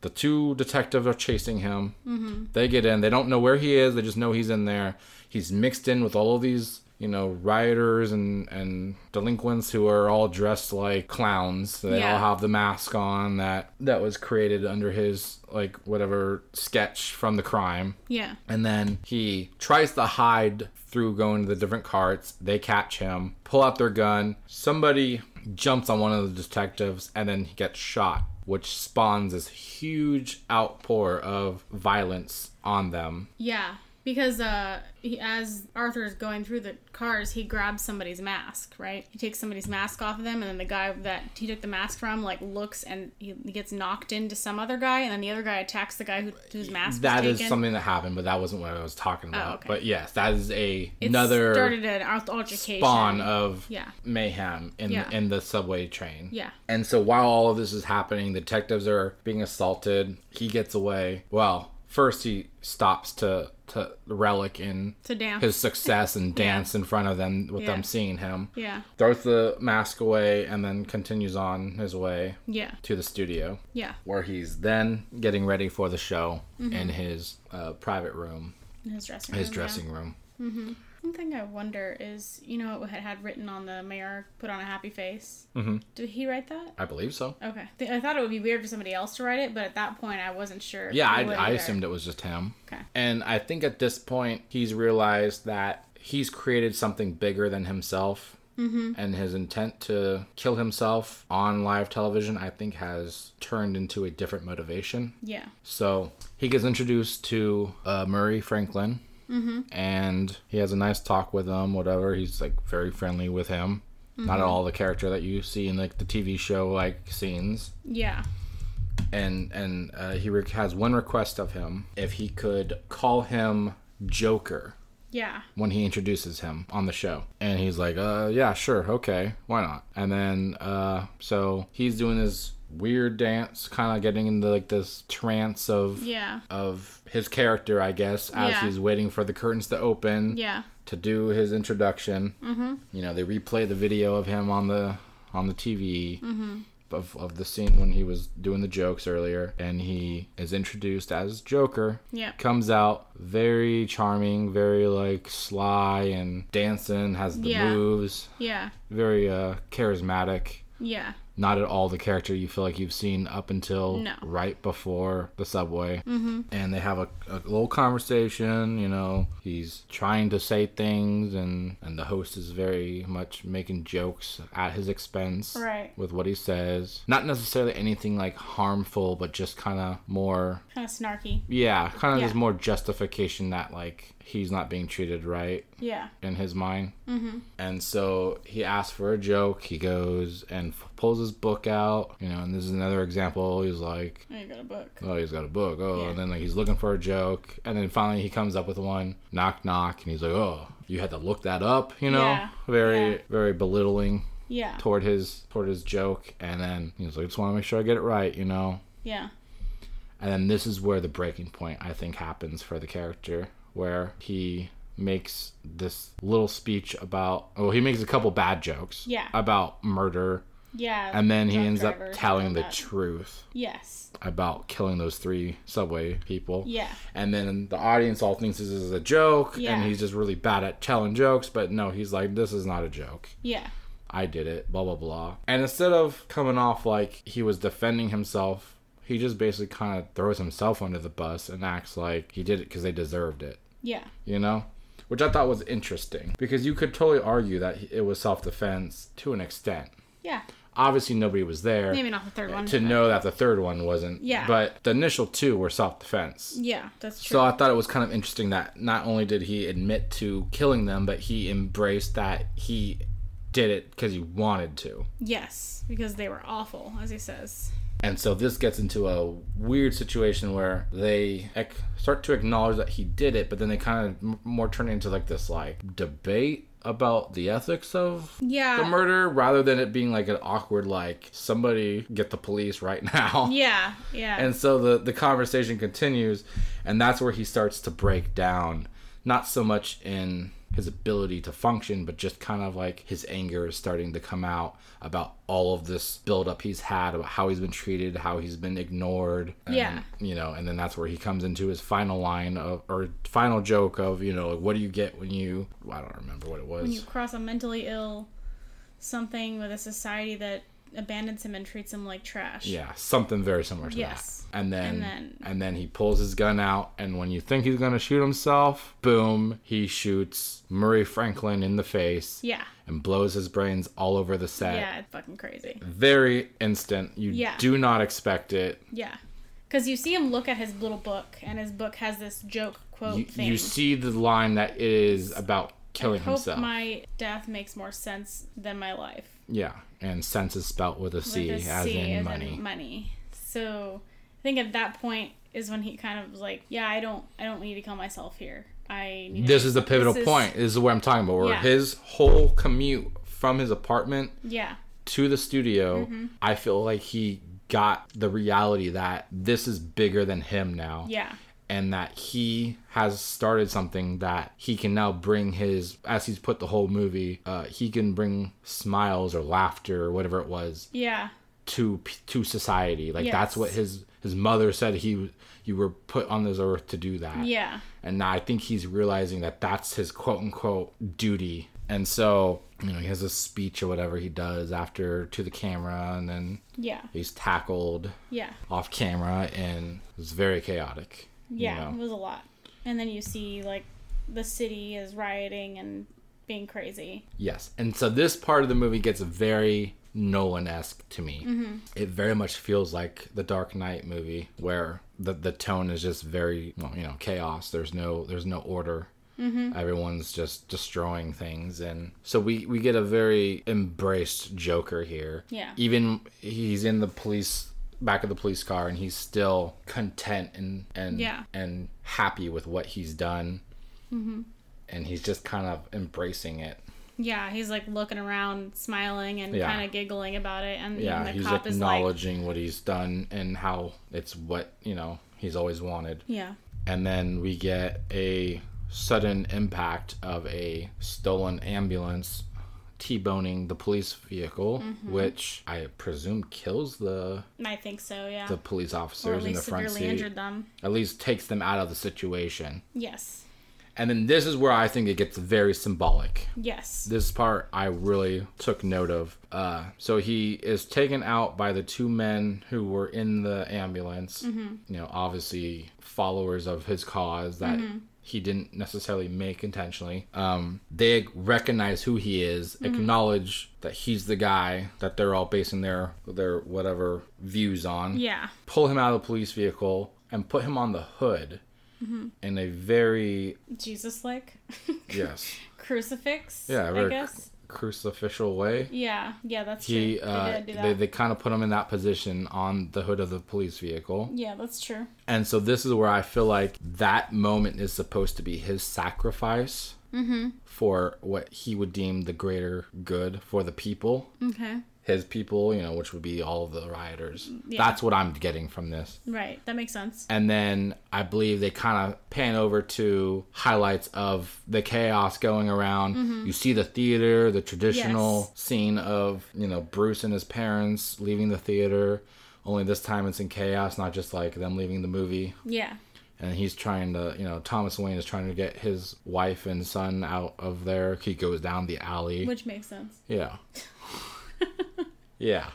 Speaker 1: The two detectives are chasing him. They get in. They don't know where he is. They just know he's in there. He's mixed in with all of these, you know, rioters and and delinquents who are all dressed like clowns. They all
Speaker 2: Yeah.
Speaker 1: have the mask on that that was created under his like whatever sketch from the crime.
Speaker 2: Yeah.
Speaker 1: And then he tries to hide through going to the different carts. They catch him, pull out their gun. Somebody jumps on one of the detectives, and then he gets shot, which spawns this huge outpour of violence on them.
Speaker 2: Yeah. Because uh, he, as Arthur's going through the cars, he grabs somebody's mask, right? He takes somebody's mask off of them, and then the guy that he took the mask from, like, looks and he, he gets knocked into some other guy, and then the other guy attacks the guy who, whose mask
Speaker 1: That
Speaker 2: was
Speaker 1: is
Speaker 2: taken. Oh,
Speaker 1: something that happened, but that wasn't what I was talking about.
Speaker 2: okay.
Speaker 1: But yes, that is a
Speaker 2: It
Speaker 1: another
Speaker 2: started an alt- altercation.
Speaker 1: spawn of
Speaker 2: Yeah.
Speaker 1: mayhem in
Speaker 2: Yeah.
Speaker 1: in the subway train.
Speaker 2: Yeah.
Speaker 1: And so while all of this is happening, the detectives are being assaulted. He gets away. Well, first he stops to to relic in
Speaker 2: To dance.
Speaker 1: his success and dance in front of them with
Speaker 2: Yeah.
Speaker 1: them seeing him.
Speaker 2: yeah.
Speaker 1: Throws the mask away and then continues on his way
Speaker 2: Yeah.
Speaker 1: to the studio
Speaker 2: Yeah.
Speaker 1: where he's then getting ready for the show
Speaker 2: Mm-hmm.
Speaker 1: in his uh, private room,
Speaker 2: In his dressing room.
Speaker 1: his
Speaker 2: yeah.
Speaker 1: dressing room.
Speaker 2: One thing I wonder is, you know, it had, had written on the mayor, put on a happy face. Mm-hmm. Did he write that?
Speaker 1: I believe so.
Speaker 2: Okay. Th- I thought it would be weird for somebody else to write it, but at that point, I wasn't sure. if
Speaker 1: Yeah,
Speaker 2: he
Speaker 1: I,
Speaker 2: would
Speaker 1: I
Speaker 2: either.
Speaker 1: assumed it was just him.
Speaker 2: Okay.
Speaker 1: And I think at this point, he's realized that he's created something bigger than himself. Mm-hmm. And his intent to kill himself on live television, I think, has turned into a different motivation.
Speaker 2: Yeah.
Speaker 1: So he gets introduced to uh, Murray Franklin, and he has a nice talk with him. Whatever, he's like very friendly with him. Not at all the character that you see in like the TV show like scenes.
Speaker 2: Yeah.
Speaker 1: And and uh, he re- has one request of him: if he could call him Joker
Speaker 2: Yeah.
Speaker 1: when he introduces him on the show. And he's like, uh, yeah, sure, okay, why not? And then, uh, so he's doing this weird dance, kind of getting into like this trance of
Speaker 2: Yeah.
Speaker 1: of his character, I guess, as
Speaker 2: Yeah.
Speaker 1: he's waiting for the curtains to open
Speaker 2: Yeah.
Speaker 1: to do his introduction. Mm-hmm. You know, they replay the video of him on the on the TV
Speaker 2: Mm-hmm.
Speaker 1: of of the scene when he was doing the jokes earlier, and he is introduced as Joker.
Speaker 2: Yeah.
Speaker 1: comes out very charming, very like sly and dancing, has the
Speaker 2: Yeah.
Speaker 1: moves,
Speaker 2: Yeah.
Speaker 1: very uh, charismatic.
Speaker 2: Yeah.
Speaker 1: Not at all the character you feel like you've seen up until
Speaker 2: No.
Speaker 1: right before the subway. Mm-hmm. And they have a, a little conversation, you know. He's trying to say things, and, and the host is very much making jokes at his expense
Speaker 2: Right.
Speaker 1: with what he says. Not necessarily anything like harmful, but just kind of more,
Speaker 2: Kind of snarky.
Speaker 1: yeah, kind of
Speaker 2: Yeah.
Speaker 1: just more justification that like he's not being treated right
Speaker 2: Yeah.
Speaker 1: in his mind. Mm-hmm. And so he asks for a joke. He goes and f- pulls his book out. You know, and this is another example. He's like,
Speaker 2: I got a book.
Speaker 1: oh, he's got a book. Oh,
Speaker 2: Yeah.
Speaker 1: and then like he's looking for a joke. And then finally he comes up with one. Knock, knock. And he's like, oh, you had to look that up. You know,
Speaker 2: Yeah.
Speaker 1: very,
Speaker 2: Yeah.
Speaker 1: very belittling
Speaker 2: Yeah.
Speaker 1: toward his toward his joke. And then he's like, just want to make sure I get it right. You know.
Speaker 2: Yeah.
Speaker 1: And then this is where the breaking point, I think, happens for the character, where he makes this little speech about. Well, he makes a couple bad jokes.
Speaker 2: Yeah.
Speaker 1: About murder.
Speaker 2: Yeah.
Speaker 1: And then he
Speaker 2: Drunk
Speaker 1: ends up
Speaker 2: drivers,
Speaker 1: telling
Speaker 2: all
Speaker 1: the
Speaker 2: that.
Speaker 1: truth
Speaker 2: Yes.
Speaker 1: about killing those three subway people.
Speaker 2: Yeah.
Speaker 1: And then the audience all thinks this is a joke,
Speaker 2: Yeah.
Speaker 1: and he's just really bad at telling jokes, but no, he's like, this is not a joke.
Speaker 2: Yeah.
Speaker 1: I did it, blah, blah, blah. And instead of coming off like he was defending himself, he just basically kind of throws himself under the bus and acts like he did it because they deserved it,
Speaker 2: Yeah.
Speaker 1: you know? Which I thought was interesting because you could totally argue that he- it was self defense to an extent.
Speaker 2: Yeah.
Speaker 1: Obviously, nobody was there
Speaker 2: Maybe not the third one.
Speaker 1: Uh, to
Speaker 2: but-
Speaker 1: know that the third one wasn't.
Speaker 2: Yeah.
Speaker 1: But the initial two were self defense.
Speaker 2: Yeah, that's true.
Speaker 1: So I thought it was kind of interesting that not only did he admit to killing them, but he embraced that he did it because he wanted to.
Speaker 2: yes, because they were awful, as he says.
Speaker 1: And so this gets into a weird situation where they ac- start to acknowledge that he did it, but then they kind of m- more turn it into like this like debate about the ethics of
Speaker 2: Yeah.
Speaker 1: the murder rather than it being like an awkward like somebody get the police right now.
Speaker 2: Yeah. Yeah.
Speaker 1: And so the the conversation continues and that's where he starts to break down, not so much in his ability to function, but just kind of like his anger is starting to come out about all of this buildup he's had, about how he's been treated, how he's been ignored. And,
Speaker 2: Yeah.
Speaker 1: You know, and then that's where he comes into his final line of, or final joke of, you know, like, what do you get when you, I don't remember what it was.
Speaker 2: you cross a mentally ill something with a society that abandons him and treats him like trash.
Speaker 1: Yeah, something very similar to
Speaker 2: Yes.
Speaker 1: that. And then, and
Speaker 2: And
Speaker 1: then
Speaker 2: then-
Speaker 1: he pulls his gun out, and when you think he's gonna shoot himself, boom, he shoots Murray Franklin in the face
Speaker 2: Yeah.
Speaker 1: and blows his brains all over the set.
Speaker 2: Yeah, it's fucking crazy.
Speaker 1: Very instant. You
Speaker 2: Yeah.
Speaker 1: do not expect it.
Speaker 2: Yeah. Because you see him look at his little book, and his book has this joke quote
Speaker 1: You,
Speaker 2: thing.
Speaker 1: you see the line that it is about killing
Speaker 2: Hope
Speaker 1: himself.
Speaker 2: my death makes more sense than my life.
Speaker 1: yeah, and sense is spelt with a C
Speaker 2: with a
Speaker 1: as
Speaker 2: C
Speaker 1: in
Speaker 2: as
Speaker 1: money.
Speaker 2: money. So I think at that point is when he kind of was like, yeah, I don't, I don't need to kill myself here. I need
Speaker 1: This is the pivotal
Speaker 2: This is-
Speaker 1: point. This is what I'm talking about. Where
Speaker 2: Yeah.
Speaker 1: his whole commute from his apartment
Speaker 2: yeah,
Speaker 1: to the studio,
Speaker 2: Mm-hmm.
Speaker 1: I feel like he got the reality that this is bigger than him now.
Speaker 2: yeah,
Speaker 1: and that he has started something that he can now bring his as he's put the whole movie uh, he can bring smiles or laughter or whatever it was
Speaker 2: Yeah.
Speaker 1: to to society like that's
Speaker 2: Yes.
Speaker 1: what his his mother said he you were put on this earth to do that
Speaker 2: Yeah.
Speaker 1: and now I think he's realizing that that's his quote unquote duty. And so, you know, he has a speech or whatever he does after to the camera, and then
Speaker 2: Yeah.
Speaker 1: he's tackled
Speaker 2: Yeah.
Speaker 1: off camera, and it's very chaotic. you
Speaker 2: Yeah.
Speaker 1: know.
Speaker 2: It was a lot. And then you see like the city is rioting and being crazy.
Speaker 1: Yes. And so this part of the movie gets very Nolan esque to me.
Speaker 2: Mm-hmm.
Speaker 1: It very much feels like the Dark Knight movie, where the the tone is just very well, you know chaos. There's no there's no order.
Speaker 2: Mm-hmm.
Speaker 1: Everyone's just destroying things, and so we we get a very embraced Joker here.
Speaker 2: Yeah.
Speaker 1: Even he's in the police back of the police car, and he's still content and and
Speaker 2: Yeah. Mm-hmm.
Speaker 1: and happy with what he's done. And he's just kind of embracing it.
Speaker 2: Yeah, he's like looking around, smiling and
Speaker 1: Yeah.
Speaker 2: kind of giggling about it, and
Speaker 1: yeah
Speaker 2: even the
Speaker 1: he's
Speaker 2: cop is like,
Speaker 1: acknowledging what he's done and how it's what you know he's always wanted
Speaker 2: yeah,
Speaker 1: and then we get a sudden impact of a stolen ambulance t-boning the police vehicle
Speaker 2: Mm-hmm.
Speaker 1: which i presume kills the
Speaker 2: I think so, yeah,
Speaker 1: the police
Speaker 2: or
Speaker 1: officers
Speaker 2: at
Speaker 1: in the
Speaker 2: least
Speaker 1: front
Speaker 2: severely
Speaker 1: seat
Speaker 2: injured them.
Speaker 1: at least takes them out of the situation
Speaker 2: Yes,
Speaker 1: and then this is where i think it gets very symbolic
Speaker 2: yes,
Speaker 1: this part I really took note of. Uh, so he is taken out by the two men who were in the ambulance.
Speaker 2: Mm-hmm.
Speaker 1: You know, obviously followers of his cause that
Speaker 2: Mm-hmm.
Speaker 1: he didn't necessarily make intentionally. Um, they recognize who he is,
Speaker 2: Mm-hmm.
Speaker 1: acknowledge that he's the guy that they're all basing their their whatever views on
Speaker 2: yeah,
Speaker 1: pull him out of the police vehicle and put him on the hood
Speaker 2: Mm-hmm.
Speaker 1: in a very
Speaker 2: Jesus like
Speaker 1: yes
Speaker 2: crucifix.
Speaker 1: yeah
Speaker 2: I
Speaker 1: very cru-
Speaker 2: guess.
Speaker 1: crucificial way
Speaker 2: Yeah, yeah, that's
Speaker 1: he
Speaker 2: true.
Speaker 1: uh,
Speaker 2: they
Speaker 1: they,
Speaker 2: did do that.
Speaker 1: they, kind of put him in that position on the hood of the police vehicle
Speaker 2: yeah, that's true.
Speaker 1: and so this is where i feel like that moment is supposed to be his sacrifice
Speaker 2: Mm-hmm.
Speaker 1: for what he would deem the greater good for the people
Speaker 2: Okay,
Speaker 1: his people you know which would be all of the rioters
Speaker 2: Yeah.
Speaker 1: that's what i'm getting from this
Speaker 2: right, that makes sense.
Speaker 1: and then I believe they kind of pan over to highlights of the chaos going around. You see the theater, the traditional scene of, you know, Bruce and his parents leaving the theater, only this time it's in chaos, not just like them leaving the movie.
Speaker 2: Yeah,
Speaker 1: And he's trying to, you know, Thomas Wayne is trying to get his wife and son out of there. He goes down the alley.
Speaker 2: which makes sense.
Speaker 1: Yeah. yeah.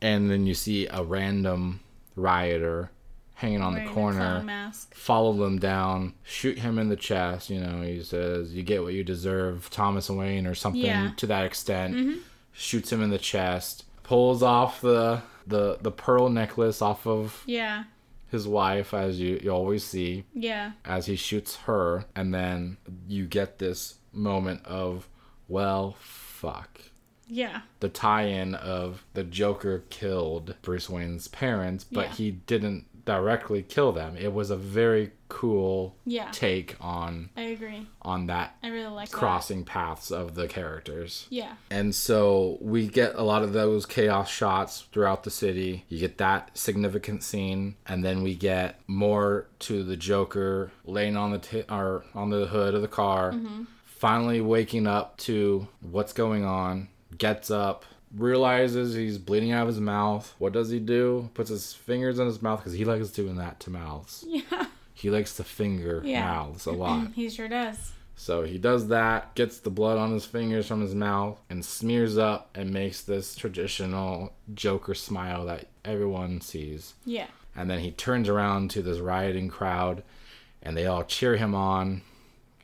Speaker 1: And then you see a random rioter hanging on
Speaker 2: Wearing
Speaker 1: the
Speaker 2: a
Speaker 1: corner,
Speaker 2: clown mask.
Speaker 1: follow them down, shoot him in the chest. You know, he says, You get what you deserve, Thomas Wayne, or something
Speaker 2: Yeah. Mm-hmm.
Speaker 1: to that extent. Shoots him in the chest, pulls off the. The, the pearl necklace off of
Speaker 2: Yeah,
Speaker 1: his wife, as you, you always see,
Speaker 2: yeah,
Speaker 1: as he shoots her, and then you get this moment of, well, fuck
Speaker 2: yeah,
Speaker 1: the tie-in of the Joker killed Bruce Wayne's parents, but
Speaker 2: Yeah.
Speaker 1: he didn't directly kill them. It was a very cool
Speaker 2: Yeah.
Speaker 1: take on
Speaker 2: I agree.
Speaker 1: on that
Speaker 2: I really like that.
Speaker 1: crossing paths of the characters.
Speaker 2: Yeah,
Speaker 1: And so we get a lot of those chaos shots throughout the city. You get that significant scene, and then we get more to the Joker laying on the t- or on the hood of the car,
Speaker 2: Mm-hmm.
Speaker 1: finally waking up to what's going on. Gets up, realizes he's bleeding out of his mouth. What does he do? Puts his fingers in his mouth because he likes doing that to mouths.
Speaker 2: yeah,
Speaker 1: He likes to finger
Speaker 2: Yeah.
Speaker 1: mouths a lot.
Speaker 2: he sure does.
Speaker 1: So he does that, gets the blood on his fingers from his mouth, and smears up and makes this traditional Joker smile that everyone sees.
Speaker 2: Yeah,
Speaker 1: And then he turns around to this rioting crowd, and they all cheer him on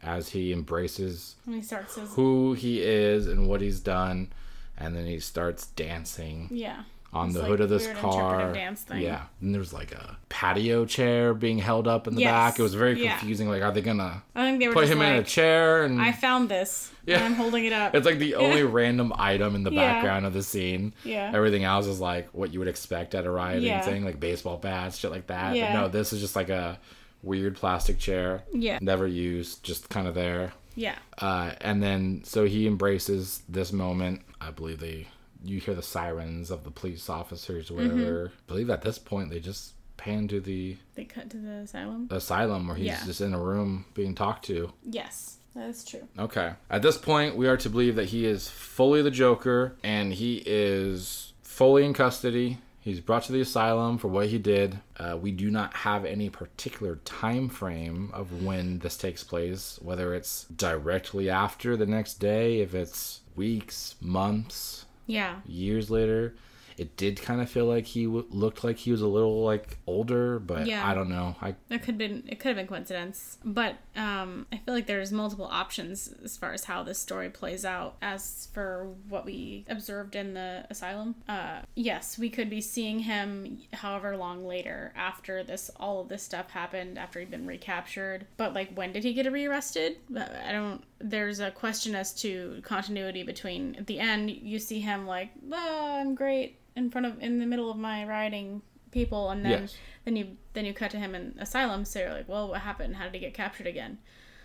Speaker 1: as he embraces
Speaker 2: and he starts his
Speaker 1: who he is and what he's done. And then he starts dancing
Speaker 2: yeah.
Speaker 1: on
Speaker 2: It's
Speaker 1: the
Speaker 2: like
Speaker 1: hood of this
Speaker 2: weird interpretive
Speaker 1: car.
Speaker 2: dance thing.
Speaker 1: Yeah. And there's like a patio chair being held up in the
Speaker 2: Yes.
Speaker 1: back. It was very
Speaker 2: Yeah.
Speaker 1: confusing. Like, are they gonna
Speaker 2: I think they were
Speaker 1: put
Speaker 2: just
Speaker 1: him
Speaker 2: like,
Speaker 1: in a chair and
Speaker 2: I found this.
Speaker 1: Yeah.
Speaker 2: And I'm holding it up.
Speaker 1: It's like the only random item in the
Speaker 2: Yeah.
Speaker 1: background of the scene.
Speaker 2: Yeah.
Speaker 1: Everything else is like what you would expect at a rioting
Speaker 2: Yeah.
Speaker 1: thing, like baseball bats, shit like that.
Speaker 2: Yeah.
Speaker 1: But no, this is just like a weird plastic chair.
Speaker 2: Yeah.
Speaker 1: Never used, just kind of there.
Speaker 2: yeah.
Speaker 1: Uh, and then, so he embraces this moment. I believe
Speaker 2: Mm-hmm.
Speaker 1: they, you hear the sirens of the police officers, or whatever. I believe at this point they just pan to the
Speaker 2: They cut to the asylum.
Speaker 1: asylum where he's
Speaker 2: Yeah.
Speaker 1: just in a room being talked to.
Speaker 2: Yes, that's true.
Speaker 1: Okay. At this point, we are to believe that he is fully the Joker and he is fully in custody. He's brought to the asylum for what he did. Uh, we do not have any particular time frame of when this takes place, whether it's directly after the next day, if it's weeks, months,
Speaker 2: Yeah.
Speaker 1: years later. It did kind of feel like he w- looked like he was a little like older, but
Speaker 2: Yeah.
Speaker 1: I don't know. I
Speaker 2: There could have been it could have been coincidence, but um, I feel like there's multiple options as far as how this story plays out. As for what we observed in the asylum, uh, yes, we could be seeing him however long later after this all of this stuff happened after he'd been recaptured. But like, when did he get rearrested? Uh, I don't. There's a question as to continuity between at the end you see him like, oh, I'm great in front of in the middle of my riding people and then
Speaker 1: Yes.
Speaker 2: then you then you cut to him in asylum so you're like well what happened how did he get captured again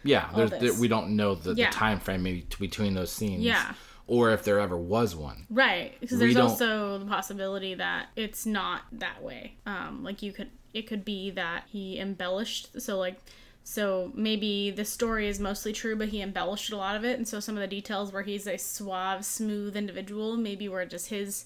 Speaker 1: Yeah, there's,
Speaker 2: this.
Speaker 1: there, we don't know the,
Speaker 2: Yeah.
Speaker 1: the time frame maybe t- between those scenes.
Speaker 2: Yeah.
Speaker 1: Or if there ever was one.
Speaker 2: right because
Speaker 1: We
Speaker 2: there's
Speaker 1: don't-
Speaker 2: also the possibility that it's not that way um like you could it could be that he embellished so like so maybe the story is mostly true but he embellished a lot of it and so some of the details where he's a suave smooth individual maybe were just his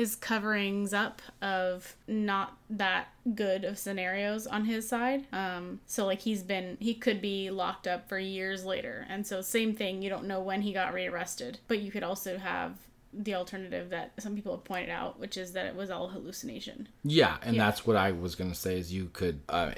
Speaker 2: his coverings up of not that good of scenarios on his side. Um, so like he's been he could be locked up for years later, and so same thing. You don't know when he got rearrested, but you could also have the alternative that some people have pointed out, which is that it was all hallucination.
Speaker 1: Yeah, and that's what I was going to say is you could uh,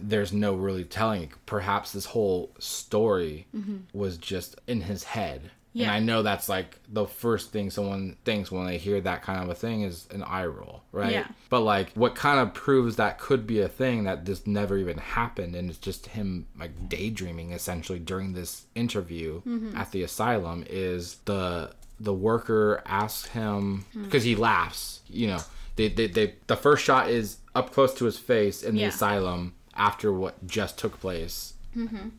Speaker 1: there's no really telling. Perhaps this whole story was just in his head. And
Speaker 2: Mm-hmm. Yeah.
Speaker 1: I know that's like the first thing someone thinks when they hear that kind of a thing is an eye roll, right?
Speaker 2: Yeah.
Speaker 1: But like what kind of proves that could be a thing that this never even happened and it's just him like daydreaming essentially during this interview at the asylum is the the worker asks him because he laughs, you know. They, they, they the first shot is up close to his face in the
Speaker 2: Yeah.
Speaker 1: asylum after what just took place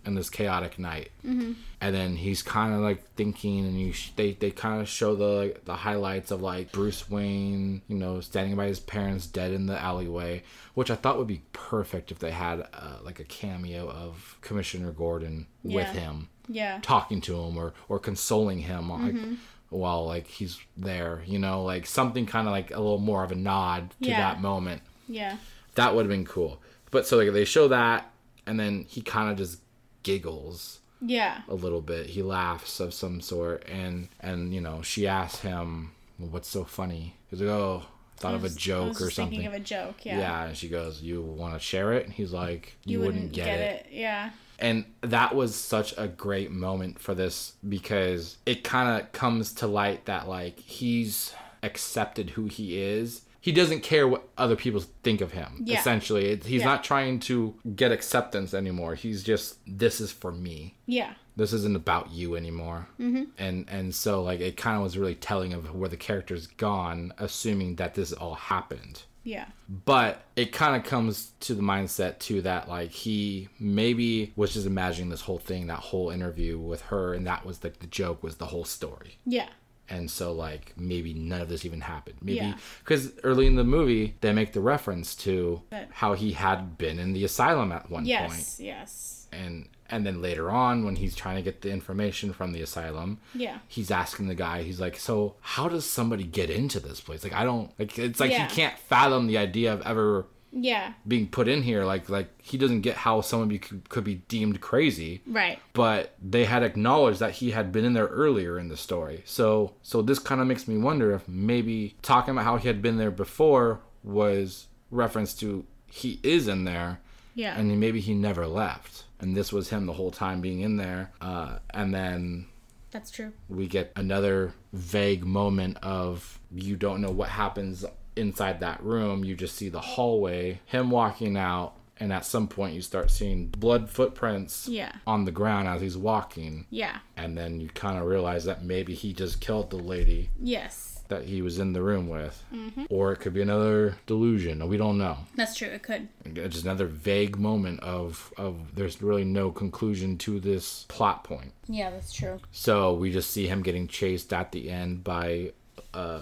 Speaker 1: in this chaotic night.
Speaker 2: Mm-hmm.
Speaker 1: And then he's kind of like thinking, and you sh- they they kind of show the like, the highlights of like Bruce Wayne, you know, standing by his parents dead in the alleyway, which I thought would be perfect if they had uh, like a cameo of Commissioner Gordon with
Speaker 2: Yeah.
Speaker 1: him,
Speaker 2: Yeah.
Speaker 1: talking to him or or consoling him, like.
Speaker 2: Mm-hmm.
Speaker 1: While like he's there, you know, like something kind of like a little more of a nod to
Speaker 2: Yeah.
Speaker 1: that moment.
Speaker 2: Yeah.
Speaker 1: That would have been cool. But so like they show that, and then he kind of just giggles
Speaker 2: Yeah.
Speaker 1: a little bit. He laughs of some sort, and and you know she asks him, well, "What's so funny?" He's like, "Oh, I thought
Speaker 2: I
Speaker 1: of
Speaker 2: was-
Speaker 1: a
Speaker 2: I
Speaker 1: joke
Speaker 2: was
Speaker 1: or
Speaker 2: just
Speaker 1: something."
Speaker 2: Thinking of a joke. Yeah.
Speaker 1: yeah. and she goes, "You want to share it?" And he's like, "You, wouldn't, get, it.
Speaker 2: Yeah.
Speaker 1: And that was such a great moment for this because it kind of comes to light that like he's accepted who he is. He doesn't care what other people think of him.
Speaker 2: Yeah.
Speaker 1: Essentially, it, he's
Speaker 2: Yeah.
Speaker 1: not trying to get acceptance anymore. He's just this is for me.
Speaker 2: Yeah.
Speaker 1: This isn't about you anymore. Mm-hmm. And and so like it kind of was really telling of where the character's gone, assuming that this all happened
Speaker 2: Yeah.
Speaker 1: but it kind of comes to the mindset too that like he maybe was just imagining this whole thing that whole interview with her and that was like the joke was the whole story
Speaker 2: Yeah.
Speaker 1: and so like maybe none of this even happened maybe
Speaker 2: Yeah.
Speaker 1: because early in the movie they make the reference to
Speaker 2: That-
Speaker 1: how he had been in the asylum at one
Speaker 2: Yes.
Speaker 1: point
Speaker 2: Yes.
Speaker 1: and and then later on when he's trying to get the information from the asylum
Speaker 2: Yeah.
Speaker 1: he's asking the guy he's like so how does somebody get into this place like i don't like it's like
Speaker 2: Yeah.
Speaker 1: he can't fathom the idea of ever
Speaker 2: Yeah.
Speaker 1: being put in here like like he doesn't get how someone be, could, could be deemed crazy
Speaker 2: Right.
Speaker 1: but they had acknowledged that he had been in there earlier in the story so so this kind of makes me wonder if maybe talking about how he had been there before was reference to he is in there
Speaker 2: Yeah.
Speaker 1: and maybe he never left and this was him the whole time being in there uh, and then
Speaker 2: That's true.
Speaker 1: we get another vague moment of you don't know what happens inside that room. You just see the hallway, him walking out, and at some point you start seeing blood footprints
Speaker 2: Yeah.
Speaker 1: on the ground as he's walking.
Speaker 2: Yeah.
Speaker 1: And then you kind of realize that maybe he just killed the lady
Speaker 2: Yes.
Speaker 1: that he was in the room with. Or it could be another delusion. We don't know.
Speaker 2: That's true. It could.
Speaker 1: It's just another vague moment of, of there's really no conclusion to this plot point.
Speaker 2: Yeah, that's true.
Speaker 1: So we just see him getting chased at the end by uh,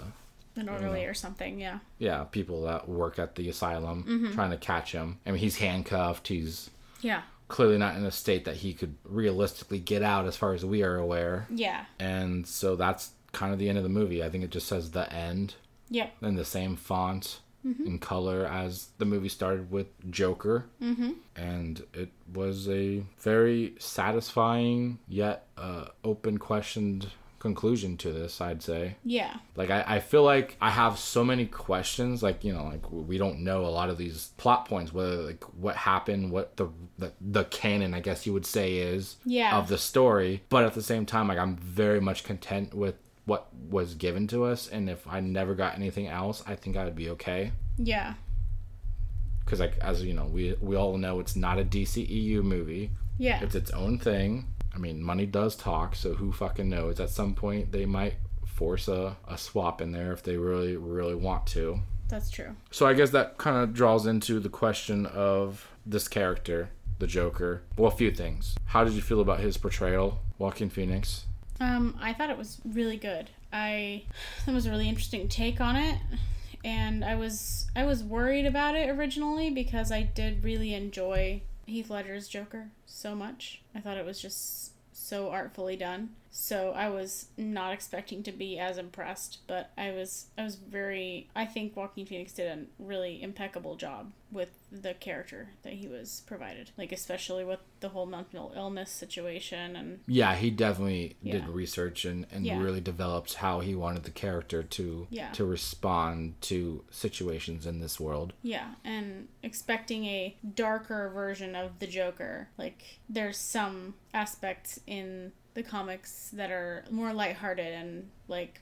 Speaker 2: an orderly or something. Yeah.
Speaker 1: yeah, people that work at the asylum trying to catch him. I mean, he's handcuffed. He's
Speaker 2: Yeah.
Speaker 1: clearly not in a state that he could realistically get out, as far as we are aware.
Speaker 2: Yeah.
Speaker 1: And so that's kind of the end of the movie. I think it just says the end
Speaker 2: Yep.
Speaker 1: in the same font and color as the movie started with Joker. Mm-hmm. And it was a very satisfying yet uh, open questioned conclusion to this, I'd say.
Speaker 2: Yeah.
Speaker 1: Like I, I feel like I have so many questions. Like you know, like we don't know a lot of these plot points. Whether like what happened, what the the, the canon, I guess you would say, is
Speaker 2: Yeah.
Speaker 1: of the story. But at the same time, like I'm very much content with what was given to us. And if I never got anything else, I think I would be okay.
Speaker 2: Yeah.
Speaker 1: Because like as you know, we we all know it's not a DCEU movie.
Speaker 2: Yeah.
Speaker 1: It's its own thing. I mean, money does talk, so who fucking knows? At some point, they might force a, a swap in there if they really, really want to.
Speaker 2: That's true.
Speaker 1: So I guess that kind of draws into the question of this character, the Joker. Well, a few things. How did you feel about his portrayal, Joaquin Phoenix?
Speaker 2: Um, I thought it was really good. I that was a really interesting take on it, and I was I was worried about it originally because I did really enjoy Heath Ledger's Joker so much. I thought it was just so artfully done. So I was not expecting to be as impressed, but I was I was very I think Joaquin Phoenix did a really impeccable job with the character that he was provided. Like especially with the whole mental illness situation and
Speaker 1: Yeah, he definitely did
Speaker 2: Yeah.
Speaker 1: research and, and
Speaker 2: Yeah.
Speaker 1: really developed how he wanted the character to
Speaker 2: Yeah.
Speaker 1: to respond to situations in this world.
Speaker 2: Yeah, and expecting a darker version of the Joker. Like, there's some aspects in the comics that are more lighthearted and like,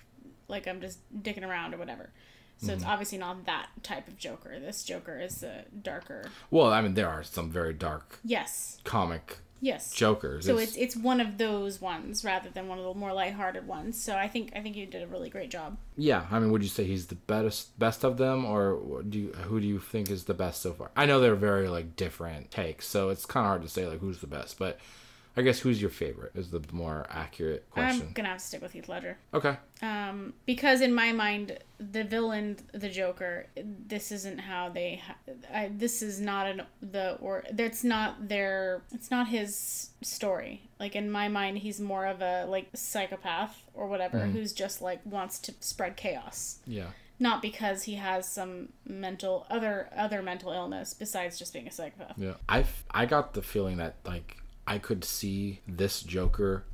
Speaker 2: like I'm just dicking around or whatever. So it's obviously not that type of Joker. This Joker is a darker.
Speaker 1: Well, I mean, there are some very dark
Speaker 2: Yes,
Speaker 1: comic
Speaker 2: yes.
Speaker 1: Jokers.
Speaker 2: so it's it's one of those ones rather than one of the more lighthearted ones. So I think I think you did a really great job.
Speaker 1: Yeah, I mean, would you say he's the best best of them, or do you, who do you think is the best so far? I know they're very like different takes, so it's kind of hard to say like who's the best. But I guess who's your favorite is the more accurate
Speaker 2: I'm
Speaker 1: question.
Speaker 2: gonna have to stick with Heath Ledger.
Speaker 1: okay,
Speaker 2: um, because in my mind the villain the joker this isn't how they ha- I, this is not an the or that's not their it's not his story like in my mind he's more of a like psychopath or whatever
Speaker 1: Mm-hmm.
Speaker 2: who's just like wants to spread chaos
Speaker 1: yeah,
Speaker 2: not because he has some mental other other mental illness besides just being a psychopath
Speaker 1: yeah. I f- I got the feeling that like I could see this Joker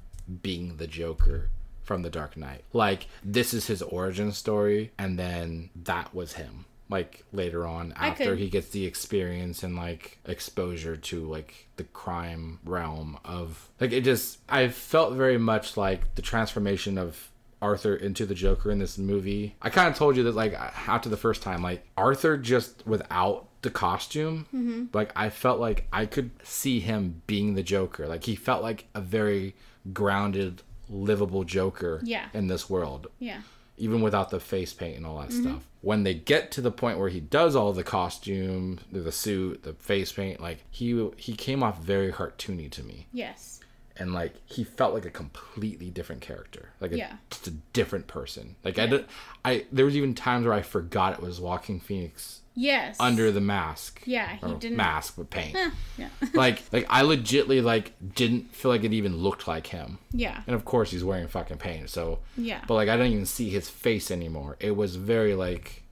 Speaker 1: being the Joker from The Dark Knight. Like this is his origin story, and then that was him. Like later on, after
Speaker 2: could-
Speaker 1: he gets the experience and like exposure to like the crime realm of like it just I felt very much like the transformation of Arthur into the Joker in this movie. I kind of told you that like after the first time, like Arthur just without the costume, like I felt like I could see him being the Joker. Like he felt like a very grounded, livable Joker
Speaker 2: Yeah.
Speaker 1: in this world
Speaker 2: yeah
Speaker 1: even without the face paint and all that
Speaker 2: Mm-hmm.
Speaker 1: stuff. When they get to the point where he does all the costume, the- the suit, the face paint, like he he came off very cartoony to me,
Speaker 2: yes
Speaker 1: and like he felt like a completely different character, like a,
Speaker 2: Yeah.
Speaker 1: just a different person. Like I did, I there was even times where I forgot it was Walking Phoenix
Speaker 2: yes
Speaker 1: under the mask.
Speaker 2: Yeah, he
Speaker 1: or
Speaker 2: didn't-
Speaker 1: mask with paint.
Speaker 2: yeah
Speaker 1: like like I legitly like didn't feel like it even looked like him.
Speaker 2: yeah
Speaker 1: And of course, he's wearing fucking paint. So
Speaker 2: Yeah.
Speaker 1: but like I don't even see his face anymore. It was very like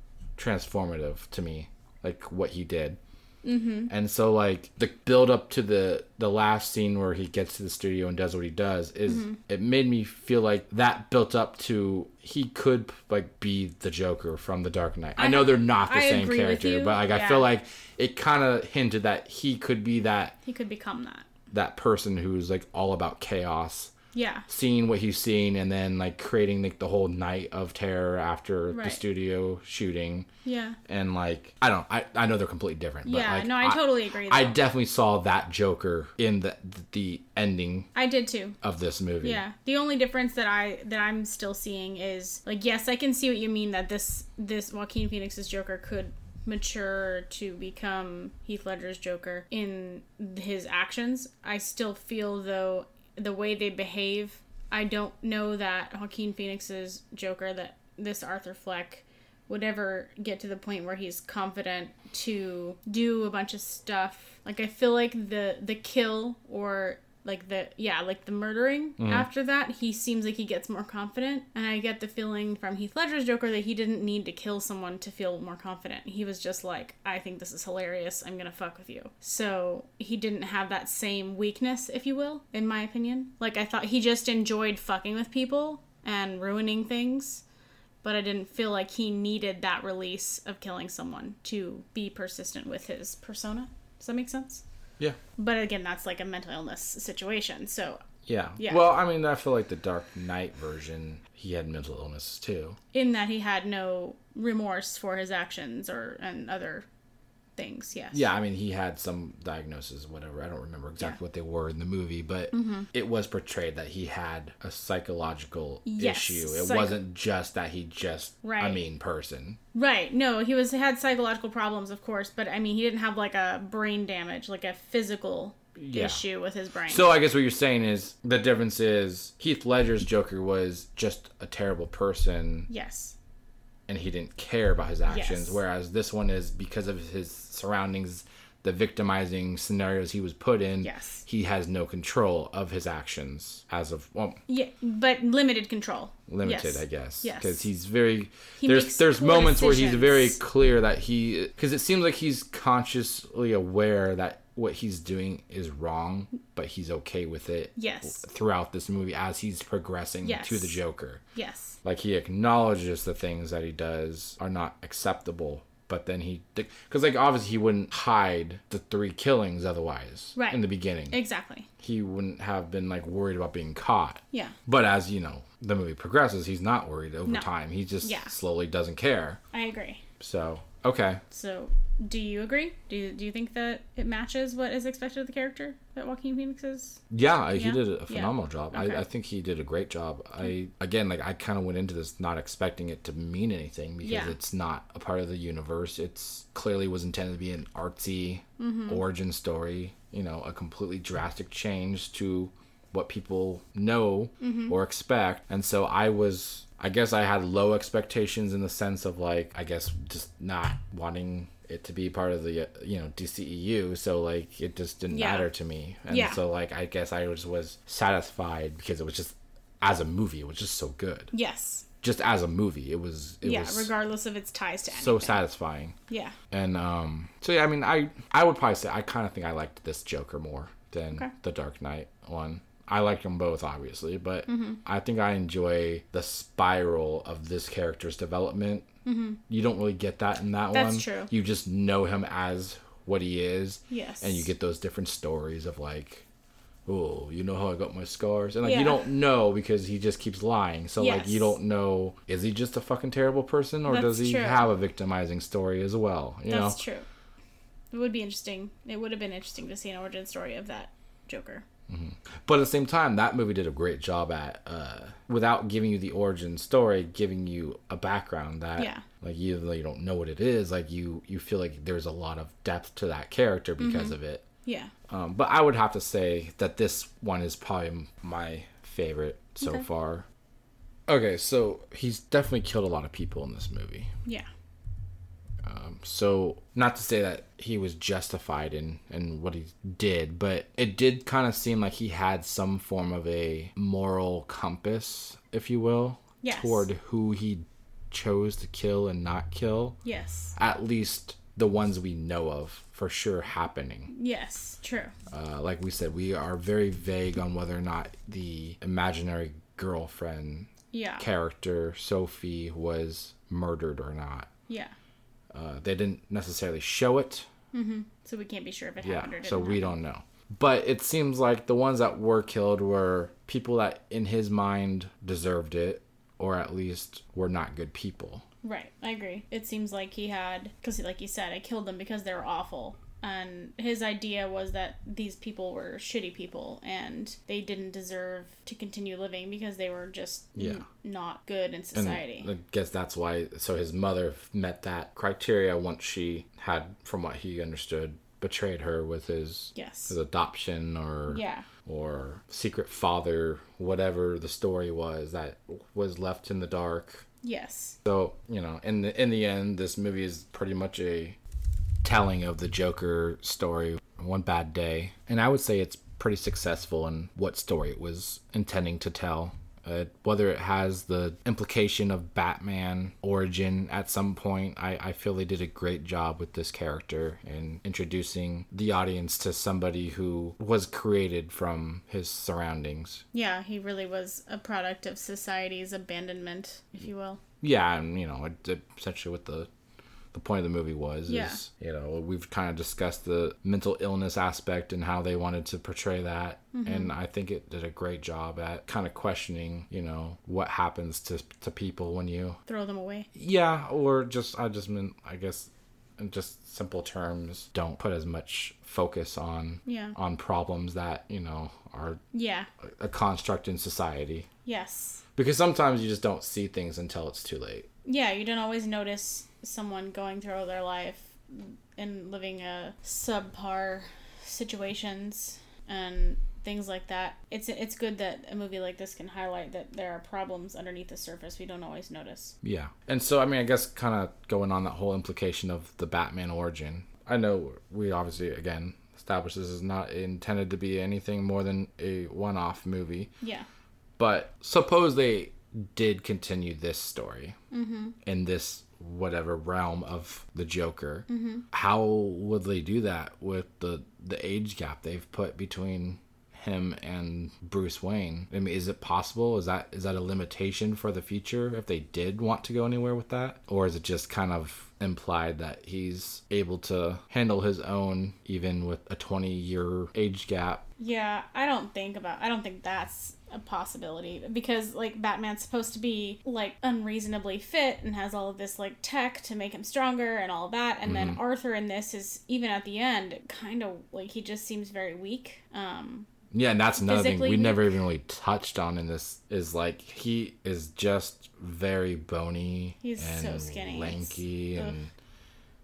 Speaker 1: transformative to me, like what he did. Mm-hmm. And so like the build up to the the last scene where he gets to the studio and does what he does is
Speaker 2: Mm-hmm.
Speaker 1: it made me feel like that built up to he could like be the Joker from The Dark Knight. I, know they're not the
Speaker 2: I
Speaker 1: same
Speaker 2: agree with
Speaker 1: character,
Speaker 2: you.
Speaker 1: but like I
Speaker 2: Yeah.
Speaker 1: feel like it kind of hinted that he could be that
Speaker 2: he could become that
Speaker 1: that person who's like all about chaos
Speaker 2: yeah
Speaker 1: seeing what he's seen and then like creating like the whole night of terror after the
Speaker 2: Right.
Speaker 1: studio shooting
Speaker 2: yeah
Speaker 1: and like i don't i, I know they're completely different but
Speaker 2: yeah
Speaker 1: like,
Speaker 2: no i, totally agree
Speaker 1: i
Speaker 2: though.
Speaker 1: definitely saw that joker in the the ending
Speaker 2: I did too
Speaker 1: of this movie
Speaker 2: Yeah. The only difference that I that I'm still seeing is like yes, I can see what you mean that this this Joaquin Phoenix's Joker could mature to become Heath Ledger's Joker in his actions. I still feel though the way they behave, I don't know that Joaquin Phoenix's Joker that this Arthur Fleck would ever get to the point where he's confident to do a bunch of stuff. Like I feel like the the kill or like the yeah, like the murdering after that, he seems like he gets more confident. And I get the feeling from Heath Ledger's Joker that he didn't need to kill someone to feel more confident. He was just like, I think this is hilarious. I'm going to fuck with you. So, he didn't have that same weakness, if you will, in my opinion. Like I thought he just enjoyed fucking with people and ruining things but I didn't feel like he needed that release of killing someone to be persistent with his persona. Does that make sense?
Speaker 1: Yeah.
Speaker 2: But again, that's like a mental illness situation. So
Speaker 1: Yeah.
Speaker 2: Yeah.
Speaker 1: Well, I mean, I feel like the Dark Knight version, he had mental illness too.
Speaker 2: in that he had no remorse for his actions or and other things. Yes.
Speaker 1: Yeah, I mean, he had some diagnosis, whatever. I don't remember exactly
Speaker 2: Yeah. Mm-hmm.
Speaker 1: what they were in the movie, but it was portrayed that he had a psychological
Speaker 2: Yes,
Speaker 1: issue. It
Speaker 2: psych-
Speaker 1: wasn't just that he just a
Speaker 2: Right.
Speaker 1: mean person.
Speaker 2: Right. No, he was had psychological problems, of course, but I mean, he didn't have like a brain damage, like a physical
Speaker 1: Yeah.
Speaker 2: issue with his brain.
Speaker 1: So I guess what you're saying is the difference is Heath Ledger's Joker was just a terrible person
Speaker 2: yes.
Speaker 1: and he didn't care about his actions,
Speaker 2: Yes.
Speaker 1: whereas this one is because of his surroundings, the victimizing scenarios he was put in.
Speaker 2: Yes.
Speaker 1: He has no control of his actions as of well,
Speaker 2: Yeah, but limited control.
Speaker 1: limited,
Speaker 2: Yes.
Speaker 1: I guess.
Speaker 2: Yes.
Speaker 1: Because he's very
Speaker 2: He
Speaker 1: there's
Speaker 2: makes
Speaker 1: there's
Speaker 2: poor
Speaker 1: moments where he's
Speaker 2: decisions.
Speaker 1: very clear that he because it seems like he's consciously aware that what he's doing is wrong, but he's okay with it.
Speaker 2: Yes.
Speaker 1: Throughout this movie, as he's progressing
Speaker 2: Yes.
Speaker 1: to the Joker,
Speaker 2: Yes.
Speaker 1: like he acknowledges the things that he does are not acceptable. But then he, because like obviously he wouldn't hide the three killings otherwise.
Speaker 2: Right.
Speaker 1: In the beginning,
Speaker 2: Exactly.
Speaker 1: he wouldn't have been like worried about being caught.
Speaker 2: Yeah.
Speaker 1: But as you know, the movie progresses, he's not worried over
Speaker 2: No.
Speaker 1: time. He just
Speaker 2: Yeah.
Speaker 1: slowly doesn't care.
Speaker 2: I agree.
Speaker 1: So, okay.
Speaker 2: So, do you agree? Do you, do you think that it matches what is expected of the character that Joaquin Phoenix is?
Speaker 1: Yeah, I- he
Speaker 2: Yeah?
Speaker 1: did a
Speaker 2: Yeah.
Speaker 1: phenomenal job.
Speaker 2: Okay.
Speaker 1: I, I think he did a great job. I again, like I kind of went into this not expecting it to mean anything because
Speaker 2: Yeah.
Speaker 1: it's not a part of the universe. It's clearly was intended to be an artsy
Speaker 2: Mm-hmm.
Speaker 1: origin story. You know, a completely drastic change to what people know
Speaker 2: Mm-hmm.
Speaker 1: or expect, and so I was. I guess I had low expectations in the sense of like I guess just not wanting it to be part of the uh, you know DCEU so like it just didn't
Speaker 2: Yeah.
Speaker 1: matter to me and
Speaker 2: Yeah.
Speaker 1: so like I guess I was was satisfied because it was just as a movie, it was just so good.
Speaker 2: Yes.
Speaker 1: Just as a movie, it was it
Speaker 2: yeah,
Speaker 1: was
Speaker 2: regardless of its ties to anything.
Speaker 1: so satisfying.
Speaker 2: yeah.
Speaker 1: And um so yeah, I mean I I would probably say I kinda think I liked this Joker more than
Speaker 2: Okay.
Speaker 1: the Dark Knight one. I like them both obviously, but
Speaker 2: Mm-hmm.
Speaker 1: I think I enjoy the spiral of this character's development. Mm-hmm. You don't really get that in that
Speaker 2: That's
Speaker 1: one.
Speaker 2: true.
Speaker 1: You just know him as what he is.
Speaker 2: Yes.
Speaker 1: And you get those different stories of like oh, you know how I got my scars? And like you
Speaker 2: Yeah.
Speaker 1: don't know because he just keeps lying. So like you
Speaker 2: Yes.
Speaker 1: don't know is he just a fucking terrible person or
Speaker 2: That's
Speaker 1: does he
Speaker 2: true.
Speaker 1: have a victimizing story as well? You know?
Speaker 2: That's true. It would be interesting. It would have been interesting to see an origin story of that Joker.
Speaker 1: But at the same time, that movie did a great job at uh, without giving you the origin story, giving you a background that
Speaker 2: Yeah.
Speaker 1: like even though you don't know what it is, like you you feel like there's a lot of depth to that character
Speaker 2: Mm-hmm.
Speaker 1: because of it.
Speaker 2: Yeah.
Speaker 1: Um, but I would have to say that this one is probably m- my favorite so
Speaker 2: Okay.
Speaker 1: far. Okay, so he's definitely killed a lot of people in this movie.
Speaker 2: Yeah.
Speaker 1: So, not to say that he was justified in, in what he did, but it did kind of seem like he had some form of a moral compass, if you will,
Speaker 2: Yes.
Speaker 1: toward who he chose to kill and not kill.
Speaker 2: Yes.
Speaker 1: At least the ones we know of for sure happening.
Speaker 2: Yes. True.
Speaker 1: Uh, like we said, we are very vague on whether or not the imaginary girlfriend
Speaker 2: Yeah.
Speaker 1: character, Sophie, was murdered or not.
Speaker 2: yeah.
Speaker 1: Uh, they didn't necessarily show it.
Speaker 2: So we can't be sure if it
Speaker 1: Yeah.
Speaker 2: happened or didn't.
Speaker 1: So we don't know. But it seems like the ones that were killed were people that, in his mind, deserved it, or at least were not good people.
Speaker 2: Right, I agree. It seems like he had, because like you said, I killed them because they were awful. And his idea was that these people were shitty people and they didn't deserve to continue living because they were just
Speaker 1: Yeah.
Speaker 2: n- not good in
Speaker 1: And
Speaker 2: society.
Speaker 1: I guess that's why. So his mother met that criteria once she had, from what he understood, betrayed her with his
Speaker 2: yes.
Speaker 1: his adoption or
Speaker 2: Yeah.
Speaker 1: or secret father, whatever the story was that was left in the dark.
Speaker 2: Yes.
Speaker 1: So you know, in the in the end, this movie is pretty much a telling of the Joker story, one bad day, and I would say it's pretty successful in what story it was intending to tell. Uh, whether it has the implication of Batman origin at some point, I, I feel they did a great job with this character in introducing the audience to somebody who was created from his surroundings.
Speaker 2: Yeah, he really was a product of society's abandonment, if you will.
Speaker 1: yeah and you know it, it- essentially what the the point of the movie was
Speaker 2: Yeah.
Speaker 1: is you know we've kind of discussed the mental illness aspect and how they wanted to portray that
Speaker 2: Mm-hmm.
Speaker 1: and i think it did a great job at kind of questioning you know what happens to to people when you
Speaker 2: Throw them away.
Speaker 1: yeah or just i just meant i guess in just simple terms don't put as much focus on
Speaker 2: Yeah.
Speaker 1: on problems that you know are
Speaker 2: Yeah.
Speaker 1: a construct in society
Speaker 2: Yes.
Speaker 1: because sometimes you just don't see things until it's too late
Speaker 2: Yeah, you don't always notice someone going through their life and living a subpar situations and things like that. It's it's good that a movie like this can highlight that there are problems underneath the surface we don't always notice.
Speaker 1: Yeah. And so, I mean, I guess kind of going on that whole implication of the Batman origin. I know we obviously, again, established this is not intended to be anything more than a one off movie,
Speaker 2: Yeah.
Speaker 1: but suppose they did continue this story in this whatever realm of the Joker. How would they do that with the, the age gap they've put between? him and Bruce Wayne. I mean, is it possible? Is that is that a limitation for the future if they did want to go anywhere with that? Or is it just kind of implied that he's able to handle his own even with a 20-year age gap?
Speaker 2: Yeah, I don't think about I don't think that's a possibility because like Batman's supposed to be like unreasonably fit and has all of this like tech to make him stronger and all of that and
Speaker 1: Mm-hmm.
Speaker 2: then Arthur in this is even at the end kind of like he just seems very weak. Um
Speaker 1: Yeah, and that's another thing
Speaker 2: Physically
Speaker 1: we
Speaker 2: weak.
Speaker 1: never even really touched on in this is like he is just very bony.
Speaker 2: He's so skinny. It's-
Speaker 1: lanky, and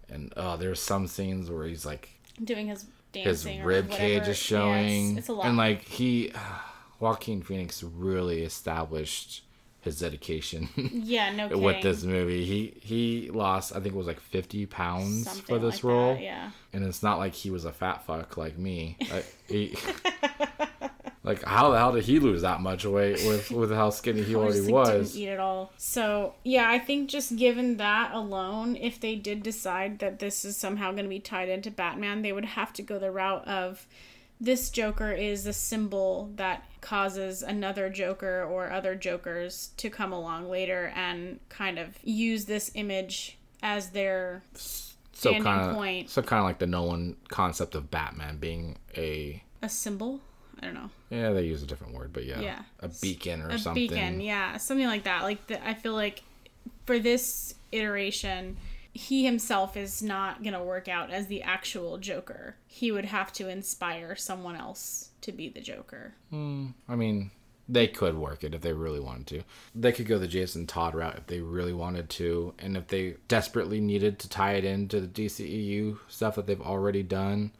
Speaker 1: and oh, there's some scenes where he's like
Speaker 2: doing his
Speaker 1: his
Speaker 2: dancing or
Speaker 1: rib
Speaker 2: whatever.
Speaker 1: cage is
Speaker 2: Yeah, it's-
Speaker 1: showing,
Speaker 2: it's, a lot.
Speaker 1: and like he, Joaquin Phoenix really established his dedication
Speaker 2: yeah, no kidding.
Speaker 1: with this movie. He he lost I think it was like 50 pounds for
Speaker 2: Something
Speaker 1: this
Speaker 2: like that,
Speaker 1: role.
Speaker 2: yeah.
Speaker 1: and it's not like he was a fat fuck like me. Like, he, like how the hell did he lose that much weight with with how skinny he
Speaker 2: I
Speaker 1: already
Speaker 2: just, like,
Speaker 1: was?
Speaker 2: Didn't eat at all. So yeah, I think just given that alone, if they did decide that this is somehow going to be tied into Batman, they would have to go the route of this Joker is a symbol that causes another Joker or other Jokers to come along later and kind of use this image as their
Speaker 1: So
Speaker 2: standing
Speaker 1: kind of
Speaker 2: point.
Speaker 1: so kind of like the Nolan concept of Batman being a
Speaker 2: a symbol. I don't know.
Speaker 1: yeah they use a different word but yeah,
Speaker 2: Yeah.
Speaker 1: a beacon or
Speaker 2: a
Speaker 1: something.
Speaker 2: beacon yeah something like that like the, i feel like for this iteration he himself is not going to work out as the actual joker he would have to inspire someone else to be the joker
Speaker 1: I mean, they could work it if they really wanted to. They could go the Jason Todd route if they really wanted to, and if they desperately needed to tie it into the DCEU stuff that they've already done,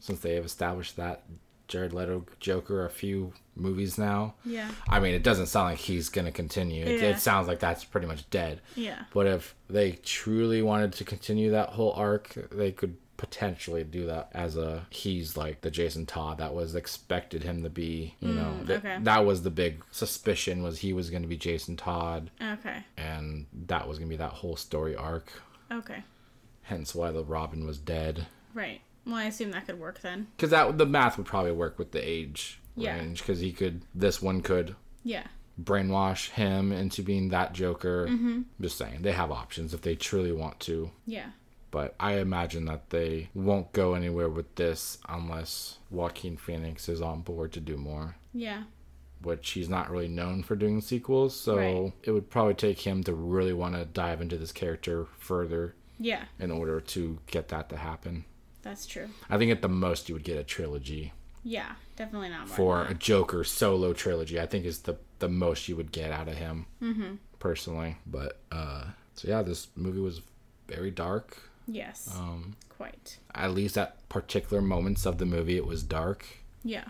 Speaker 1: since they have established that Jared Leto Joker a few movies now.
Speaker 2: Yeah.
Speaker 1: I mean, it doesn't sound like he's going to continue. It,
Speaker 2: Yeah.
Speaker 1: it sounds like that's pretty much dead.
Speaker 2: Yeah.
Speaker 1: But if they truly wanted to continue that whole arc, they could potentially do that as a he's like the Jason Todd that was expected him to be, you know. Th-
Speaker 2: Mm, okay.
Speaker 1: That was the big suspicion was he was going to be Jason Todd
Speaker 2: okay
Speaker 1: and that was going to be that whole story arc.
Speaker 2: okay
Speaker 1: Hence why the Robin was dead.
Speaker 2: right well i assume that could work then
Speaker 1: Cuz that the math would probably work with the age
Speaker 2: Yeah.
Speaker 1: range cuz he could this one could
Speaker 2: yeah
Speaker 1: brainwash him into being that Joker. Just saying, they have options if they truly want to.
Speaker 2: yeah
Speaker 1: But I imagine that they won't go anywhere with this unless Joaquin Phoenix is on board to do more,
Speaker 2: yeah
Speaker 1: which he's not really known for doing sequels. So
Speaker 2: Right.
Speaker 1: it would probably take him to really want to dive into this character further
Speaker 2: yeah
Speaker 1: in order to get that to happen.
Speaker 2: that's true
Speaker 1: I think at the most you would get a trilogy
Speaker 2: yeah definitely not more.
Speaker 1: for a Joker solo trilogy. I think is the the most you would get out of him personally. But uh, so yeah, this movie was very dark.
Speaker 2: yes
Speaker 1: um,
Speaker 2: quite
Speaker 1: At least at particular moments of the movie, it was dark.
Speaker 2: yeah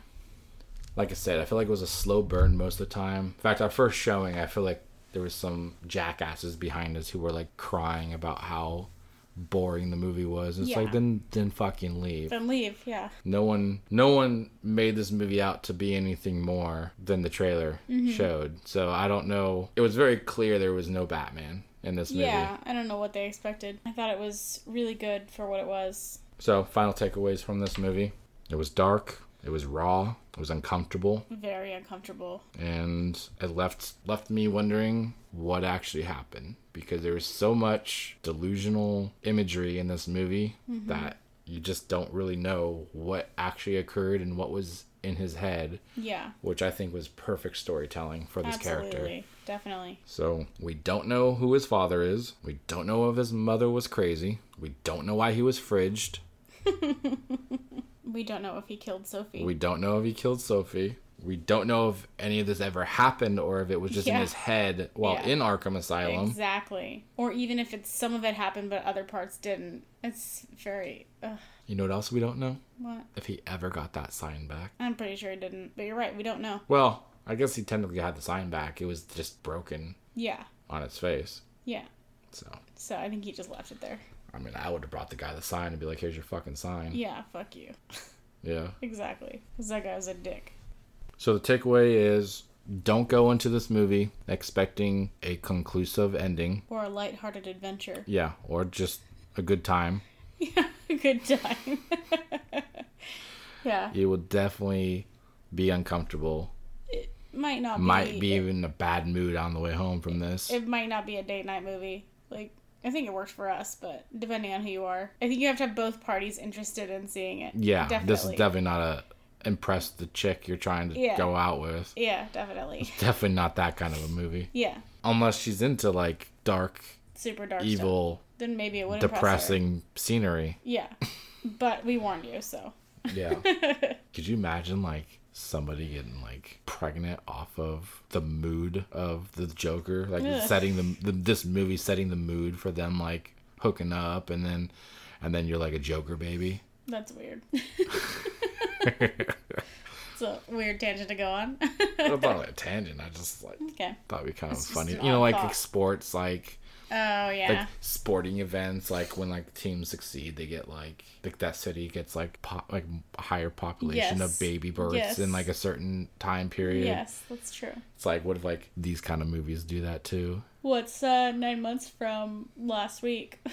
Speaker 1: Like I said, I feel like it was a slow burn most of the time. In fact, our first showing, I feel like there was some jackasses behind us who were like crying about how boring the movie was. It's
Speaker 2: Yeah.
Speaker 1: like then then fucking leave.
Speaker 2: Then leave, yeah.
Speaker 1: No one no one made this movie out to be anything more than the trailer showed. So I don't know. It was very clear there was no Batman in this movie.
Speaker 2: Yeah, I don't know what they expected. I thought it was really good for what it was.
Speaker 1: So final takeaways from this movie. It was dark, it was raw, it was uncomfortable.
Speaker 2: Very uncomfortable.
Speaker 1: and it left left me wondering what actually happened because there was so much delusional imagery in this movie that you just don't really know what actually occurred and what was in his head,
Speaker 2: Yeah.
Speaker 1: which I think was perfect storytelling for this
Speaker 2: absolutely.
Speaker 1: character.
Speaker 2: Definitely.
Speaker 1: So, we don't know who his father is. We don't know if his mother was crazy. We don't know why he was fridged.
Speaker 2: We don't know if he killed Sophie.
Speaker 1: We don't know if he killed Sophie. We don't know if any of this ever happened or if it was just in
Speaker 2: Yeah.
Speaker 1: his head while
Speaker 2: Yeah.
Speaker 1: in Arkham Asylum.
Speaker 2: exactly. Or even if it's some of it happened but other parts didn't. It's very ugh,
Speaker 1: You know what else we don't know?
Speaker 2: what?
Speaker 1: If he ever got that sign back.
Speaker 2: I'm pretty sure it didn't. But you're right, we don't know.
Speaker 1: Well, I guess he technically had the sign back. It was just broken
Speaker 2: Yeah.
Speaker 1: on its face.
Speaker 2: Yeah.
Speaker 1: So,
Speaker 2: So I think he just left it there.
Speaker 1: I mean, I would have brought the guy the sign and be like, here's your fucking sign. Yeah.
Speaker 2: Yeah, fuck you. Exactly. Because that guy was a dick.
Speaker 1: So the takeaway is don't go into this movie expecting a conclusive ending.
Speaker 2: Or a lighthearted adventure.
Speaker 1: Yeah, or just a good time.
Speaker 2: Yeah, good time. yeah,
Speaker 1: You will definitely be uncomfortable
Speaker 2: might not be,
Speaker 1: might be
Speaker 2: It,
Speaker 1: even in a bad mood on the way home from this.
Speaker 2: it might not be a date night movie. Like I think it worked for us, but depending on who you are, I think you have to have both parties interested in seeing it.
Speaker 1: yeah, this is
Speaker 2: definitely.
Speaker 1: definitely not a impress the chick you're trying to
Speaker 2: Yeah.
Speaker 1: go out with.
Speaker 2: yeah, definitely.
Speaker 1: Definitely not that kind of a movie.
Speaker 2: Yeah,
Speaker 1: Unless she's into like dark,
Speaker 2: super dark. Stuff.
Speaker 1: evil,
Speaker 2: Then maybe it would impress her.
Speaker 1: depressing scenery.
Speaker 2: Yeah, but we warned you, so
Speaker 1: Yeah. Could you imagine like somebody getting like pregnant off of the mood of the Joker? Like
Speaker 2: Ugh.
Speaker 1: setting the, the this movie setting the mood for them like hooking up and then and then you're like a Joker baby.
Speaker 2: that's weird. it's a weird tangent to go on.
Speaker 1: I thought it a tangent. I just like
Speaker 2: okay.
Speaker 1: thought it'd be kind of
Speaker 2: just
Speaker 1: funny.
Speaker 2: an
Speaker 1: You know,
Speaker 2: odd
Speaker 1: like,
Speaker 2: thought.
Speaker 1: like sports, like
Speaker 2: Oh yeah.
Speaker 1: like sporting events, like when like teams succeed, they get like like that city gets like pop like a higher population
Speaker 2: Yes.
Speaker 1: of baby births
Speaker 2: Yes.
Speaker 1: in like a certain time period.
Speaker 2: yes, that's true.
Speaker 1: It's like what if like these kind of movies do that too?
Speaker 2: What's uh nine months from last week?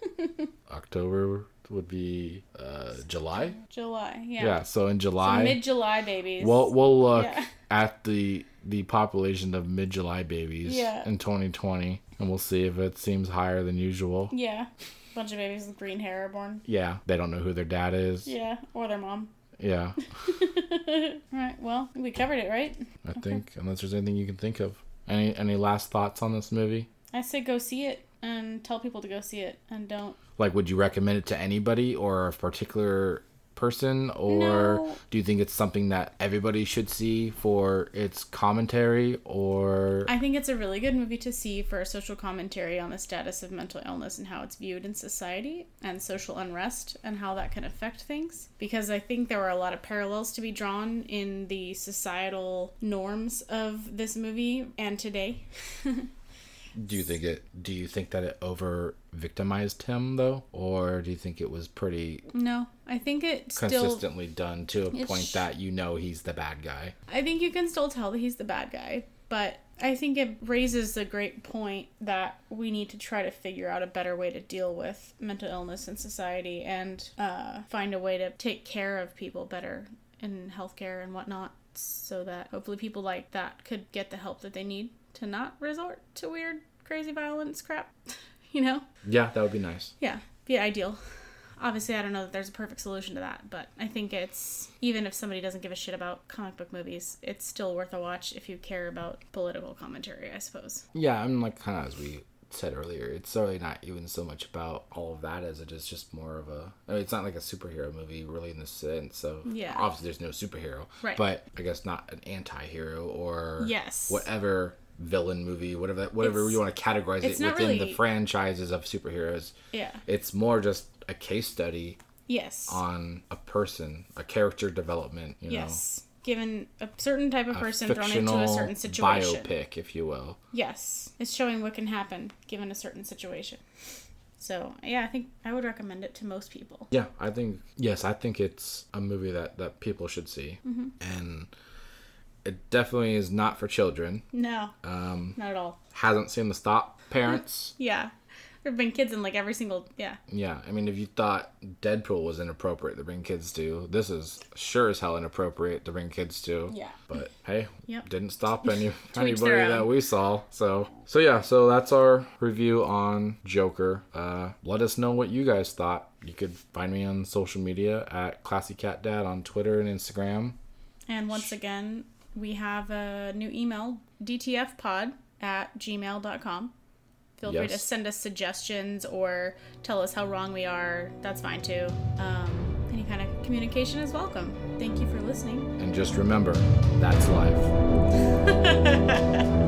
Speaker 1: October would be uh July.
Speaker 2: July.
Speaker 1: Yeah.
Speaker 2: Yeah.
Speaker 1: so in
Speaker 2: So
Speaker 1: July,
Speaker 2: mid July babies.
Speaker 1: we'll we'll look
Speaker 2: Yeah.
Speaker 1: at the the population of mid July babies
Speaker 2: Yeah.
Speaker 1: in 2020, and we'll see if it seems higher than usual.
Speaker 2: yeah. Bunch of babies with green hair are born.
Speaker 1: Yeah, they don't know who their dad is.
Speaker 2: Yeah. Or their mom.
Speaker 1: Yeah,
Speaker 2: All right. Well, we covered it, right?
Speaker 1: I think unless there's anything you can think of. Any any last thoughts on this movie?
Speaker 2: I say go see it and tell people to go see it and don't.
Speaker 1: Like, would you recommend it to anybody or a particular person, or
Speaker 2: No.
Speaker 1: do you think it's something that everybody should see for its commentary? Or
Speaker 2: I think it's a really good movie to see for a social commentary on the status of mental illness and how it's viewed in society and social unrest and how that can affect things. Because I think there were a lot of parallels to be drawn in the societal norms of this movie and today.
Speaker 1: do you think it? Do you think that it over victimized him though, or do you think it was pretty
Speaker 2: No, I think it still
Speaker 1: consistently done to a
Speaker 2: It's-
Speaker 1: point that you know he's the bad guy?
Speaker 2: I think you can still tell that he's the bad guy, but I think it raises a great point that we need to try to figure out a better way to deal with mental illness in society and uh, find a way to take care of people better in healthcare and whatnot, so that hopefully people like that could get the help that they need to not resort to weird, crazy violence crap. you know?
Speaker 1: Yeah, that would be nice.
Speaker 2: Yeah, be ideal. Obviously, I don't know that there's a perfect solution to that, but I think it's even if somebody doesn't give a shit about comic book movies, it's still worth a watch if you care about political commentary, I suppose.
Speaker 1: Yeah, I'm like kind of as we said earlier. It's really not even so much about all of that as it is just more of a. I mean, it's not like a superhero movie, really, in the sense of
Speaker 2: Yeah.
Speaker 1: Obviously, there's no superhero,
Speaker 2: Right.
Speaker 1: But I guess not an anti-hero or
Speaker 2: Yes.
Speaker 1: whatever villain movie, whatever that, whatever
Speaker 2: It's-
Speaker 1: you want to categorize it
Speaker 2: it's not
Speaker 1: within the
Speaker 2: really-
Speaker 1: franchises of superheroes.
Speaker 2: Yeah.
Speaker 1: It's more just a case study
Speaker 2: Yes.
Speaker 1: on a person, a character development. You know,
Speaker 2: yes. given a certain type of
Speaker 1: A
Speaker 2: person thrown into a
Speaker 1: fictional
Speaker 2: certain situation.
Speaker 1: Biopic, if you will.
Speaker 2: Yes, it's showing what can happen given a certain situation. So yeah, I think I would recommend it to most people.
Speaker 1: Yeah, I think yes, I think it's a movie that that people should see,
Speaker 2: Mm-hmm.
Speaker 1: and it definitely is not for children.
Speaker 2: No,
Speaker 1: Um,
Speaker 2: not at all.
Speaker 1: hasn't seen the stop parents.
Speaker 2: Yeah, there've been kids in like every single yeah.
Speaker 1: yeah, I mean, if you thought Deadpool was inappropriate to bring kids to, this is sure as hell inappropriate to bring kids to.
Speaker 2: Yeah.
Speaker 1: But hey,
Speaker 2: Yep.
Speaker 1: didn't stop any
Speaker 2: each
Speaker 1: anybody
Speaker 2: their
Speaker 1: that
Speaker 2: own.
Speaker 1: we saw. So so yeah, so that's our review on Joker. Uh, let us know what you guys thought. You could find me on social media at Classy Cat Dad on Twitter and Instagram.
Speaker 2: And once again, we have a new email, dtfpod at gmail.com. Feel free to
Speaker 1: Yes.
Speaker 2: send us suggestions or tell us how wrong we are. That's fine too. Um, any kind of communication is welcome. Thank you for listening.
Speaker 1: And just remember, that's life.